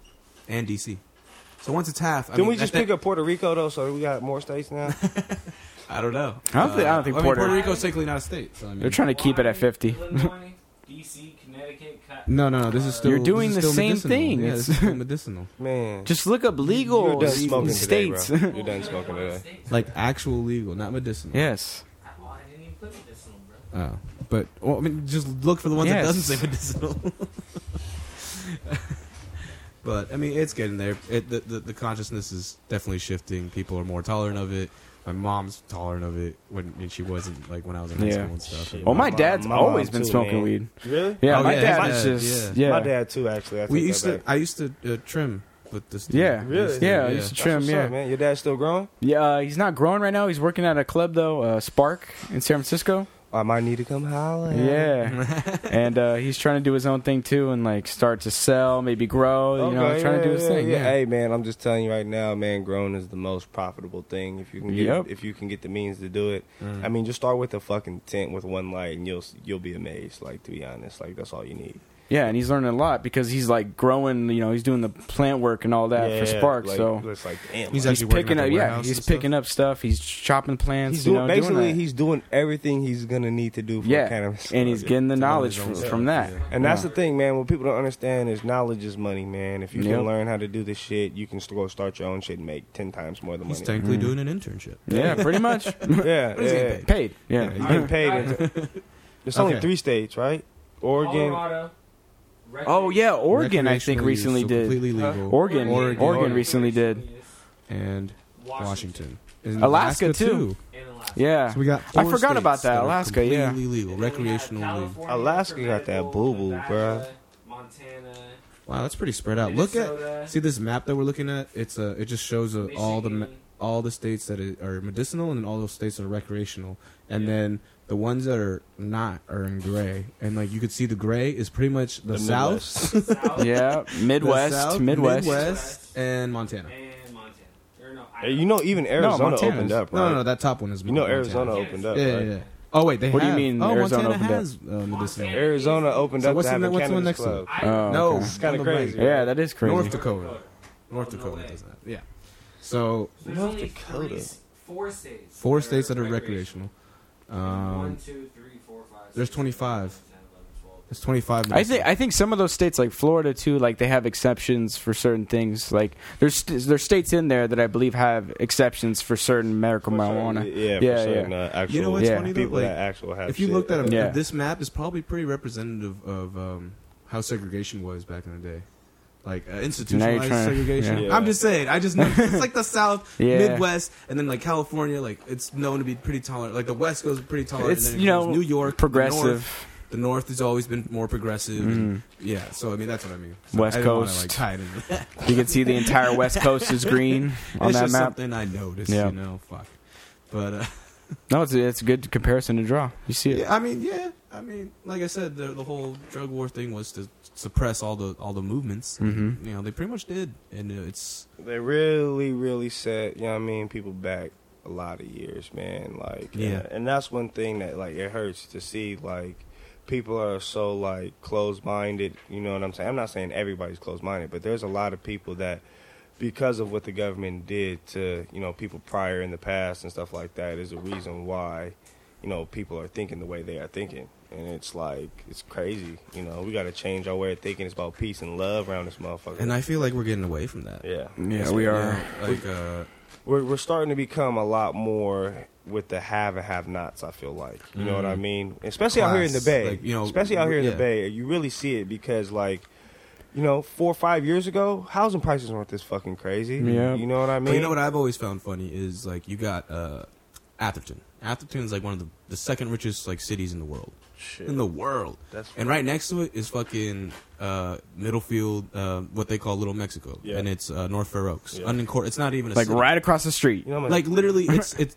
[SPEAKER 1] and DC. So once it's half, I
[SPEAKER 3] Didn't
[SPEAKER 1] mean,
[SPEAKER 3] we just
[SPEAKER 1] that-
[SPEAKER 3] pick up Puerto Rico though? So we got more
[SPEAKER 1] <laughs>
[SPEAKER 3] states now.
[SPEAKER 1] I don't know. Uh,
[SPEAKER 2] I don't thi- I don't think
[SPEAKER 1] mean,
[SPEAKER 2] Puerto-
[SPEAKER 1] Rico's technically not a state. So I mean,
[SPEAKER 2] They're trying to keep it at fifty. <laughs>
[SPEAKER 4] Illinois, DC, Connecticut, Ca-
[SPEAKER 1] No, no, no. This is still.
[SPEAKER 2] You're doing
[SPEAKER 1] this
[SPEAKER 2] the
[SPEAKER 1] is still
[SPEAKER 2] same
[SPEAKER 1] medicinal.
[SPEAKER 2] thing.
[SPEAKER 1] Yeah, this is still medicinal.
[SPEAKER 3] Man,
[SPEAKER 2] Just look up legal
[SPEAKER 3] you're done smoking
[SPEAKER 2] states. <laughs>
[SPEAKER 3] Today, bro. You're
[SPEAKER 1] <laughs>
[SPEAKER 3] done smoking today.
[SPEAKER 1] Like actual legal, not medicinal.
[SPEAKER 2] yes.
[SPEAKER 4] Well, I didn't even put medicinal, bro.
[SPEAKER 1] Oh. But well, I mean, just look for the ones
[SPEAKER 2] Yes.
[SPEAKER 1] that doesn't say medicinal. <laughs> but I mean, it's getting there. It, the, the the consciousness is definitely shifting. People are more tolerant of it. My mom's tolerant of it when and she wasn't like when I was in high
[SPEAKER 2] Yeah.
[SPEAKER 1] school and stuff.
[SPEAKER 3] Shit.
[SPEAKER 2] Well, my
[SPEAKER 3] My-
[SPEAKER 2] dad's
[SPEAKER 3] my
[SPEAKER 2] always
[SPEAKER 3] mom
[SPEAKER 2] been
[SPEAKER 3] too,
[SPEAKER 2] smoking
[SPEAKER 3] man.
[SPEAKER 2] weed.
[SPEAKER 3] Really?
[SPEAKER 2] Yeah,
[SPEAKER 1] Oh,
[SPEAKER 2] my
[SPEAKER 1] yeah,
[SPEAKER 2] dad
[SPEAKER 1] yeah,
[SPEAKER 2] just
[SPEAKER 1] yeah.
[SPEAKER 2] yeah.
[SPEAKER 3] My dad too. Actually, I
[SPEAKER 1] we
[SPEAKER 3] take
[SPEAKER 1] used
[SPEAKER 3] that
[SPEAKER 1] to.
[SPEAKER 3] back.
[SPEAKER 1] I used to uh, trim with this.
[SPEAKER 2] Yeah.
[SPEAKER 3] Really?
[SPEAKER 2] Yeah,
[SPEAKER 1] Yeah.
[SPEAKER 2] I used to
[SPEAKER 3] That's
[SPEAKER 2] trim.
[SPEAKER 3] what's
[SPEAKER 2] Yeah,
[SPEAKER 3] up, man. Your dad's still growing?
[SPEAKER 2] yeah. Uh, he's not growing right now. He's working at a club though, uh, Spark in San Francisco.
[SPEAKER 3] Oh, I might need to come holler.
[SPEAKER 2] Yeah,
[SPEAKER 3] <laughs>
[SPEAKER 2] and uh, he's trying to do his own thing too, and like start to sell, maybe grow. You know,
[SPEAKER 3] Okay,
[SPEAKER 2] trying
[SPEAKER 3] yeah,
[SPEAKER 2] to do his
[SPEAKER 3] yeah,
[SPEAKER 2] thing.
[SPEAKER 3] Yeah.
[SPEAKER 2] Yeah.
[SPEAKER 3] Hey man, I'm just telling you right now, man, growing is the most profitable thing if you can get
[SPEAKER 2] Yep. Mm.
[SPEAKER 3] if you can get the means to do it. I mean, just start with a fucking tent with one light and you'll you'll be amazed, like to be honest. Like that's all you need.
[SPEAKER 2] Yeah, and he's learning a lot because he's like growing. You know, he's doing the plant work and all that for Spark.
[SPEAKER 3] like,
[SPEAKER 2] so
[SPEAKER 3] it's like damn.
[SPEAKER 1] He's
[SPEAKER 3] like,
[SPEAKER 2] he's
[SPEAKER 1] actually working
[SPEAKER 2] picking
[SPEAKER 1] at
[SPEAKER 2] up.
[SPEAKER 1] the
[SPEAKER 2] Yeah,
[SPEAKER 1] warehouse
[SPEAKER 2] he's
[SPEAKER 1] and stuff.
[SPEAKER 2] picking up stuff. He's chopping plants.
[SPEAKER 3] he's
[SPEAKER 2] you
[SPEAKER 3] doing
[SPEAKER 2] know,
[SPEAKER 3] basically
[SPEAKER 2] doing that.
[SPEAKER 3] he's doing everything he's gonna need to do for
[SPEAKER 2] yeah,
[SPEAKER 3] cannabis.
[SPEAKER 2] and he's getting the
[SPEAKER 1] learn
[SPEAKER 2] knowledge
[SPEAKER 1] his
[SPEAKER 2] from,
[SPEAKER 1] own
[SPEAKER 2] from that.
[SPEAKER 3] And that's
[SPEAKER 2] Yeah.
[SPEAKER 3] the thing, man. What people don't understand is knowledge is money, man. If you
[SPEAKER 2] Yep.
[SPEAKER 3] can learn how to do this shit, you can go start your own shit and make ten times more than
[SPEAKER 1] He's
[SPEAKER 3] money.
[SPEAKER 1] technically doing an internship.
[SPEAKER 2] Mm. yeah, pretty much <laughs>
[SPEAKER 3] yeah,
[SPEAKER 1] What is he
[SPEAKER 3] <laughs> yeah.
[SPEAKER 1] paid?
[SPEAKER 2] paid. Yeah,
[SPEAKER 3] You get paid.
[SPEAKER 1] <laughs>
[SPEAKER 3] into- There's only
[SPEAKER 1] Okay.
[SPEAKER 3] three states, right? Oregon.
[SPEAKER 4] Colorado.
[SPEAKER 2] Oh yeah, Oregon. I think
[SPEAKER 1] Recreational use,
[SPEAKER 2] recently
[SPEAKER 1] so
[SPEAKER 2] did.
[SPEAKER 1] completely
[SPEAKER 3] Huh?
[SPEAKER 1] legal.
[SPEAKER 2] Oregon, Oregon,
[SPEAKER 1] Oregon.
[SPEAKER 2] recently did.
[SPEAKER 1] and Washington, And
[SPEAKER 2] Alaska, too.
[SPEAKER 4] And Alaska.
[SPEAKER 2] Yeah,
[SPEAKER 1] So we got.
[SPEAKER 2] I
[SPEAKER 1] four
[SPEAKER 2] forgot
[SPEAKER 1] states
[SPEAKER 2] about that,
[SPEAKER 1] are
[SPEAKER 2] Alaska, yeah.
[SPEAKER 1] completely legal,
[SPEAKER 4] And then we had
[SPEAKER 1] recreational legal.
[SPEAKER 4] California,
[SPEAKER 3] Alaska got that
[SPEAKER 4] Connecticut,
[SPEAKER 3] boo-boo,
[SPEAKER 4] Nevada, Montana.
[SPEAKER 1] Wow, that's pretty spread out. Look
[SPEAKER 4] Minnesota.
[SPEAKER 1] at see this map that we're looking at. It's uh, it just shows uh, all the ma-
[SPEAKER 4] Michigan.
[SPEAKER 3] <laughs>
[SPEAKER 1] all the states that i- are medicinal and all those states that are recreational, and then the ones that are not are in gray. And like you could see, the gray is pretty much the,
[SPEAKER 3] The
[SPEAKER 1] South,
[SPEAKER 3] <laughs>
[SPEAKER 4] South
[SPEAKER 2] yeah,
[SPEAKER 1] <laughs> the
[SPEAKER 2] Midwest,
[SPEAKER 1] South,
[SPEAKER 2] Midwest.
[SPEAKER 1] Midwest, and Montana.
[SPEAKER 4] and Montana. Or no,
[SPEAKER 3] Hey, You know, even Arizona
[SPEAKER 2] Montana's-
[SPEAKER 3] opened up, right?
[SPEAKER 1] No, no, no, that top one is.
[SPEAKER 3] You know,
[SPEAKER 1] Montana.
[SPEAKER 3] Arizona opened up.
[SPEAKER 1] Yeah, yeah,
[SPEAKER 3] right?
[SPEAKER 1] yeah. Oh wait, they
[SPEAKER 2] What do you
[SPEAKER 1] have-
[SPEAKER 2] mean
[SPEAKER 1] Oh,
[SPEAKER 2] Arizona
[SPEAKER 1] Montana
[SPEAKER 2] opened up?
[SPEAKER 1] has uh, medicinal.
[SPEAKER 4] Montana.
[SPEAKER 3] Arizona oh, opened
[SPEAKER 1] So
[SPEAKER 3] up
[SPEAKER 1] what's
[SPEAKER 3] to
[SPEAKER 1] the
[SPEAKER 3] have
[SPEAKER 1] ne-
[SPEAKER 3] a
[SPEAKER 1] what's the
[SPEAKER 3] cannabis
[SPEAKER 1] next one?
[SPEAKER 3] club.
[SPEAKER 2] Oh,
[SPEAKER 1] No,
[SPEAKER 2] okay.
[SPEAKER 3] It's kinda
[SPEAKER 1] on the right.
[SPEAKER 3] crazy.
[SPEAKER 2] Yeah, that is crazy.
[SPEAKER 1] North Dakota. North
[SPEAKER 4] Oh, no
[SPEAKER 1] Dakota
[SPEAKER 4] way.
[SPEAKER 1] does that. Yeah. So
[SPEAKER 4] There's
[SPEAKER 3] North
[SPEAKER 4] only
[SPEAKER 3] Dakota.
[SPEAKER 4] three- four states.
[SPEAKER 1] four states that are recreational.
[SPEAKER 4] One,
[SPEAKER 1] Um,
[SPEAKER 4] two, three, four, five,
[SPEAKER 1] there's
[SPEAKER 4] six, seven, eight,
[SPEAKER 1] 25.
[SPEAKER 4] nine, ten, eleven, twelve.
[SPEAKER 1] it's 25.
[SPEAKER 2] I think I think some of those states like Florida too, like they have exceptions for certain things. Like there's st- there's states in there that I believe have exceptions for certain medical marijuana.
[SPEAKER 3] Yeah,
[SPEAKER 2] Yeah,
[SPEAKER 3] for certain,
[SPEAKER 2] yeah.
[SPEAKER 3] Uh, actual,
[SPEAKER 1] You know what's
[SPEAKER 2] Yeah.
[SPEAKER 1] funny though?
[SPEAKER 3] people
[SPEAKER 1] Like,
[SPEAKER 3] that actual have.
[SPEAKER 1] if you
[SPEAKER 3] shit.
[SPEAKER 1] looked at a,
[SPEAKER 2] Yeah.
[SPEAKER 1] this map, is probably pretty representative of um, how segregation was back in the day. like uh,
[SPEAKER 2] Now
[SPEAKER 1] institutionalized
[SPEAKER 2] you're trying to-
[SPEAKER 1] segregation.
[SPEAKER 3] yeah.
[SPEAKER 1] I'm just saying. I just
[SPEAKER 2] <laughs>
[SPEAKER 1] know it's like the South,
[SPEAKER 2] Yeah.
[SPEAKER 1] Midwest, and then like California. Like it's known to be pretty tolerant. Like the West goes pretty tolerant.
[SPEAKER 2] It's,
[SPEAKER 1] and then it
[SPEAKER 2] you know,
[SPEAKER 1] becomes New York the
[SPEAKER 2] progressive.
[SPEAKER 1] North. The North has always been more progressive. and- yeah, so I mean that's what I mean. So
[SPEAKER 2] Mm. West
[SPEAKER 1] I didn't wanna,
[SPEAKER 2] Coast.
[SPEAKER 1] like, tie it <laughs> into that.
[SPEAKER 2] You can see the entire West Coast
[SPEAKER 1] <laughs>
[SPEAKER 2] is green on
[SPEAKER 1] it's
[SPEAKER 2] that
[SPEAKER 1] just
[SPEAKER 2] map.
[SPEAKER 1] something I noticed.
[SPEAKER 2] Yeah.
[SPEAKER 1] You know, fuck. But uh,
[SPEAKER 2] No, it's a, it's a good comparison to draw. You see it.
[SPEAKER 1] yeah, I mean, yeah, I mean, like I said, the, the whole drug war thing was to suppress all the all the movements.
[SPEAKER 2] Mhm.
[SPEAKER 1] You know, they pretty much did, and uh, it's
[SPEAKER 3] They really, really set, you know what I mean, people back a lot of years, man. Like
[SPEAKER 1] Yeah.
[SPEAKER 3] and, and that's one thing that like it hurts to see like people are so like closed minded, you know what I'm saying? I'm not saying everybody's closed minded, but there's a lot of people that because of what the government did to, you know, people prior in the past and stuff like that is a reason why, you know, people are thinking the way they are thinking. And it's like it's crazy, you know. We got to change our way of thinking. It's about peace and love around this motherfucker.
[SPEAKER 1] and I feel like we're getting away from that.
[SPEAKER 3] yeah,
[SPEAKER 2] Yeah, we are.
[SPEAKER 1] Yeah, like uh,
[SPEAKER 3] we're we're starting to become a lot more with the have and have nots. I feel like you know what
[SPEAKER 2] Mm-hmm.
[SPEAKER 3] I mean, especially out here in the
[SPEAKER 1] Class,
[SPEAKER 3] Bay.
[SPEAKER 1] like, you know,
[SPEAKER 3] especially out here in
[SPEAKER 1] yeah.
[SPEAKER 3] the Bay, you really see it because like. You know, four or five years ago, housing prices weren't this fucking crazy.
[SPEAKER 2] Yeah.
[SPEAKER 3] You know what I mean?
[SPEAKER 1] but you know what I've always found funny is like you got uh, Atherton. Atherton is like one of the, the second richest like cities in the world.
[SPEAKER 3] Shit.
[SPEAKER 1] In the world,
[SPEAKER 3] That's
[SPEAKER 1] and right next to it is fucking uh, Middlefield, uh, what they call Little Mexico,
[SPEAKER 3] Yeah.
[SPEAKER 1] and it's uh, North Fair Oaks.
[SPEAKER 3] Yeah.
[SPEAKER 1] Unincor- it's not even a
[SPEAKER 2] Like
[SPEAKER 1] city.
[SPEAKER 2] right across the street.
[SPEAKER 3] You know what I mean?
[SPEAKER 1] like
[SPEAKER 2] <laughs>
[SPEAKER 1] literally it's it's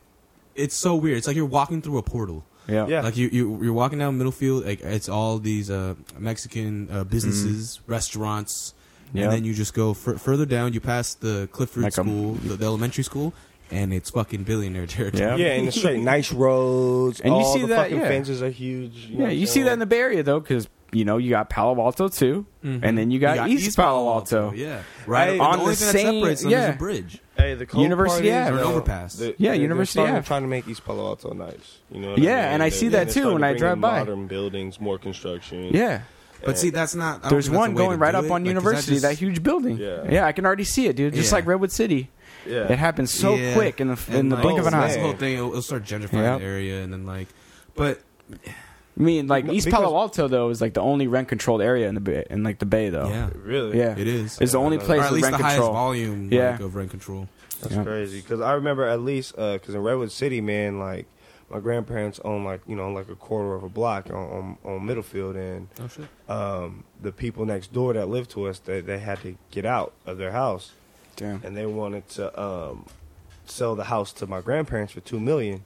[SPEAKER 1] it's so weird it's like you're walking through a portal
[SPEAKER 2] Yeah.
[SPEAKER 3] Yeah.
[SPEAKER 1] like you, you you're walking down Middlefield like it's all these uh mexican uh, businesses restaurants
[SPEAKER 2] Mm-hmm. Yeah.
[SPEAKER 1] and then you just go fur further down you pass the clifford
[SPEAKER 2] Like, um,
[SPEAKER 1] school the, the elementary school and it's fucking billionaire <laughs> territory
[SPEAKER 2] Yeah.
[SPEAKER 3] yeah, and the straight nice roads.
[SPEAKER 2] And you
[SPEAKER 3] all
[SPEAKER 2] see
[SPEAKER 3] the
[SPEAKER 2] that,
[SPEAKER 3] fucking
[SPEAKER 2] yeah.
[SPEAKER 3] fences are huge. You know
[SPEAKER 2] Yeah,
[SPEAKER 3] what
[SPEAKER 2] you
[SPEAKER 3] I'm
[SPEAKER 2] see that in the Bay Area though, because you know you got Palo Alto too,
[SPEAKER 1] Mm-hmm.
[SPEAKER 2] and then you got, East, Palo Alto.
[SPEAKER 1] yeah right
[SPEAKER 2] on
[SPEAKER 1] the only
[SPEAKER 2] the
[SPEAKER 1] thing
[SPEAKER 2] same-
[SPEAKER 1] that separates them is
[SPEAKER 2] yeah.
[SPEAKER 1] a bridge
[SPEAKER 3] Hey, the cold
[SPEAKER 2] University
[SPEAKER 3] part is,
[SPEAKER 1] Or
[SPEAKER 2] Ave.
[SPEAKER 1] an
[SPEAKER 3] though,
[SPEAKER 1] overpass.
[SPEAKER 3] the-
[SPEAKER 2] Yeah,
[SPEAKER 3] they're- they're
[SPEAKER 2] University
[SPEAKER 3] starting-
[SPEAKER 2] Ave.
[SPEAKER 3] Trying to make East Palo Alto nice. You know. What
[SPEAKER 2] Yeah,
[SPEAKER 3] I mean?
[SPEAKER 2] and I see
[SPEAKER 3] They're-
[SPEAKER 2] that
[SPEAKER 3] they're
[SPEAKER 2] too
[SPEAKER 3] starting
[SPEAKER 2] when
[SPEAKER 3] to
[SPEAKER 2] I
[SPEAKER 3] bring
[SPEAKER 2] drive
[SPEAKER 3] in
[SPEAKER 2] by.
[SPEAKER 3] Modern buildings, more construction.
[SPEAKER 2] Yeah.
[SPEAKER 1] but see that's not I don't
[SPEAKER 2] There's
[SPEAKER 1] think that's
[SPEAKER 2] one
[SPEAKER 1] the way
[SPEAKER 2] going
[SPEAKER 1] to
[SPEAKER 2] right
[SPEAKER 1] do
[SPEAKER 2] up
[SPEAKER 1] it. Like,
[SPEAKER 2] on
[SPEAKER 1] 'cause
[SPEAKER 2] University,
[SPEAKER 1] just-
[SPEAKER 2] that huge building.
[SPEAKER 3] Yeah.
[SPEAKER 2] I can already see it, dude. Just
[SPEAKER 1] Yeah.
[SPEAKER 2] like Redwood City,
[SPEAKER 3] yeah.
[SPEAKER 2] it happens so
[SPEAKER 1] Yeah.
[SPEAKER 2] quick in the in
[SPEAKER 1] and,
[SPEAKER 2] the
[SPEAKER 1] like, oh,
[SPEAKER 2] blink of an
[SPEAKER 1] that's
[SPEAKER 2] eye.
[SPEAKER 1] the whole
[SPEAKER 3] man.
[SPEAKER 1] thing it'll, it'll start gentrifying
[SPEAKER 2] Yep.
[SPEAKER 1] the area and then like but
[SPEAKER 2] I mean, like
[SPEAKER 3] No,
[SPEAKER 2] East
[SPEAKER 3] because-
[SPEAKER 2] Palo Alto though is like the only rent controlled area in the bay, in like the Bay though.
[SPEAKER 1] yeah
[SPEAKER 3] Really?
[SPEAKER 2] Yeah.
[SPEAKER 1] it is
[SPEAKER 2] Oh. It's the only
[SPEAKER 3] Or at
[SPEAKER 1] or
[SPEAKER 2] place
[SPEAKER 1] at
[SPEAKER 2] with
[SPEAKER 1] least
[SPEAKER 2] rent
[SPEAKER 1] the highest
[SPEAKER 2] control.
[SPEAKER 1] volume
[SPEAKER 2] Yeah.
[SPEAKER 1] like, of rent control.
[SPEAKER 3] That's
[SPEAKER 2] Yeah.
[SPEAKER 3] crazy. Because I remember at least because in Redwood City, man, like my grandparents owned like you know like a quarter of a block on on, on Middlefield, and
[SPEAKER 1] Oh shit!
[SPEAKER 3] um, the people next door that lived to us, they they had to get out of their house,
[SPEAKER 2] Damn.
[SPEAKER 3] and they wanted to um, sell the house to my grandparents for two million.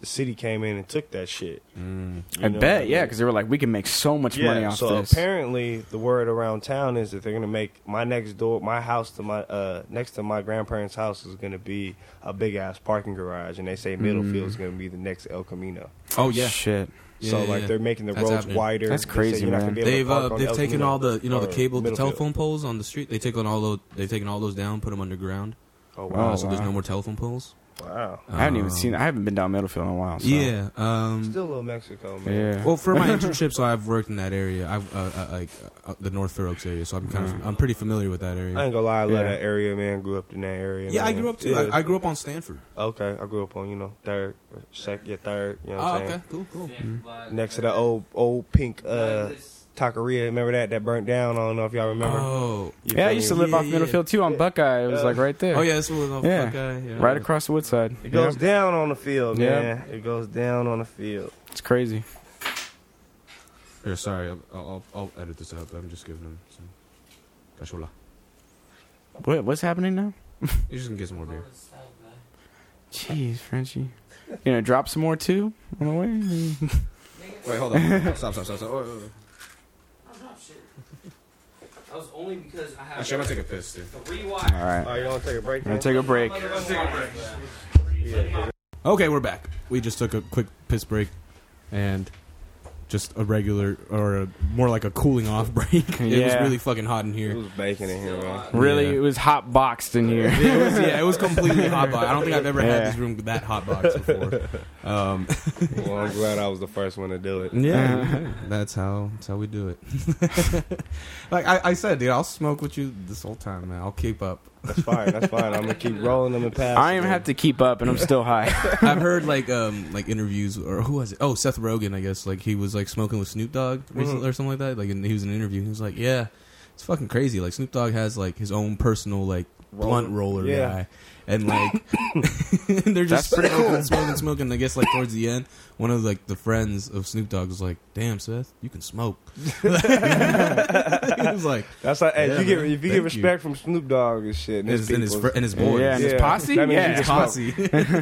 [SPEAKER 3] The city came in and took that shit.
[SPEAKER 1] Mm.
[SPEAKER 3] You
[SPEAKER 2] I
[SPEAKER 3] know what
[SPEAKER 2] bet, yeah,
[SPEAKER 3] mean?
[SPEAKER 2] because they were like, we can make so much money off
[SPEAKER 3] so
[SPEAKER 2] this.
[SPEAKER 3] apparently the word around town is that they're gonna make my next door, my house to my uh next to my grandparents' house is gonna be a big ass parking garage, and they say Middlefield
[SPEAKER 2] Mm.
[SPEAKER 3] is gonna be the next El Camino.
[SPEAKER 1] Oh yeah.
[SPEAKER 2] Shit.
[SPEAKER 1] Yeah,
[SPEAKER 3] so
[SPEAKER 1] yeah,
[SPEAKER 3] like
[SPEAKER 1] yeah.
[SPEAKER 3] they're making the
[SPEAKER 1] That's
[SPEAKER 3] roads
[SPEAKER 1] happening.
[SPEAKER 3] wider.
[SPEAKER 2] That's
[SPEAKER 3] They say
[SPEAKER 2] crazy,
[SPEAKER 3] you're not gonna
[SPEAKER 2] man.
[SPEAKER 3] be able to
[SPEAKER 1] They've
[SPEAKER 3] park
[SPEAKER 1] uh,
[SPEAKER 3] on
[SPEAKER 1] they've
[SPEAKER 3] El
[SPEAKER 1] taken
[SPEAKER 3] Camino
[SPEAKER 1] all the you know the
[SPEAKER 3] or
[SPEAKER 1] cable the
[SPEAKER 3] Middlefield.
[SPEAKER 1] telephone poles on the street. They taken all those they've taken all those down, put them underground.
[SPEAKER 3] Oh
[SPEAKER 1] Uh,
[SPEAKER 3] wow!
[SPEAKER 2] Oh,
[SPEAKER 1] so there's
[SPEAKER 2] wow.
[SPEAKER 1] no more telephone poles.
[SPEAKER 3] Wow.
[SPEAKER 2] I haven't even
[SPEAKER 1] Um,
[SPEAKER 2] seen. I haven't been down Middlefield in a while. So.
[SPEAKER 1] Yeah. Um,
[SPEAKER 3] Still a little Mexico, man.
[SPEAKER 2] Yeah.
[SPEAKER 1] well,
[SPEAKER 2] <laughs>
[SPEAKER 1] for my internship, so I've worked in that area. I've uh, uh, like uh, the North Fair Oaks area, so I'm kind
[SPEAKER 2] Mm.
[SPEAKER 1] of I'm pretty familiar with that
[SPEAKER 3] I
[SPEAKER 1] area.
[SPEAKER 3] ain't gonna lie, I love
[SPEAKER 2] Yeah.
[SPEAKER 3] that area, man. Grew up in that area.
[SPEAKER 1] Yeah, I
[SPEAKER 3] man.
[SPEAKER 1] grew up too.
[SPEAKER 3] Yeah.
[SPEAKER 1] I, I grew up on Stanford.
[SPEAKER 3] okay, I grew up on you know third, or second, yeah, third. You know what
[SPEAKER 1] Oh,
[SPEAKER 3] I'm saying?
[SPEAKER 1] okay, cool, cool.
[SPEAKER 3] Next to the old old pink uh taqueria. Remember that that burnt down? I don't know if y'all remember.
[SPEAKER 1] Oh,
[SPEAKER 3] You
[SPEAKER 2] Yeah, I
[SPEAKER 3] feel
[SPEAKER 2] used to
[SPEAKER 3] me?
[SPEAKER 2] live
[SPEAKER 1] Yeah,
[SPEAKER 2] off
[SPEAKER 1] yeah.
[SPEAKER 2] Middlefield too on Buckeye. It was
[SPEAKER 3] Yeah.
[SPEAKER 2] like right there.
[SPEAKER 1] oh yeah, that's what the
[SPEAKER 2] Yeah.
[SPEAKER 1] fuck I- yeah.
[SPEAKER 2] Right across the Woodside.
[SPEAKER 3] It goes
[SPEAKER 2] Yeah.
[SPEAKER 3] down on the field,
[SPEAKER 2] Yeah.
[SPEAKER 3] man. It goes down on the field.
[SPEAKER 2] It's crazy.
[SPEAKER 1] Here, sorry, I'll, I'll I'll edit this out. But I'm just giving them some. Cachola.
[SPEAKER 2] What, what's happening now?
[SPEAKER 1] You just can get some more beer.
[SPEAKER 2] Jeez, Frenchie. You gonna drop some more too on the way?
[SPEAKER 1] Wait, hold on. <laughs> stop, stop, stop, stop. Wait, wait, wait.
[SPEAKER 4] That was only because I have
[SPEAKER 1] Actually, I'm gonna take a piss, dude.
[SPEAKER 4] three
[SPEAKER 2] All right.
[SPEAKER 3] right, y'all want to take a break?
[SPEAKER 2] We're gonna take a break.
[SPEAKER 1] Okay, we're back. We just took a quick piss break and just a regular or a, more like a cooling off <laughs> break. It was
[SPEAKER 2] Yeah.
[SPEAKER 1] really fuccking hot in
[SPEAKER 3] It
[SPEAKER 1] here.
[SPEAKER 3] was baking in here, man.
[SPEAKER 2] Really,
[SPEAKER 1] Yeah.
[SPEAKER 2] it was hot boxed in here.
[SPEAKER 1] It was, yeah, it was <laughs> completely hot box. I don't think I've ever had
[SPEAKER 2] Yeah.
[SPEAKER 1] this room that hot <laughs> box before. Um,
[SPEAKER 3] Well, I'm glad I was the first one to do
[SPEAKER 1] <laughs>
[SPEAKER 3] it.
[SPEAKER 1] yeah, that's how that's how we do it. <laughs> like I, I said, dude, I'll smoke with you this whole time, man. I'll keep up.
[SPEAKER 3] That's fine. That's fine. I'm gonna keep rolling them and passing.
[SPEAKER 2] I am have to keep up, and I'm still <laughs> high.
[SPEAKER 1] I've heard like um like interviews or who was it? Oh, Seth
[SPEAKER 2] Mm-hmm.
[SPEAKER 1] Rogen, I guess. Like he was like smoking with Snoop Dogg recently or something like that. Like and he was in an interview. He was like, yeah. It's fucking crazy. Like Snoop Dogg has like his own personal like blunt roller
[SPEAKER 3] Yeah.
[SPEAKER 1] guy, and like
[SPEAKER 2] <laughs>
[SPEAKER 1] <laughs> they're just
[SPEAKER 2] That's pretty
[SPEAKER 1] smoking,
[SPEAKER 2] cool.
[SPEAKER 1] smoking, smoking. I guess like towards the end, one of like the friends of Snoop Dogg was like, "Damn, Seth, you can
[SPEAKER 2] <laughs>
[SPEAKER 1] smoke." <laughs> he was like,
[SPEAKER 3] That's like, hey,
[SPEAKER 1] Yeah,
[SPEAKER 3] if you get
[SPEAKER 1] man.
[SPEAKER 3] if you
[SPEAKER 1] Thank you.
[SPEAKER 3] get respect from Snoop Dogg and shit, and
[SPEAKER 1] and his,
[SPEAKER 3] his,
[SPEAKER 1] and his,
[SPEAKER 3] people,
[SPEAKER 1] fr- and his boys,
[SPEAKER 2] Yeah, and his
[SPEAKER 3] Yeah.
[SPEAKER 2] posse.
[SPEAKER 3] That means
[SPEAKER 2] yeah,
[SPEAKER 3] you
[SPEAKER 1] his
[SPEAKER 3] just-
[SPEAKER 1] posse,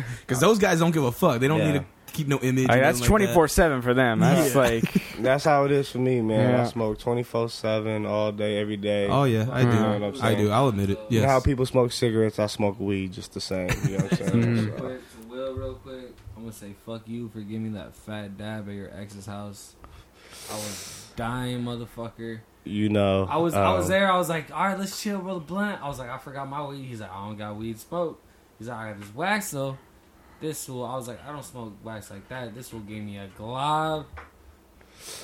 [SPEAKER 2] <laughs>
[SPEAKER 1] <laughs> because those guys don't give a fuck. They don't
[SPEAKER 3] Yeah.
[SPEAKER 1] need to keep no image.
[SPEAKER 2] Like,
[SPEAKER 1] or
[SPEAKER 2] that's
[SPEAKER 1] nothing like
[SPEAKER 2] twenty
[SPEAKER 1] that.
[SPEAKER 2] four seven for them. That's like
[SPEAKER 3] that's how it is for me, man.
[SPEAKER 2] Yeah.
[SPEAKER 3] I smoke twenty four seven all day, every day.
[SPEAKER 1] Oh yeah, I do.
[SPEAKER 2] You know
[SPEAKER 3] what I'm
[SPEAKER 1] I
[SPEAKER 3] saying?
[SPEAKER 1] do. I'll admit it.
[SPEAKER 3] You know how
[SPEAKER 1] Yes.
[SPEAKER 3] people smoke cigarettes, I smoke weed just the same. You know what I'm saying?
[SPEAKER 2] Mm.
[SPEAKER 1] Mm-hmm.
[SPEAKER 4] Real quick, to Will, real quick. I'm gonna say fuck you for giving me that fat dab at your ex's house. I was dying, motherfucker.
[SPEAKER 3] you know,
[SPEAKER 4] I was I
[SPEAKER 2] Oh.
[SPEAKER 4] was
[SPEAKER 3] um,
[SPEAKER 4] there. I was like, all right, let's chill, brother Blunt. I was like, I forgot my weed. He's like, I don't got weed smoke. He's like, I got this wax though. This will. I was like, I don't smoke wax like that. This will gave me a glob.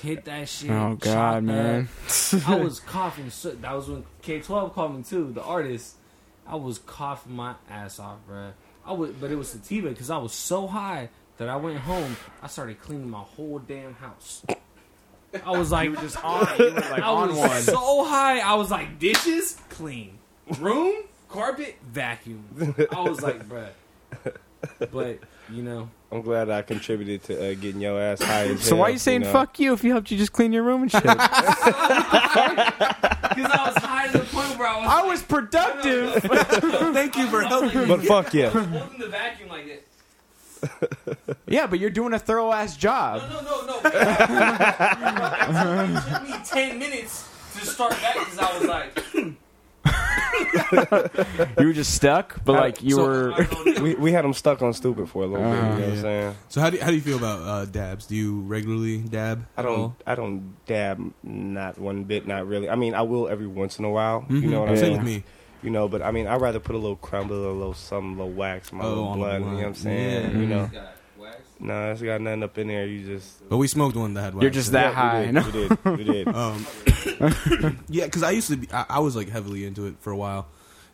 [SPEAKER 4] Hit that shit.
[SPEAKER 2] oh
[SPEAKER 4] chop that.
[SPEAKER 2] god, man. <laughs>
[SPEAKER 4] I was coughing. So, that was when K twelve called me too. The artist. I was coughing my ass off, bruh. I would, but it was sativa because I was so high that I went home. I started cleaning my whole damn house. I was like,
[SPEAKER 2] Just on, you were, like,
[SPEAKER 4] I was so high. I was like, dishes clean, room carpet vacuum. I was like, bruh. But you know,
[SPEAKER 3] I'm glad I contributed to uh, getting your ass high. As
[SPEAKER 2] So why
[SPEAKER 3] hell,
[SPEAKER 2] you saying
[SPEAKER 3] know?
[SPEAKER 2] fuck you if he helped you just clean your room and shit?
[SPEAKER 4] because I was high to the point where I was.
[SPEAKER 2] I was productive.
[SPEAKER 1] Thank you for helping.
[SPEAKER 3] But fuck yeah.
[SPEAKER 4] holding the vacuum like this.
[SPEAKER 2] Yeah, but you're doing a thorough ass job.
[SPEAKER 4] No, no, <laughs> no. it took me 10 minutes to start back because I was like,
[SPEAKER 2] You were just stuck, but like you
[SPEAKER 1] So-
[SPEAKER 4] I
[SPEAKER 2] were.
[SPEAKER 4] don't know.
[SPEAKER 3] We, we had them stuck on stupid for a little bit. You know what
[SPEAKER 2] Uh-huh.
[SPEAKER 3] I'm saying?
[SPEAKER 1] So how do you, how do you feel about uh, dabs? Do you regularly dab?
[SPEAKER 3] I
[SPEAKER 1] at all?
[SPEAKER 3] don't I don't dab not one bit, not really. I mean, I will every once in a while. You
[SPEAKER 2] Mm-hmm.
[SPEAKER 1] Mhm.
[SPEAKER 3] know what I'm
[SPEAKER 1] Same
[SPEAKER 3] saying?
[SPEAKER 1] with me.
[SPEAKER 3] You know, but I mean, I'd rather put a little crumble, a little something, a little wax, my
[SPEAKER 1] Oh,
[SPEAKER 3] little
[SPEAKER 1] on the
[SPEAKER 3] blood. You know what I'm
[SPEAKER 1] blunt.
[SPEAKER 3] saying?
[SPEAKER 1] Yeah.
[SPEAKER 3] You know,
[SPEAKER 4] Got waxed.
[SPEAKER 2] Mm-hmm.
[SPEAKER 3] no, it's got nothing up in there. You just
[SPEAKER 1] But we smoked one that had.
[SPEAKER 2] You're
[SPEAKER 1] wax
[SPEAKER 2] just
[SPEAKER 1] in it.
[SPEAKER 2] That high, Oh
[SPEAKER 3] We
[SPEAKER 2] no?
[SPEAKER 3] did, we did. We
[SPEAKER 2] <laughs>
[SPEAKER 3] did.
[SPEAKER 1] Um, <coughs> yeah, because I used to be. I, I was like heavily into it for a while,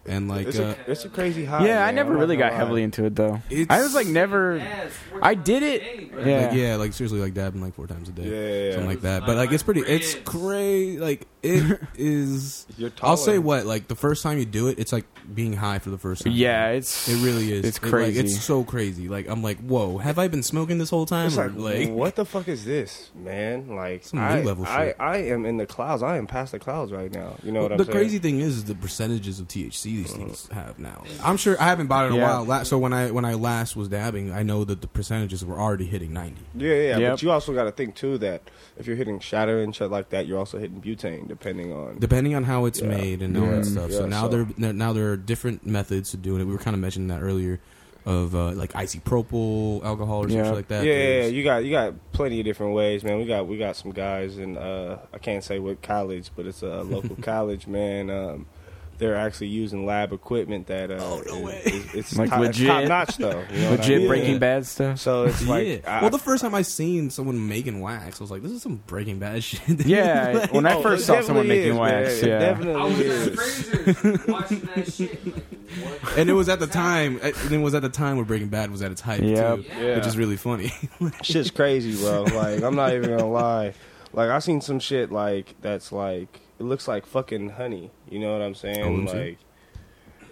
[SPEAKER 1] and like
[SPEAKER 3] it's,
[SPEAKER 1] uh,
[SPEAKER 3] a, it's a crazy high.
[SPEAKER 2] Yeah, I
[SPEAKER 3] man.
[SPEAKER 2] never
[SPEAKER 3] I'm not
[SPEAKER 2] really
[SPEAKER 3] gonna
[SPEAKER 2] got
[SPEAKER 3] lie.
[SPEAKER 2] heavily into it though.
[SPEAKER 1] It's-
[SPEAKER 2] I was like never.
[SPEAKER 4] Yes, we're
[SPEAKER 2] I
[SPEAKER 4] done
[SPEAKER 2] did it.
[SPEAKER 4] today, bro.
[SPEAKER 2] Yeah.
[SPEAKER 1] like, yeah, like seriously, like dabbing like four times a day,
[SPEAKER 3] Yeah, yeah, yeah.
[SPEAKER 1] something like that.
[SPEAKER 4] Like
[SPEAKER 1] But like
[SPEAKER 4] my
[SPEAKER 1] it's pretty. It's
[SPEAKER 4] friends.
[SPEAKER 1] crazy. Like
[SPEAKER 2] <laughs>
[SPEAKER 1] it is.
[SPEAKER 3] You're
[SPEAKER 1] I'll say
[SPEAKER 3] taller.
[SPEAKER 1] what like the first time you do it, it's like being high for the first time.
[SPEAKER 2] Yeah, it's
[SPEAKER 1] It really is.
[SPEAKER 2] It's
[SPEAKER 1] It, like,
[SPEAKER 2] crazy.
[SPEAKER 1] it's so crazy. Like I'm like, whoa, have I been smoking this whole time?
[SPEAKER 3] It's
[SPEAKER 1] Or, <laughs>
[SPEAKER 3] like, what the fuck is this, man? Like,
[SPEAKER 1] Some
[SPEAKER 3] I,
[SPEAKER 1] new-level
[SPEAKER 3] I,
[SPEAKER 1] shit.
[SPEAKER 3] I am in the clouds. I am past the clouds right now. You know what
[SPEAKER 1] the
[SPEAKER 3] I'm saying?
[SPEAKER 1] crazy thing is, is the percentages of THC these
[SPEAKER 3] Uh-huh.
[SPEAKER 1] things have now. I'm sure I haven't bought it in a
[SPEAKER 2] Yeah.
[SPEAKER 1] while. La- So when I when I last was dabbing, I know that the percentages were already hitting 90.
[SPEAKER 3] Yeah, yeah,
[SPEAKER 2] Yep.
[SPEAKER 3] but you also got to think too that if you're hitting shatter and shit like that, you're also hitting butane, depending on.
[SPEAKER 1] depending on how it's
[SPEAKER 3] Yeah.
[SPEAKER 1] made and all
[SPEAKER 3] Yeah.
[SPEAKER 1] that stuff. so
[SPEAKER 3] Yeah,
[SPEAKER 1] now
[SPEAKER 3] so-
[SPEAKER 1] there there- now there are different methods to doing it. We were kind of mentioning that earlier of uh, like isopropyl alcohol or
[SPEAKER 2] Yeah.
[SPEAKER 1] something like that.
[SPEAKER 3] yeah, yeah, yeah,
[SPEAKER 1] There's-
[SPEAKER 3] you got you got plenty of different ways, man. We got we got some guys in uh, I can't say what college, but it's a
[SPEAKER 1] <laughs>
[SPEAKER 3] local college, man. Um, they're actually using lab equipment that uh, oh, no way. it's
[SPEAKER 2] Like
[SPEAKER 3] top,
[SPEAKER 2] legit-
[SPEAKER 3] top notch though. You know what I
[SPEAKER 2] legit
[SPEAKER 3] mean?
[SPEAKER 2] Breaking
[SPEAKER 3] Yeah.
[SPEAKER 2] Bad stuff.
[SPEAKER 3] So it's like
[SPEAKER 1] Yeah.
[SPEAKER 3] I-
[SPEAKER 1] well, the first time I seen someone making wax, I was like, "This is some Breaking Bad <laughs> shit."
[SPEAKER 2] Yeah, when I
[SPEAKER 3] Oh,
[SPEAKER 2] first
[SPEAKER 3] it
[SPEAKER 2] saw someone making
[SPEAKER 3] definitely is, man.
[SPEAKER 2] wax,
[SPEAKER 3] It
[SPEAKER 2] yeah.
[SPEAKER 4] I
[SPEAKER 3] definitely
[SPEAKER 4] was at
[SPEAKER 3] is.
[SPEAKER 4] Fraser's watching that shit. Like, what?
[SPEAKER 1] and it was at the time. eh, And it was at the time where Breaking Bad was at its height
[SPEAKER 2] Yep.
[SPEAKER 1] too,
[SPEAKER 3] Yeah.
[SPEAKER 1] which is really funny. <laughs>
[SPEAKER 3] shit's crazy, bro. Like I'm not even gonna lie. Like I seen some shit like that's like it looks like fucking honey. You know what I'm saying?
[SPEAKER 1] Oh, is it?
[SPEAKER 3] like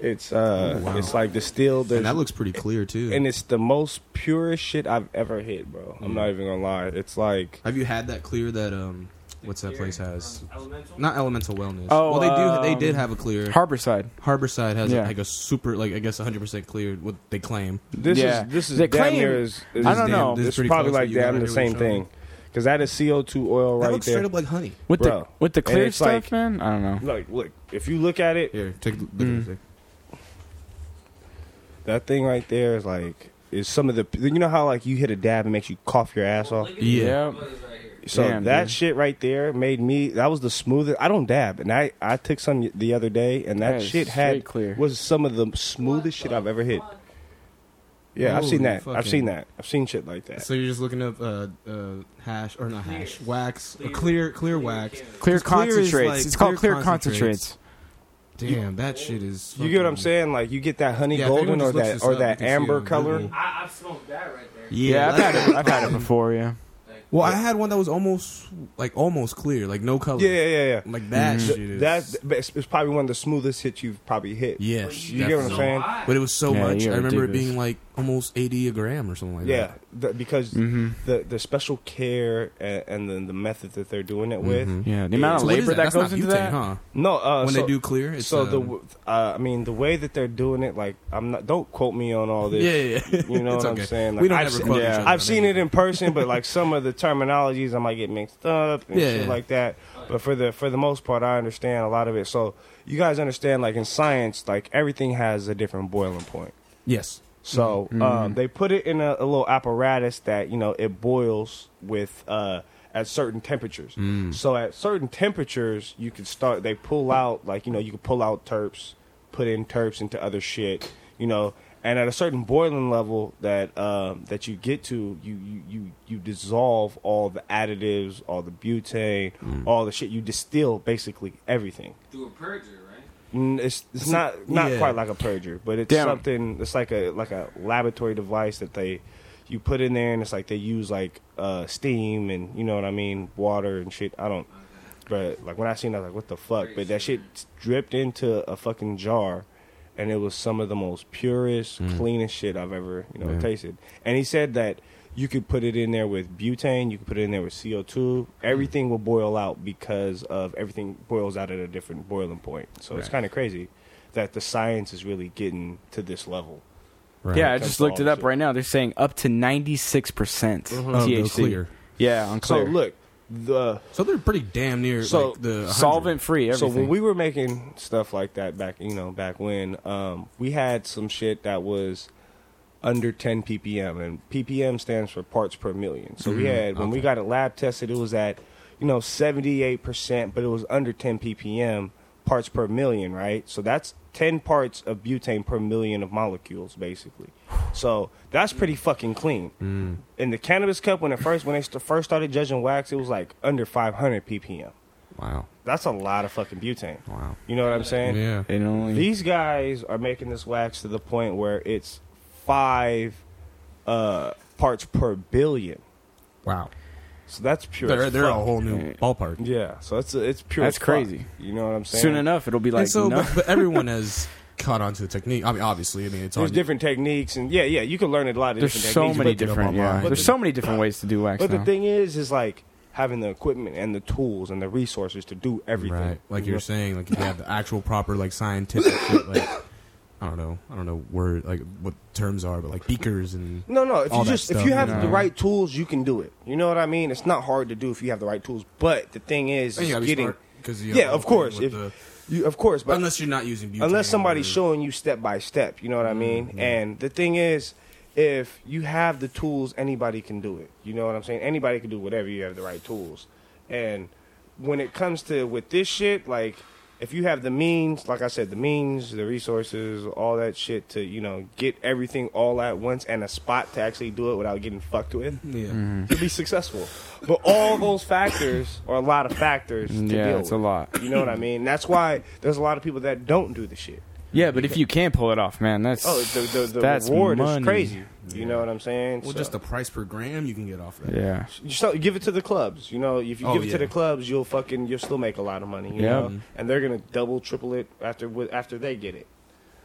[SPEAKER 3] it's uh,
[SPEAKER 1] Oh, wow.
[SPEAKER 3] it's like distilled.
[SPEAKER 1] and that
[SPEAKER 3] there's-
[SPEAKER 1] looks pretty clear too.
[SPEAKER 3] and it's the most purest shit I've ever hit, bro.
[SPEAKER 1] Hmm.
[SPEAKER 3] I'm not even gonna lie. It's like
[SPEAKER 1] Have you had that clear that um, what's that place has?
[SPEAKER 4] Elemental?
[SPEAKER 1] Not Elemental Wellness.
[SPEAKER 2] Oh,
[SPEAKER 1] well, they do. they
[SPEAKER 2] um,
[SPEAKER 1] did have a clear.
[SPEAKER 2] Harborside.
[SPEAKER 1] Harborside has
[SPEAKER 2] Yeah.
[SPEAKER 1] like a super, like I guess, 100 percent cleared. What they claim.
[SPEAKER 3] this
[SPEAKER 2] Yeah.
[SPEAKER 3] is this is
[SPEAKER 2] They
[SPEAKER 3] damn
[SPEAKER 2] claim-
[SPEAKER 3] near is, is
[SPEAKER 2] I don't
[SPEAKER 3] damn-
[SPEAKER 2] know.
[SPEAKER 1] This is
[SPEAKER 3] It's
[SPEAKER 1] pretty
[SPEAKER 3] probably
[SPEAKER 1] close, but
[SPEAKER 3] like
[SPEAKER 1] you gotta
[SPEAKER 3] damn
[SPEAKER 1] hear
[SPEAKER 3] the
[SPEAKER 1] what
[SPEAKER 3] same
[SPEAKER 1] you're showing.
[SPEAKER 3] thing. Cause that is CO2 oil
[SPEAKER 1] That
[SPEAKER 3] right
[SPEAKER 1] looks
[SPEAKER 3] there.
[SPEAKER 1] straight up like honey.
[SPEAKER 2] With
[SPEAKER 3] Bro.
[SPEAKER 2] the with the
[SPEAKER 3] And
[SPEAKER 2] clear
[SPEAKER 3] it's
[SPEAKER 2] stuff,
[SPEAKER 3] like-
[SPEAKER 2] man. I don't know.
[SPEAKER 3] Look, look. If you look at it,
[SPEAKER 1] Here, take a look at
[SPEAKER 3] Mm.
[SPEAKER 1] this.
[SPEAKER 3] that thing right there is like is some of the. You know how like you hit a dab and makes you cough your ass off.
[SPEAKER 4] Look at
[SPEAKER 1] Yeah.
[SPEAKER 4] these buddies right here.
[SPEAKER 3] So
[SPEAKER 2] Damn,
[SPEAKER 3] that
[SPEAKER 2] dude.
[SPEAKER 3] shit right there made me. That was the smoothest. I don't dab, and I I took some the other day, and that
[SPEAKER 2] That is straight
[SPEAKER 3] shit had
[SPEAKER 2] clear.
[SPEAKER 3] was some of the smoothest shit I've ever hit. Yeah, I've
[SPEAKER 1] Holy
[SPEAKER 3] seen that. I've
[SPEAKER 1] fucking-
[SPEAKER 3] seen that. I've seen shit like that.
[SPEAKER 1] So you're just looking up uh, uh, hash or not
[SPEAKER 4] Clear.
[SPEAKER 1] hash wax,
[SPEAKER 4] Clear.
[SPEAKER 1] clear, clear, clear wax.
[SPEAKER 4] Canada.
[SPEAKER 2] Clear
[SPEAKER 1] 'Cause clear is,
[SPEAKER 2] concentrates.
[SPEAKER 1] like,
[SPEAKER 2] it's called
[SPEAKER 1] clear
[SPEAKER 2] clear concentrates.
[SPEAKER 1] Damn, that shit is.
[SPEAKER 3] you get what I'm
[SPEAKER 1] fucking-
[SPEAKER 3] saying? Like you get that honey
[SPEAKER 1] Yeah, if anyone
[SPEAKER 3] golden or
[SPEAKER 1] just looks
[SPEAKER 3] that
[SPEAKER 1] this
[SPEAKER 3] or
[SPEAKER 1] up, you
[SPEAKER 3] that
[SPEAKER 1] can see it
[SPEAKER 3] amber
[SPEAKER 1] on
[SPEAKER 3] color.
[SPEAKER 1] Google.
[SPEAKER 4] I, I've smoked that right there.
[SPEAKER 2] Yeah, I've
[SPEAKER 1] that's-
[SPEAKER 2] had it. I've had it before. Yeah.
[SPEAKER 4] Like,
[SPEAKER 1] Well, I had one that was almost like almost clear, like no color. Mm.
[SPEAKER 3] Yeah, yeah, yeah, yeah.
[SPEAKER 1] Like that
[SPEAKER 3] Th-
[SPEAKER 1] shit is
[SPEAKER 3] That's but it's, it's probably one of the smoothest hits you've probably hit.
[SPEAKER 1] yes.
[SPEAKER 3] you get what I'm
[SPEAKER 1] definitely.
[SPEAKER 3] saying?
[SPEAKER 1] But it was so
[SPEAKER 2] Yeah,
[SPEAKER 1] much. I
[SPEAKER 2] you're
[SPEAKER 1] remember it
[SPEAKER 2] ridiculous.
[SPEAKER 1] being like almost eighty a gram or something like
[SPEAKER 3] Yeah,
[SPEAKER 1] that.
[SPEAKER 3] the, because the the special care and, and then the method that they're doing it with.
[SPEAKER 2] Yeah, the amount of
[SPEAKER 1] So what is
[SPEAKER 2] labor that,
[SPEAKER 1] That's
[SPEAKER 2] goes
[SPEAKER 1] not
[SPEAKER 2] into
[SPEAKER 1] butane,
[SPEAKER 2] that.
[SPEAKER 1] huh?
[SPEAKER 3] No, uh,
[SPEAKER 1] when
[SPEAKER 3] so,
[SPEAKER 1] they do clear, it's
[SPEAKER 3] so
[SPEAKER 1] uh,
[SPEAKER 3] the w- uh, I mean the way that they're doing it, like I'm not. Don't quote me on all this.
[SPEAKER 1] yeah, yeah, yeah.
[SPEAKER 3] You
[SPEAKER 1] <laughs>
[SPEAKER 3] know
[SPEAKER 1] It's
[SPEAKER 3] what
[SPEAKER 1] okay.
[SPEAKER 3] I'm saying?
[SPEAKER 1] we don't
[SPEAKER 3] I've,
[SPEAKER 1] ever
[SPEAKER 3] se-
[SPEAKER 1] quote each
[SPEAKER 2] yeah.
[SPEAKER 1] other on
[SPEAKER 3] I've seen it
[SPEAKER 1] anything.
[SPEAKER 3] in person, but like some of the terminologies I might get mixed up and
[SPEAKER 1] Yeah,
[SPEAKER 3] shit
[SPEAKER 1] yeah.
[SPEAKER 3] like that. But for the for the most part, I understand a lot of it. So you guys understand, like in science, like everything has a different boiling point.
[SPEAKER 1] Yes.
[SPEAKER 3] So um, they put it in a, a little apparatus that you know it boils with uh, at certain temperatures. So at certain temperatures, you can start. They pull out like you know you can pull out terps, put in terps into other shit. You know, and at a certain boiling level that um, that you get to, you, you you you dissolve all the additives, all the butane, all the shit. You distill basically everything.
[SPEAKER 4] Through a purger, right?
[SPEAKER 3] Mm, It's it's not not
[SPEAKER 1] yeah.
[SPEAKER 3] quite like a purger, but it's
[SPEAKER 2] Damn.
[SPEAKER 3] something. It's like a like a laboratory device that they you put in there, and it's like they use like uh, steam and you know what I mean, water and shit. I don't, but like when I seen, it, I was like, what the fuck? But that shit dripped into a fucking jar, and it was some of the most purest, cleanest shit I've ever you know tasted. And he said that. You could put it in there with butane. You could put it in there with CO two. Everything will boil out because of everything boils out at a different boiling point. So it's
[SPEAKER 1] Right.
[SPEAKER 3] kind of crazy that the science is really getting to this level.
[SPEAKER 1] Right.
[SPEAKER 2] Yeah, I
[SPEAKER 3] Comes
[SPEAKER 2] just
[SPEAKER 3] to
[SPEAKER 2] looked
[SPEAKER 3] all
[SPEAKER 2] it
[SPEAKER 3] the
[SPEAKER 2] up
[SPEAKER 3] shit.
[SPEAKER 2] right now. They're saying up to 96%
[SPEAKER 1] Oh,
[SPEAKER 2] THC.
[SPEAKER 1] the clear.
[SPEAKER 2] Yeah, on clear.
[SPEAKER 3] So look, the
[SPEAKER 1] So they're pretty damn near
[SPEAKER 3] So,
[SPEAKER 1] like the 100.
[SPEAKER 2] solvent free everything.
[SPEAKER 3] so when we were making stuff like that back, you know, back when um, we had some shit that was under 10 ppm, and ppm stands for parts per million. So
[SPEAKER 2] Mm-hmm.
[SPEAKER 3] we had when we got it lab tested, it was at you know 78 percent, but it was under 10 ppm parts per million, right? So that's 10 parts of butane per million of molecules, basically. So that's pretty fucking clean.
[SPEAKER 2] Mm.
[SPEAKER 3] In the cannabis cup, when it first when they st- first started judging wax, it was like under 500 ppm.
[SPEAKER 1] Wow.
[SPEAKER 3] That's a lot of fucking butane.
[SPEAKER 1] Wow.
[SPEAKER 3] You know what I'm saying?
[SPEAKER 1] Yeah.
[SPEAKER 2] It only-
[SPEAKER 3] These guys are making this wax to the point where it's five uh, parts per billion.
[SPEAKER 1] Wow.
[SPEAKER 3] So that's pure.
[SPEAKER 1] They're
[SPEAKER 3] as
[SPEAKER 1] they're a
[SPEAKER 3] fuck.
[SPEAKER 1] whole new ballpark.
[SPEAKER 3] Yeah. So it's it's pure.
[SPEAKER 2] That's
[SPEAKER 3] as fuck.
[SPEAKER 2] crazy.
[SPEAKER 3] You know what I'm saying?
[SPEAKER 2] soon enough it'll be like
[SPEAKER 1] and so,
[SPEAKER 2] no.
[SPEAKER 3] <laughs>
[SPEAKER 1] but, but everyone has caught on to the technique. I mean, obviously, I mean, it's
[SPEAKER 3] There's
[SPEAKER 1] on-
[SPEAKER 3] different techniques, and yeah, yeah, you can learn a lot of
[SPEAKER 2] There's
[SPEAKER 3] different
[SPEAKER 2] so
[SPEAKER 3] techniques.
[SPEAKER 2] many
[SPEAKER 1] looked it up
[SPEAKER 2] different yeah.
[SPEAKER 1] online.
[SPEAKER 2] There's so many different ways to do wax
[SPEAKER 3] But
[SPEAKER 2] now.
[SPEAKER 3] the thing is, is like having the equipment and the tools and the resources to do everything.
[SPEAKER 1] right? Like
[SPEAKER 3] You
[SPEAKER 1] you're
[SPEAKER 3] know?
[SPEAKER 1] saying, like if you have the actual proper like scientific shit, like I don't know, I don't know word like what terms are, but like beakers and
[SPEAKER 3] No, no. If
[SPEAKER 1] all
[SPEAKER 3] you
[SPEAKER 1] that
[SPEAKER 3] just
[SPEAKER 1] stuff,
[SPEAKER 3] if you have
[SPEAKER 1] know?
[SPEAKER 3] the right tools, you can do it. You know what I mean? It's not hard to do if you have the right tools. But the thing is,
[SPEAKER 1] And you
[SPEAKER 3] is
[SPEAKER 1] gotta be
[SPEAKER 3] getting
[SPEAKER 1] smart, 'cause you
[SPEAKER 3] yeah,
[SPEAKER 1] have
[SPEAKER 3] of
[SPEAKER 1] the whole
[SPEAKER 3] course.
[SPEAKER 1] thing
[SPEAKER 3] If
[SPEAKER 1] with
[SPEAKER 3] you, of course, but
[SPEAKER 1] unless you're not using butane
[SPEAKER 3] unless somebody's
[SPEAKER 1] or-
[SPEAKER 3] showing you step by step. You know
[SPEAKER 1] Mm-hmm.
[SPEAKER 3] what I mean? And the thing is, if you have the tools, anybody can do it. You know what I'm saying? Anybody can do whatever you have the right tools. And when it comes to with this shit, like if you have the means, like I said, the means, the resources, all that shit to you know get everything all at once and a spot to actually do it without getting fucked with
[SPEAKER 1] yeah,
[SPEAKER 3] to be successful. But all those factors are a lot of factors. To
[SPEAKER 2] Yeah,
[SPEAKER 3] deal
[SPEAKER 2] it's
[SPEAKER 3] with.
[SPEAKER 2] a lot.
[SPEAKER 3] You know what I mean? That's why there's a lot of people that don't do the shit.
[SPEAKER 2] yeah, but if you can pull it off, man, that's
[SPEAKER 3] Oh, the the, the
[SPEAKER 2] that's
[SPEAKER 3] reward
[SPEAKER 2] money.
[SPEAKER 3] is crazy. You know what I'm saying?
[SPEAKER 1] well,
[SPEAKER 3] So-
[SPEAKER 1] just the price per gram you can get off that.
[SPEAKER 2] Yeah.
[SPEAKER 3] so give it to the clubs. You know, if you
[SPEAKER 1] Oh,
[SPEAKER 3] give it
[SPEAKER 1] yeah.
[SPEAKER 3] to the clubs, you'll fucking you'll still make a lot of money. You
[SPEAKER 2] Yeah.
[SPEAKER 3] know, and they're gonna double, triple it after wi- after they get it.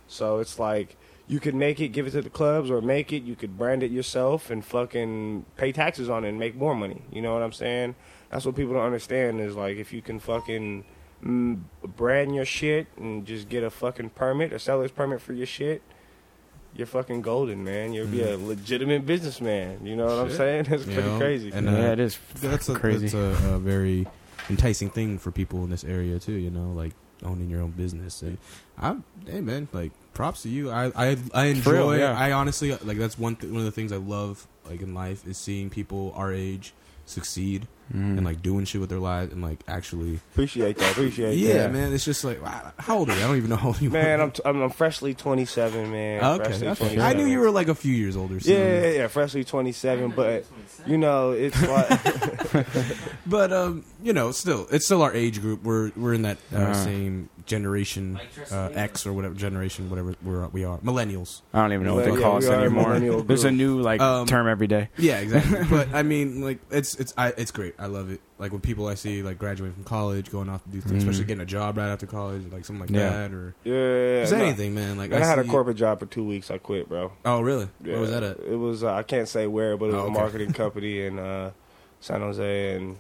[SPEAKER 3] So it's like you could make it, give it to the clubs, or make it. You could brand it yourself and fucking pay taxes on it and make more money. You know what I'm saying? That's what people don't understand is like if you can fucking mm, brand your shit and just get a fucking permit, a seller's permit for your shit. You're fucking golden, man. You'll be a legitimate businessman. You know what I'm
[SPEAKER 1] Mm. Shit.
[SPEAKER 3] saying? <laughs> That's
[SPEAKER 1] You
[SPEAKER 3] pretty
[SPEAKER 1] know?
[SPEAKER 3] crazy.
[SPEAKER 1] And, uh,
[SPEAKER 2] yeah, it is
[SPEAKER 1] That's a,
[SPEAKER 2] crazy.
[SPEAKER 1] that's a, a very enticing thing for people in this area too. You know, like owning your own business. And I, hey man, like props to you. I I, I enjoy.
[SPEAKER 2] For real, yeah.
[SPEAKER 1] I honestly like that's one th- one of the things I love like in life is seeing people our age succeed and
[SPEAKER 2] Mm-hmm.
[SPEAKER 1] like doing shit with their lives and like actually.
[SPEAKER 3] Appreciate that.
[SPEAKER 1] Yeah,
[SPEAKER 3] Appreciate that.
[SPEAKER 1] man. It's just like wow, how old are you? I don't even know how old you
[SPEAKER 3] Man,
[SPEAKER 1] are.
[SPEAKER 3] I'm, t- I'm I'm freshly 27, man.
[SPEAKER 1] okay.
[SPEAKER 3] Freshly
[SPEAKER 1] that's fair. I knew you were like a few years older. So.
[SPEAKER 3] Yeah, yeah, yeah, freshly 27, but you know,
[SPEAKER 1] <laughs>
[SPEAKER 3] it's like Uh-huh.
[SPEAKER 1] But um, you know, still, it's still our age group. We're we're in that uh,
[SPEAKER 2] Uh.
[SPEAKER 1] same Generation
[SPEAKER 4] Like dressing
[SPEAKER 1] uh,
[SPEAKER 4] you?
[SPEAKER 1] X or whatever generation, whatever we're, we are, millennials.
[SPEAKER 2] I don't even know what
[SPEAKER 3] Yeah,
[SPEAKER 2] they
[SPEAKER 3] yeah,
[SPEAKER 2] call
[SPEAKER 3] we
[SPEAKER 2] us
[SPEAKER 3] are a
[SPEAKER 2] anymore.
[SPEAKER 3] millennial
[SPEAKER 2] There's a
[SPEAKER 3] group.
[SPEAKER 2] new like
[SPEAKER 1] Um,
[SPEAKER 2] term every day.
[SPEAKER 1] Yeah,
[SPEAKER 3] <laughs>
[SPEAKER 1] exactly. but I mean, like it's it's I, it's great. I love it. Like when people I see like graduating from college, going off to do things,
[SPEAKER 2] Mhm.
[SPEAKER 1] especially getting a job right after college, like something like
[SPEAKER 2] Yeah.
[SPEAKER 1] that, or
[SPEAKER 3] Mm-hmm. Yeah, yeah,
[SPEAKER 1] just
[SPEAKER 3] yeah. No.
[SPEAKER 1] anything, man. Like
[SPEAKER 3] And I had a
[SPEAKER 1] see-
[SPEAKER 3] corporate job for two weeks. I quit, bro.
[SPEAKER 1] Oh, really?
[SPEAKER 3] Yeah.
[SPEAKER 1] What was that at?
[SPEAKER 3] It was uh, I can't say where, but it was
[SPEAKER 1] Oh, okay.
[SPEAKER 3] a
[SPEAKER 1] <laughs>
[SPEAKER 3] marketing company in uh, San Jose, and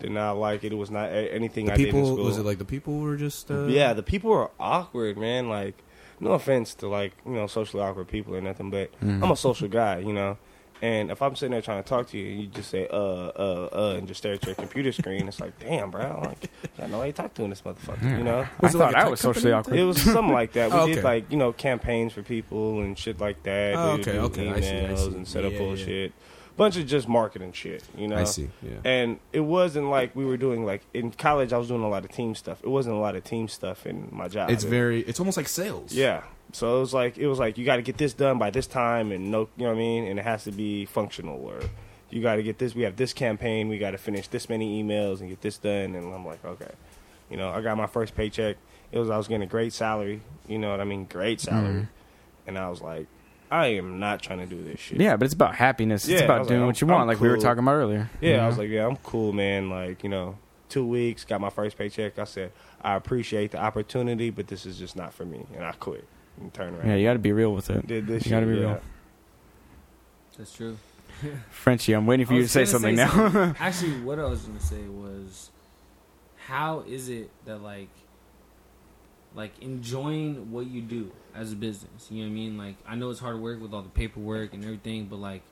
[SPEAKER 3] did not like it. It was not a- anything
[SPEAKER 1] The
[SPEAKER 3] I did in
[SPEAKER 1] people
[SPEAKER 3] school.
[SPEAKER 1] was it like the people were just uh,
[SPEAKER 3] yeah, the people are awkward, man. Like, no offense to like you know socially awkward people or nothing, but I'm
[SPEAKER 1] Mm-hmm.
[SPEAKER 3] a social guy, you know. And if I'm sitting there trying to talk to you, and you just say uh uh uh and just stare at your computer screen, it's like, damn, bro, like, I know how you talk to in this motherfucker, you know.
[SPEAKER 1] Was
[SPEAKER 2] I
[SPEAKER 1] it
[SPEAKER 2] thought
[SPEAKER 1] like a
[SPEAKER 2] I was
[SPEAKER 1] tech
[SPEAKER 2] socially
[SPEAKER 1] company?
[SPEAKER 2] awkward.
[SPEAKER 3] It was something like that.
[SPEAKER 1] <laughs>
[SPEAKER 3] We
[SPEAKER 1] Oh, okay.
[SPEAKER 3] did like you know campaigns for people and shit like that.
[SPEAKER 1] Oh,
[SPEAKER 3] We would
[SPEAKER 1] okay,
[SPEAKER 3] do
[SPEAKER 1] okay, I see, I
[SPEAKER 3] emails
[SPEAKER 1] see.
[SPEAKER 3] and set up
[SPEAKER 1] Yeah, yeah.
[SPEAKER 3] bullshit, bunch of just marketing shit. You know,
[SPEAKER 1] I see. Yeah.
[SPEAKER 3] and it wasn't like we were doing like in college. I was doing a lot of team stuff. It wasn't a lot of team stuff in my job.
[SPEAKER 1] It's
[SPEAKER 3] It-
[SPEAKER 1] very. It's almost like sales.
[SPEAKER 3] yeah. So it was like it was like you got to get this done by this time, and no, you know what I mean. And it has to be functional, or you got to get this. We have this campaign. We got to finish this many emails and get this done. And I'm like, okay, you know, I got my first paycheck. It was I was getting a great salary. You know what I mean? Great
[SPEAKER 2] Mm-hmm.
[SPEAKER 3] salary. And I was like, I am not trying to do this shit.
[SPEAKER 2] Yeah, but it's about happiness. it's
[SPEAKER 3] Yeah, I
[SPEAKER 2] about
[SPEAKER 3] was
[SPEAKER 2] doing
[SPEAKER 3] like,
[SPEAKER 2] what you
[SPEAKER 3] I'm-
[SPEAKER 2] want,
[SPEAKER 3] I'm
[SPEAKER 2] like we were
[SPEAKER 3] cool.
[SPEAKER 2] talking about earlier.
[SPEAKER 3] Yeah,
[SPEAKER 2] you
[SPEAKER 3] I
[SPEAKER 2] know?
[SPEAKER 3] was like, yeah, I'm cool, man. Like, you know, two weeks, got my first paycheck. I said, I appreciate the opportunity, but this is just not for me. And I quit and turned around.
[SPEAKER 2] yeah, you got to be real with it.
[SPEAKER 3] Did this
[SPEAKER 2] You gotta
[SPEAKER 3] shit,
[SPEAKER 2] be
[SPEAKER 3] yeah.
[SPEAKER 2] real.
[SPEAKER 4] That's true.
[SPEAKER 2] Frenchie, I'm waiting for
[SPEAKER 4] I
[SPEAKER 2] you to
[SPEAKER 4] was
[SPEAKER 2] say
[SPEAKER 4] gonna
[SPEAKER 2] something now. <laughs>
[SPEAKER 4] something. Actually, what I was gonna say was, how is it that like, like enjoying what you do as a business? You know what I mean? Like, I know it's hard work with all the paperwork and everything, but like,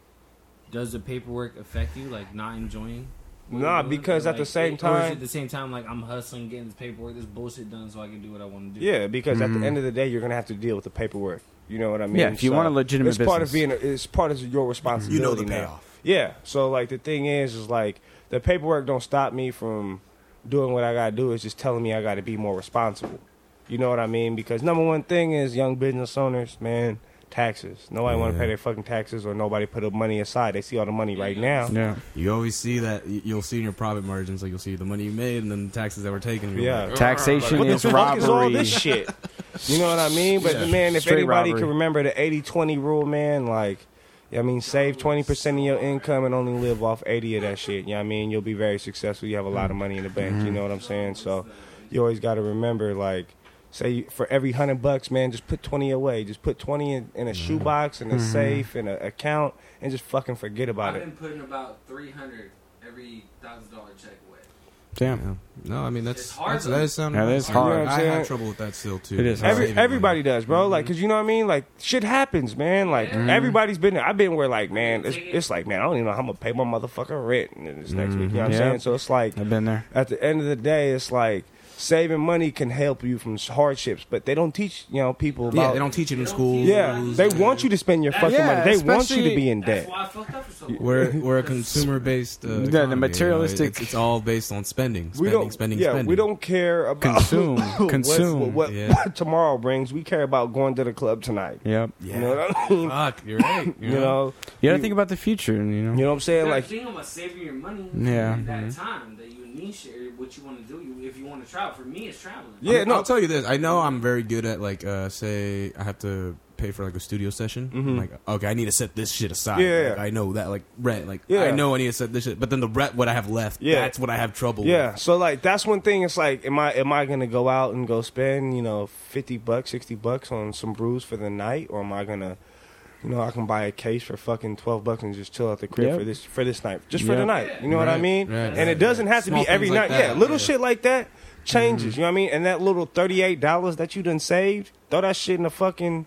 [SPEAKER 4] does the paperwork affect you? Like, not enjoying? what you're
[SPEAKER 3] Nah,
[SPEAKER 4] doing?
[SPEAKER 3] because
[SPEAKER 4] Or,
[SPEAKER 3] at the
[SPEAKER 4] like,
[SPEAKER 3] same
[SPEAKER 4] it- or is it
[SPEAKER 3] time-
[SPEAKER 4] at the same time, like I'm hustling, getting this paperwork, this bullshit done, so I can do what I want to do.
[SPEAKER 3] Yeah, because at the end of the day, you're gonna have to deal with the paperwork. You know what I mean?
[SPEAKER 2] Yeah, if you want a legitimate
[SPEAKER 3] it's part of
[SPEAKER 2] business.
[SPEAKER 3] being. A, it's part of your responsibility.
[SPEAKER 1] You know the
[SPEAKER 3] now.
[SPEAKER 1] payoff.
[SPEAKER 3] Yeah. So like the thing is, is like the paperwork don't stop me from doing what I gotta do. It's just telling me I gotta be more responsible. You know what I mean? Because number one thing is young business owners, man, taxes. Nobody want
[SPEAKER 1] Yeah.
[SPEAKER 3] to pay their fucking taxes, or nobody put up money aside. They see all the money right now.
[SPEAKER 2] yeah,
[SPEAKER 1] You always see that. y- You'll see in your profit margins, like you'll see the money you made and then the taxes that were taken. You're
[SPEAKER 3] Yeah.
[SPEAKER 1] like,
[SPEAKER 2] taxation
[SPEAKER 3] What the
[SPEAKER 2] is
[SPEAKER 3] fuck
[SPEAKER 2] robbery.
[SPEAKER 3] is all this shit? <laughs> You know what I mean? But man, if
[SPEAKER 2] Straight
[SPEAKER 3] anybody
[SPEAKER 2] robbery.
[SPEAKER 3] can remember the 80-20 rule, man, like, you know what I mean, save 20% of your income and only live off 80 of that shit. You know what I mean? You'll be very successful. You have a lot of money in the bank. You know what I'm saying? So you always got to remember, like, say you- for every 100 bucks, man, just put 20 away. Just put 20 in, in a shoebox, in a safe, in an account, and just fucking forget about
[SPEAKER 7] I've
[SPEAKER 3] it.
[SPEAKER 7] been putting about three hundred every thousand dollar check away.
[SPEAKER 2] Damn.
[SPEAKER 1] Yeah. No, I mean that's
[SPEAKER 7] It's hard,
[SPEAKER 1] that's that is sounding.
[SPEAKER 2] though. That is
[SPEAKER 1] I know
[SPEAKER 2] hard.
[SPEAKER 1] I
[SPEAKER 3] Yeah.
[SPEAKER 1] have trouble with that still too.
[SPEAKER 2] It is hard.
[SPEAKER 3] Every,
[SPEAKER 1] Saving money.
[SPEAKER 3] everybody does, bro.
[SPEAKER 1] Mm-hmm.
[SPEAKER 3] Like, cause you know what I mean. Like, shit happens, man. Like, everybody's been. there. I've been where, like, man, it's, it's like, man, I don't even know how I'm gonna pay my motherfucking rent in this next week. You know what
[SPEAKER 1] Mm-hmm.
[SPEAKER 2] Yeah.
[SPEAKER 3] I'm saying? So it's like,
[SPEAKER 2] I've been there.
[SPEAKER 3] at the end of the day, it's like saving money can help you from hardships, but they don't teach you know people about.
[SPEAKER 1] Yeah, they don't Mm-hmm. teach it in school.
[SPEAKER 3] Yeah, they want you to spend your fucking
[SPEAKER 2] Yeah,
[SPEAKER 3] money. They want you
[SPEAKER 2] especially-
[SPEAKER 3] to be in
[SPEAKER 7] That's
[SPEAKER 3] debt.
[SPEAKER 7] why I fucked up for so long.
[SPEAKER 3] <laughs>
[SPEAKER 1] We're we're a consumer based. Uh,
[SPEAKER 2] the
[SPEAKER 1] economy, you know,
[SPEAKER 2] materialistic-
[SPEAKER 1] it's, it's all based on spending. Spending,
[SPEAKER 3] We don't,
[SPEAKER 1] spending,
[SPEAKER 3] yeah,
[SPEAKER 1] spending.
[SPEAKER 3] we don't care about
[SPEAKER 2] Consume,
[SPEAKER 3] <laughs> what's-
[SPEAKER 2] consume.
[SPEAKER 3] what,
[SPEAKER 1] Yeah.
[SPEAKER 3] what <laughs> tomorrow brings. We care about going to the club tonight.
[SPEAKER 2] Yep.
[SPEAKER 1] Yeah. Uh,
[SPEAKER 3] You know what I mean?
[SPEAKER 1] Fuck, you're right. You're
[SPEAKER 3] You know,
[SPEAKER 2] You got to think about the future, you know.
[SPEAKER 3] you know what I'm saying?
[SPEAKER 7] That's
[SPEAKER 3] Like,
[SPEAKER 7] the thing about saving your money.
[SPEAKER 2] Yeah.
[SPEAKER 7] At
[SPEAKER 1] Mm-hmm.
[SPEAKER 7] that time that you need share what you want to do. You, if you want to travel, for me, it's traveling.
[SPEAKER 1] Yeah,
[SPEAKER 3] yeah,
[SPEAKER 1] no.
[SPEAKER 3] no,
[SPEAKER 1] I'll tell you this. I know I'm very good at like, uh, say, I have to pay for like a studio session. I'm like, okay, I need to set this shit aside.
[SPEAKER 3] Mm-hmm. Yeah, yeah,
[SPEAKER 1] Like,
[SPEAKER 3] yeah.
[SPEAKER 1] I know that. Like rent. Like,
[SPEAKER 3] Yeah.
[SPEAKER 1] I know I need to set this shit. But then the rent, what I have left,
[SPEAKER 3] Yeah.
[SPEAKER 1] that's what I have trouble.
[SPEAKER 3] Yeah,
[SPEAKER 1] with.
[SPEAKER 3] so like that's one thing. It's like, am I am I gonna go out and go spend you know fifty bucks, sixty bucks on some brews for the night, or am I gonna, you know, I can buy a case for fucking twelve bucks and just chill at the crib
[SPEAKER 2] Yep.
[SPEAKER 3] for this for this night, just for
[SPEAKER 2] Yep.
[SPEAKER 3] the night. You know what I
[SPEAKER 1] Right,
[SPEAKER 3] mean?
[SPEAKER 1] right,
[SPEAKER 3] and
[SPEAKER 1] right.
[SPEAKER 3] it doesn't have to
[SPEAKER 1] Small
[SPEAKER 3] be every
[SPEAKER 1] things like
[SPEAKER 3] night.
[SPEAKER 1] that,
[SPEAKER 3] yeah, little
[SPEAKER 1] yeah. Mm-hmm.
[SPEAKER 3] shit like that changes. You know what I mean? And that little thirty eight dollars that you done saved, throw that shit in a fucking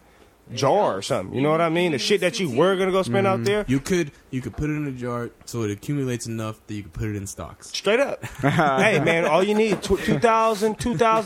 [SPEAKER 3] jar or something. You know what I mean? The shit that you were gonna go spend out there,
[SPEAKER 1] You could you could put it in a jar so it accumulates enough that you could put it in stocks.
[SPEAKER 3] Straight up. hey, man, all you need, tw- 2000 2000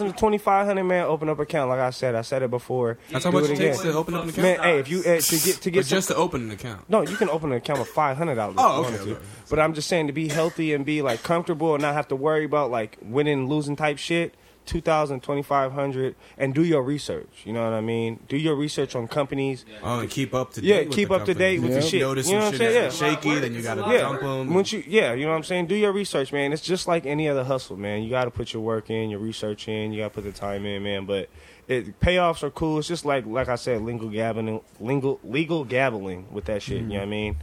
[SPEAKER 3] to 2500 man, open up account. Like I said, I said it before.
[SPEAKER 1] That's how
[SPEAKER 3] Do
[SPEAKER 1] much it,
[SPEAKER 3] it
[SPEAKER 1] takes
[SPEAKER 3] again.
[SPEAKER 1] to open up an account.
[SPEAKER 3] Man, hey, if you eh, to get to
[SPEAKER 1] But
[SPEAKER 3] get some-
[SPEAKER 1] just to open an account.
[SPEAKER 3] no, you can open an account with five hundred dollars.
[SPEAKER 1] Oh, okay, okay.
[SPEAKER 3] But I'm just saying to be healthy and be like comfortable and not have to worry about like winning, and losing type shit. 2000 2500 and do your research you know what i mean do your research on companies
[SPEAKER 1] Oh, and keep up to date.
[SPEAKER 3] Yeah,
[SPEAKER 1] with
[SPEAKER 3] keep
[SPEAKER 1] the
[SPEAKER 3] up to
[SPEAKER 1] company.
[SPEAKER 3] date with the
[SPEAKER 1] If you
[SPEAKER 3] shit.
[SPEAKER 1] Notice
[SPEAKER 3] You know
[SPEAKER 1] some
[SPEAKER 3] what
[SPEAKER 1] shit
[SPEAKER 3] I'm saying?
[SPEAKER 1] that's
[SPEAKER 6] Yeah.
[SPEAKER 1] shaky, then you gotta
[SPEAKER 6] Yeah.
[SPEAKER 1] dump them.
[SPEAKER 3] once you, yeah, you know what I'm saying. Do your research, man. It's just like any other hustle, man. You got to put your work in, your research in. You got to put the time in, man. But it, payoffs are cool. It's just like, like I said, legal gabbling, legal legal gabbling with that shit. You know what I mean?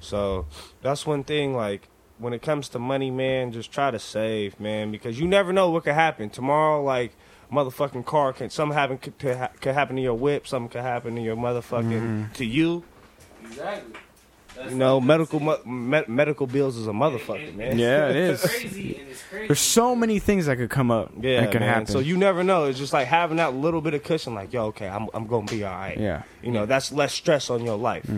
[SPEAKER 3] So that's one thing. Like when it comes to money, man, just try to save, man, because you never know what could happen tomorrow. Like motherfucking car can something happen could, to ha- could happen to your whip. Something could happen to your motherfucking to you.
[SPEAKER 7] Exactly. That's
[SPEAKER 3] You know,
[SPEAKER 7] like-
[SPEAKER 3] medical mu- me- medical bills is a motherfucker, man.
[SPEAKER 2] Yeah, it
[SPEAKER 7] It's
[SPEAKER 2] is.
[SPEAKER 7] crazy and it's crazy.
[SPEAKER 2] There's so many things that could come up.
[SPEAKER 3] Yeah,
[SPEAKER 2] that could
[SPEAKER 3] man.
[SPEAKER 2] happen.
[SPEAKER 3] So you never know. It's just like having that little bit of cushion, like, yo, okay, I'm I'm gonna be all right.
[SPEAKER 2] yeah, Mm-hmm.
[SPEAKER 3] You know, that's less stress on your life.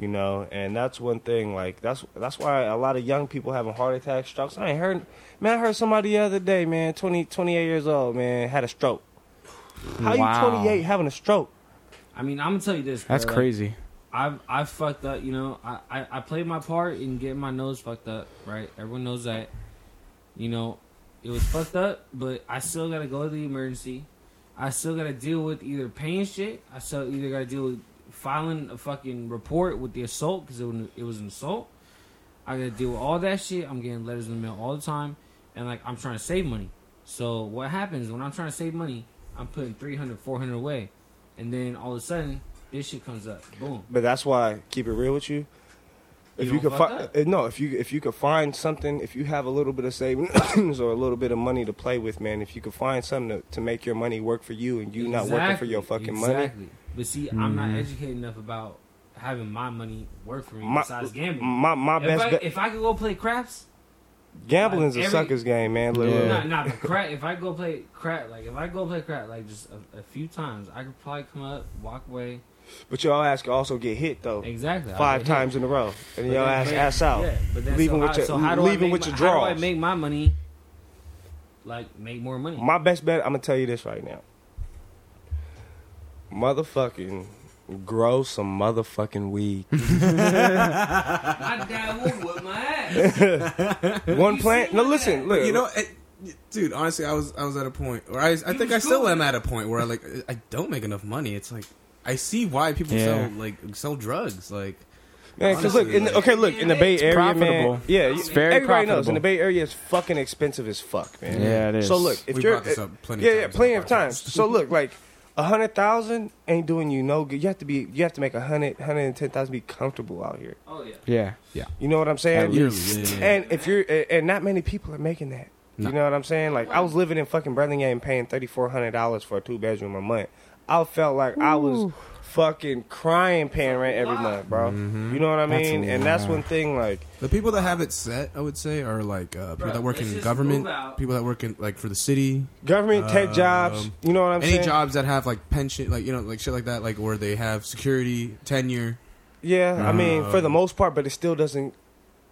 [SPEAKER 3] You know, and that's one thing. Like that's that's why a lot of young people having heart attack, strokes. I ain't heard, man. I heard somebody the other day, man, 20, 28 years old, man, had a stroke. How
[SPEAKER 2] Wow.
[SPEAKER 3] you 28 having a stroke?
[SPEAKER 4] I mean, I'm gonna tell you this.
[SPEAKER 2] that's
[SPEAKER 4] bro, like,
[SPEAKER 2] crazy.
[SPEAKER 4] I've I fucked up, you know. I, I, I played my part in getting my nose fucked up, right? Everyone knows that. You know, it was fucked up, but I still gotta go to the emergency. I still gotta deal with either pain shit. I still either gotta deal with filing a fucking report with the assault because it, was- it was an assault. I gotta deal with all that shit. I'm getting letters in the mail all the time, and like I'm trying to save money. So what happens when I'm trying to save money? I'm putting 300, 400 away, and then all of a sudden this shit comes up. Boom.
[SPEAKER 3] But that's why keep it real with you. If
[SPEAKER 4] You
[SPEAKER 3] you,
[SPEAKER 4] don't
[SPEAKER 3] could
[SPEAKER 4] fuck
[SPEAKER 3] find no, if you if you could find something, if you have a little bit of savings <coughs> or a little bit of money to play with, man, if you could find something to, to make your money work for you and you not working for your fucking money,
[SPEAKER 4] Exactly. But see, I'm not educated enough about having my money work for me
[SPEAKER 3] my
[SPEAKER 4] besides gambling.
[SPEAKER 3] my, my
[SPEAKER 4] if, I,
[SPEAKER 3] best bet
[SPEAKER 4] if I could go play craps,
[SPEAKER 3] gambling's
[SPEAKER 4] every-
[SPEAKER 3] a sucker's game, man. Lil-
[SPEAKER 2] Yeah.
[SPEAKER 4] not not but crap. If I go play crap, like if I go play crap, like just a, a few times, I could probably come up, walk away.
[SPEAKER 3] But your ass could also get hit though
[SPEAKER 4] Exactly. I'll
[SPEAKER 3] five
[SPEAKER 4] get hit.
[SPEAKER 3] times in a row, and
[SPEAKER 4] But
[SPEAKER 3] your
[SPEAKER 4] then-
[SPEAKER 3] ass
[SPEAKER 4] but-
[SPEAKER 3] ass out.
[SPEAKER 4] Yeah, but then
[SPEAKER 3] Leaving
[SPEAKER 4] so
[SPEAKER 3] with
[SPEAKER 4] how,
[SPEAKER 3] your-
[SPEAKER 4] so how do I
[SPEAKER 3] leaving
[SPEAKER 4] make
[SPEAKER 3] with
[SPEAKER 4] my,
[SPEAKER 3] your
[SPEAKER 4] How do I
[SPEAKER 3] draws.
[SPEAKER 4] make my money? Like make more money.
[SPEAKER 3] My best bet, I'm gonna tell you this right now. Motherfucking grow some motherfucking
[SPEAKER 4] <laughs>
[SPEAKER 3] weed.
[SPEAKER 7] My dad will whip my ass.
[SPEAKER 3] <laughs> One
[SPEAKER 7] You
[SPEAKER 3] plant.
[SPEAKER 7] seen
[SPEAKER 3] No,
[SPEAKER 7] that?
[SPEAKER 3] listen, look.
[SPEAKER 1] You know, it, dude. Honestly, I was I was at a point, or I I think
[SPEAKER 7] was
[SPEAKER 1] I still
[SPEAKER 7] good.
[SPEAKER 1] am at a point where I like I don't make enough money. It's like I see why people
[SPEAKER 2] Yeah.
[SPEAKER 1] sell like sell drugs. Like
[SPEAKER 3] Man, because look, in the, okay, look in the Bay Area,
[SPEAKER 2] profitable.
[SPEAKER 3] man. Yeah,
[SPEAKER 2] It's
[SPEAKER 3] you-
[SPEAKER 2] very
[SPEAKER 3] everybody knows
[SPEAKER 2] profitable.
[SPEAKER 3] in the Bay Area it's fucking expensive as fuck, man.
[SPEAKER 2] Yeah, it is.
[SPEAKER 3] So look, if
[SPEAKER 1] We
[SPEAKER 3] you're
[SPEAKER 1] brought this up plenty
[SPEAKER 3] yeah,
[SPEAKER 1] of
[SPEAKER 3] yeah,
[SPEAKER 1] times on
[SPEAKER 3] plenty
[SPEAKER 1] the
[SPEAKER 3] of times.
[SPEAKER 1] podcast.
[SPEAKER 3] So look, like a hundred thousand ain't doing you no good. You have to be, you have to make a hundred, hundred and ten thousand to be comfortable out here.
[SPEAKER 7] Oh yeah.
[SPEAKER 2] Yeah,
[SPEAKER 3] You know what I'm
[SPEAKER 2] At
[SPEAKER 3] saying?
[SPEAKER 2] least.
[SPEAKER 1] Yeah.
[SPEAKER 3] And if you're, and and not many people are making that. You know what I'm saying? Like I was living in fucking Birmingham, paying thirty four hundred dollars for a two bedroom a month. I felt like I was fucking crying paying rent every month, bro.
[SPEAKER 1] Mm-hmm.
[SPEAKER 3] You know what I
[SPEAKER 2] That's a
[SPEAKER 3] mean? and that's
[SPEAKER 2] lot.
[SPEAKER 3] one thing, like.
[SPEAKER 1] the people that have it set, I would say, are like uh, people
[SPEAKER 7] Bruh,
[SPEAKER 1] that work
[SPEAKER 7] let's
[SPEAKER 1] in
[SPEAKER 7] just
[SPEAKER 1] government,
[SPEAKER 7] move out.
[SPEAKER 1] people that work in like for the city,
[SPEAKER 3] government tech
[SPEAKER 1] Um,
[SPEAKER 3] jobs. You know what I'm
[SPEAKER 1] any
[SPEAKER 3] saying?
[SPEAKER 1] jobs that have like pension, like you know, like shit like that, like where they have security, tenure.
[SPEAKER 3] Yeah, I mean for
[SPEAKER 1] Um.
[SPEAKER 3] the most part, but it still doesn't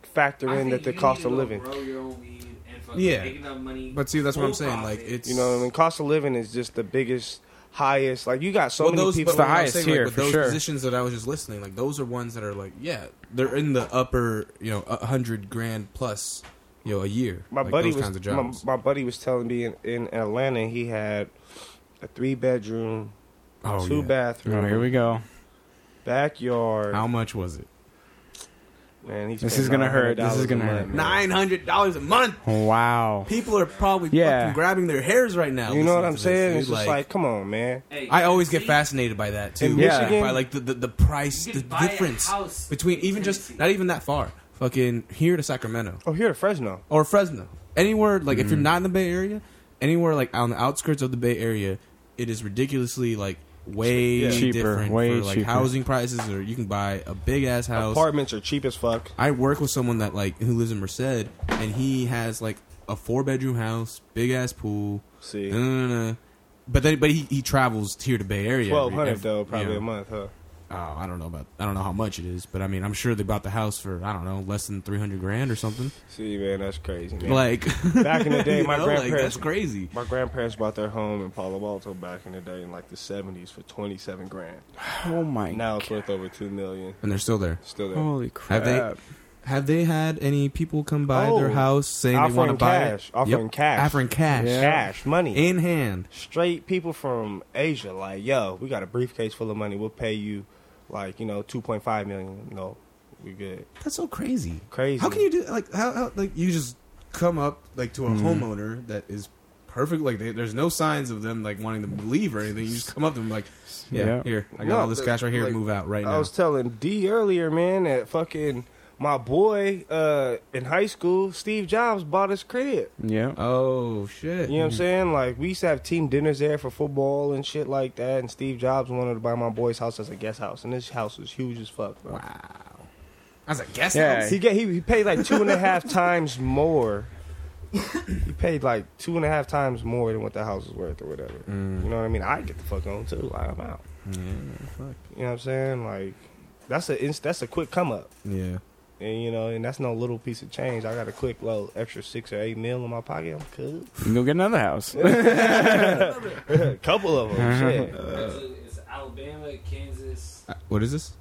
[SPEAKER 3] factor
[SPEAKER 7] I
[SPEAKER 3] in that
[SPEAKER 7] think
[SPEAKER 3] the
[SPEAKER 7] you
[SPEAKER 3] cost
[SPEAKER 7] need
[SPEAKER 3] of
[SPEAKER 7] to go
[SPEAKER 3] living.
[SPEAKER 7] Grow your own weed and fucking
[SPEAKER 1] Yeah.
[SPEAKER 7] make enough money.
[SPEAKER 1] But see, that's what I'm
[SPEAKER 7] full
[SPEAKER 1] saying. Like
[SPEAKER 7] profit.
[SPEAKER 1] it's
[SPEAKER 3] You know what I mean? Cost of living is just the biggest, highest. Like you got so
[SPEAKER 1] Well,
[SPEAKER 3] many
[SPEAKER 1] those,
[SPEAKER 3] people.
[SPEAKER 1] but what
[SPEAKER 2] the
[SPEAKER 1] I'm
[SPEAKER 2] highest
[SPEAKER 1] saying,
[SPEAKER 2] here,
[SPEAKER 1] like, with
[SPEAKER 2] for
[SPEAKER 1] those
[SPEAKER 2] sure.
[SPEAKER 1] positions that I was just listening, like those are ones that are like, yeah, they're in the upper, you know, a hundred grand plus, you know, a year.
[SPEAKER 3] my
[SPEAKER 1] like,
[SPEAKER 3] buddy
[SPEAKER 1] those
[SPEAKER 3] was
[SPEAKER 1] kinds of jobs.
[SPEAKER 3] My, my buddy was telling me in, in Atlanta he had a three bedroom, two
[SPEAKER 1] Oh, yeah.
[SPEAKER 2] Oh,
[SPEAKER 3] bathroom,
[SPEAKER 2] here we go.
[SPEAKER 3] backyard.
[SPEAKER 1] How much was it?
[SPEAKER 3] Man, he
[SPEAKER 2] This
[SPEAKER 3] spent
[SPEAKER 2] is gonna hurt. This is
[SPEAKER 3] $900
[SPEAKER 2] gonna
[SPEAKER 3] a
[SPEAKER 2] hurt.
[SPEAKER 3] month, man.
[SPEAKER 1] Nine hundred dollars a month.
[SPEAKER 2] Wow.
[SPEAKER 1] People are probably
[SPEAKER 2] Yeah.
[SPEAKER 1] fucking grabbing their hairs right now.
[SPEAKER 3] You know what I'm
[SPEAKER 1] listening to this,
[SPEAKER 3] saying?
[SPEAKER 1] dude.
[SPEAKER 3] It's just like, come on, man.
[SPEAKER 7] Hey,
[SPEAKER 1] I always get
[SPEAKER 7] see?
[SPEAKER 1] fascinated by that too.
[SPEAKER 3] In
[SPEAKER 1] Yeah.
[SPEAKER 3] Michigan-
[SPEAKER 1] by like the, the, the price,
[SPEAKER 7] You
[SPEAKER 1] the
[SPEAKER 7] can buy a
[SPEAKER 1] difference
[SPEAKER 7] house
[SPEAKER 1] between
[SPEAKER 7] in
[SPEAKER 1] even just
[SPEAKER 7] Tennessee.
[SPEAKER 1] not even that far, fucking here to Sacramento
[SPEAKER 3] Oh, here to Fresno.
[SPEAKER 1] or Fresno, anywhere like
[SPEAKER 3] Mm.
[SPEAKER 1] if you're not in the Bay Area, anywhere like on the outskirts of the Bay Area, it is ridiculously like way
[SPEAKER 3] Yeah.
[SPEAKER 2] Cheaper,
[SPEAKER 1] different
[SPEAKER 2] way
[SPEAKER 1] for like
[SPEAKER 2] cheaper.
[SPEAKER 1] housing prices, or you can buy a big ass house.
[SPEAKER 3] Apartments are cheap as fuck.
[SPEAKER 1] I work with someone that like who lives in Merced, and he has like a four bedroom house, big ass pool.
[SPEAKER 3] See.
[SPEAKER 1] No, no, no, no. But then, but he, he travels here to Bay Area.
[SPEAKER 3] Twelve hundred
[SPEAKER 1] every-
[SPEAKER 3] though, probably
[SPEAKER 1] yeah.
[SPEAKER 3] a month, huh?
[SPEAKER 1] Oh, I don't know about I don't know how much it is, but I mean I'm sure they bought the house for I don't know less than three hundred grand or something.
[SPEAKER 3] See, man, that's crazy. Man.
[SPEAKER 1] Like
[SPEAKER 3] <laughs> Back in the day,
[SPEAKER 1] you
[SPEAKER 3] my
[SPEAKER 1] know, like, that's
[SPEAKER 3] grandparents
[SPEAKER 1] crazy.
[SPEAKER 3] My grandparents bought their home in Palo Alto back in the day in like the seventies for twenty seven grand.
[SPEAKER 2] Oh my.
[SPEAKER 3] Now it's worth over two million.
[SPEAKER 1] And they're still there.
[SPEAKER 3] Still there.
[SPEAKER 2] Holy
[SPEAKER 1] Have
[SPEAKER 2] crap.
[SPEAKER 1] they- Have they had any people come by their
[SPEAKER 3] Oh.
[SPEAKER 1] house saying they want to
[SPEAKER 3] Offering
[SPEAKER 1] buy
[SPEAKER 3] cash.
[SPEAKER 1] it?
[SPEAKER 3] Offering cash.
[SPEAKER 1] Offering cash.
[SPEAKER 2] Yeah.
[SPEAKER 3] Cash, money.
[SPEAKER 1] In hand.
[SPEAKER 3] straight people from Asia, like, yo, we got a briefcase full of money. We'll pay you, like, you know, two point five million. No, we good.
[SPEAKER 1] That's so crazy.
[SPEAKER 3] Crazy.
[SPEAKER 1] How can you do like how, how like you just come up like to a
[SPEAKER 3] Mm-hmm.
[SPEAKER 1] homeowner that is perfect like they, there's no signs of them like wanting to leave or anything. You just come up to them like, yeah,
[SPEAKER 2] Yeah.
[SPEAKER 1] here I got
[SPEAKER 3] No,
[SPEAKER 1] all this
[SPEAKER 3] but,
[SPEAKER 1] cash right here.
[SPEAKER 3] like,
[SPEAKER 1] move out right
[SPEAKER 3] I
[SPEAKER 1] now.
[SPEAKER 3] was telling D earlier, man, that fucking my boy uh, in high school, Steve Jobs bought his crib.
[SPEAKER 2] Yeah.
[SPEAKER 1] oh shit.
[SPEAKER 3] You know what I'm saying? Like we used to have team dinners there for football and shit like that. And Steve Jobs wanted to buy my boy's house as a guest house, and this house was huge as fuck. Bro.
[SPEAKER 1] I was like, guess
[SPEAKER 2] Yeah.
[SPEAKER 3] He get he, he paid like two and a half <laughs> times more. He paid like two and a half times more than what the house was worth or whatever. You know what I mean? I get the fuck on too. Like I'm out. You know what I'm saying? Like that's a inst- that's a quick come up.
[SPEAKER 1] Yeah.
[SPEAKER 3] And you know, and that's no little piece of change. I got a quick little extra six or eight mil in my pocket. I'm good.
[SPEAKER 2] You can go get another house.
[SPEAKER 3] A <laughs> couple of
[SPEAKER 2] Uh-huh.
[SPEAKER 3] them. Shit.
[SPEAKER 7] it's Alabama, Kansas.
[SPEAKER 1] Uh, What is this?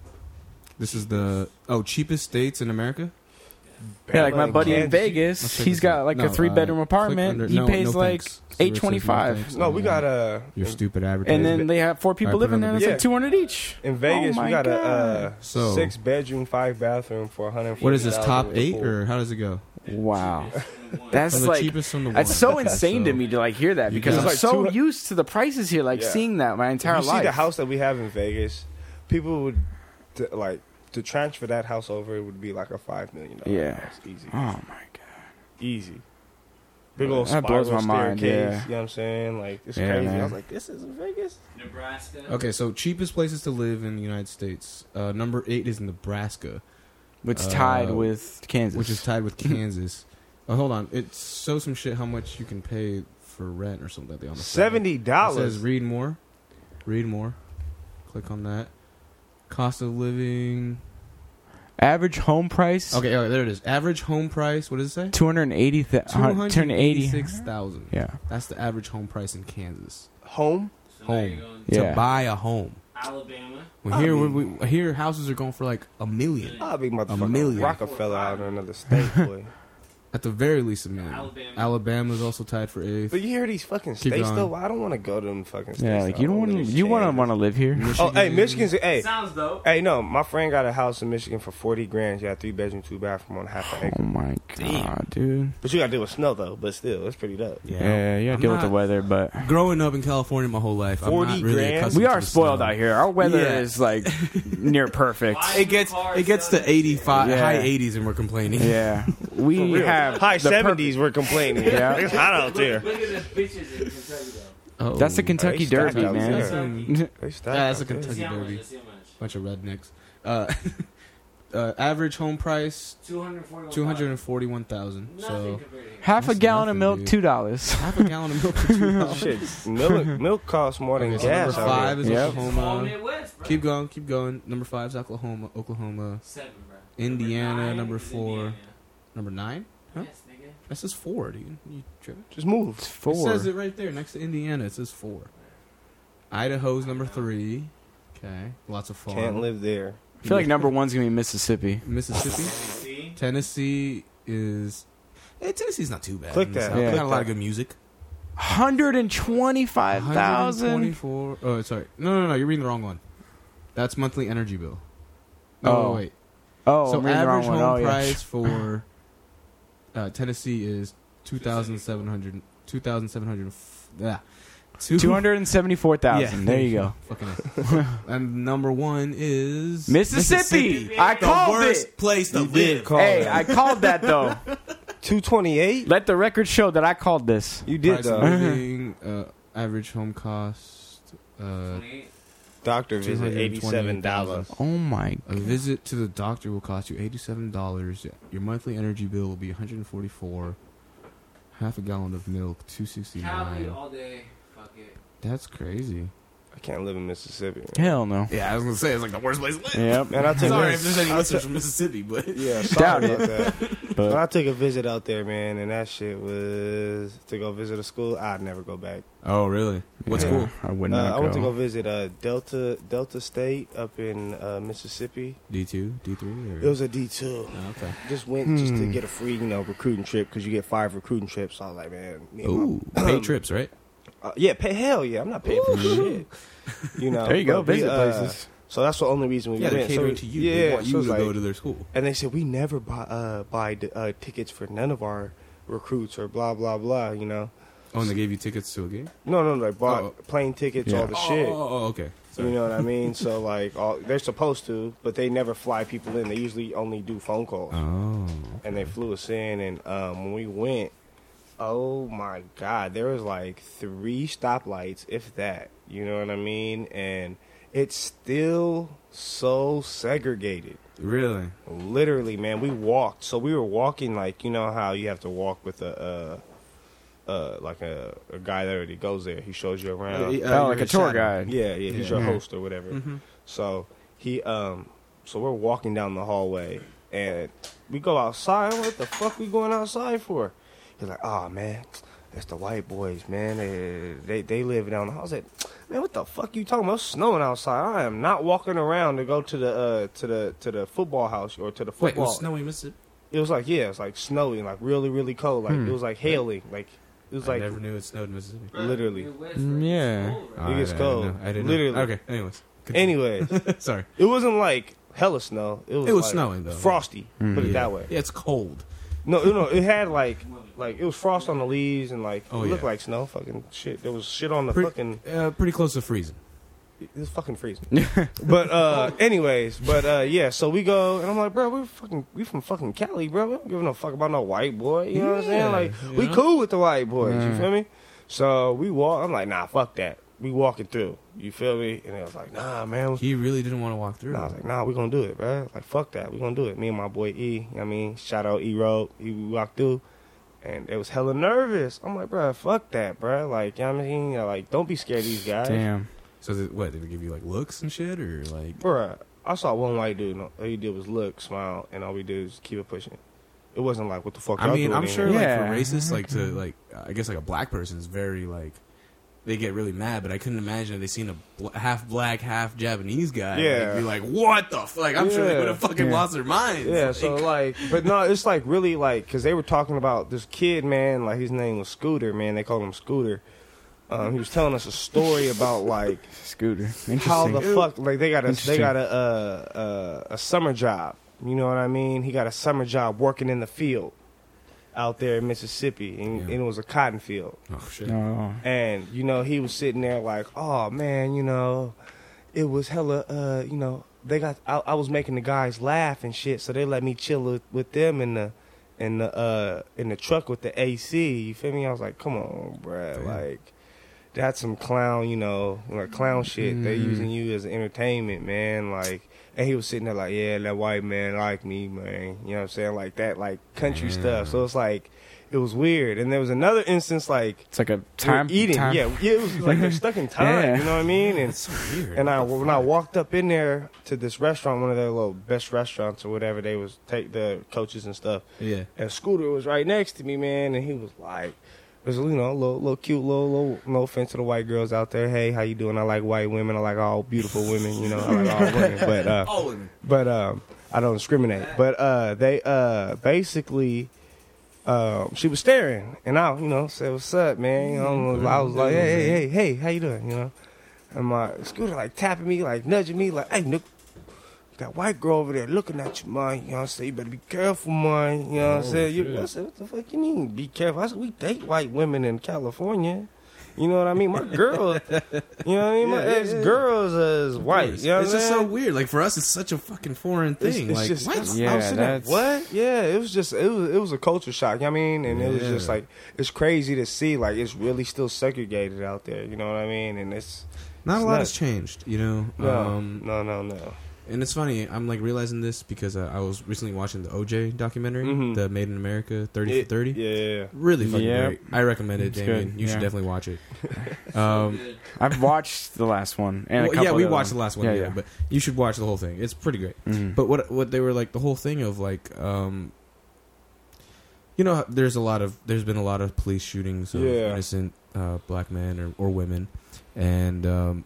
[SPEAKER 1] This is the oh cheapest states in America.
[SPEAKER 2] Yeah, like my
[SPEAKER 3] Barely
[SPEAKER 2] buddy in
[SPEAKER 3] Kansas.
[SPEAKER 2] Vegas,
[SPEAKER 1] Let's check
[SPEAKER 2] he's
[SPEAKER 1] this
[SPEAKER 2] got
[SPEAKER 1] out.
[SPEAKER 2] like
[SPEAKER 1] No,
[SPEAKER 2] a three bedroom
[SPEAKER 1] uh,
[SPEAKER 2] apartment.
[SPEAKER 1] click under-
[SPEAKER 2] he
[SPEAKER 1] no,
[SPEAKER 2] pays
[SPEAKER 1] no
[SPEAKER 2] like
[SPEAKER 1] thanks. Zero
[SPEAKER 2] eight
[SPEAKER 1] says
[SPEAKER 2] twenty five,
[SPEAKER 1] thanks.
[SPEAKER 3] No, we
[SPEAKER 1] Yeah.
[SPEAKER 3] got a uh,
[SPEAKER 1] your stupid
[SPEAKER 2] and
[SPEAKER 1] advertisement.
[SPEAKER 2] then they have four people
[SPEAKER 1] Alright, put
[SPEAKER 2] living
[SPEAKER 1] another
[SPEAKER 2] there. and It's
[SPEAKER 3] bid.
[SPEAKER 2] like two hundred each.
[SPEAKER 3] in Vegas.
[SPEAKER 2] Oh
[SPEAKER 3] we
[SPEAKER 2] my
[SPEAKER 3] got a uh,
[SPEAKER 2] God.
[SPEAKER 1] So-
[SPEAKER 3] six bedroom, five bathroom for 100.
[SPEAKER 1] what is this top eight or how does it
[SPEAKER 3] <laughs>
[SPEAKER 1] go?
[SPEAKER 2] <laughs> Wow,
[SPEAKER 1] From
[SPEAKER 2] that's
[SPEAKER 1] the
[SPEAKER 2] like
[SPEAKER 1] cheapest from the
[SPEAKER 2] <laughs> that's
[SPEAKER 1] one. <laughs>
[SPEAKER 2] so insane to me to like hear that
[SPEAKER 1] You
[SPEAKER 2] because
[SPEAKER 1] guys-
[SPEAKER 2] I'm
[SPEAKER 3] It's like
[SPEAKER 2] so
[SPEAKER 3] two-
[SPEAKER 2] used to the prices here, like
[SPEAKER 3] Yeah.
[SPEAKER 2] seeing that my entire
[SPEAKER 3] you
[SPEAKER 2] life.
[SPEAKER 3] see the house that we have in Vegas, people would t- like to transfer that house over. It would be like a five million dollar
[SPEAKER 2] Yeah.
[SPEAKER 3] house, easy,
[SPEAKER 2] Oh my god,
[SPEAKER 3] easy. Big old
[SPEAKER 2] That
[SPEAKER 3] spiral
[SPEAKER 2] blows my mind,
[SPEAKER 3] staircase.
[SPEAKER 2] yeah.
[SPEAKER 3] You know what I'm saying? Like it's
[SPEAKER 2] Yeah,
[SPEAKER 3] crazy.
[SPEAKER 2] man.
[SPEAKER 3] I was like, this isn't Vegas.
[SPEAKER 7] Nebraska.
[SPEAKER 1] Okay, so cheapest places to live in the United States. Uh, number eight is Nebraska,
[SPEAKER 2] it's
[SPEAKER 1] Uh,
[SPEAKER 2] tied with Kansas,
[SPEAKER 1] which is tied with Kansas. oh, hold on, it shows some shit how much you can pay for rent or something. That they on the side.
[SPEAKER 3] Seventy
[SPEAKER 1] It says
[SPEAKER 3] dollars.
[SPEAKER 1] read more, read more. Click on that. Cost of living.
[SPEAKER 2] average home price.
[SPEAKER 1] Okay, all right, there it is. Average home price. What does it say?
[SPEAKER 2] 280
[SPEAKER 1] Six
[SPEAKER 2] 280
[SPEAKER 1] thousand.
[SPEAKER 2] yeah
[SPEAKER 1] That's the average home price in Kansas.
[SPEAKER 3] Home.
[SPEAKER 7] So now you're
[SPEAKER 1] Home.
[SPEAKER 7] going
[SPEAKER 2] yeah
[SPEAKER 1] To buy a home.
[SPEAKER 7] Alabama.
[SPEAKER 1] Well,
[SPEAKER 3] I
[SPEAKER 1] here,
[SPEAKER 3] mean-
[SPEAKER 1] we, here houses are going for like a million.
[SPEAKER 3] I'll be
[SPEAKER 1] A
[SPEAKER 3] motherfucking
[SPEAKER 1] million.
[SPEAKER 3] Rockefeller out in another state, <laughs> boy.
[SPEAKER 1] At the very least, a million.
[SPEAKER 7] Alabama.
[SPEAKER 1] Alabama's also tied for eighth.
[SPEAKER 3] but you hear these fucking
[SPEAKER 1] Keep
[SPEAKER 3] states
[SPEAKER 1] going.
[SPEAKER 3] though. I don't want to go to them fucking states.
[SPEAKER 2] yeah like
[SPEAKER 3] though.
[SPEAKER 2] you don't
[SPEAKER 3] I
[SPEAKER 2] want to
[SPEAKER 3] live in
[SPEAKER 2] you want to
[SPEAKER 3] Kansas.
[SPEAKER 2] want to live here
[SPEAKER 3] Oh, hey, Michigan's. Hey,
[SPEAKER 7] Sounds dope.
[SPEAKER 3] Hey, no, my friend got a house in Michigan for forty grand. You got three bedroom, two bathroom on half an
[SPEAKER 2] oh
[SPEAKER 3] acre.
[SPEAKER 2] my god dude
[SPEAKER 3] But you got to deal with snow though. But still, it's pretty dope.
[SPEAKER 1] Yeah.
[SPEAKER 2] yeah, you gotta
[SPEAKER 1] I'm
[SPEAKER 2] deal with
[SPEAKER 1] not-
[SPEAKER 2] the weather but
[SPEAKER 1] Growing up in California my whole life, I'm
[SPEAKER 3] 40
[SPEAKER 1] not really
[SPEAKER 3] grand?
[SPEAKER 1] accustomed
[SPEAKER 2] we
[SPEAKER 1] to
[SPEAKER 2] are
[SPEAKER 1] the
[SPEAKER 2] spoiled
[SPEAKER 1] snow.
[SPEAKER 2] out here our weather
[SPEAKER 1] Yeah.
[SPEAKER 2] is
[SPEAKER 1] <laughs>
[SPEAKER 2] like near perfect
[SPEAKER 7] Why?
[SPEAKER 1] It gets
[SPEAKER 7] Cars,
[SPEAKER 1] it gets
[SPEAKER 7] sun.
[SPEAKER 1] to 85,
[SPEAKER 2] Yeah.
[SPEAKER 1] high 80s, and we're complaining.
[SPEAKER 2] yeah we have
[SPEAKER 3] high
[SPEAKER 2] the perfect-
[SPEAKER 3] seventies. We're complaining.
[SPEAKER 2] <laughs> Yeah.
[SPEAKER 3] it's hot out there.
[SPEAKER 7] Look at the bitches in Kentucky though.
[SPEAKER 1] <laughs> Oh.
[SPEAKER 2] that's the kentucky
[SPEAKER 3] They stacked
[SPEAKER 2] derby
[SPEAKER 3] out
[SPEAKER 2] man
[SPEAKER 3] there. They
[SPEAKER 1] Yeah,
[SPEAKER 3] stacked
[SPEAKER 1] that's
[SPEAKER 3] out
[SPEAKER 1] a
[SPEAKER 3] there.
[SPEAKER 1] Kentucky
[SPEAKER 7] See how much?
[SPEAKER 1] Derby.
[SPEAKER 7] Let's see how much.
[SPEAKER 1] Bunch of rednecks. Uh, <laughs> uh, average home price
[SPEAKER 7] Two hundred forty-one.
[SPEAKER 1] two hundred and forty-one thousand.
[SPEAKER 7] Nothing
[SPEAKER 1] So
[SPEAKER 7] compared to here.
[SPEAKER 2] half a
[SPEAKER 1] That's
[SPEAKER 2] gallon of
[SPEAKER 1] nothing,
[SPEAKER 2] milk
[SPEAKER 1] dude.
[SPEAKER 2] two dollars
[SPEAKER 1] half a gallon of milk for two
[SPEAKER 3] <laughs>
[SPEAKER 1] dollars.
[SPEAKER 3] Shit,
[SPEAKER 2] <laughs>
[SPEAKER 3] milk, milk costs more than
[SPEAKER 1] Okay, so number
[SPEAKER 3] gas. out
[SPEAKER 1] five
[SPEAKER 3] here.
[SPEAKER 1] is
[SPEAKER 2] Yep.
[SPEAKER 7] All
[SPEAKER 1] Oklahoma.
[SPEAKER 7] Midwest, bro.
[SPEAKER 1] Keep going, keep going. Number five is Oklahoma. Oklahoma.
[SPEAKER 7] Seven, bro.
[SPEAKER 1] Indiana,
[SPEAKER 7] nine
[SPEAKER 1] number
[SPEAKER 7] is
[SPEAKER 1] four.
[SPEAKER 7] Indiana.
[SPEAKER 1] Number nine. Huh?
[SPEAKER 7] Yes, nigga.
[SPEAKER 1] That says four, dude. You tripping?
[SPEAKER 3] Just move.
[SPEAKER 2] it's
[SPEAKER 1] It
[SPEAKER 2] four
[SPEAKER 1] says it right there next to Indiana. It says four. Idaho's number three. Okay, lots of farm.
[SPEAKER 3] Can't live there.
[SPEAKER 2] i feel like number one's gonna be mississippi
[SPEAKER 1] Mississippi.
[SPEAKER 7] Tennessee.
[SPEAKER 1] Tennessee is. Hey, Tennessee's not too bad.
[SPEAKER 3] Click
[SPEAKER 1] in the
[SPEAKER 3] that.
[SPEAKER 1] South. They
[SPEAKER 2] Yeah.
[SPEAKER 1] got a
[SPEAKER 3] Click
[SPEAKER 1] lot of
[SPEAKER 3] that.
[SPEAKER 1] good music.
[SPEAKER 2] 125000
[SPEAKER 1] 124. Oh, sorry. No, no, no. You're reading the wrong one. That's monthly energy bill.
[SPEAKER 2] Oh,
[SPEAKER 1] No, wait.
[SPEAKER 2] oh
[SPEAKER 1] so
[SPEAKER 2] I'm reading the wrong
[SPEAKER 1] average
[SPEAKER 2] one.
[SPEAKER 1] home
[SPEAKER 2] Oh, yeah. <laughs> <clears throat>
[SPEAKER 1] price for uh, Tennessee is 2,700. 2,700. Yeah. Two-
[SPEAKER 2] 274000
[SPEAKER 1] Yeah.
[SPEAKER 2] there
[SPEAKER 1] <laughs>
[SPEAKER 2] you go <laughs>
[SPEAKER 1] Fucking hell. and number one is
[SPEAKER 2] Mississippi. I
[SPEAKER 1] the
[SPEAKER 2] called
[SPEAKER 1] worst
[SPEAKER 2] it.
[SPEAKER 1] place to
[SPEAKER 3] You did
[SPEAKER 1] live.
[SPEAKER 3] call
[SPEAKER 2] hey,
[SPEAKER 3] it.
[SPEAKER 2] I called
[SPEAKER 1] <laughs>
[SPEAKER 2] that though.
[SPEAKER 3] 228.
[SPEAKER 2] Let the record show that I called this.
[SPEAKER 3] You did
[SPEAKER 1] Price of
[SPEAKER 3] though.
[SPEAKER 1] living, uh, average home cost, uh,
[SPEAKER 7] Twenty-eight.
[SPEAKER 3] Doctor visit eighty-seven dollars.
[SPEAKER 1] $228.
[SPEAKER 2] Oh my!
[SPEAKER 1] A visit to the doctor will cost you eighty-seven dollars. Your monthly energy bill will be one hundred and forty-four. Half a gallon of milk, two
[SPEAKER 7] Cali
[SPEAKER 1] sixty-nine.
[SPEAKER 7] all day. Fuck it.
[SPEAKER 1] That's crazy.
[SPEAKER 3] I can't live in Mississippi.
[SPEAKER 2] Hell no.
[SPEAKER 1] Yeah, I was gonna say it's like the worst place to live.
[SPEAKER 2] Yep.
[SPEAKER 3] Man, I took
[SPEAKER 1] Sorry
[SPEAKER 2] <laughs>
[SPEAKER 3] this-
[SPEAKER 1] <laughs> if there's any listeners from Mississippi, but
[SPEAKER 3] Yeah,
[SPEAKER 2] Doubt <laughs>
[SPEAKER 3] sorry about that. When
[SPEAKER 2] But
[SPEAKER 3] I took a visit out there, man, and that shit was to go visit a school. I'd never go back.
[SPEAKER 1] Oh, really? What
[SPEAKER 2] yeah,
[SPEAKER 1] school?
[SPEAKER 2] I would
[SPEAKER 3] Uh,
[SPEAKER 2] not
[SPEAKER 3] I went to
[SPEAKER 2] go.
[SPEAKER 3] go visit uh, Delta Delta State up in uh, Mississippi.
[SPEAKER 1] D two, D three?
[SPEAKER 3] It was a D two.
[SPEAKER 1] oh, okay.
[SPEAKER 3] Just went just
[SPEAKER 2] Hmm.
[SPEAKER 3] to get a free, you know, recruiting trip because you get five recruiting trips. I was like, man, me and
[SPEAKER 1] <clears throat>
[SPEAKER 3] my-
[SPEAKER 1] Ooh, paid trips, right?
[SPEAKER 3] uh, yeah, pay hell yeah. I'm not paying for shit. You
[SPEAKER 2] <laughs>
[SPEAKER 3] know,
[SPEAKER 2] There you go.
[SPEAKER 3] but we,
[SPEAKER 2] Visit
[SPEAKER 3] uh,
[SPEAKER 2] places.
[SPEAKER 3] So that's the only reason we
[SPEAKER 1] Yeah, they're
[SPEAKER 3] went.
[SPEAKER 1] catering
[SPEAKER 3] so,
[SPEAKER 1] to you.
[SPEAKER 3] Yeah,
[SPEAKER 1] they want
[SPEAKER 3] so
[SPEAKER 1] you
[SPEAKER 3] it's
[SPEAKER 1] to go
[SPEAKER 3] like-
[SPEAKER 1] to their school.
[SPEAKER 3] and they said we never buy uh, buy uh, tickets for none of our recruits or blah blah blah. You know,
[SPEAKER 1] Oh, and they gave you tickets to a game.
[SPEAKER 3] no no, they bought
[SPEAKER 1] Oh.
[SPEAKER 3] plane tickets,
[SPEAKER 2] Yeah.
[SPEAKER 3] all the
[SPEAKER 1] oh,
[SPEAKER 3] shit.
[SPEAKER 1] Oh, oh, okay. Sorry.
[SPEAKER 3] You know what I mean? so like, all, they're supposed to, but they never fly people in. They usually only do phone calls,
[SPEAKER 1] Oh,
[SPEAKER 3] and they flew us in. And um, when we went, oh my god, there was like three stoplights, if that. You know what I mean? And it's still so segregated.
[SPEAKER 1] really?
[SPEAKER 3] Literally, man, we walked. So we were walking like you know how you have to walk with a. Uh, uh, like a, a guy that already goes there. He shows you around.
[SPEAKER 2] Oh, like a tour guide.
[SPEAKER 3] uh, Yeah, yeah, he's
[SPEAKER 1] Yeah.
[SPEAKER 3] your host or whatever.
[SPEAKER 1] Mm-hmm.
[SPEAKER 3] So he, um, so we're walking down the hallway and we go outside. What the fuck we going outside for? He's like, oh man, it's the white boys, man. They they, they live down the hall. I was like, man, what the fuck you talking about? It's snowing outside. I am not walking around to go to the uh, to the to the football house or to the
[SPEAKER 1] Wait, it
[SPEAKER 3] football.
[SPEAKER 1] was snowy Mississippi.
[SPEAKER 3] It was like yeah, it was like snowy, like really really cold. Like it was like hailing, like it was
[SPEAKER 1] Hmm. I
[SPEAKER 3] like
[SPEAKER 1] never knew it snowed in Mississippi.
[SPEAKER 3] literally.
[SPEAKER 2] Yeah.
[SPEAKER 1] Alright,
[SPEAKER 3] gets
[SPEAKER 1] I didn't
[SPEAKER 3] cold.
[SPEAKER 1] know. I didn't
[SPEAKER 3] Literally.
[SPEAKER 1] Know. Okay. Anyways.
[SPEAKER 3] Anyway,
[SPEAKER 1] <laughs> Sorry.
[SPEAKER 3] It wasn't like hella snow. It was
[SPEAKER 1] It was
[SPEAKER 3] like
[SPEAKER 1] snowing, though. Mm-hmm.
[SPEAKER 3] frosty. Put it
[SPEAKER 1] yeah.
[SPEAKER 3] that way.
[SPEAKER 1] Yeah, it's cold.
[SPEAKER 3] No, no, no, it had like like it was frost on the leaves and like
[SPEAKER 1] Oh,
[SPEAKER 3] it looked
[SPEAKER 1] yeah.
[SPEAKER 3] like snow. Fucking shit. There was shit on the
[SPEAKER 1] Pretty-
[SPEAKER 3] fucking.
[SPEAKER 1] Uh, pretty close to freezing.
[SPEAKER 3] It was fucking freezing.
[SPEAKER 1] <laughs>
[SPEAKER 3] but uh, anyways, but uh, yeah. So we go and I'm like, bro, we're fucking we from fucking Cali, bro. We don't give no fuck about no white boy. You know what I'm
[SPEAKER 1] Yeah,
[SPEAKER 3] saying? Like
[SPEAKER 1] you
[SPEAKER 3] we
[SPEAKER 1] know?
[SPEAKER 3] cool with the white boys. You
[SPEAKER 2] Mm.
[SPEAKER 3] feel me? So we walk. I'm like, nah, fuck that. We walking through. You feel me? And it was like, nah, man.
[SPEAKER 1] He really didn't want to walk through.
[SPEAKER 3] And I was like, nah, we're gonna do it, bro. Like, fuck that. We're gonna do it. Me and my boy E, you know what I mean, shout out E Road, he walked through. And it was hella nervous. I'm like, bro, fuck that, bro. Like, you know what I mean? You know, Like, don't be scared of these guys.
[SPEAKER 2] Damn.
[SPEAKER 1] So did, what did they give you like looks and shit or like?
[SPEAKER 3] Bruh, I saw one white dude. and All he did was look, smile, and all we did was keep it pushing. It wasn't like, what the fuck?
[SPEAKER 1] I
[SPEAKER 3] y'all
[SPEAKER 1] mean,
[SPEAKER 3] doing
[SPEAKER 1] I'm
[SPEAKER 3] in
[SPEAKER 1] sure
[SPEAKER 3] here?
[SPEAKER 1] like
[SPEAKER 2] Yeah.
[SPEAKER 1] for racists, like to
[SPEAKER 3] Mm-hmm.
[SPEAKER 1] like I guess like a black person is very like they get really mad, but I couldn't imagine if they seen a bl- half black, half Japanese guy.
[SPEAKER 3] Yeah.
[SPEAKER 1] like, be like, what the f-? like? I'm sure they
[SPEAKER 3] Yeah.
[SPEAKER 1] would have fucking
[SPEAKER 2] Yeah.
[SPEAKER 1] lost their minds.
[SPEAKER 3] Yeah,
[SPEAKER 1] Like,
[SPEAKER 3] so like, but no, it's like really like, cause they were talking about this kid, man. Like his name was Scooter, man. They called him Scooter. Um, he was telling us a story about like
[SPEAKER 2] Scooter. Interesting.
[SPEAKER 3] how the fuck like they got a they
[SPEAKER 2] Interesting.
[SPEAKER 3] got a uh, uh, a summer job. You know what I mean? He got a summer job working in the field out there in Mississippi, and,
[SPEAKER 1] Yeah.
[SPEAKER 3] and it was a cotton field.
[SPEAKER 1] oh shit.
[SPEAKER 2] No.
[SPEAKER 3] And you know he was sitting there like, oh man, you know, it was hella, uh, you know, they got I, I was making the guys laugh and shit, so they let me chill with, with them in the in the uh in the truck with the AC. You feel me? I was like, come on, bruh,
[SPEAKER 1] Damn.
[SPEAKER 3] like. That's some clown, you know, like clown shit. They using you as entertainment, man. Like, and he was sitting there like, yeah, that white man like me, man. You know what I'm saying? Like that, like country stuff. So it's like, it was weird. And there was another instance, like,
[SPEAKER 2] It's like a
[SPEAKER 3] we're
[SPEAKER 2] time
[SPEAKER 3] eating.
[SPEAKER 2] Time.
[SPEAKER 3] Yeah, yeah,
[SPEAKER 2] <laughs>
[SPEAKER 3] it was like they're stuck in time.
[SPEAKER 2] Yeah.
[SPEAKER 3] You know what I mean?
[SPEAKER 1] That's
[SPEAKER 3] And
[SPEAKER 1] so weird.
[SPEAKER 3] and I
[SPEAKER 1] What the
[SPEAKER 3] when I walked up in there to this restaurant, one of their little best restaurants or whatever, they was take the coaches and stuff.
[SPEAKER 1] fuck? yeah,
[SPEAKER 3] And Scooter was right next to me, man, and he was like. It was, you know, a little, little cute, little, little, no offense to the white girls out there. Hey, how you doing? I like white women. I like all beautiful women. You know, I like all women. But uh,
[SPEAKER 1] all of them.
[SPEAKER 3] but um, I don't discriminate. But uh, they uh, basically, um, she was staring, and I, you know, said, "What's up, man?" You know, I was like, "Hey, hey, hey, hey, how you doing?" You know, and my scooter like tapping me, like nudging me, like, "Hey, Nick." That white girl over there looking at you, man. You know what I'm saying? You better be careful, man. You know
[SPEAKER 1] Oh,
[SPEAKER 3] what I'm saying? You, I said, what the fuck you mean, be careful? I said, we date white women in California. You know what I mean? My
[SPEAKER 1] <laughs>
[SPEAKER 3] girl, you know what I mean? My
[SPEAKER 1] Yeah, yeah,
[SPEAKER 3] ex
[SPEAKER 1] yeah.
[SPEAKER 3] girls is white. You know what
[SPEAKER 1] it's
[SPEAKER 3] I'm
[SPEAKER 1] just so
[SPEAKER 3] saying?
[SPEAKER 1] weird. Like for us, it's such a fucking foreign
[SPEAKER 3] It's-
[SPEAKER 1] thing.
[SPEAKER 3] it's
[SPEAKER 1] like
[SPEAKER 3] just-
[SPEAKER 1] what?
[SPEAKER 3] that's-
[SPEAKER 2] Yeah,
[SPEAKER 3] I was sitting there,
[SPEAKER 2] that's-
[SPEAKER 3] what? Yeah, it was just it was it was a culture shock. I mean, and it was just
[SPEAKER 1] Yeah.
[SPEAKER 3] like it's crazy to see like it's really still segregated out there. You know what I mean? And it's
[SPEAKER 1] Not a
[SPEAKER 3] it's
[SPEAKER 1] lot
[SPEAKER 3] nuts.
[SPEAKER 1] has changed, you know.
[SPEAKER 3] no,
[SPEAKER 1] Um,
[SPEAKER 3] no, no, no.
[SPEAKER 1] And it's funny, I'm like realizing this because uh, I was recently watching the OJ documentary,
[SPEAKER 3] Mhm.
[SPEAKER 1] the Made in America 30
[SPEAKER 3] It-
[SPEAKER 1] for 30.
[SPEAKER 3] Yeah, yeah, yeah.
[SPEAKER 1] Really fucking
[SPEAKER 2] Yep.
[SPEAKER 1] great. I recommend it,
[SPEAKER 2] It's
[SPEAKER 1] Damien.
[SPEAKER 2] good,
[SPEAKER 1] You should
[SPEAKER 2] yeah.
[SPEAKER 1] definitely watch it. Um,
[SPEAKER 2] I've watched the last one. And a
[SPEAKER 1] well,
[SPEAKER 2] couple
[SPEAKER 1] yeah, we
[SPEAKER 2] other
[SPEAKER 1] watched the last
[SPEAKER 2] ones.
[SPEAKER 1] one, yeah, but you should watch the whole thing. It's pretty great.
[SPEAKER 2] Mm.
[SPEAKER 1] But what what they were like the whole thing of like um, you know, there's a lot of there's been a lot of police shootings of
[SPEAKER 3] Yeah.
[SPEAKER 1] innocent uh, black men or, or women, and um,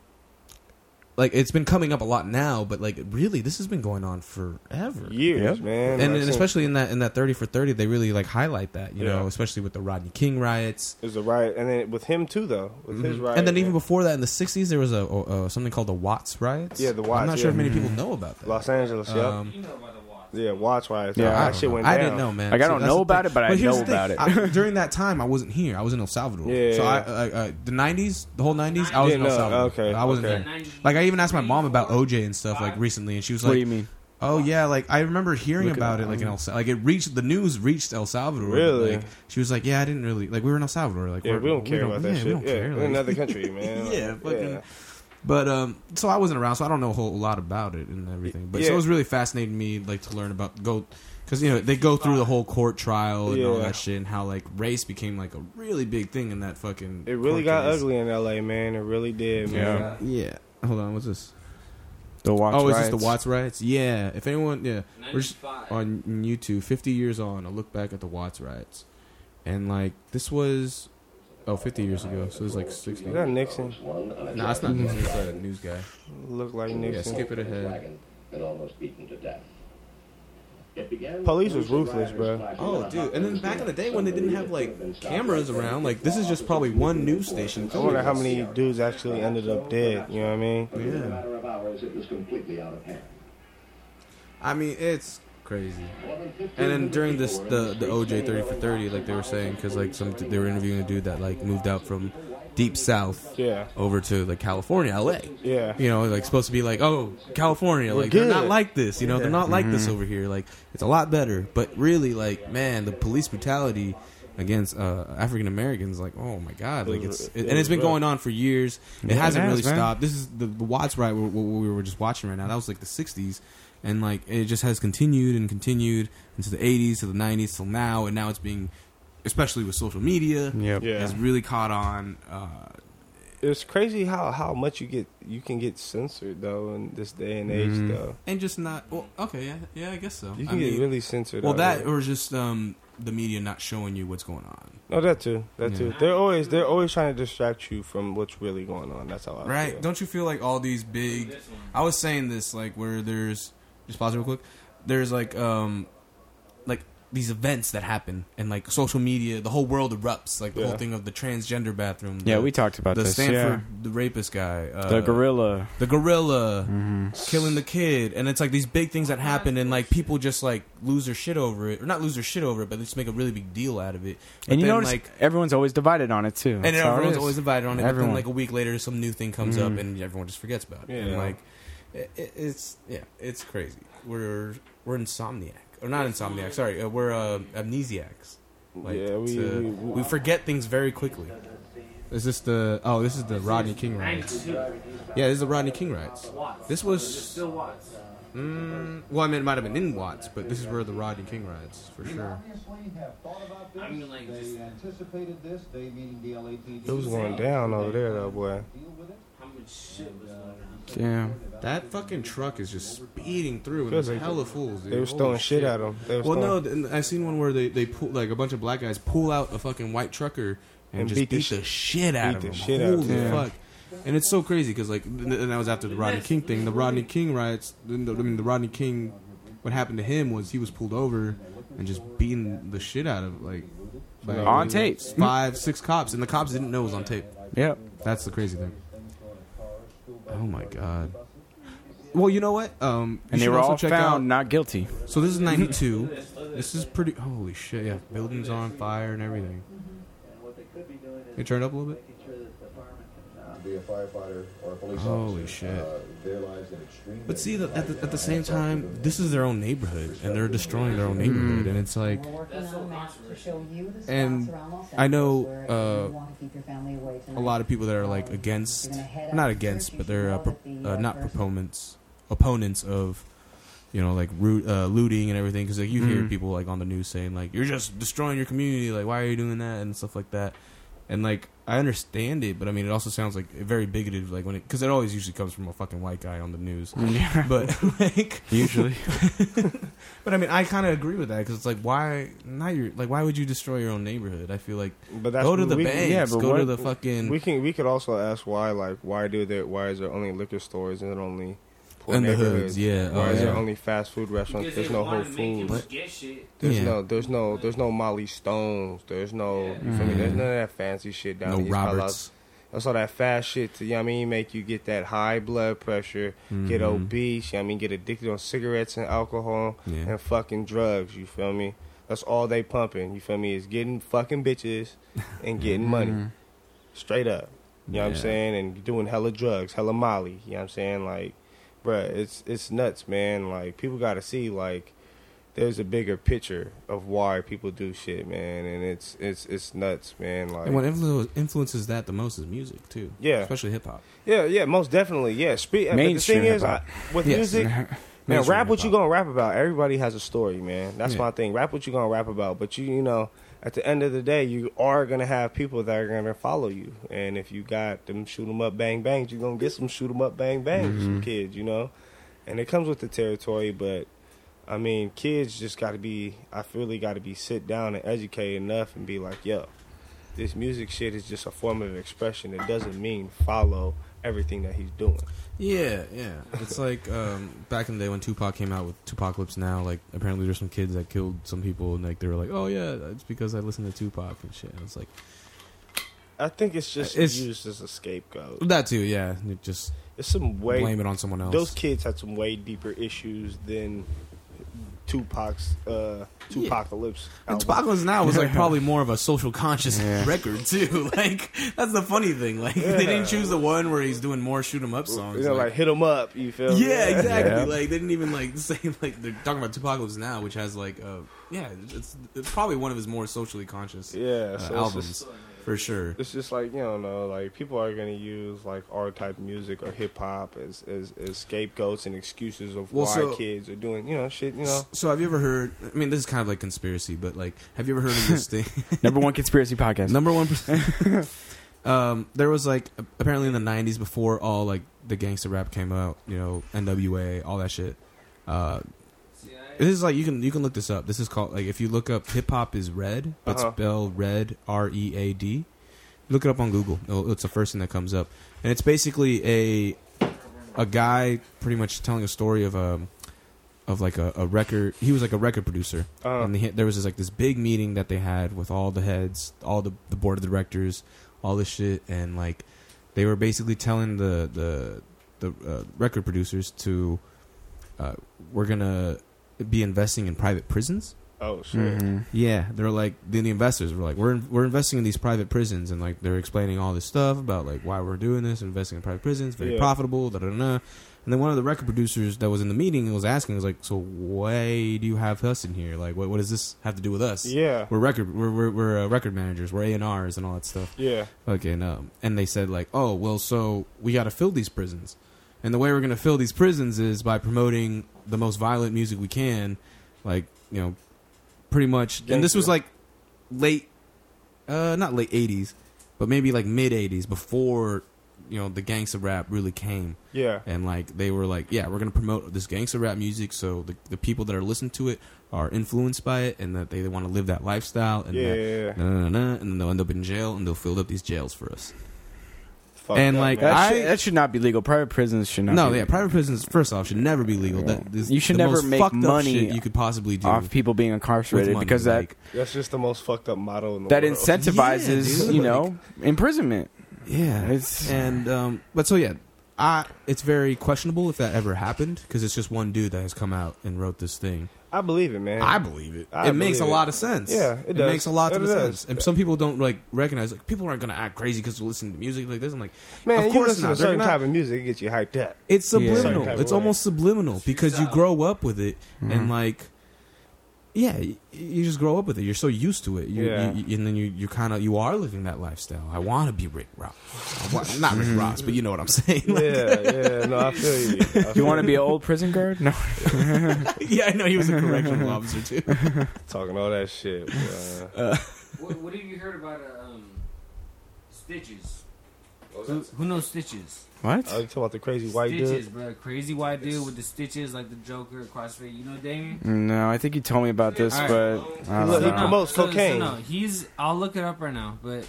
[SPEAKER 1] like it's been coming up a lot now. But like, really, this has been going on forever.
[SPEAKER 3] Years,
[SPEAKER 2] Yeah.
[SPEAKER 3] man.
[SPEAKER 1] And,
[SPEAKER 3] I've
[SPEAKER 1] and
[SPEAKER 3] seen-
[SPEAKER 1] especially in that in that thirty for thirty, they really like highlight that you
[SPEAKER 3] Yeah.
[SPEAKER 1] know, especially with the Rodney King riots,
[SPEAKER 3] It was a riot, and then with him too, though, with his
[SPEAKER 1] Mhm.
[SPEAKER 3] riot,
[SPEAKER 1] and then even
[SPEAKER 3] man.
[SPEAKER 1] before that, in the '60s, there was a, a, a something called the Watts riots.
[SPEAKER 3] Yeah, the
[SPEAKER 1] I'm
[SPEAKER 3] Watts,
[SPEAKER 1] not sure
[SPEAKER 3] yeah.
[SPEAKER 1] if many
[SPEAKER 2] Mm-hmm.
[SPEAKER 1] people know about that.
[SPEAKER 3] Los Angeles, yeah,
[SPEAKER 1] Um,
[SPEAKER 7] You know about the watch.
[SPEAKER 3] yeah, watch riots.
[SPEAKER 2] Yeah,
[SPEAKER 3] Yeah,
[SPEAKER 1] I
[SPEAKER 3] that
[SPEAKER 1] don't
[SPEAKER 3] shit
[SPEAKER 1] know.
[SPEAKER 3] went
[SPEAKER 1] I
[SPEAKER 3] down.
[SPEAKER 1] didn't know, man.
[SPEAKER 2] Like, I don't
[SPEAKER 1] that's
[SPEAKER 2] know
[SPEAKER 1] the
[SPEAKER 2] about
[SPEAKER 1] thing.
[SPEAKER 2] it, but I
[SPEAKER 1] here's
[SPEAKER 2] know
[SPEAKER 1] the thing.
[SPEAKER 2] about it. <laughs>
[SPEAKER 1] I- during that time, I wasn't here. I was in El Salvador.
[SPEAKER 3] Yeah,
[SPEAKER 1] so
[SPEAKER 3] yeah,
[SPEAKER 1] I,
[SPEAKER 3] yeah.
[SPEAKER 1] uh, uh, the '90s, the whole '90s, I was
[SPEAKER 3] Yeah,
[SPEAKER 1] in El
[SPEAKER 3] no,
[SPEAKER 1] Salvador.
[SPEAKER 3] okay,
[SPEAKER 1] I wasn't
[SPEAKER 3] okay.
[SPEAKER 1] here. Like, I even asked my mom about OJ and stuff like recently, and she was
[SPEAKER 2] what do you
[SPEAKER 1] like,
[SPEAKER 2] mean?
[SPEAKER 1] "Oh yeah, like I remember hearing
[SPEAKER 2] Look it
[SPEAKER 1] about
[SPEAKER 2] up.
[SPEAKER 1] it, like in El, Sa- like it reached the news reached El Salvador. but,
[SPEAKER 3] Really?
[SPEAKER 1] Like, she was like, "Yeah, I didn't really like we were in El Salvador. Like,
[SPEAKER 3] Yeah,
[SPEAKER 1] we're-
[SPEAKER 3] we don't care about that
[SPEAKER 1] yeah,
[SPEAKER 3] shit.
[SPEAKER 1] We don't
[SPEAKER 3] yeah,
[SPEAKER 1] care.
[SPEAKER 3] we're
[SPEAKER 1] like-
[SPEAKER 3] in
[SPEAKER 1] <laughs>
[SPEAKER 3] another country, man. Like,
[SPEAKER 1] Yeah, fucking- But um, so I wasn't around, so I don't know a whole lot about it and everything. But so
[SPEAKER 3] Yeah.
[SPEAKER 1] it was really fascinating me, like to learn about go, because you know they go through the whole court trial and all
[SPEAKER 3] Yeah.
[SPEAKER 1] that shit, and how like race became like a really big thing in that fucking.
[SPEAKER 3] It really
[SPEAKER 1] court
[SPEAKER 3] got
[SPEAKER 1] case.
[SPEAKER 3] ugly in L.A., man. It really did, man.
[SPEAKER 1] Yeah. Hold on, what's this?
[SPEAKER 2] The watch.
[SPEAKER 1] oh, is
[SPEAKER 2] riots.
[SPEAKER 1] this the Watts riots? Yeah. If anyone, yeah, we're just
[SPEAKER 7] 95.
[SPEAKER 1] on YouTube. Fifty years on, I look back at the Watts riots, and like this was, oh, 50 years ago, so it was like sixty.
[SPEAKER 3] Is that Nixon?
[SPEAKER 1] Nah,
[SPEAKER 3] <laughs>
[SPEAKER 1] it's not. This is a news guy.
[SPEAKER 3] Look like
[SPEAKER 1] Yeah,
[SPEAKER 3] Nixon.
[SPEAKER 1] skip it ahead.
[SPEAKER 8] wagon and almost beaten to death. It began
[SPEAKER 3] Police was ruthless, bro.
[SPEAKER 1] Oh, dude! And then back in the day when they didn't have like cameras around, like this is just probably one news station.
[SPEAKER 3] I wonder how many dudes actually ended up dead. You know what I mean?
[SPEAKER 8] But in
[SPEAKER 1] Yeah.
[SPEAKER 8] a matter of hours, it was completely out of hand.
[SPEAKER 1] I mean, it's crazy.
[SPEAKER 8] More than 15
[SPEAKER 1] And then
[SPEAKER 8] hundred
[SPEAKER 1] during this,
[SPEAKER 8] people were
[SPEAKER 1] the
[SPEAKER 8] in
[SPEAKER 1] the
[SPEAKER 8] streets
[SPEAKER 1] OJ thirty for
[SPEAKER 8] neighboring
[SPEAKER 1] thirty, like they were saying, because like some they were interviewing a dude that like moved out from deep south
[SPEAKER 3] Yeah,
[SPEAKER 1] over to like California, LA.
[SPEAKER 3] yeah.
[SPEAKER 1] You know, like supposed to be like, oh, California,
[SPEAKER 3] We're
[SPEAKER 1] like they're
[SPEAKER 3] good. Mm-hmm.
[SPEAKER 1] not like this. You know, they're not like this over here. Like it's a lot better. But really, like man, the police brutality against uh, African Americans, like oh my god, like it's it, and it's been going on for years. It hasn't
[SPEAKER 2] has,
[SPEAKER 1] really
[SPEAKER 2] man.
[SPEAKER 1] stopped. This is the, the Watts riot what what we were just watching right now. That was like the '60s, and like it just has continued and continued into the '80s to the '90s till now, and now it's being, especially with social media,
[SPEAKER 2] Yep.
[SPEAKER 3] Yeah.
[SPEAKER 1] has really caught on. Uh,
[SPEAKER 3] It's crazy how how much you get you can get censored though in this day and age though.
[SPEAKER 1] and just not well, okay, yeah, yeah, I guess so.
[SPEAKER 3] You
[SPEAKER 1] Mm-hmm. I
[SPEAKER 3] can get
[SPEAKER 1] mean,
[SPEAKER 3] really censored.
[SPEAKER 1] Well,
[SPEAKER 3] out
[SPEAKER 1] that
[SPEAKER 3] here.
[SPEAKER 1] or just um, the media not showing you what's going on,
[SPEAKER 3] No, that too. That
[SPEAKER 1] Yeah.
[SPEAKER 3] too. They're always they're always trying to distract you from what's really going on. That's how
[SPEAKER 2] Oh,
[SPEAKER 3] I
[SPEAKER 1] right?
[SPEAKER 3] feel.
[SPEAKER 1] Don't you feel like all these big? I was saying this like where there's just pause real quick. There's like um, like these events that happen and like social media, the whole world erupts. Like the whole
[SPEAKER 3] Yeah.
[SPEAKER 1] thing of the transgender bathroom.
[SPEAKER 2] Yeah,
[SPEAKER 1] the,
[SPEAKER 2] we talked about
[SPEAKER 1] the
[SPEAKER 2] this.
[SPEAKER 1] Stanford the rapist guy, uh,
[SPEAKER 2] yeah. the gorilla. Mm-hmm.
[SPEAKER 1] the gorilla killing the kid, and it's like these big things that happen, and like people just like lose their shit over it, or not lose their shit over it, but they just make a really big deal out of it. But
[SPEAKER 2] And you
[SPEAKER 1] then,
[SPEAKER 2] notice everyone's always divided on it too.
[SPEAKER 1] and
[SPEAKER 2] That's how it
[SPEAKER 1] everyone's
[SPEAKER 2] is.
[SPEAKER 1] always invited on it. Mm-hmm. But
[SPEAKER 2] Everyone.
[SPEAKER 1] then, like a week later, some new thing comes up, and everyone just forgets about it. And,
[SPEAKER 3] Yeah.
[SPEAKER 1] like it, it- it's yeah, it's crazy. We're we're insomniac, or not insomniac. Sorry, uh, we're uh, amnesiacs. Like,
[SPEAKER 3] Yeah, we-
[SPEAKER 1] to-
[SPEAKER 3] we-
[SPEAKER 1] we forget things very quickly. Is this the oh? This is the Rodney King riots. Yeah, this is the Rodney King riots. This was
[SPEAKER 7] Still Watts.
[SPEAKER 1] mm, well, I mean, it might have been in Watts, but this is where the Rodney King riots for sure.
[SPEAKER 7] I mean, like, just
[SPEAKER 3] It was going down over there though, boy.
[SPEAKER 7] how much shit was going on.
[SPEAKER 2] Damn.
[SPEAKER 1] That fucking truck is just speeding through, and
[SPEAKER 3] Feels
[SPEAKER 1] there's
[SPEAKER 3] like
[SPEAKER 1] hella fools. Dude.
[SPEAKER 3] They was throwing
[SPEAKER 1] Holy
[SPEAKER 3] shit at him. They was
[SPEAKER 1] Well, no,
[SPEAKER 3] throwing-
[SPEAKER 1] th- and I've seen one where they, they pull like a bunch of black guys pull out a fucking white trucker and,
[SPEAKER 3] And
[SPEAKER 1] just beat,
[SPEAKER 3] beat the
[SPEAKER 1] the, shit out
[SPEAKER 3] beat
[SPEAKER 1] of
[SPEAKER 3] the
[SPEAKER 1] him.
[SPEAKER 3] shit out
[SPEAKER 1] Holy
[SPEAKER 3] of him.
[SPEAKER 1] fuck! And it's so crazy because like, th- and that was after the Rodney King thing. The Rodney King riots. then the- I mean, the Rodney King. What happened to him was he was pulled over and just beating the shit out of like by
[SPEAKER 2] On tape.
[SPEAKER 1] five six cops, and the cops didn't know it was on tape.
[SPEAKER 2] Yep.
[SPEAKER 1] That's the crazy thing. Oh my god. Well, you know what? Um, you
[SPEAKER 2] And they
[SPEAKER 1] should
[SPEAKER 2] were
[SPEAKER 1] also
[SPEAKER 2] all
[SPEAKER 1] check
[SPEAKER 2] found
[SPEAKER 1] out-
[SPEAKER 2] not guilty.
[SPEAKER 1] so this is 92. this is pretty. Holy shit, yeah. Buildings on fire and everything. It turned up a little bit?
[SPEAKER 8] Be a firefighter or a police
[SPEAKER 1] Holy
[SPEAKER 8] officer,
[SPEAKER 1] shit.
[SPEAKER 8] uh, their lives in extreme
[SPEAKER 1] But see,
[SPEAKER 8] danger.
[SPEAKER 1] the, at, the, at the same time, this is their own neighborhood, and they're destroying their own neighborhood, and it's like. And I know, uh, a lot of people that are like against not against but they're uh, pro- uh, not proponents opponents of you know like root, uh, looting and everything because
[SPEAKER 3] Mm-hmm.
[SPEAKER 1] like you hear people like on the news saying like you're just destroying your community like why are you doing that and stuff like that And like I understand it, but I mean it also sounds like very bigoted. Like when it because it always usually comes from a fucking white guy on the news. <laughs> But <laughs> like
[SPEAKER 2] <laughs> Usually,
[SPEAKER 1] But I mean, I kind of agree with that because it's like, why not your like? Why would you destroy your own neighborhood? I feel like
[SPEAKER 3] But that's
[SPEAKER 1] go to the
[SPEAKER 3] we,
[SPEAKER 1] banks,
[SPEAKER 3] Yeah, but
[SPEAKER 1] go to
[SPEAKER 3] what-
[SPEAKER 1] the fucking
[SPEAKER 3] We can we could also ask why like why do there why is there only liquor stores and only poor
[SPEAKER 1] in the
[SPEAKER 3] neighborhoods?
[SPEAKER 1] hoods, yeah.
[SPEAKER 3] Why
[SPEAKER 1] Oh,
[SPEAKER 3] is there
[SPEAKER 1] yeah.
[SPEAKER 3] only fast food restaurants?
[SPEAKER 7] Because
[SPEAKER 3] There's
[SPEAKER 7] they
[SPEAKER 3] no Whole
[SPEAKER 7] wanna make you
[SPEAKER 3] Foods.
[SPEAKER 7] Get shit.
[SPEAKER 3] There's
[SPEAKER 1] Yeah.
[SPEAKER 3] no there's no there's no Molly Stones. There's no you feel me? There's none of that fancy shit down
[SPEAKER 1] Mm-hmm. No
[SPEAKER 3] in East Palo Alto.
[SPEAKER 1] Roberts.
[SPEAKER 3] That's all that fast shit to, you know what I mean, make you get that high blood pressure, get
[SPEAKER 1] Mhm.
[SPEAKER 3] obese, you know what I mean, get addicted on cigarettes and alcohol
[SPEAKER 1] Yeah.
[SPEAKER 3] and fucking drugs, you feel me? That's all they pumping, you feel me, is getting fucking bitches and getting money. Straight up. You know what I'm
[SPEAKER 1] Yeah.
[SPEAKER 3] saying? And doing hella drugs, hella molly, you know what I'm saying? Like, bruh, it's it's nuts, man. Like people gotta see like there's a bigger picture of why people do shit, man, and it's it's it's nuts, man. Like
[SPEAKER 1] And what influ- influences that the most is music too.
[SPEAKER 3] Yeah.
[SPEAKER 1] especially hip hop.
[SPEAKER 3] yeah, yeah, most definitely. Yeah. Spe- but the
[SPEAKER 2] Mainstream
[SPEAKER 3] thing is, I,
[SPEAKER 2] hip-hop.
[SPEAKER 3] with
[SPEAKER 1] Yes.
[SPEAKER 3] <laughs> music, man,
[SPEAKER 1] Mainstream
[SPEAKER 3] rap what you
[SPEAKER 1] hip-hop.
[SPEAKER 3] gonna rap about. Everybody has a story, man. That's
[SPEAKER 1] Yeah.
[SPEAKER 3] my thing. Rap what you gonna rap about. But you, you know, at the end of the day, you are gonna have people that are gonna follow you. And if you got them shoot 'em up, bang bangs, you are gonna get some shoot 'em up, bang bangs, some kids. You know, and it comes with the territory, but. I mean, kids just got to be. I feel they got to be sit down and educated enough and be like, yo, this music shit is just a form of expression. It doesn't mean follow everything that he's doing.
[SPEAKER 1] Yeah, yeah. It's like um, back in the day when Tupac came out with Tupacalypse Now. Like apparently there's some kids that killed some people, and like they were like, "Oh yeah, it's because I listened to Tupac and shit." And it's like
[SPEAKER 3] I think it's just
[SPEAKER 1] Uh, It's-
[SPEAKER 3] used as a scapegoat.
[SPEAKER 1] that too. Yeah, and it just
[SPEAKER 3] It's some way
[SPEAKER 1] blame it on someone else.
[SPEAKER 3] those kids had some way deeper issues than Tupac's uh Tupacalypse.
[SPEAKER 1] And
[SPEAKER 3] album.
[SPEAKER 1] Tobacco's Now was <laughs> like probably more of a social conscious record too. <laughs> Like that's the funny thing. Like they didn't choose the one where he's doing more shoot 'em up songs.
[SPEAKER 3] you know, like,
[SPEAKER 1] like,
[SPEAKER 3] hit 'em up. You feel? me?
[SPEAKER 1] yeah, exactly.
[SPEAKER 2] Yeah.
[SPEAKER 1] Like they didn't even like say like they're talking about Tupac's Now, which has like uh yeah, it's, it's probably one of his more socially conscious
[SPEAKER 3] Yeah,
[SPEAKER 1] uh,
[SPEAKER 3] so it's
[SPEAKER 1] albums
[SPEAKER 3] just-
[SPEAKER 1] for sure.
[SPEAKER 3] It's just like you don't know, like people are gonna use like our type of music or hip hop as, as as scapegoats and excuses of
[SPEAKER 1] Well,
[SPEAKER 3] why
[SPEAKER 1] so-
[SPEAKER 3] kids are doing you know shit. You know,
[SPEAKER 1] So have you ever heard? I mean, this is kind of like conspiracy, but like, have you ever heard of
[SPEAKER 3] <laughs>
[SPEAKER 1] this thing?
[SPEAKER 2] <laughs>
[SPEAKER 1] <laughs>
[SPEAKER 2] number one conspiracy podcast.
[SPEAKER 1] Number one. <laughs> um, there was like a- apparently in the '90s before all like the gangster rap came out, you know, NWA, all that shit. Uh, this is like you can you can look this up. This is called like if you look up hip hop is red, but
[SPEAKER 3] Uh-huh.
[SPEAKER 1] spell red R E A D. Look it up on Google. It'll- It's the first thing that comes up, and it's basically a a guy pretty much telling a story of um of like a, a record. He was like a record producer,
[SPEAKER 3] Uh.
[SPEAKER 1] and they, had- there was this, like this big meeting that they had with all the heads, all the the board of directors, all this shit, and like they were basically telling the the the uh, record producers to uh, we're gonna be investing in private prisons.
[SPEAKER 3] oh shit.
[SPEAKER 1] Mm-hmm.
[SPEAKER 2] Mhm.
[SPEAKER 1] Yeah, they're like then the investors were like we're we're investing in these private prisons and like they're explaining all this stuff about like why we're doing this, investing in private prisons, very
[SPEAKER 3] Yeah.
[SPEAKER 1] profitable, da da da. And then one of the record producers that was in the meeting was asking was like, so why do you have us in here? Like, what what does this have to do with us?
[SPEAKER 3] Yeah,
[SPEAKER 1] We're record, we're we're, we're uh, record managers, we're A and R's and all that stuff.
[SPEAKER 3] yeah.
[SPEAKER 1] Okay, no. um, And they said like, oh well, so we got to fill these prisons, and the way we're going to fill these prisons is by promoting the most violent music we can, like you know, pretty much. And this was
[SPEAKER 3] Gangster.
[SPEAKER 1] like late, uh, not late '80s, but maybe like mid '80s before you know the gangsta rap really came
[SPEAKER 3] Yeah.
[SPEAKER 1] and like they were like yeah we're gonna promote this gangster rap music so the, the people that are listening to it are influenced by it and that they, want to live that lifestyle and
[SPEAKER 3] Yeah,
[SPEAKER 1] that,
[SPEAKER 3] yeah, yeah.
[SPEAKER 1] nah, nah, nah, nah, and then they'll end up in jail and they'll fill up these jails for us
[SPEAKER 3] Fuck
[SPEAKER 1] And,
[SPEAKER 3] that,
[SPEAKER 1] like,
[SPEAKER 3] man.
[SPEAKER 2] That,
[SPEAKER 1] I-
[SPEAKER 2] should, that should not be legal. Private prisons should not.
[SPEAKER 1] no
[SPEAKER 2] be
[SPEAKER 1] yeah
[SPEAKER 2] legal.
[SPEAKER 1] private prisons first off should never be legal that is
[SPEAKER 2] You should
[SPEAKER 1] the
[SPEAKER 2] never
[SPEAKER 1] most
[SPEAKER 2] make
[SPEAKER 1] fucked up
[SPEAKER 2] money
[SPEAKER 1] shit you could possibly do
[SPEAKER 2] off
[SPEAKER 1] with
[SPEAKER 2] people being incarcerated
[SPEAKER 1] money,
[SPEAKER 2] because that
[SPEAKER 1] like- uh,
[SPEAKER 3] That's just the most fucked up model in the
[SPEAKER 2] that
[SPEAKER 3] world.
[SPEAKER 2] incentivizes
[SPEAKER 1] Yeah, dude,
[SPEAKER 2] you know imprisonment.
[SPEAKER 1] yeah
[SPEAKER 2] It's-
[SPEAKER 1] and um but so yeah I, it's very questionable if that ever happened because it's just one dude that has come out and wrote this thing.
[SPEAKER 3] I believe it, man.
[SPEAKER 1] I believe it.
[SPEAKER 3] I
[SPEAKER 1] it makes a
[SPEAKER 3] believe it.
[SPEAKER 1] lot of sense.
[SPEAKER 3] Yeah, it does.
[SPEAKER 1] makes a lot
[SPEAKER 3] It
[SPEAKER 1] of
[SPEAKER 3] does.
[SPEAKER 1] sense. And some people don't like recognize like people aren't gonna act crazy because they're listening to music like this. I'm like,
[SPEAKER 3] man,
[SPEAKER 1] of course not.
[SPEAKER 3] you listen to
[SPEAKER 1] They're
[SPEAKER 3] a certain
[SPEAKER 1] not-
[SPEAKER 3] type of music, it gets you hyped up.
[SPEAKER 1] It's
[SPEAKER 2] Yeah.
[SPEAKER 1] subliminal.
[SPEAKER 3] Certain type
[SPEAKER 1] It's
[SPEAKER 3] of way.
[SPEAKER 1] almost subliminal because
[SPEAKER 3] uh,
[SPEAKER 1] you grow up with it and like, yeah, y- you just grow up with it. You're so used to it. You,
[SPEAKER 3] Yeah.
[SPEAKER 1] you, and then you you kind of you are living that lifestyle. I want to be Rick Ross. I wa- not Rick Ross, but you know what I'm saying. <laughs> Like,
[SPEAKER 3] yeah, yeah. No, I feel you. I
[SPEAKER 2] You want to be an old prison guard? No.
[SPEAKER 1] <laughs> yeah, I know he was a correctional officer too. <laughs>
[SPEAKER 3] talking all that shit. bruh.
[SPEAKER 7] What, what have you heard about a um,
[SPEAKER 4] Stitches. Who, who knows Stitches?
[SPEAKER 2] What?
[SPEAKER 3] Oh, you talking about the crazy white
[SPEAKER 4] stitches,
[SPEAKER 3] dude?
[SPEAKER 4] bro. Crazy white dude with the stitches like the Joker, Crossfade. You know Damien?
[SPEAKER 2] No, I think you told me about this,
[SPEAKER 4] All right.
[SPEAKER 2] but I
[SPEAKER 3] Look,
[SPEAKER 2] don't
[SPEAKER 3] he
[SPEAKER 2] know.
[SPEAKER 3] promotes cocaine.
[SPEAKER 4] no, he's. I'll look it up right now. But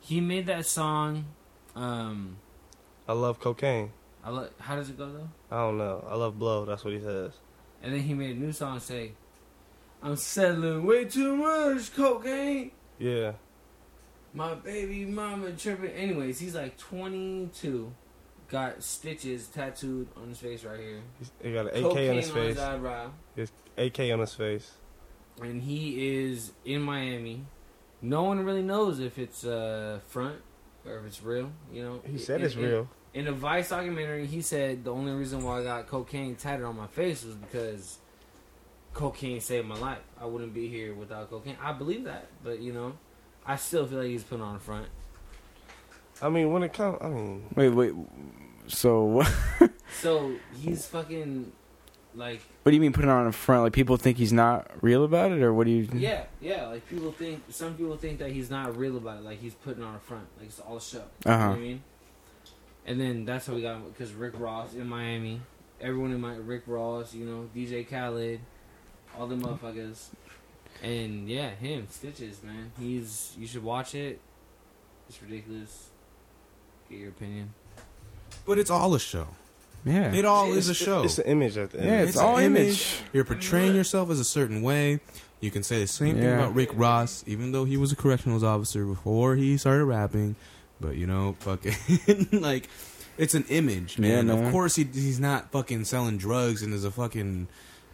[SPEAKER 4] he made that song. Um,
[SPEAKER 3] I love cocaine.
[SPEAKER 4] I lo- how does it go though?
[SPEAKER 3] I don't know. I love blow. That's what he says.
[SPEAKER 4] And then he made a new song say, "I'm settling way too much cocaine."
[SPEAKER 3] Yeah.
[SPEAKER 4] My baby mama tripping. Anyways, he's like 22, got stitches tattooed on his face right here.
[SPEAKER 3] He's, he got an AK
[SPEAKER 4] Cocaine
[SPEAKER 3] on his face.
[SPEAKER 4] eyebrow,
[SPEAKER 3] AK on his face.
[SPEAKER 4] and he is in Miami. No one really knows if it's uh, front or if it's real. You know,
[SPEAKER 3] He said
[SPEAKER 4] In-
[SPEAKER 3] it's
[SPEAKER 4] in-
[SPEAKER 3] real.
[SPEAKER 4] In a Vice documentary, he said the only reason why I got cocaine tatted on my face was because cocaine saved my life. I wouldn't be here without cocaine. I believe that, but you know, I still feel like he's putting on a front.
[SPEAKER 3] I mean, when it comes, I mean,
[SPEAKER 2] Wait, wait. So what <laughs>
[SPEAKER 4] So he's fucking like
[SPEAKER 2] do you mean put it on in front? Like people think he's not real about it, or what do you?
[SPEAKER 4] yeah, yeah. Like people think some people think that he's not real about it. Like he's putting on a front. Like it's all a show. You know
[SPEAKER 2] Uh-huh.
[SPEAKER 4] what I mean? And then that's how we got because Rick Ross in Miami, everyone in my Rick Ross, you know, DJ Khaled, all the motherfuckers, and yeah, him Stitches, man. He's you should watch it. It's ridiculous. Get your opinion.
[SPEAKER 1] But it's all a show.
[SPEAKER 2] Yeah.
[SPEAKER 1] It all is a show.
[SPEAKER 3] It's an image at the end.
[SPEAKER 2] Yeah, it's,
[SPEAKER 1] an
[SPEAKER 2] all image.
[SPEAKER 1] You're portraying yourself as a certain way. You can say the same thing
[SPEAKER 2] Yeah.
[SPEAKER 1] about Rick Ross, even though he was a correctional officer before he started rapping. But you know, fucking <laughs> like, it's an image,
[SPEAKER 2] Yeah,
[SPEAKER 1] man.
[SPEAKER 2] no.
[SPEAKER 1] Of course, he, he's not fucking selling drugs and there's a fucking,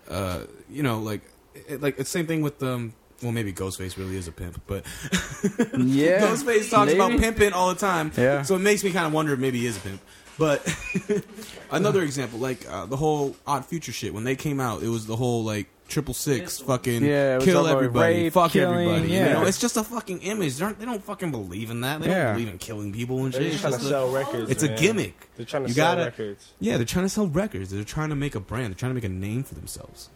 [SPEAKER 1] uh, you know, like, it, like it's same thing with um. Well, maybe Ghostface really is a pimp, but
[SPEAKER 2] <laughs> Yeah,
[SPEAKER 1] Ghostface talks about
[SPEAKER 2] maybe.
[SPEAKER 1] pimping all the time.
[SPEAKER 2] Yeah.
[SPEAKER 1] So it makes me kind of wonder if maybe he is a pimp. But <laughs> another example, like uh, the whole Odd Future shit. When they came out, it was the whole like triple six fucking
[SPEAKER 2] Yeah, it was all
[SPEAKER 1] kill
[SPEAKER 2] about
[SPEAKER 1] everybody,
[SPEAKER 2] rape,
[SPEAKER 1] fuck
[SPEAKER 2] killing,
[SPEAKER 1] everybody.
[SPEAKER 2] yeah.
[SPEAKER 1] You know, it's just a fucking image. They don't, they don't fucking believe in that. They
[SPEAKER 2] Yeah.
[SPEAKER 1] don't believe in killing people and shit.
[SPEAKER 3] They're just
[SPEAKER 1] It's,
[SPEAKER 3] trying to
[SPEAKER 1] just a-
[SPEAKER 3] sell records.
[SPEAKER 1] it's a
[SPEAKER 3] man.
[SPEAKER 1] gimmick.
[SPEAKER 3] They're trying to
[SPEAKER 1] You
[SPEAKER 3] sell
[SPEAKER 1] gotta-
[SPEAKER 3] records.
[SPEAKER 1] Yeah, they're trying to sell records. They're trying to make a brand. They're trying to make a name for themselves.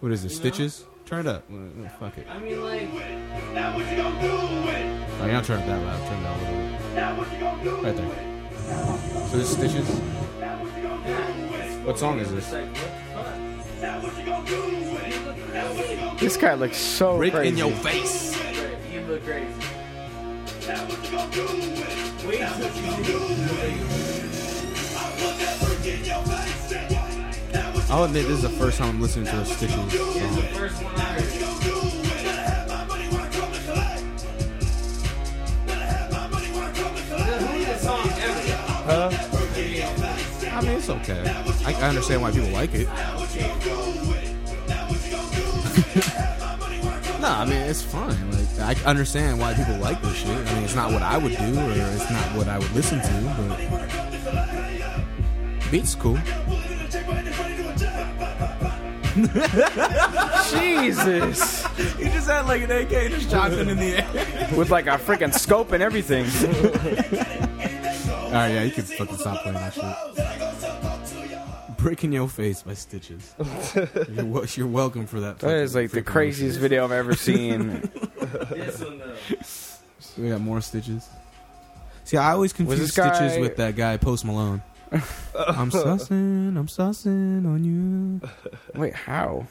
[SPEAKER 1] What is it? Stitches? Turn it up. Uh, Fuck it.
[SPEAKER 4] I mean, like
[SPEAKER 8] Now what you gonna do with?
[SPEAKER 1] Oh, yeah, I'll turn it that loud. Turn it down a little bit.
[SPEAKER 8] Now what you gonna do
[SPEAKER 1] Right
[SPEAKER 8] with?
[SPEAKER 1] there. So this is Stitches.
[SPEAKER 8] Now what you gonna do with?
[SPEAKER 1] What song is this?
[SPEAKER 8] Now what you gonna do with? Now what you gonna do
[SPEAKER 2] This guy looks so <laughs>
[SPEAKER 1] Rick
[SPEAKER 2] crazy.
[SPEAKER 1] in your face.
[SPEAKER 6] You look crazy.
[SPEAKER 8] with? Now what you gonna do with? Now what you gonna do with? I will never get your face. Now what you
[SPEAKER 1] I'll admit Oh, this is the first time I'm listening to a Stitches song.
[SPEAKER 4] first one I heard.
[SPEAKER 8] gonna do with? Gotta have my money when I come to collect. Gotta have my money when I come to collect.
[SPEAKER 1] I mean, it's okay. I, I understand why people like it. <laughs> no, I mean it's fine. Like I understand why people like this shit. I mean, it's not what I would do, or it's not what I would listen to. But beats cool.
[SPEAKER 2] Jesus,
[SPEAKER 1] He just had like an AK just chopping in the air.
[SPEAKER 2] with like a freaking scope and everything. <laughs>
[SPEAKER 1] All right, yeah, you can fucking stop playing that shit. Brick in your face by
[SPEAKER 2] <laughs>
[SPEAKER 1] Stitches. you're, wel- you're welcome for that.
[SPEAKER 2] That is like the craziest video I've ever <laughs> seen.
[SPEAKER 4] This one though.
[SPEAKER 1] So we got more stitches. See, I always confuse
[SPEAKER 2] this guy-
[SPEAKER 1] stitches with that guy Post
[SPEAKER 2] <laughs>
[SPEAKER 1] Malone. I'm sussing, I'm sussing on you.
[SPEAKER 2] Wait, how?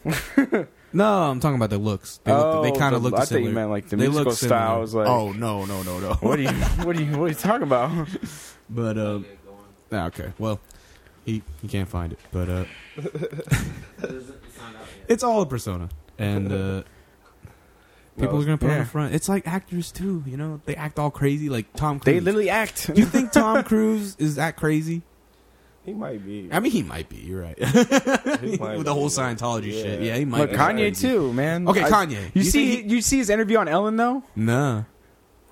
[SPEAKER 1] No, I'm talking about their looks. They, look, they kind of look
[SPEAKER 2] Oh, I thought
[SPEAKER 1] similar.
[SPEAKER 2] you meant like the
[SPEAKER 1] they
[SPEAKER 2] musical
[SPEAKER 1] look similar.
[SPEAKER 2] style. I was like,
[SPEAKER 1] oh no, no, no, no.
[SPEAKER 2] what are you, what are you, what are you talking about?
[SPEAKER 1] <laughs> But um, ah, okay. Well, he he can't find it. But uh, it's all a persona, and uh, people are gonna put on
[SPEAKER 2] yeah.
[SPEAKER 1] the front. It's like actors too. You know, they act all crazy, like Tom Cruise.
[SPEAKER 2] They literally act.
[SPEAKER 1] Do you think Tom <laughs> Cruise is that crazy?
[SPEAKER 3] He might be.
[SPEAKER 1] I mean, he might be. You're right. <laughs>
[SPEAKER 3] He might
[SPEAKER 1] With the whole
[SPEAKER 3] be.
[SPEAKER 1] Scientology
[SPEAKER 3] Yeah.
[SPEAKER 1] shit. Yeah, he might.
[SPEAKER 2] Look,
[SPEAKER 1] be.
[SPEAKER 2] Kanye too, man.
[SPEAKER 1] Okay,
[SPEAKER 2] I-
[SPEAKER 1] Kanye.
[SPEAKER 2] You, see,
[SPEAKER 1] think
[SPEAKER 2] you see his interview on Ellen though.
[SPEAKER 1] he- nah.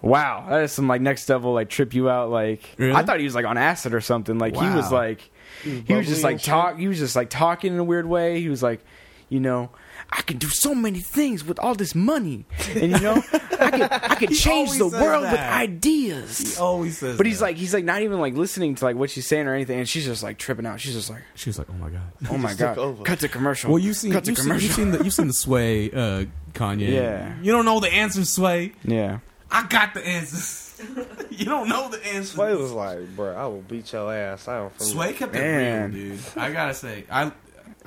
[SPEAKER 2] Wow, that is some like next level like trip you out like.
[SPEAKER 1] Really?
[SPEAKER 2] I thought he was like on acid or something. Like he was
[SPEAKER 1] Wow.
[SPEAKER 2] like he was just
[SPEAKER 3] bubbly
[SPEAKER 2] like
[SPEAKER 3] and shit.
[SPEAKER 2] talk. He was just like talking in a weird way. He was like, you know. I can do so many things with all this money, and you know, I can
[SPEAKER 1] <laughs>
[SPEAKER 2] I can change
[SPEAKER 1] always
[SPEAKER 2] the
[SPEAKER 1] says
[SPEAKER 2] world with
[SPEAKER 1] that.
[SPEAKER 2] ideas.
[SPEAKER 1] always says.
[SPEAKER 2] Oh, But he's like he's like not even like listening to like what she's saying or anything, and she's just like tripping out. She's
[SPEAKER 1] <laughs>
[SPEAKER 2] just like,
[SPEAKER 1] she was like, "Oh my god."
[SPEAKER 2] oh my
[SPEAKER 3] took
[SPEAKER 2] god,
[SPEAKER 3] over.
[SPEAKER 2] cut to commercial.
[SPEAKER 1] Well, you've seen
[SPEAKER 2] cut to
[SPEAKER 1] you've seen,
[SPEAKER 2] commercial.
[SPEAKER 1] you've seen the you've seen the sway uh, Kanye.
[SPEAKER 2] Yeah.
[SPEAKER 1] You don't know the answer, sway.
[SPEAKER 2] yeah,
[SPEAKER 1] I got the answers. <laughs> you don't know the answers.
[SPEAKER 3] Sway was like, bro, I will beat your ass. I don't.
[SPEAKER 1] Sway kept
[SPEAKER 2] Man.
[SPEAKER 1] it real, dude. I gotta say, I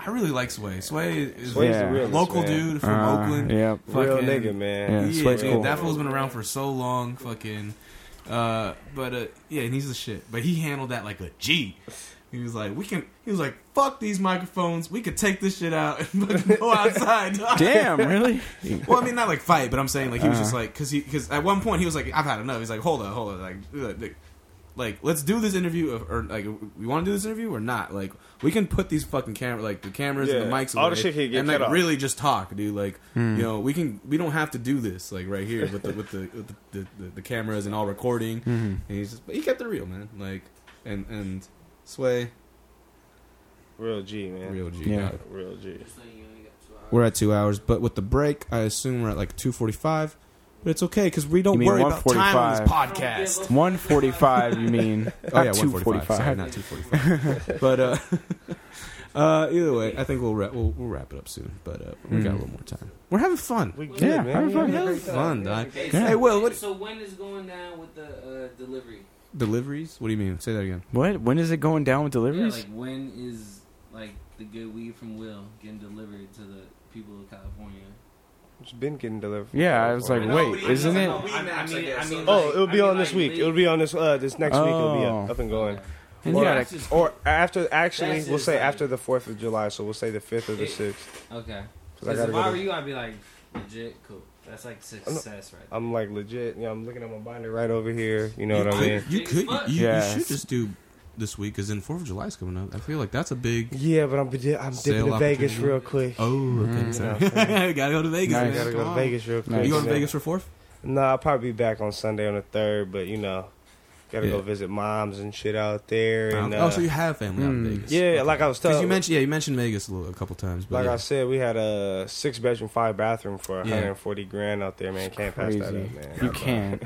[SPEAKER 1] I really like Sway. Sway is
[SPEAKER 3] Sway's
[SPEAKER 2] Yeah.
[SPEAKER 3] the realest,
[SPEAKER 1] local
[SPEAKER 3] man.
[SPEAKER 1] dude from
[SPEAKER 2] Uh,
[SPEAKER 1] Oakland. <laughs>
[SPEAKER 2] Yep.
[SPEAKER 3] Real
[SPEAKER 1] Fucking-
[SPEAKER 3] nigga, man.
[SPEAKER 2] Yeah,
[SPEAKER 1] Yeah,
[SPEAKER 2] Sway's
[SPEAKER 1] dude,
[SPEAKER 2] cool.
[SPEAKER 1] that fool's been around for so long, fucking. Uh, but uh, yeah, and he's the shit. But he handled that like a G. He was like, we can. He was like, fuck these microphones. We could take this shit out and fucking
[SPEAKER 2] <laughs>
[SPEAKER 1] go outside. <laughs> dog."
[SPEAKER 2] Damn,
[SPEAKER 1] <laughs>
[SPEAKER 2] Uh-huh. really?
[SPEAKER 1] Well, I mean, not like fight, but I'm saying like he was just like because he because at one point he was like, I've had enough. He's like, hold on, hold on, like. uh, like like let's do this interview of- or like we want to do this interview or not like we can put these fucking camera like the cameras and the
[SPEAKER 3] Yeah,
[SPEAKER 1] mics away
[SPEAKER 3] all the shit he get
[SPEAKER 1] and
[SPEAKER 3] cut
[SPEAKER 1] like
[SPEAKER 3] off.
[SPEAKER 1] really just talk dude like
[SPEAKER 2] Mm. Mm-hmm.
[SPEAKER 1] you know we can we don't have to do this like right here with the with the with the, the, the cameras and all recording and he's just but he kept it real man like and and sway
[SPEAKER 3] Real G, man.
[SPEAKER 1] real
[SPEAKER 3] Real,
[SPEAKER 1] G
[SPEAKER 2] Yeah.
[SPEAKER 1] dog.
[SPEAKER 3] G.
[SPEAKER 7] Just letting you know you got two hours.
[SPEAKER 1] We're at two hours, but with the break, I assume we're at like two forty-five. But it's okay because we don't
[SPEAKER 2] You mean
[SPEAKER 1] worry about time on this
[SPEAKER 2] 1:45.
[SPEAKER 1] podcast.
[SPEAKER 2] One forty-five. You mean?
[SPEAKER 1] <laughs> Oh
[SPEAKER 2] Not
[SPEAKER 1] yeah, one forty-five. Sorry, not two forty-five. <laughs> but uh, uh, <laughs> either way, I think we'll, wrap we'll we'll wrap it up soon. But uh, we
[SPEAKER 2] Mm.
[SPEAKER 1] got a little more time. We're having fun.
[SPEAKER 3] We good,
[SPEAKER 2] Yeah,
[SPEAKER 3] man.
[SPEAKER 2] have
[SPEAKER 3] We
[SPEAKER 2] fun.
[SPEAKER 3] a great time.
[SPEAKER 1] Fun, dog.
[SPEAKER 7] Okay,
[SPEAKER 1] Hey,
[SPEAKER 7] so,
[SPEAKER 1] Will, what
[SPEAKER 7] so when is going down with the uh, delivery?
[SPEAKER 1] deliveries? What do you mean? Say that again.
[SPEAKER 2] What? When is it going down with deliveries?
[SPEAKER 7] Yeah, like when is like the good weed from Will getting delivered to the people of California?
[SPEAKER 3] It's been getting delivered.
[SPEAKER 2] Yeah, I was like,
[SPEAKER 7] No,
[SPEAKER 2] wait,
[SPEAKER 7] we-
[SPEAKER 2] isn't
[SPEAKER 7] no,
[SPEAKER 2] it?
[SPEAKER 7] no, I, I mean, I mean,
[SPEAKER 3] Oh,
[SPEAKER 7] like-
[SPEAKER 3] it'll be
[SPEAKER 7] I mean,
[SPEAKER 3] on this
[SPEAKER 7] like,
[SPEAKER 3] week. It'll be on this uh this next week. It'll be up,
[SPEAKER 2] Oh.
[SPEAKER 3] up and going.
[SPEAKER 2] And
[SPEAKER 3] Or,
[SPEAKER 2] you gotta-
[SPEAKER 7] That's just-
[SPEAKER 3] or after, actually,
[SPEAKER 7] That's
[SPEAKER 3] we'll
[SPEAKER 7] just
[SPEAKER 3] say
[SPEAKER 7] like-
[SPEAKER 3] after the fourth of July. So we'll say the fifth or the
[SPEAKER 7] It-
[SPEAKER 3] sixth.
[SPEAKER 7] Okay.
[SPEAKER 3] 'Cause I
[SPEAKER 7] Because
[SPEAKER 3] gotta
[SPEAKER 7] if I
[SPEAKER 3] go
[SPEAKER 7] were
[SPEAKER 3] to-
[SPEAKER 7] you, I'd be like, legit, cool. That's like success right
[SPEAKER 3] I'm like legit. You know, I'm looking at my binder right over here. You know
[SPEAKER 1] you
[SPEAKER 3] what I
[SPEAKER 1] could,
[SPEAKER 3] mean?
[SPEAKER 1] You could. You, you
[SPEAKER 2] Yeah.
[SPEAKER 1] should just do this week because then Fourth of July is coming up. I feel like that's a big.
[SPEAKER 3] Yeah, but I'm di- I'm
[SPEAKER 1] Sale
[SPEAKER 3] dipping to Vegas
[SPEAKER 1] opportunity.
[SPEAKER 3] real quick.
[SPEAKER 1] Oh, okay. Sorry. <laughs> gotta go to Vegas.
[SPEAKER 3] I
[SPEAKER 1] man.
[SPEAKER 2] Nice.
[SPEAKER 3] Mm, gotta go
[SPEAKER 1] Come
[SPEAKER 3] to
[SPEAKER 1] on.
[SPEAKER 3] Vegas real quick.
[SPEAKER 2] Nice.
[SPEAKER 1] You going to
[SPEAKER 3] man.
[SPEAKER 1] Vegas for Fourth?
[SPEAKER 3] No, I'll probably be back on Sunday on the third, but you know, gotta
[SPEAKER 1] Yeah.
[SPEAKER 3] go visit moms and shit out there. And, uh,
[SPEAKER 1] oh, so you have family out in
[SPEAKER 2] Mm.
[SPEAKER 1] Vegas?
[SPEAKER 3] yeah, like I was
[SPEAKER 1] Because
[SPEAKER 3] telling
[SPEAKER 1] you mentioned, yeah, you mentioned Vegas a, little, a couple times, but
[SPEAKER 3] like
[SPEAKER 1] yeah.
[SPEAKER 3] I said, we had a six bedroom, five bathroom for
[SPEAKER 1] Yeah.
[SPEAKER 3] 140 grand out there, man. Can't pass that
[SPEAKER 2] Crazy.
[SPEAKER 3] up, man.
[SPEAKER 2] You can't.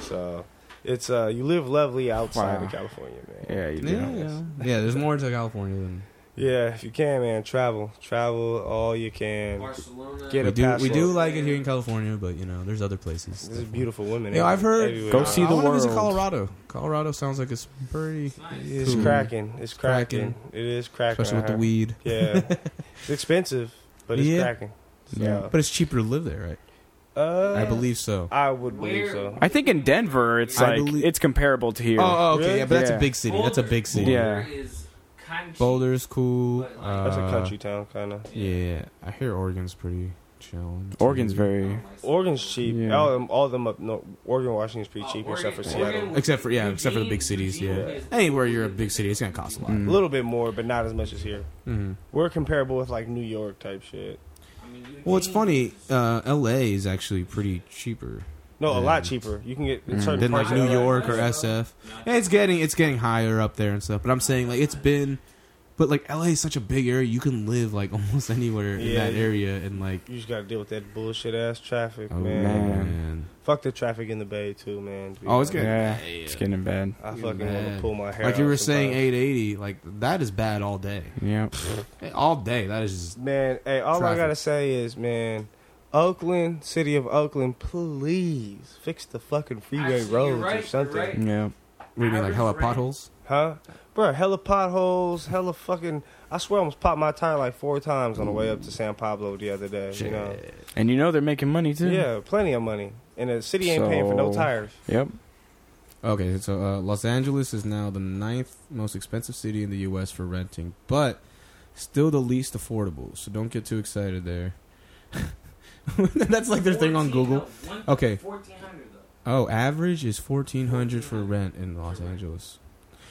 [SPEAKER 3] So it's uh, you live lovely outside
[SPEAKER 2] Wow.
[SPEAKER 3] of California, man.
[SPEAKER 2] Yeah, you do.
[SPEAKER 1] yeah, yeah, yeah. There's more to California than
[SPEAKER 3] Yeah, if you can, man, travel, travel all you
[SPEAKER 7] now.
[SPEAKER 3] can.
[SPEAKER 7] Barcelona.
[SPEAKER 3] Get
[SPEAKER 1] we
[SPEAKER 3] a
[SPEAKER 1] do. We
[SPEAKER 3] passport.
[SPEAKER 1] do like it here in California, but you know, there's other places.
[SPEAKER 3] There's beautiful women.
[SPEAKER 1] Yeah, I've heard-
[SPEAKER 3] everywhere.
[SPEAKER 2] Go see
[SPEAKER 1] I
[SPEAKER 2] the
[SPEAKER 1] wanna visit
[SPEAKER 2] world.
[SPEAKER 1] Colorado. Colorado sounds like it's pretty,
[SPEAKER 7] Nice.
[SPEAKER 3] It's
[SPEAKER 1] Cool.
[SPEAKER 3] cracking. It's cracking.
[SPEAKER 1] Hmm. Cracking.
[SPEAKER 3] It is cracking.
[SPEAKER 1] especially with the
[SPEAKER 3] I
[SPEAKER 1] weed. <laughs>
[SPEAKER 3] heard. Yeah, it's expensive, but it's
[SPEAKER 1] Yeah.
[SPEAKER 3] cracking. So,
[SPEAKER 2] Yeah.
[SPEAKER 1] But it's cheaper to live there, right?
[SPEAKER 3] Uh,
[SPEAKER 1] I believe so.
[SPEAKER 3] I would believe
[SPEAKER 7] Where-
[SPEAKER 3] so.
[SPEAKER 2] I think in Denver, it's
[SPEAKER 1] I
[SPEAKER 2] like
[SPEAKER 1] belie-
[SPEAKER 2] it's comparable to here.
[SPEAKER 1] Oh, oh, okay,
[SPEAKER 3] Really?
[SPEAKER 1] yeah, but that's
[SPEAKER 2] Yeah.
[SPEAKER 1] a big city. That's a big city.
[SPEAKER 2] Yeah.
[SPEAKER 7] Boulder is kanji.
[SPEAKER 1] Boulder's cool.
[SPEAKER 7] But, like,
[SPEAKER 1] Uh,
[SPEAKER 3] That's a country town, kind of.
[SPEAKER 1] Yeah, I hear Oregon's pretty chill.
[SPEAKER 2] Oregon's
[SPEAKER 1] too.
[SPEAKER 7] I
[SPEAKER 2] very.
[SPEAKER 7] don't like-
[SPEAKER 3] Oregon's cheap.
[SPEAKER 2] Yeah.
[SPEAKER 3] All, them, all them up north. Oregon, Washington's pretty
[SPEAKER 7] Oh,
[SPEAKER 3] cheap,
[SPEAKER 7] Oregon-
[SPEAKER 3] except for
[SPEAKER 7] Oregon
[SPEAKER 3] Seattle.
[SPEAKER 7] was-
[SPEAKER 1] Except for yeah, except for the big
[SPEAKER 7] Eugene-
[SPEAKER 1] cities.
[SPEAKER 7] Eugene
[SPEAKER 1] Yeah,
[SPEAKER 7] is-
[SPEAKER 1] anywhere you're a big city, it's gonna cost a lot.
[SPEAKER 3] A
[SPEAKER 2] Mm.
[SPEAKER 3] little bit more, but not as much as here.
[SPEAKER 1] Mhm.
[SPEAKER 3] We're comparable with like New York type shit.
[SPEAKER 7] I mean, Eugene-
[SPEAKER 1] Well, it's funny. Uh, L.A. is actually pretty cheaper
[SPEAKER 3] No, a
[SPEAKER 1] Yeah.
[SPEAKER 3] lot cheaper. You can get in certain
[SPEAKER 1] than like
[SPEAKER 3] parts of
[SPEAKER 1] New
[SPEAKER 3] LA.
[SPEAKER 1] York or SF. <laughs> Yeah, It's getting it's getting higher up there and stuff, but I'm saying like it's been, but like LA is such a big area, you can live like <laughs> almost anywhere in
[SPEAKER 3] Yeah,
[SPEAKER 1] that
[SPEAKER 3] you-
[SPEAKER 1] area and like
[SPEAKER 3] You just gotta deal with that bullshit ass traffic,
[SPEAKER 1] oh
[SPEAKER 3] man.
[SPEAKER 1] man,
[SPEAKER 3] Fuck the traffic in the Bay too, man. to be
[SPEAKER 1] oh it's
[SPEAKER 3] honest.
[SPEAKER 1] getting
[SPEAKER 2] Yeah,
[SPEAKER 1] yeah.
[SPEAKER 2] it's getting bad.
[SPEAKER 3] I fucking want
[SPEAKER 1] Man.
[SPEAKER 3] to pull my hair.
[SPEAKER 1] like you
[SPEAKER 3] out
[SPEAKER 1] were saying
[SPEAKER 3] sometimes.
[SPEAKER 1] 880, like that is bad all day,
[SPEAKER 2] Yeah.
[SPEAKER 1] all day. That is just
[SPEAKER 3] man. Hey, all I
[SPEAKER 1] Traffic.
[SPEAKER 3] gotta say is, man, Oakland, city of Oakland, please fix the fucking
[SPEAKER 7] Actually,
[SPEAKER 3] freeway
[SPEAKER 7] you're
[SPEAKER 3] roads
[SPEAKER 7] right,
[SPEAKER 3] or
[SPEAKER 7] you're
[SPEAKER 3] something,
[SPEAKER 7] right.
[SPEAKER 2] Yeah.
[SPEAKER 1] what do you mean like hella
[SPEAKER 7] Average rate.
[SPEAKER 1] potholes.
[SPEAKER 3] huh? Bro, hella potholes, hella fucking. I swear, I almost popped my tire like four times on the way up to San Pablo the other day. You know,
[SPEAKER 1] Shit.
[SPEAKER 2] And you know they're making money too.
[SPEAKER 3] yeah, plenty of money, and the city ain't paying for no
[SPEAKER 2] So-
[SPEAKER 3] tires.
[SPEAKER 2] Yep.
[SPEAKER 1] Okay, so uh, Los Angeles is now the ninth most expensive city in the U.S. for renting, but still the least affordable. So don't get too excited there. <laughs> That's like their thing
[SPEAKER 7] 1400,
[SPEAKER 1] on Google.
[SPEAKER 7] one-
[SPEAKER 1] Okay.
[SPEAKER 7] 1400 though.
[SPEAKER 1] Oh, average is fourteen hundred for rent in Los Angeles.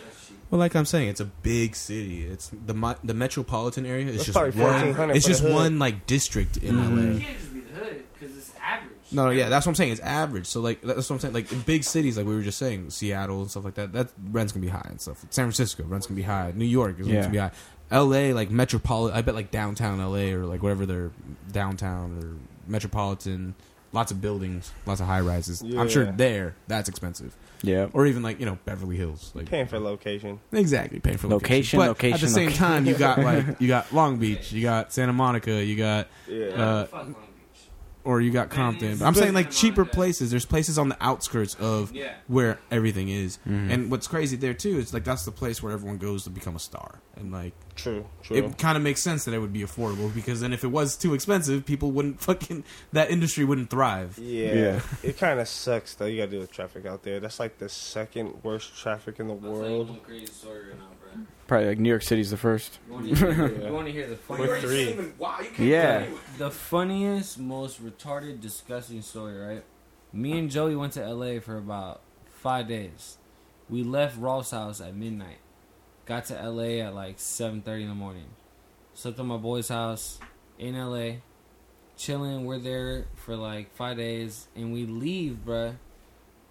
[SPEAKER 7] That's cheap.
[SPEAKER 1] Well, like I'm saying, it's a big city. It's the mi- the metropolitan area is
[SPEAKER 3] That's
[SPEAKER 1] just
[SPEAKER 3] probably
[SPEAKER 1] one.
[SPEAKER 3] 1400
[SPEAKER 1] It's
[SPEAKER 3] for the
[SPEAKER 1] just
[SPEAKER 3] hood.
[SPEAKER 1] one like district in
[SPEAKER 7] It
[SPEAKER 1] LA.
[SPEAKER 7] can't just be the hood because it's average.
[SPEAKER 1] No, no, yeah, that's what I'm saying. It's average. So like that's what I'm saying. Like in big cities, like we were just saying, Seattle and stuff like that. That rents can be high and stuff. San Francisco rents can be high. New York is
[SPEAKER 2] Yeah.
[SPEAKER 1] rents can be high. L.A. like metropolitan. I bet like downtown L.A. or like whatever their downtown or metropolitan. Lots of buildings, lots of high rises. I'm sure
[SPEAKER 3] Yeah.
[SPEAKER 1] there that's expensive.
[SPEAKER 2] Yep.
[SPEAKER 1] or even like you know Beverly Hills, like
[SPEAKER 3] Paying for location.
[SPEAKER 1] exactly paying for location.
[SPEAKER 2] Location,
[SPEAKER 1] But
[SPEAKER 2] location,
[SPEAKER 1] at the same
[SPEAKER 2] location.
[SPEAKER 1] time, you got like you got Long Beach, you got Santa Monica, you got
[SPEAKER 3] Yeah.
[SPEAKER 1] uh,
[SPEAKER 7] Fuck Long Beach.
[SPEAKER 1] or you got Compton. But I'm saying like cheaper places. There's places on the outskirts of
[SPEAKER 4] Yeah.
[SPEAKER 1] where everything is. And what's crazy there too is like that's the place where everyone goes to become a star. And like
[SPEAKER 3] True, true.
[SPEAKER 1] it kind of makes sense that it would be affordable because then if it was too expensive, people wouldn't fucking that industry wouldn't thrive.
[SPEAKER 3] yeah,
[SPEAKER 2] Yeah.
[SPEAKER 3] it kind of sucks though. You gotta deal with traffic out there. That's like the second worst traffic in the
[SPEAKER 4] That's
[SPEAKER 3] world.
[SPEAKER 4] like one crazy story right now, bro.
[SPEAKER 2] Probably like New York City's the first.
[SPEAKER 4] You want to
[SPEAKER 3] <laughs>
[SPEAKER 4] hear, you wanna hear the
[SPEAKER 3] We're
[SPEAKER 4] funniest,
[SPEAKER 3] three.
[SPEAKER 2] Yeah.
[SPEAKER 4] the funniest, most retarded, disgusting story, right? Me and Joey went to LA for about five days. We left Rolf's house at midnight. Got to LA at like seven thirty in the morning. Slept at my boy's house in LA, chilling. We're there for like five days, and we leave, bruh.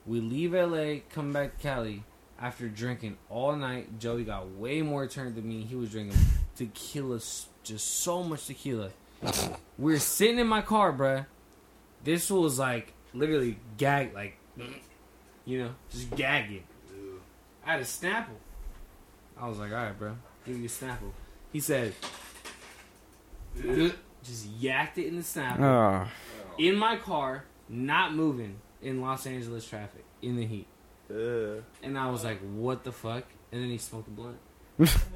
[SPEAKER 4] We leave LA, come back to Cali. After drinking all night, Joey got way more turned than me. He was drinking tequila, s- just so much tequila. We We're sitting in my car, bruh. This was like literally gag, like you know, just gagging. I had a Snapple. I was like, all right, bro, give me a Snapple. He said, just yacked it in the Snapple
[SPEAKER 2] Oh,
[SPEAKER 4] in my car, not moving in Los Angeles traffic in the heat.
[SPEAKER 3] Ugh.
[SPEAKER 4] And I was like, what the fuck? And then he smoked
[SPEAKER 2] <laughs>
[SPEAKER 4] a blunt.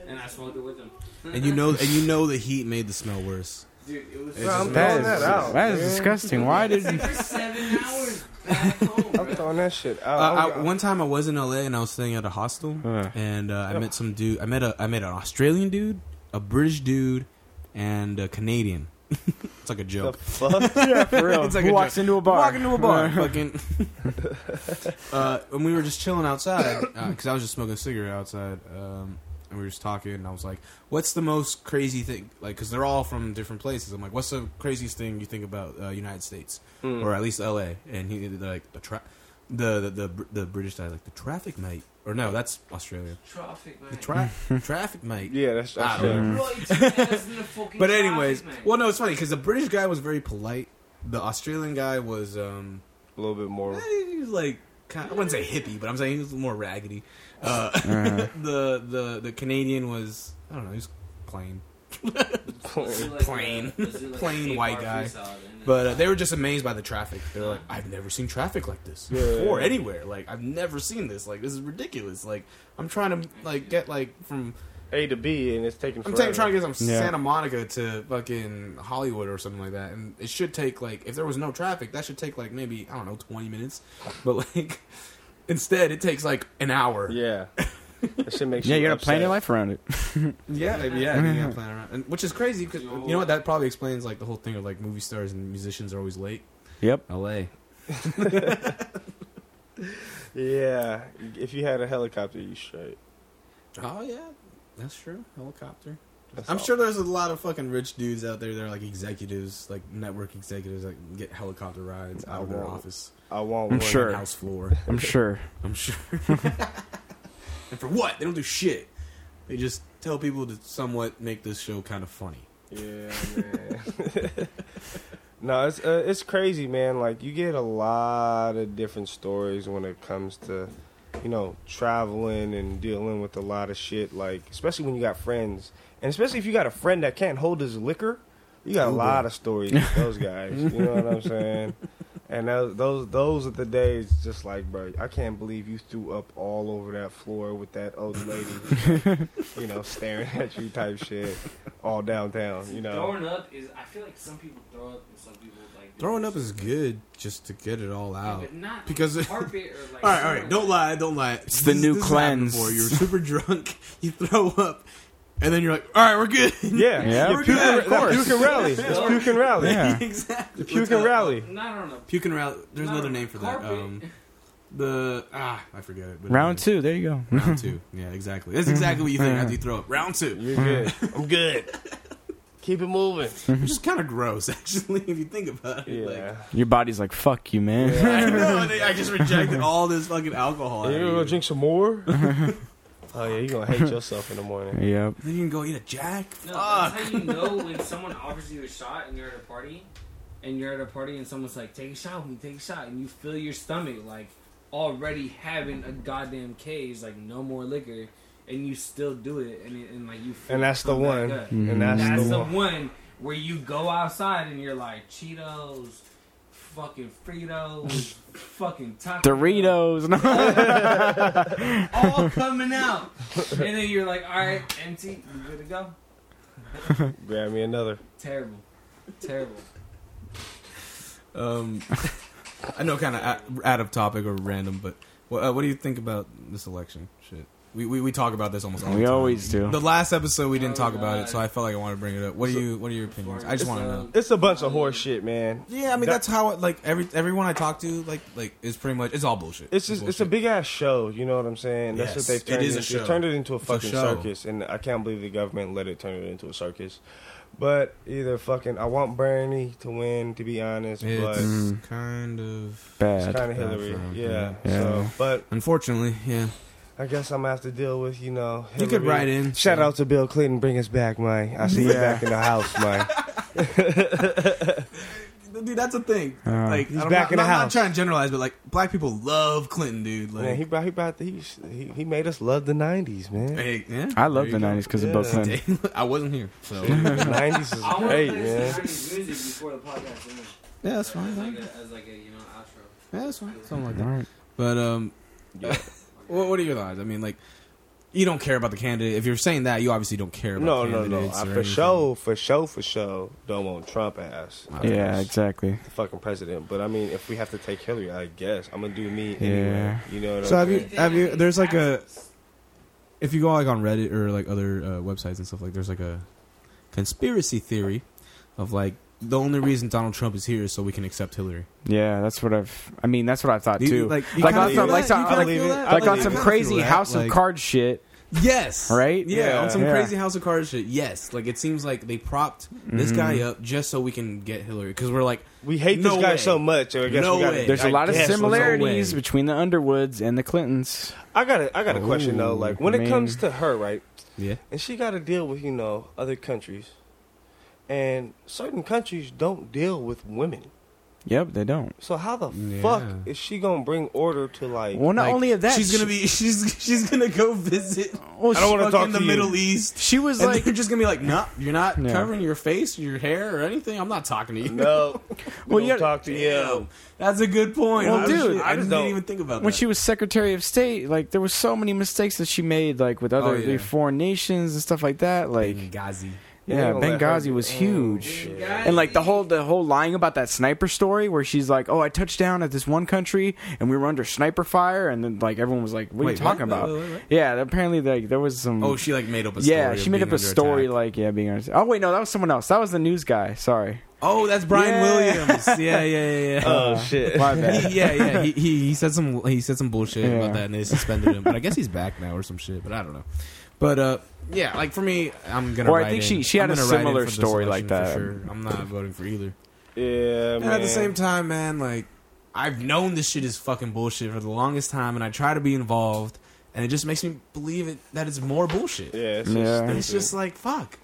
[SPEAKER 4] and I smoked it with him.
[SPEAKER 1] And you know and you know the heat made the smell worse.
[SPEAKER 4] Dude, it was
[SPEAKER 1] It's just-
[SPEAKER 3] I'm
[SPEAKER 2] that
[SPEAKER 3] throwing
[SPEAKER 2] is
[SPEAKER 3] that out.
[SPEAKER 2] that is
[SPEAKER 3] man.
[SPEAKER 2] disgusting. Why
[SPEAKER 1] <laughs>
[SPEAKER 2] did
[SPEAKER 4] like for seven hours back home.
[SPEAKER 3] I'm throwing
[SPEAKER 2] <laughs>
[SPEAKER 3] that shit out.
[SPEAKER 1] Uh,
[SPEAKER 3] I'm-
[SPEAKER 1] I, one time I was in LA and I was staying at a hostel,
[SPEAKER 2] Uh.
[SPEAKER 1] and uh, I met some dude. I met a I met an Australian dude, a British dude, and a Canadian. <laughs> it's like a
[SPEAKER 3] the
[SPEAKER 1] joke.
[SPEAKER 3] fuck?
[SPEAKER 2] for real?
[SPEAKER 1] It's like
[SPEAKER 2] Who
[SPEAKER 1] a
[SPEAKER 2] walks
[SPEAKER 1] joke.
[SPEAKER 2] into a bar?
[SPEAKER 1] Walking to a
[SPEAKER 2] <laughs>
[SPEAKER 1] bar, <laughs> fucking. uh, and we were just chilling outside because I was just smoking a cigarette outside, um, and we were just talking. And I was like, "What's the most crazy thing?" Like, because they're all from different places. I'm like, "What's the craziest thing you think about uh, United States
[SPEAKER 3] Hmm.
[SPEAKER 1] or at least L.A.?" And he they're like the tra- the, the the Br- the British guy like the traffic, mate. Or no, that's Australia.
[SPEAKER 4] Traffic, man.
[SPEAKER 1] The tra- traffic, mate.
[SPEAKER 3] Yeah, that's
[SPEAKER 1] I
[SPEAKER 3] that's
[SPEAKER 1] don't
[SPEAKER 3] it.
[SPEAKER 4] Bro, you took my ass in the fucking
[SPEAKER 1] Mm. <laughs> But anyways,
[SPEAKER 4] traffic, man.
[SPEAKER 1] well, no, it's funny because the British guy was very polite. The Australian guy was. um
[SPEAKER 3] a little bit more.
[SPEAKER 1] Eh, he was like kind I wouldn't say hippie, but I'm saying he was more raggedy. Uh, <laughs> the the the Canadian was I don't know, he was plain,
[SPEAKER 4] Let's do like a-
[SPEAKER 1] plain.
[SPEAKER 4] let's do
[SPEAKER 1] <laughs>
[SPEAKER 4] like
[SPEAKER 1] Plain
[SPEAKER 4] eight
[SPEAKER 1] white
[SPEAKER 4] bar
[SPEAKER 1] guy.
[SPEAKER 4] freestyle, and then-
[SPEAKER 1] but uh, they were just amazed by the traffic. They're like, I've never seen traffic like this before anywhere. Like I've never seen this. Like this is ridiculous. Like I'm trying to like get like from
[SPEAKER 3] A to B, and it's taking.
[SPEAKER 1] I'm
[SPEAKER 3] forever.
[SPEAKER 1] saying trying to get from
[SPEAKER 2] Yeah.
[SPEAKER 1] Santa Monica to fucking Hollywood or something like that, and it should take like if there was no traffic, that should take like maybe I don't know 20 minutes, but like <laughs> instead it takes like an hour.
[SPEAKER 3] Yeah, that shit makes.
[SPEAKER 2] yeah, you
[SPEAKER 3] you
[SPEAKER 2] gotta plan your life
[SPEAKER 3] upset.
[SPEAKER 2] around it.
[SPEAKER 1] Yeah, maybe, yeah, you gotta plan around, and, which is crazy because you know what? That probably explains like the whole thing of like movie stars and musicians are always late.
[SPEAKER 2] Yep.
[SPEAKER 1] L.A.
[SPEAKER 3] Yeah, if you had a helicopter, you straight.
[SPEAKER 1] Oh yeah, that's true. Helicopter.
[SPEAKER 3] That's
[SPEAKER 1] I'm
[SPEAKER 3] all.
[SPEAKER 1] sure there's a lot of fucking rich dudes out there that are like executives, like network executives, that get helicopter rides out of their
[SPEAKER 3] won't.
[SPEAKER 1] office,
[SPEAKER 3] I want
[SPEAKER 2] I'm
[SPEAKER 3] one.
[SPEAKER 2] sure.
[SPEAKER 1] house floor.
[SPEAKER 2] I'm sure.
[SPEAKER 1] I'm sure. <laughs> and for what? They don't do shit. They just tell people to somewhat make this show kind of funny.
[SPEAKER 3] Yeah, man. no, it's uh, it's crazy, man. Like you get a lot of different stories when it comes to, you know, traveling and dealing with a lot of shit. Like especially when you got friends, and especially if you got a friend that can't hold his liquor, you got a lot of stories. with those guys, you know what I'm saying? And those, those those are the days. Just like, bro, I can't believe you threw up all over that floor with that old lady, you know, staring at you type shit, all downtown. You know,
[SPEAKER 4] Throwing up is, I feel like some people throw up and some people like. do
[SPEAKER 1] Throwing
[SPEAKER 4] this
[SPEAKER 1] up is
[SPEAKER 4] shit.
[SPEAKER 1] good just to get it all
[SPEAKER 4] Yeah,
[SPEAKER 1] out.
[SPEAKER 4] But not
[SPEAKER 1] Because-
[SPEAKER 4] because carpet or like.
[SPEAKER 1] All right, all right. Don't lie, don't lie. It's
[SPEAKER 2] the new cleanse.
[SPEAKER 1] Before. You're super <laughs> drunk. You throw up, and then you're like, "All right, we're good." <laughs>
[SPEAKER 3] Yeah,
[SPEAKER 2] Yeah.
[SPEAKER 3] You puke,
[SPEAKER 1] Yeah,
[SPEAKER 3] and-
[SPEAKER 1] of
[SPEAKER 3] that
[SPEAKER 1] course.
[SPEAKER 3] puke and rally. It's puke and rally.
[SPEAKER 2] Yeah.
[SPEAKER 1] exactly.
[SPEAKER 3] The puke
[SPEAKER 1] What's
[SPEAKER 3] and
[SPEAKER 1] that?
[SPEAKER 3] rally.
[SPEAKER 4] Not on a.
[SPEAKER 1] Puke and rally. There's
[SPEAKER 4] not
[SPEAKER 1] another
[SPEAKER 4] on a
[SPEAKER 1] name for that.
[SPEAKER 4] carpet.
[SPEAKER 1] Um, the ah, I forget it. But
[SPEAKER 2] Round two. There you go.
[SPEAKER 1] Round two. Yeah, exactly. That's exactly what you think after you throw up. Round two.
[SPEAKER 3] You're good. Mm. <laughs> I'm good. Keep it moving.
[SPEAKER 1] Which is kind of gross, <laughs> actually, if you think about it.
[SPEAKER 3] Yeah.
[SPEAKER 2] Your body's like, fuck you, man.
[SPEAKER 1] Like, I know. and <laughs> I just rejected all this fucking alcohol. out of
[SPEAKER 3] you gonna
[SPEAKER 1] you.
[SPEAKER 3] drink
[SPEAKER 1] <laughs>
[SPEAKER 3] some more? oh yeah, you gonna hate yourself in the morning.
[SPEAKER 2] <laughs> Yep.
[SPEAKER 1] Then you can go eat a Jack.
[SPEAKER 4] No,
[SPEAKER 1] Fuck.
[SPEAKER 4] that's how you know
[SPEAKER 1] <laughs>
[SPEAKER 4] when someone offers you a shot and you're at a party, and you're at a party and someone's like, "Take a shot with me, take a shot," and you feel your stomach like already having a goddamn cage, like no more liquor, and you still do it, and, it, and like you. Feel
[SPEAKER 3] And that's the
[SPEAKER 4] come back
[SPEAKER 3] one.
[SPEAKER 2] Mm-hmm.
[SPEAKER 4] up.
[SPEAKER 3] And that's,
[SPEAKER 4] That's
[SPEAKER 3] the,
[SPEAKER 4] the
[SPEAKER 3] one.
[SPEAKER 4] one where you go outside and you're like Cheetos,
[SPEAKER 7] fucking Fritos, fucking Taco
[SPEAKER 2] Doritos. <laughs>
[SPEAKER 7] all coming out. And then you're like, all right, empty, you good to go.
[SPEAKER 3] Grab me another.
[SPEAKER 7] Terrible, terrible.
[SPEAKER 1] Um, <laughs> I know, kind of out of topic or random, but what, uh, what do you think about this election? Shit, we we, we talk about this almost. All
[SPEAKER 2] We
[SPEAKER 1] the time.
[SPEAKER 2] always do.
[SPEAKER 1] The last episode we didn't
[SPEAKER 7] Oh,
[SPEAKER 1] talk about it,
[SPEAKER 7] God.
[SPEAKER 1] so I felt like I wanted to bring it up. What do you What are your opinions? I just want to know.
[SPEAKER 3] It's a bunch of horse shit, man.
[SPEAKER 1] Yeah, I mean that's how like every everyone I talk to like like is pretty much it's all bullshit.
[SPEAKER 3] It's just it's a
[SPEAKER 1] bullshit.
[SPEAKER 3] big ass show, you know what I'm saying? That's
[SPEAKER 1] Yes,
[SPEAKER 3] what they've
[SPEAKER 1] it
[SPEAKER 3] turned
[SPEAKER 1] is a
[SPEAKER 3] into. They've
[SPEAKER 1] show.
[SPEAKER 3] turned it into a
[SPEAKER 1] a
[SPEAKER 3] fucking
[SPEAKER 1] show.
[SPEAKER 3] circus and I can't believe the government let it turn it into a circus. But either fucking I want Bernie to win, to be honest, but
[SPEAKER 1] It's
[SPEAKER 3] it's
[SPEAKER 1] kind of
[SPEAKER 2] Bad.
[SPEAKER 3] kinda
[SPEAKER 1] bad for
[SPEAKER 3] Hillary.
[SPEAKER 1] him,
[SPEAKER 3] Yeah.
[SPEAKER 2] yeah.
[SPEAKER 3] So
[SPEAKER 2] Yeah.
[SPEAKER 3] but
[SPEAKER 1] unfortunately, yeah.
[SPEAKER 3] I guess I'm gonna have to deal with, you know,
[SPEAKER 1] You
[SPEAKER 3] Hillary.
[SPEAKER 1] could write in.
[SPEAKER 3] Shout out to Bill Clinton, bring us back, Mike. I see you
[SPEAKER 2] Yeah.
[SPEAKER 3] back in the house, Mike.
[SPEAKER 1] dude. That's a thing.
[SPEAKER 2] Uh,
[SPEAKER 1] like
[SPEAKER 3] He's
[SPEAKER 1] I'm
[SPEAKER 3] back
[SPEAKER 1] not,
[SPEAKER 3] in the
[SPEAKER 1] not- not
[SPEAKER 3] house.
[SPEAKER 1] trying to generalize, but like black people love Clinton, dude. <laughs> Like,
[SPEAKER 3] Man, he brought he brought the, he, he he made us love the nineties, man.
[SPEAKER 1] hey, yeah,
[SPEAKER 2] I love the
[SPEAKER 1] there you
[SPEAKER 2] '90s because of Bill
[SPEAKER 3] Yeah.
[SPEAKER 2] Clinton.
[SPEAKER 1] go. <laughs> I wasn't here, so
[SPEAKER 3] The
[SPEAKER 1] yeah,
[SPEAKER 3] <laughs> nineties is
[SPEAKER 7] I want
[SPEAKER 3] great,
[SPEAKER 7] to play
[SPEAKER 3] man.
[SPEAKER 7] some 90s music before the podcast ends.
[SPEAKER 1] that's fine.
[SPEAKER 7] As like,
[SPEAKER 1] Yeah,
[SPEAKER 7] a, as like a you know outro.
[SPEAKER 1] that's fine. Something like that.
[SPEAKER 2] All right.
[SPEAKER 1] But um, what, what are your thoughts? I mean, like, you don't care about the candidate. If you're saying that, you obviously don't care about
[SPEAKER 3] No, no,
[SPEAKER 1] candidates.
[SPEAKER 3] no. I,
[SPEAKER 1] or
[SPEAKER 3] for
[SPEAKER 1] anything.
[SPEAKER 3] sure, for sure, for sure, don't want Trump ass.
[SPEAKER 2] Yeah, exactly.
[SPEAKER 3] the fucking president. But I mean, if we have to take Hillary, I guess I'm gonna do me
[SPEAKER 2] Yeah.
[SPEAKER 3] anyway. You know what
[SPEAKER 1] So
[SPEAKER 3] I'm
[SPEAKER 1] have you
[SPEAKER 3] saying?
[SPEAKER 1] have you? There's like a if you go like on Reddit or like other uh, websites and stuff like there's like a conspiracy theory of like the only reason Donald Trump is here is so we can accept Hillary.
[SPEAKER 2] Yeah, that's what I've. I mean, that's what I've thought
[SPEAKER 1] Do you-
[SPEAKER 2] too.
[SPEAKER 1] like you
[SPEAKER 2] Like
[SPEAKER 1] kinda
[SPEAKER 2] on
[SPEAKER 1] feel
[SPEAKER 2] some-
[SPEAKER 1] that?
[SPEAKER 2] like some-
[SPEAKER 1] You kinda
[SPEAKER 3] I believe
[SPEAKER 1] feel
[SPEAKER 3] it.
[SPEAKER 1] that?
[SPEAKER 3] I
[SPEAKER 2] Like on
[SPEAKER 3] believe
[SPEAKER 2] some
[SPEAKER 3] it.
[SPEAKER 2] crazy
[SPEAKER 1] Like-
[SPEAKER 2] House of Cards shit.
[SPEAKER 1] Yes.
[SPEAKER 2] Right?
[SPEAKER 1] Yeah,
[SPEAKER 3] Yeah.
[SPEAKER 1] on some
[SPEAKER 2] Yeah.
[SPEAKER 1] crazy House of Cards shit. Yes. Like it seems like they propped this guy
[SPEAKER 2] Mm-hmm.
[SPEAKER 1] up just so we can get Hillary because we're like
[SPEAKER 3] we hate
[SPEAKER 1] No
[SPEAKER 3] this guy
[SPEAKER 1] way.
[SPEAKER 3] so much. I guess
[SPEAKER 1] No
[SPEAKER 3] we gotta,
[SPEAKER 1] way.
[SPEAKER 2] There's a
[SPEAKER 3] I
[SPEAKER 2] lot of
[SPEAKER 3] guess-
[SPEAKER 2] similarities
[SPEAKER 1] way.
[SPEAKER 2] between the Underwoods and the Clintons.
[SPEAKER 3] I got a, I got a question though.
[SPEAKER 2] Ooh,
[SPEAKER 3] Like when
[SPEAKER 2] man.
[SPEAKER 3] it comes to her, right?
[SPEAKER 1] yeah.
[SPEAKER 3] And she got to deal with you know other countries, and certain countries don't deal with women.
[SPEAKER 2] Yep, they don't.
[SPEAKER 3] So how the
[SPEAKER 1] Yeah.
[SPEAKER 3] fuck is she gonna bring order to like?
[SPEAKER 2] Well, not
[SPEAKER 1] Like,
[SPEAKER 2] only of that,
[SPEAKER 1] she's gonna be <laughs> she's she's gonna go visit
[SPEAKER 2] Well,
[SPEAKER 3] I don't
[SPEAKER 2] she-
[SPEAKER 1] fucking
[SPEAKER 3] wanna talk
[SPEAKER 1] the
[SPEAKER 3] to you.
[SPEAKER 1] Middle
[SPEAKER 3] <laughs>
[SPEAKER 1] East.
[SPEAKER 2] She was
[SPEAKER 1] And
[SPEAKER 2] like,
[SPEAKER 1] they're just gonna be like, no, you're not
[SPEAKER 2] Yeah.
[SPEAKER 1] covering your face, your hair, or anything. I'm not talking to you.
[SPEAKER 3] No, we
[SPEAKER 2] Well,
[SPEAKER 3] don't
[SPEAKER 2] you gotta-
[SPEAKER 3] talk to you.
[SPEAKER 1] Damn. That's a good point.
[SPEAKER 2] Well,
[SPEAKER 1] I
[SPEAKER 2] dude,
[SPEAKER 1] shit,
[SPEAKER 3] I
[SPEAKER 1] I,
[SPEAKER 3] just
[SPEAKER 1] just
[SPEAKER 3] don't-
[SPEAKER 1] didn't even think about
[SPEAKER 2] when
[SPEAKER 1] that.
[SPEAKER 2] she was Secretary of State, like there were so many mistakes that she made, like with other
[SPEAKER 1] Oh, yeah.
[SPEAKER 2] foreign nations and stuff like that. Like,
[SPEAKER 1] Benghazi.
[SPEAKER 2] yeah,
[SPEAKER 3] They gonna let her
[SPEAKER 2] Benghazi
[SPEAKER 3] do-
[SPEAKER 2] was
[SPEAKER 3] Oh,
[SPEAKER 2] huge.
[SPEAKER 3] shit.
[SPEAKER 2] And like the whole the whole lying about that sniper story where she's like, "Oh, I touched down at this one country and we were under sniper fire," and then like everyone was like, "What are you
[SPEAKER 1] Wait,
[SPEAKER 2] talking
[SPEAKER 1] what?
[SPEAKER 2] about?"
[SPEAKER 1] Wait, wait, wait.
[SPEAKER 2] Yeah, apparently like there was some.
[SPEAKER 1] Oh, she like made up a story.
[SPEAKER 2] yeah,
[SPEAKER 1] of
[SPEAKER 2] she made
[SPEAKER 1] being
[SPEAKER 2] up a
[SPEAKER 1] under
[SPEAKER 2] story
[SPEAKER 1] attack.
[SPEAKER 2] like yeah, being under. Oh wait, no, that was someone else. That was the news guy. Sorry,
[SPEAKER 1] oh, that's Brian
[SPEAKER 2] Yeah.
[SPEAKER 1] Williams. Yeah, yeah, yeah,
[SPEAKER 2] <laughs>
[SPEAKER 1] yeah.
[SPEAKER 3] Oh shit!
[SPEAKER 1] <laughs>
[SPEAKER 2] my
[SPEAKER 1] He-
[SPEAKER 2] bad.
[SPEAKER 1] yeah, yeah.
[SPEAKER 2] <laughs>
[SPEAKER 1] He, he he said some he said some bullshit
[SPEAKER 2] Yeah.
[SPEAKER 1] about that, and they suspended him. But I guess he's back now or some shit. But I don't know. But uh, yeah, like for me, I'm gonna.
[SPEAKER 2] Or I
[SPEAKER 1] write
[SPEAKER 2] think
[SPEAKER 1] in.
[SPEAKER 2] she- she had
[SPEAKER 1] I'm
[SPEAKER 2] a
[SPEAKER 1] gonna write in
[SPEAKER 2] similar
[SPEAKER 1] for this
[SPEAKER 2] story like
[SPEAKER 1] election for
[SPEAKER 2] that.
[SPEAKER 1] Sure. I'm not voting for either.
[SPEAKER 3] Yeah, man.
[SPEAKER 1] And at the same time, man, like I've known this shit is fucking bullshit for the longest time, and I try to be involved, and it just makes me believe it that it's more bullshit.
[SPEAKER 3] yeah, it's
[SPEAKER 2] Yeah.
[SPEAKER 3] just,
[SPEAKER 1] And it's just like fuck.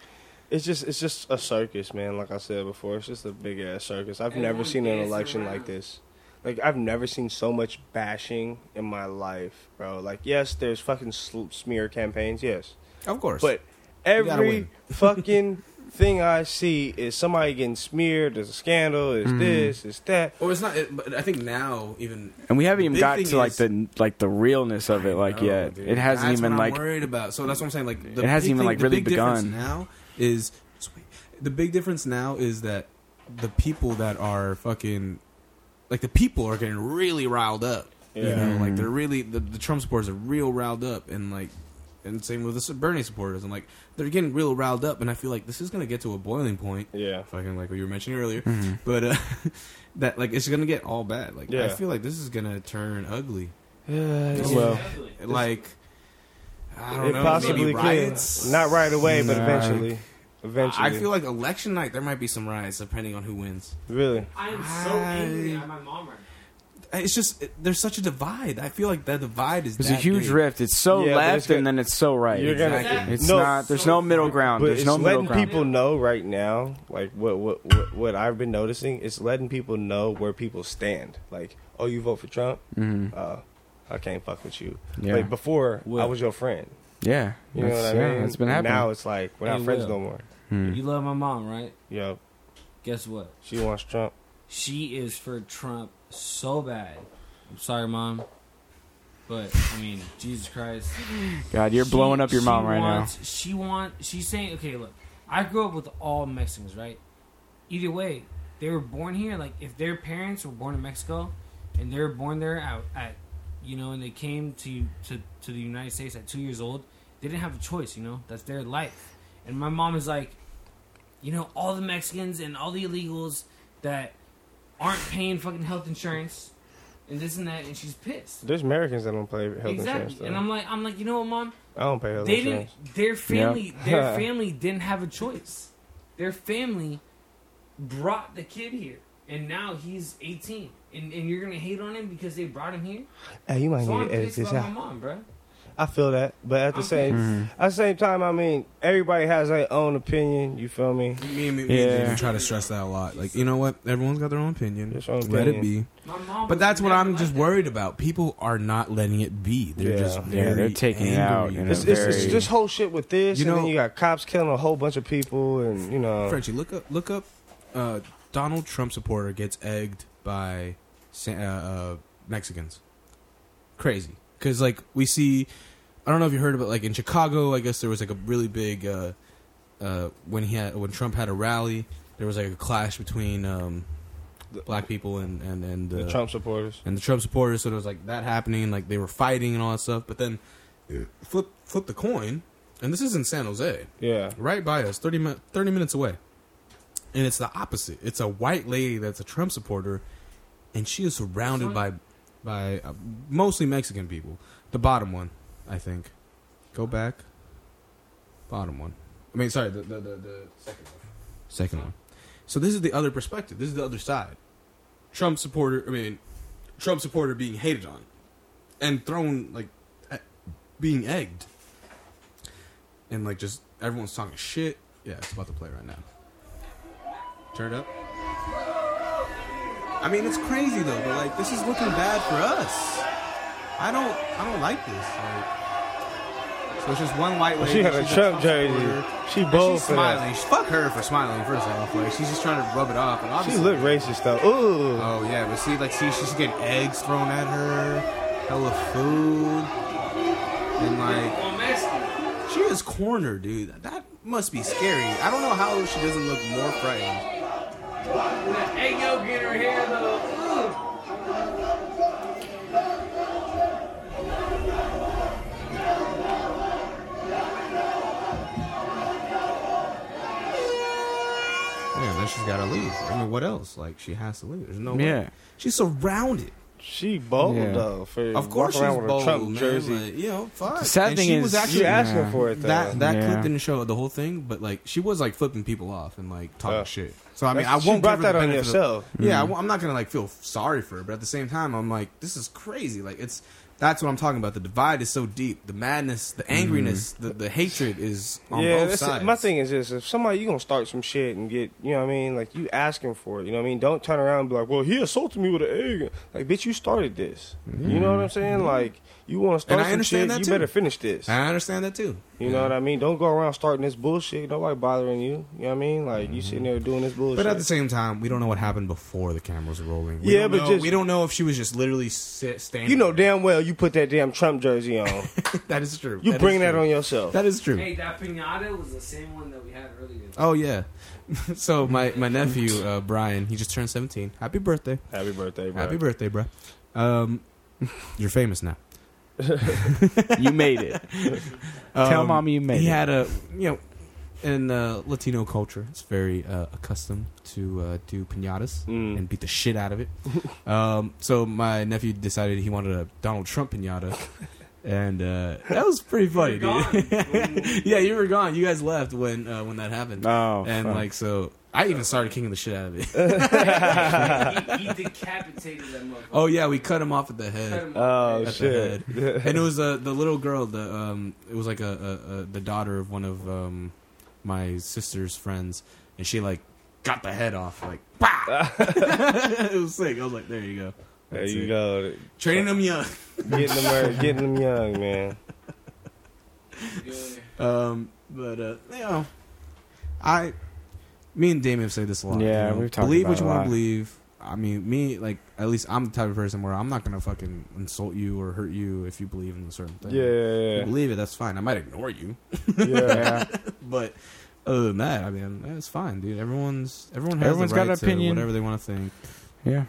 [SPEAKER 3] It's just it's just a circus, man. Like I said before, it's just a big ass circus. I've never seen an election like this. Like I've never seen so much bashing in my life, bro. Like yes, there's fucking sl- smear campaigns, yes,
[SPEAKER 1] Of course.
[SPEAKER 3] but
[SPEAKER 1] gotta
[SPEAKER 3] every
[SPEAKER 1] win. <laughs>
[SPEAKER 3] fucking thing I see is somebody getting smeared. There's a scandal. It's
[SPEAKER 1] Mm-hmm.
[SPEAKER 3] this. It's that.
[SPEAKER 1] well, it's not. It, but I think now even
[SPEAKER 2] And we haven't even
[SPEAKER 1] Big
[SPEAKER 2] got
[SPEAKER 1] thing
[SPEAKER 2] to like
[SPEAKER 1] is-
[SPEAKER 2] the like the realness of it like
[SPEAKER 1] No,
[SPEAKER 2] yet.
[SPEAKER 1] Oh, dude.
[SPEAKER 2] It hasn't
[SPEAKER 1] That's
[SPEAKER 2] even
[SPEAKER 1] what I'm
[SPEAKER 2] like
[SPEAKER 1] worried about. So that's what I'm saying. Like the
[SPEAKER 2] It hasn't
[SPEAKER 1] big
[SPEAKER 2] even,
[SPEAKER 1] thing-
[SPEAKER 2] like,
[SPEAKER 1] the
[SPEAKER 2] really
[SPEAKER 1] big difference
[SPEAKER 2] begun.
[SPEAKER 1] now. Is sweet. the big difference now is that the people that are fucking like the people are getting really riled up. You
[SPEAKER 3] Yeah.
[SPEAKER 1] know,
[SPEAKER 2] Mm-hmm.
[SPEAKER 1] like they're really the, the Trump supporters are real riled up, and like and same with the Bernie supporters. And like they're getting real riled up, and I feel like this is gonna get to a boiling point
[SPEAKER 3] Yeah,
[SPEAKER 1] fucking like what you were mentioning earlier.
[SPEAKER 2] Mm-hmm.
[SPEAKER 1] But uh, <laughs> that like it's gonna get all bad. Like I
[SPEAKER 3] Yeah.
[SPEAKER 1] feel like this is gonna turn ugly.
[SPEAKER 3] yeah. Well,
[SPEAKER 1] Like I don't
[SPEAKER 3] it
[SPEAKER 1] know,
[SPEAKER 3] possibly
[SPEAKER 1] maybe
[SPEAKER 3] could.
[SPEAKER 1] riots.
[SPEAKER 3] Not right away, but
[SPEAKER 2] Nah.
[SPEAKER 3] eventually. Eventually,
[SPEAKER 1] I feel like election night there might be some riots depending on who wins.
[SPEAKER 3] really.
[SPEAKER 7] I am
[SPEAKER 1] so angry at
[SPEAKER 7] my mom right
[SPEAKER 1] It's just it, there's such a divide. I feel like that divide is
[SPEAKER 2] there's a
[SPEAKER 1] that
[SPEAKER 2] huge
[SPEAKER 1] big.
[SPEAKER 2] rift. It's so
[SPEAKER 3] Yeah, but
[SPEAKER 2] left
[SPEAKER 3] it's gonna-
[SPEAKER 2] and then it's so right.
[SPEAKER 3] You're gonna-
[SPEAKER 1] Exactly.
[SPEAKER 2] It's
[SPEAKER 3] No.
[SPEAKER 2] not. There's no middle ground.
[SPEAKER 3] But
[SPEAKER 2] Um, There's
[SPEAKER 3] it's
[SPEAKER 2] no middle
[SPEAKER 3] letting
[SPEAKER 2] ground.
[SPEAKER 3] people know right now, like what, what what what I've been noticing, it's letting people know where people stand. Like, oh, you vote for Trump?
[SPEAKER 2] Mhm.
[SPEAKER 3] Uh, I can't fuck with you.
[SPEAKER 2] Yeah.
[SPEAKER 3] Like before, I
[SPEAKER 7] What?
[SPEAKER 3] was your friend.
[SPEAKER 2] Yeah,
[SPEAKER 3] You know
[SPEAKER 2] That's-
[SPEAKER 3] what I mean?
[SPEAKER 2] Yeah, it's been
[SPEAKER 3] And
[SPEAKER 2] happening. Mm.
[SPEAKER 3] Now it's like we're not
[SPEAKER 7] Hey,
[SPEAKER 3] friends
[SPEAKER 7] Will.
[SPEAKER 3] no more.
[SPEAKER 7] You love my mom, right?
[SPEAKER 3] Yo,
[SPEAKER 7] Guess what?
[SPEAKER 3] she wants Trump.
[SPEAKER 4] She is for Trump so bad. I'm sorry, mom. But I mean, Jesus Christ.
[SPEAKER 2] God, you're
[SPEAKER 4] She-
[SPEAKER 2] blowing up your
[SPEAKER 4] she
[SPEAKER 2] mom right
[SPEAKER 4] wants, now. She want she's saying, okay, look, I grew up with all Mexicans, right? Either way, they were born here. Like if their parents were born in Mexico, and they were born there at, at you know, and they came to, to to the United States at two years old, they didn't have a choice. You know, that's their life. And my mom is like, you know, all the Mexicans and all the illegals that aren't paying fucking health insurance and this and that, and she's pissed.
[SPEAKER 3] There's Americans that don't play health insurance.
[SPEAKER 4] Exactly.
[SPEAKER 3] Though.
[SPEAKER 4] And I'm like, I'm like, you know what, mom?
[SPEAKER 3] I don't pay health
[SPEAKER 4] they
[SPEAKER 3] insurance.
[SPEAKER 4] didn't their family
[SPEAKER 3] Yeah. <laughs>
[SPEAKER 4] their family didn't have a choice their family brought the kid here and now he's 18 and, and you're gonna hate on him because they brought him here
[SPEAKER 3] Hey, you might
[SPEAKER 4] so i'm
[SPEAKER 3] need to edit
[SPEAKER 4] pissed
[SPEAKER 3] this
[SPEAKER 4] about my
[SPEAKER 3] out.
[SPEAKER 4] mom bro
[SPEAKER 3] I feel that, but at the
[SPEAKER 4] I'm
[SPEAKER 3] same
[SPEAKER 2] Mm-hmm.
[SPEAKER 3] at the same time, I mean, everybody has their own opinion. You feel me?
[SPEAKER 1] Me and me, me
[SPEAKER 2] Yeah.
[SPEAKER 1] and Jimmy try to stress that a lot. Like, you know what? Everyone's got their own opinion.
[SPEAKER 3] Their own
[SPEAKER 1] Let it
[SPEAKER 3] opinion.
[SPEAKER 1] be.
[SPEAKER 4] my mom
[SPEAKER 1] Mm. But
[SPEAKER 4] was
[SPEAKER 1] that's what
[SPEAKER 4] never
[SPEAKER 1] I'm
[SPEAKER 4] like
[SPEAKER 1] just
[SPEAKER 4] that.
[SPEAKER 1] worried about. People are not letting it be. They're
[SPEAKER 3] Yeah.
[SPEAKER 1] just
[SPEAKER 3] Yeah,
[SPEAKER 1] very
[SPEAKER 2] they're taking it out, you
[SPEAKER 1] angry.
[SPEAKER 2] know,
[SPEAKER 3] It's, it's, it's
[SPEAKER 2] Very-
[SPEAKER 3] this whole shit with this,
[SPEAKER 1] You
[SPEAKER 3] and
[SPEAKER 1] know-
[SPEAKER 3] then you got cops killing a whole bunch of people, and you know,
[SPEAKER 1] Frenchie, look up look up uh, Donald Trump supporter gets egged by Sa- uh, uh, Mexicans. Crazy, because like we see, I don't know if you heard about like in Chicago. I guess there was like a really big uh, uh, when he had when Trump had a rally. There was like a clash between um, black people and and and
[SPEAKER 3] the
[SPEAKER 1] uh,
[SPEAKER 3] Trump supporters.
[SPEAKER 1] and the Trump supporters. So there was like that happening, like they were fighting and all that stuff. But then flip flip the coin, and this is in San Jose
[SPEAKER 3] Yeah,
[SPEAKER 1] right by us, 30, mi- 30 minutes away. And it's the opposite. It's a white lady that's a Trump supporter, and she is surrounded by by uh, mostly Mexican people. The bottom one, I think. Go back. Bottom one. I mean, sorry, the the, the, the second one. Second one. So this is the other perspective. This is the other side. Trump supporter. I mean, Trump supporter being hated on, and thrown like, at, being egged and like just everyone's talking shit. Yeah, it's about to play right now. Turn it up. I mean, it's crazy though, but like this is looking bad for us. I don't, I don't like this. Like, so it's just one white lady.
[SPEAKER 3] she had a
[SPEAKER 1] she's
[SPEAKER 3] Trump
[SPEAKER 1] supporter,
[SPEAKER 3] jersey. She
[SPEAKER 1] and
[SPEAKER 3] bold
[SPEAKER 1] She's
[SPEAKER 3] for that.
[SPEAKER 1] smiling. Fuck her for smiling. First off, like she's just trying to rub it off. And
[SPEAKER 3] She
[SPEAKER 1] obviously,
[SPEAKER 3] looked racist though. Ooh,
[SPEAKER 1] Oh yeah, but see, like, see, she's getting eggs thrown at her, hella food, and like,
[SPEAKER 4] Well, Mexican.
[SPEAKER 1] she is cornered, dude. That must be scary. I don't know how she doesn't look more frightened.
[SPEAKER 4] That egg yolk in her hair, though.
[SPEAKER 1] Yeah, then she's gotta leave. I mean, what else? Like, she has to leave. There's no
[SPEAKER 2] now. Yeah.
[SPEAKER 1] She's surrounded.
[SPEAKER 3] she bold
[SPEAKER 2] Yeah.
[SPEAKER 3] though. For
[SPEAKER 1] Of course, she's
[SPEAKER 3] walking around with
[SPEAKER 1] bold,
[SPEAKER 3] a Trump
[SPEAKER 1] man.
[SPEAKER 3] jersey.
[SPEAKER 1] Like, you know, fuck.
[SPEAKER 2] The sad
[SPEAKER 1] And
[SPEAKER 2] thing
[SPEAKER 1] she
[SPEAKER 2] is,
[SPEAKER 1] was
[SPEAKER 3] you
[SPEAKER 1] actually
[SPEAKER 3] asking
[SPEAKER 2] Yeah.
[SPEAKER 3] for it though.
[SPEAKER 1] that that
[SPEAKER 2] Yeah.
[SPEAKER 1] clip didn't show the whole thing, but like she was like flipping people off and like talking
[SPEAKER 3] Yeah.
[SPEAKER 1] shit. So I mean,
[SPEAKER 3] That's-
[SPEAKER 1] I
[SPEAKER 3] she
[SPEAKER 1] won't
[SPEAKER 3] brought
[SPEAKER 1] give her
[SPEAKER 3] that
[SPEAKER 1] the
[SPEAKER 3] on
[SPEAKER 1] benefit of-
[SPEAKER 3] yourself.
[SPEAKER 1] Yeah, I w- I'm not gonna like feel sorry for her, but at the same time, I'm like, this is crazy. Like it's that's what I'm talking about. The divide is so deep. The madness, the angriness, the, the hatred is on
[SPEAKER 3] yeah,
[SPEAKER 1] both
[SPEAKER 3] that's it.
[SPEAKER 1] sides.
[SPEAKER 3] my thing is this: if somebody you gonna start some shit and get, you know what I mean? Like you asking for it, you know what I mean? Don't turn around and be like, "Well, he assaulted me with an egg." Like, bitch, you started this. You know what I'm saying? Like, you want to
[SPEAKER 1] Mm-hmm. And
[SPEAKER 3] start
[SPEAKER 1] I
[SPEAKER 3] some shit,
[SPEAKER 1] understand that
[SPEAKER 3] you
[SPEAKER 1] too.
[SPEAKER 3] better finish this.
[SPEAKER 1] I understand that too.
[SPEAKER 3] You know what I mean? Don't go around starting this bullshit. Nobody bothering you. You know what I mean? Like you sitting there doing this bullshit.
[SPEAKER 1] Mm-hmm. But at the same time, we don't know what happened before the cameras were rolling. We
[SPEAKER 3] Yeah,
[SPEAKER 1] don't
[SPEAKER 3] but
[SPEAKER 1] know-
[SPEAKER 3] just-
[SPEAKER 1] we don't know if she was just literally sit, standing.
[SPEAKER 3] you know
[SPEAKER 1] there.
[SPEAKER 3] damn well you put that damn Trump
[SPEAKER 1] <laughs>
[SPEAKER 3] jersey on.
[SPEAKER 1] that is true.
[SPEAKER 3] You
[SPEAKER 1] is
[SPEAKER 3] bring that
[SPEAKER 1] true.
[SPEAKER 3] on yourself.
[SPEAKER 1] That is true.
[SPEAKER 4] Hey, that pinata was the same one that we had earlier.
[SPEAKER 1] Oh yeah. <laughs> so my my nephew uh, Brian, he just turned seventeen. Happy birthday!
[SPEAKER 3] Happy birthday, bro.
[SPEAKER 1] Happy birthday, bro. Um, you're famous now.
[SPEAKER 2] You made it.
[SPEAKER 1] Um,
[SPEAKER 2] Tell mommy you made
[SPEAKER 1] He
[SPEAKER 2] it.
[SPEAKER 1] had a you know, in uh, Latino culture, it's very uh, accustomed to uh, do pinatas
[SPEAKER 3] Mm.
[SPEAKER 1] and beat the shit out
[SPEAKER 2] <laughs>
[SPEAKER 1] of it. um, so my nephew decided he wanted a Donald Trump pinata. And uh, that was pretty funny, <laughs> dude. yeah, you were gone. You guys left when uh, when that happened.
[SPEAKER 2] Oh,
[SPEAKER 1] and
[SPEAKER 2] fuck.
[SPEAKER 1] like so, I even started kicking the shit out of it.
[SPEAKER 4] he, he decapitated that motherfucker.
[SPEAKER 1] Oh yeah, we cut him off at the
[SPEAKER 4] Cut
[SPEAKER 1] head.
[SPEAKER 4] him off.
[SPEAKER 3] Oh
[SPEAKER 1] At
[SPEAKER 2] <laughs>
[SPEAKER 3] shit.
[SPEAKER 1] the head. and it was uh, the little girl. The um, it was like a, a, a the daughter of one of um, my sister's friends, and she like got the head off. Like, <laughs> bah! it was sick. I was like, there you go.
[SPEAKER 3] There
[SPEAKER 1] That's
[SPEAKER 3] you
[SPEAKER 1] it.
[SPEAKER 3] go.
[SPEAKER 1] Training them young.
[SPEAKER 3] Getting them, uh, getting them young, man.
[SPEAKER 1] Um, but uh, you know, I, me and Damien have said this a lot.
[SPEAKER 2] Yeah,
[SPEAKER 1] you know,
[SPEAKER 2] we've talked
[SPEAKER 1] believe
[SPEAKER 2] about
[SPEAKER 1] what
[SPEAKER 2] it
[SPEAKER 1] you
[SPEAKER 2] a
[SPEAKER 1] want
[SPEAKER 2] lot.
[SPEAKER 1] to believe. I mean, me like at least I'm the type of person where I'm not gonna fucking insult you or hurt you if you believe in a certain thing. If you
[SPEAKER 3] Yeah,
[SPEAKER 1] believe it, that's fine. I might ignore you, <laughs>
[SPEAKER 3] yeah, yeah.
[SPEAKER 1] but other than that, I mean, that's fine, dude. Everyone's everyone has
[SPEAKER 2] Everyone's
[SPEAKER 1] the
[SPEAKER 2] got
[SPEAKER 1] right
[SPEAKER 2] an
[SPEAKER 1] to
[SPEAKER 2] opinion.
[SPEAKER 1] whatever they want to think.
[SPEAKER 2] Yeah.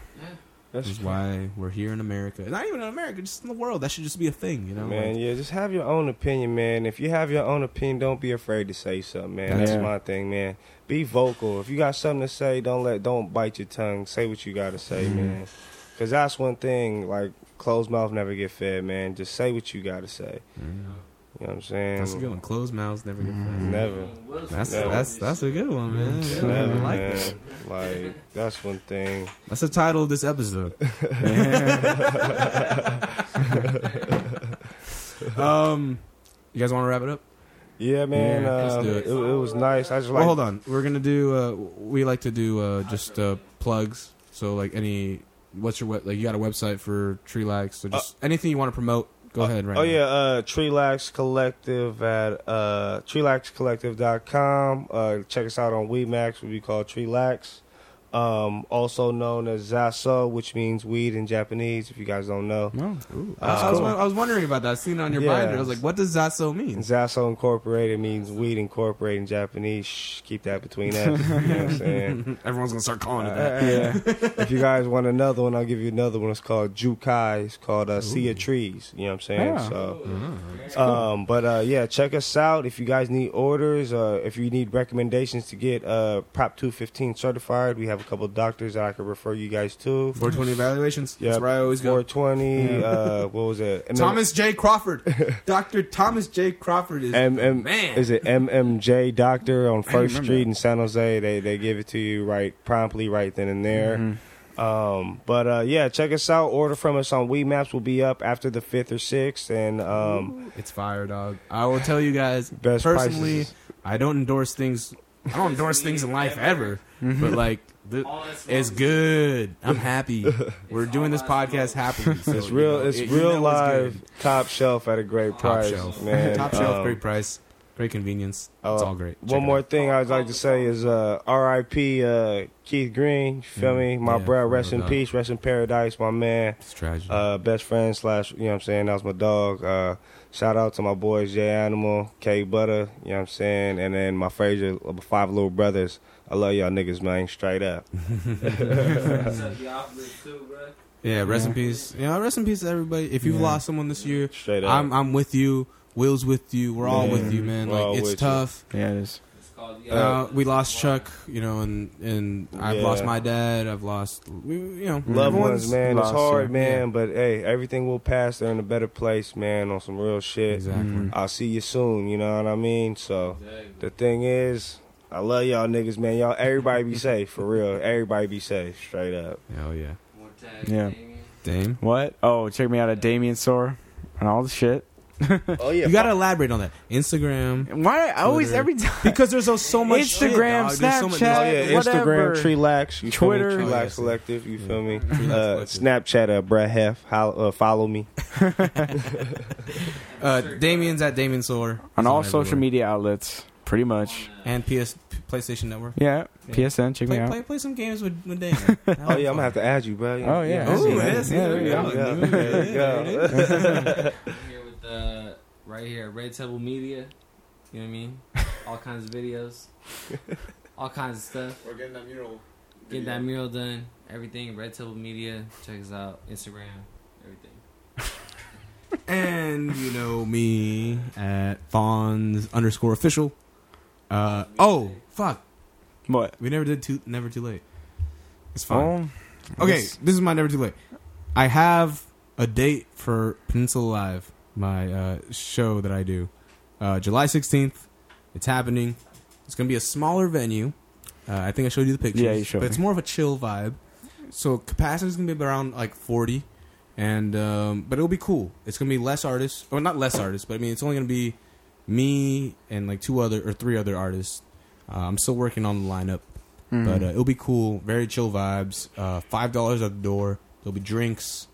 [SPEAKER 3] That's
[SPEAKER 1] Which is why we're here in America. Not even in America, just in the world. That should just be a thing, you know.
[SPEAKER 3] Man,
[SPEAKER 1] Like,
[SPEAKER 3] yeah, just have your own opinion, man. If you have your own opinion, don't be afraid to say something, man. That's
[SPEAKER 2] Yeah.
[SPEAKER 3] my thing, man. Be vocal. If you got something to say, don't let don't bite your tongue. Say what you got to say,
[SPEAKER 1] Mm-hmm.
[SPEAKER 3] man. Cuz that's one thing like closed mouth never get fed, man. Just say what you got to say. You know what I'm saying?
[SPEAKER 1] that's a good one. Closed mouths never get fed.
[SPEAKER 3] Never.
[SPEAKER 1] That's
[SPEAKER 3] Yeah.
[SPEAKER 1] that's that's a good one, man. Yeah,
[SPEAKER 3] Never,
[SPEAKER 1] I like
[SPEAKER 3] man.
[SPEAKER 1] that.
[SPEAKER 3] Like that's one thing.
[SPEAKER 1] That's the title of this episode. <laughs> um, you guys want to wrap it up?
[SPEAKER 3] Yeah, man.
[SPEAKER 1] Yeah, let's
[SPEAKER 3] um,
[SPEAKER 1] do
[SPEAKER 3] it.
[SPEAKER 1] it.
[SPEAKER 3] It, was nice. I just like
[SPEAKER 1] well, hold on. We're gonna do. Uh, we like to do uh, just uh, plugs. So like any, what's your web, like? You got a website for Tree Lags? So just anything you want to promote. Go ahead. Right.
[SPEAKER 3] Uh, Oh
[SPEAKER 1] now.
[SPEAKER 3] yeah, uh Treelax Collective at uh treelaxcollective.com. Uh check us out on WeMax, what we call Treelax. Um also known as Zaso, which means weed in Japanese if you guys don't know.
[SPEAKER 1] No. Ooh. I,
[SPEAKER 3] That's
[SPEAKER 1] I was,
[SPEAKER 3] cool.
[SPEAKER 1] I was wondering about that. I seen it on your
[SPEAKER 3] Yeah.
[SPEAKER 1] binder. I was like, what does Zaso mean?
[SPEAKER 3] Zaso Incorporated means weed incorporated in Japanese. Shh, keep that between us. you know what I'm saying?
[SPEAKER 1] <laughs> Everyone's gonna start calling it that. <laughs>
[SPEAKER 3] Uh, if you guys want another one, I'll give you another one. It's called Jukai. It's called uh, Sea of Trees. You know what I'm saying?
[SPEAKER 2] Yeah.
[SPEAKER 3] So,
[SPEAKER 1] Mm-hmm.
[SPEAKER 3] um, but uh, yeah, check us out. If you guys need orders, uh, if you need recommendations to get uh, Prop 215 certified, we have a couple doctors that I could refer you guys to.
[SPEAKER 1] 420 evaluations.
[SPEAKER 3] Yeah,
[SPEAKER 1] That's where I always go.
[SPEAKER 3] 420. Uh, what was it? And then-
[SPEAKER 1] Thomas J.
[SPEAKER 3] <laughs>
[SPEAKER 1] Crawford, Doctor Thomas J. Crawford is
[SPEAKER 3] M- M-
[SPEAKER 1] man.
[SPEAKER 3] is it MMJ Doctor on First Street in San Jose? They they give it to you right promptly, right then and there.
[SPEAKER 1] Mm-hmm.
[SPEAKER 3] Um, but uh, yeah, check us out. Order from us on We Maps will be up after the fifth or sixth, and um,
[SPEAKER 1] It's fire, dog. I will tell you guys
[SPEAKER 3] <laughs> Best
[SPEAKER 1] personally.
[SPEAKER 3] prices.
[SPEAKER 1] I don't endorse things. I don't endorse things in life ever.
[SPEAKER 3] Mm-hmm.
[SPEAKER 1] But like, th- it's <laughs> good. I'm happy. We're doing this podcast happily. So, <laughs>
[SPEAKER 3] it's
[SPEAKER 1] you
[SPEAKER 3] real.
[SPEAKER 1] know,
[SPEAKER 3] it's
[SPEAKER 1] it- you know
[SPEAKER 3] real
[SPEAKER 1] good.
[SPEAKER 3] live, top shelf at a great
[SPEAKER 1] Top
[SPEAKER 3] price,
[SPEAKER 1] shelf, <laughs>
[SPEAKER 3] man.
[SPEAKER 1] Top shelf,
[SPEAKER 3] Um,
[SPEAKER 1] great price, great convenience. it's
[SPEAKER 3] uh,
[SPEAKER 1] all great. Check
[SPEAKER 3] One
[SPEAKER 1] it
[SPEAKER 3] more
[SPEAKER 1] out.
[SPEAKER 3] thing I would like to say is uh, R.I.P. Uh, Keith Green. You feel me? My
[SPEAKER 1] Mm, yeah,
[SPEAKER 3] bro, rest
[SPEAKER 1] no
[SPEAKER 3] in
[SPEAKER 1] doubt.
[SPEAKER 3] peace, rest in paradise, my man.
[SPEAKER 1] It's tragic.
[SPEAKER 3] uh, best friend slash you know what I'm saying that was my dog. Uh, shout out to my boys J Animal, K Butter, you know what I'm saying, and then my Frazier my five little brothers. I love y'all niggas, man. Straight up.
[SPEAKER 1] yeah, rest in peace. Yeah, rest in peace, to everybody. If you've lost someone this year,
[SPEAKER 3] Straight up.
[SPEAKER 1] I'm I'm with you. Will's with you. We're all with you, man.
[SPEAKER 3] We're all
[SPEAKER 1] Like it's
[SPEAKER 3] with you.
[SPEAKER 1] tough.
[SPEAKER 2] Yeah, it is.
[SPEAKER 1] Uh, we lost Chuck, you know, and and I've
[SPEAKER 3] Yeah.
[SPEAKER 1] lost my dad. I've lost, we, you know,
[SPEAKER 3] Loved
[SPEAKER 1] everyone's-
[SPEAKER 3] ones, man. It's
[SPEAKER 2] lost,
[SPEAKER 3] hard,
[SPEAKER 2] yeah.
[SPEAKER 3] man. But hey, everything will pass. They're in a better place, man. On some real shit.
[SPEAKER 1] Exactly.
[SPEAKER 3] I'll see you soon. You know what I mean? So the thing is, I love y'all niggas, man. Y'all, everybody be safe for real. Everybody be safe. Straight up.
[SPEAKER 1] Hell yeah.
[SPEAKER 2] Yeah.
[SPEAKER 1] Dame.
[SPEAKER 2] What? Oh, check me out at Damien Sore and all the shit.
[SPEAKER 3] Oh yeah.
[SPEAKER 1] You gotta elaborate on that. Instagram.
[SPEAKER 2] Why I always
[SPEAKER 1] Twitter.
[SPEAKER 2] every time?
[SPEAKER 1] Because there's so, so much shit,
[SPEAKER 2] Instagram,
[SPEAKER 1] dog. There's so much-
[SPEAKER 2] Snapchat.
[SPEAKER 3] Oh yeah,
[SPEAKER 2] Whatever.
[SPEAKER 3] Instagram, Treelax, you
[SPEAKER 2] Twitter.
[SPEAKER 3] feel me?
[SPEAKER 1] Oh,
[SPEAKER 3] Treelax
[SPEAKER 1] yes.
[SPEAKER 3] Collective, you feel me?
[SPEAKER 1] Treelax
[SPEAKER 3] Uh,
[SPEAKER 1] Collective. Oh,
[SPEAKER 3] Snapchat, uh, Brad Hef, how, uh, follow me.
[SPEAKER 1] uh, Damien's at Damien Sore. He's
[SPEAKER 2] on all
[SPEAKER 1] everywhere.
[SPEAKER 2] social media outlets, pretty much.
[SPEAKER 1] And PS, PlayStation Network.
[SPEAKER 2] Yeah, PSN, check me
[SPEAKER 1] Play,
[SPEAKER 2] out.
[SPEAKER 1] play, play some games with, with
[SPEAKER 2] <laughs>
[SPEAKER 1] Damien.
[SPEAKER 3] Oh yeah, I'm gonna have to add you, bro.
[SPEAKER 2] Oh, yeah.
[SPEAKER 1] Oh,
[SPEAKER 2] Yeah,
[SPEAKER 1] yes.
[SPEAKER 2] yeah,
[SPEAKER 1] there you go.
[SPEAKER 3] yeah.
[SPEAKER 1] There you go.
[SPEAKER 3] There you go. <laughs>
[SPEAKER 4] here with uh, right here, Red Table Media. You know what I mean? All kinds of videos, all kinds of stuff.
[SPEAKER 1] We're getting that mural.
[SPEAKER 4] Get that mural done. Everything. Red Table Media. Check us out. Instagram. Everything.
[SPEAKER 1] And you know me at Fawns underscore official. Uh, oh, fuck.
[SPEAKER 2] What?
[SPEAKER 1] We never did too, never too late. It's fine.
[SPEAKER 2] Oh,
[SPEAKER 1] Okay,
[SPEAKER 2] Yes.
[SPEAKER 1] this is my never too late. I have a date for Peninsula Live, my uh, show that I do. Uh, July 16th. It's happening. It's going to be a smaller venue. Uh, I think I showed you the pictures.
[SPEAKER 2] Yeah, you showed
[SPEAKER 1] But it's
[SPEAKER 2] me.
[SPEAKER 1] more of a chill vibe. So capacity is going to be around like 40. And um, but it'll be cool. It's gonna be less artists, or not less artists, but I mean it's only gonna be me and like two other or three other artists. Uh, I'm still working on the lineup, but uh, it'll be cool. Very chill vibes. Uh, Five dollars at the door. There'll be drinks.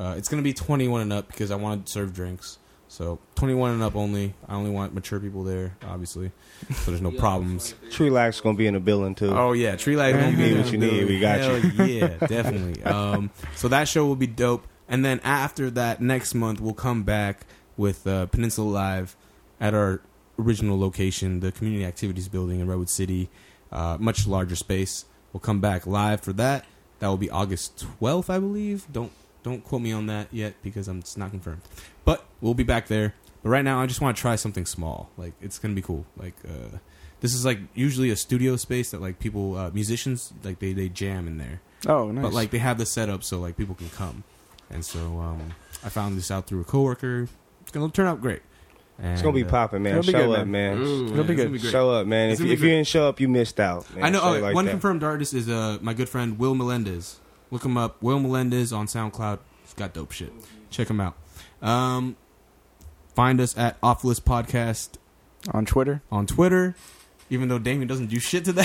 [SPEAKER 1] Uh, it's gonna be 21 and up because I want to serve drinks. So 21 and up only. I only want mature people there, obviously. So
[SPEAKER 4] <laughs>
[SPEAKER 1] there's no problems.
[SPEAKER 3] Tree Lax gonna be in the building too.
[SPEAKER 1] Oh yeah, Tree Light
[SPEAKER 3] If
[SPEAKER 1] gonna
[SPEAKER 3] you
[SPEAKER 1] be
[SPEAKER 3] need
[SPEAKER 1] in
[SPEAKER 3] what you
[SPEAKER 1] the
[SPEAKER 3] need, we got
[SPEAKER 1] building. Hell yeah,
[SPEAKER 3] <laughs>
[SPEAKER 1] definitely. Um, so that show will be dope. And then after that, next month we'll come back with uh, Peninsula Live at our original location, the Community Activities Building in Redwood City, uh, much larger space. We'll come back live for that. That will be August 12th, I believe. Don't don't quote me on that yet because I'm it's not confirmed. But we'll be back there. But right now, I just want to try something small. Like it's gonna be cool. Like uh, this is like usually a studio space that like people uh, musicians like they they jam in there.
[SPEAKER 2] Oh, nice.
[SPEAKER 1] But like they have the setup so like people can come. And so um, I found this out through a coworker. It's gonna turn out great.
[SPEAKER 3] it's gonna be
[SPEAKER 1] And, uh,
[SPEAKER 3] popping, man.
[SPEAKER 2] it'll be
[SPEAKER 3] Show
[SPEAKER 2] good,
[SPEAKER 3] up, man.
[SPEAKER 1] yeah, Mm, it's gonna be great.
[SPEAKER 3] Show up, man.
[SPEAKER 1] It's
[SPEAKER 3] If,
[SPEAKER 1] gonna be
[SPEAKER 3] if you
[SPEAKER 1] great.
[SPEAKER 3] didn't show up, you missed out. Man.
[SPEAKER 1] I know.
[SPEAKER 3] Say
[SPEAKER 1] Oh,
[SPEAKER 3] it like
[SPEAKER 1] one
[SPEAKER 3] that.
[SPEAKER 1] confirmed artist is uh, my good friend Will Melendez. Look him up. Will Melendez on SoundCloud. He's got dope shit. Check him out. Um, find us at Off List Podcast
[SPEAKER 2] on Twitter.
[SPEAKER 1] on Twitter. Even though Damien doesn't do shit to that,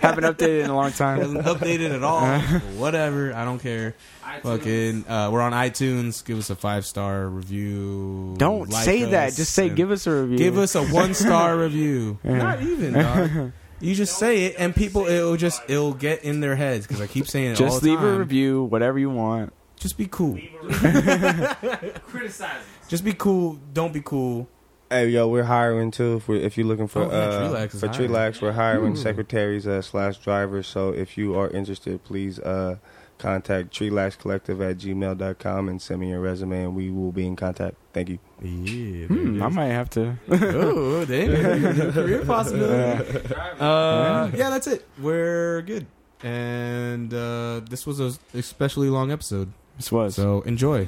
[SPEAKER 2] Haven't updated in a
[SPEAKER 1] <laughs>
[SPEAKER 2] long
[SPEAKER 1] He
[SPEAKER 2] time. <laughs>
[SPEAKER 1] doesn't update it at all.
[SPEAKER 2] Uh-huh.
[SPEAKER 1] Whatever, I don't care. Fucking, uh, we're on iTunes. Give us a five star review.
[SPEAKER 2] Don't
[SPEAKER 1] Like
[SPEAKER 2] say that.
[SPEAKER 1] us,
[SPEAKER 2] Just say
[SPEAKER 1] and
[SPEAKER 2] give us a review.
[SPEAKER 1] give us a one
[SPEAKER 2] <laughs>
[SPEAKER 1] star review. Not even. Dog. You just say it, and people it'll just it'll get in their heads because I keep saying it. all
[SPEAKER 2] just
[SPEAKER 1] the
[SPEAKER 2] leave a
[SPEAKER 1] time.
[SPEAKER 2] review, whatever you want.
[SPEAKER 1] Just be cool.
[SPEAKER 7] Criticize.
[SPEAKER 1] Just be cool. Don't be cool.
[SPEAKER 3] Hey, yo, we're hiring too. If, we're, if you're looking for
[SPEAKER 1] Oh, yeah,
[SPEAKER 3] uh,
[SPEAKER 1] Trelax is
[SPEAKER 3] for
[SPEAKER 1] hiring.
[SPEAKER 3] Trelax, we're hiring secretaries uh, slash drivers. So if you are interested, please uh, contact Trelax Collective at gmail.com and send me your resume, and we will be in contact. Thank you.
[SPEAKER 1] Yeah.
[SPEAKER 2] Hmm, I might have to.
[SPEAKER 1] <laughs> oh, damn. Career possibility. Uh, yeah, that's it. We're good. And uh, this was an especially long episode.
[SPEAKER 2] This was.
[SPEAKER 1] So enjoy.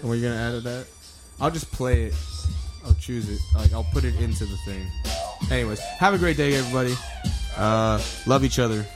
[SPEAKER 1] And we're gonna add to that. I'll just play it. I'll choose it. Like I'll put it into the thing. Anyways, have a great day, everybody. Uh, love each other.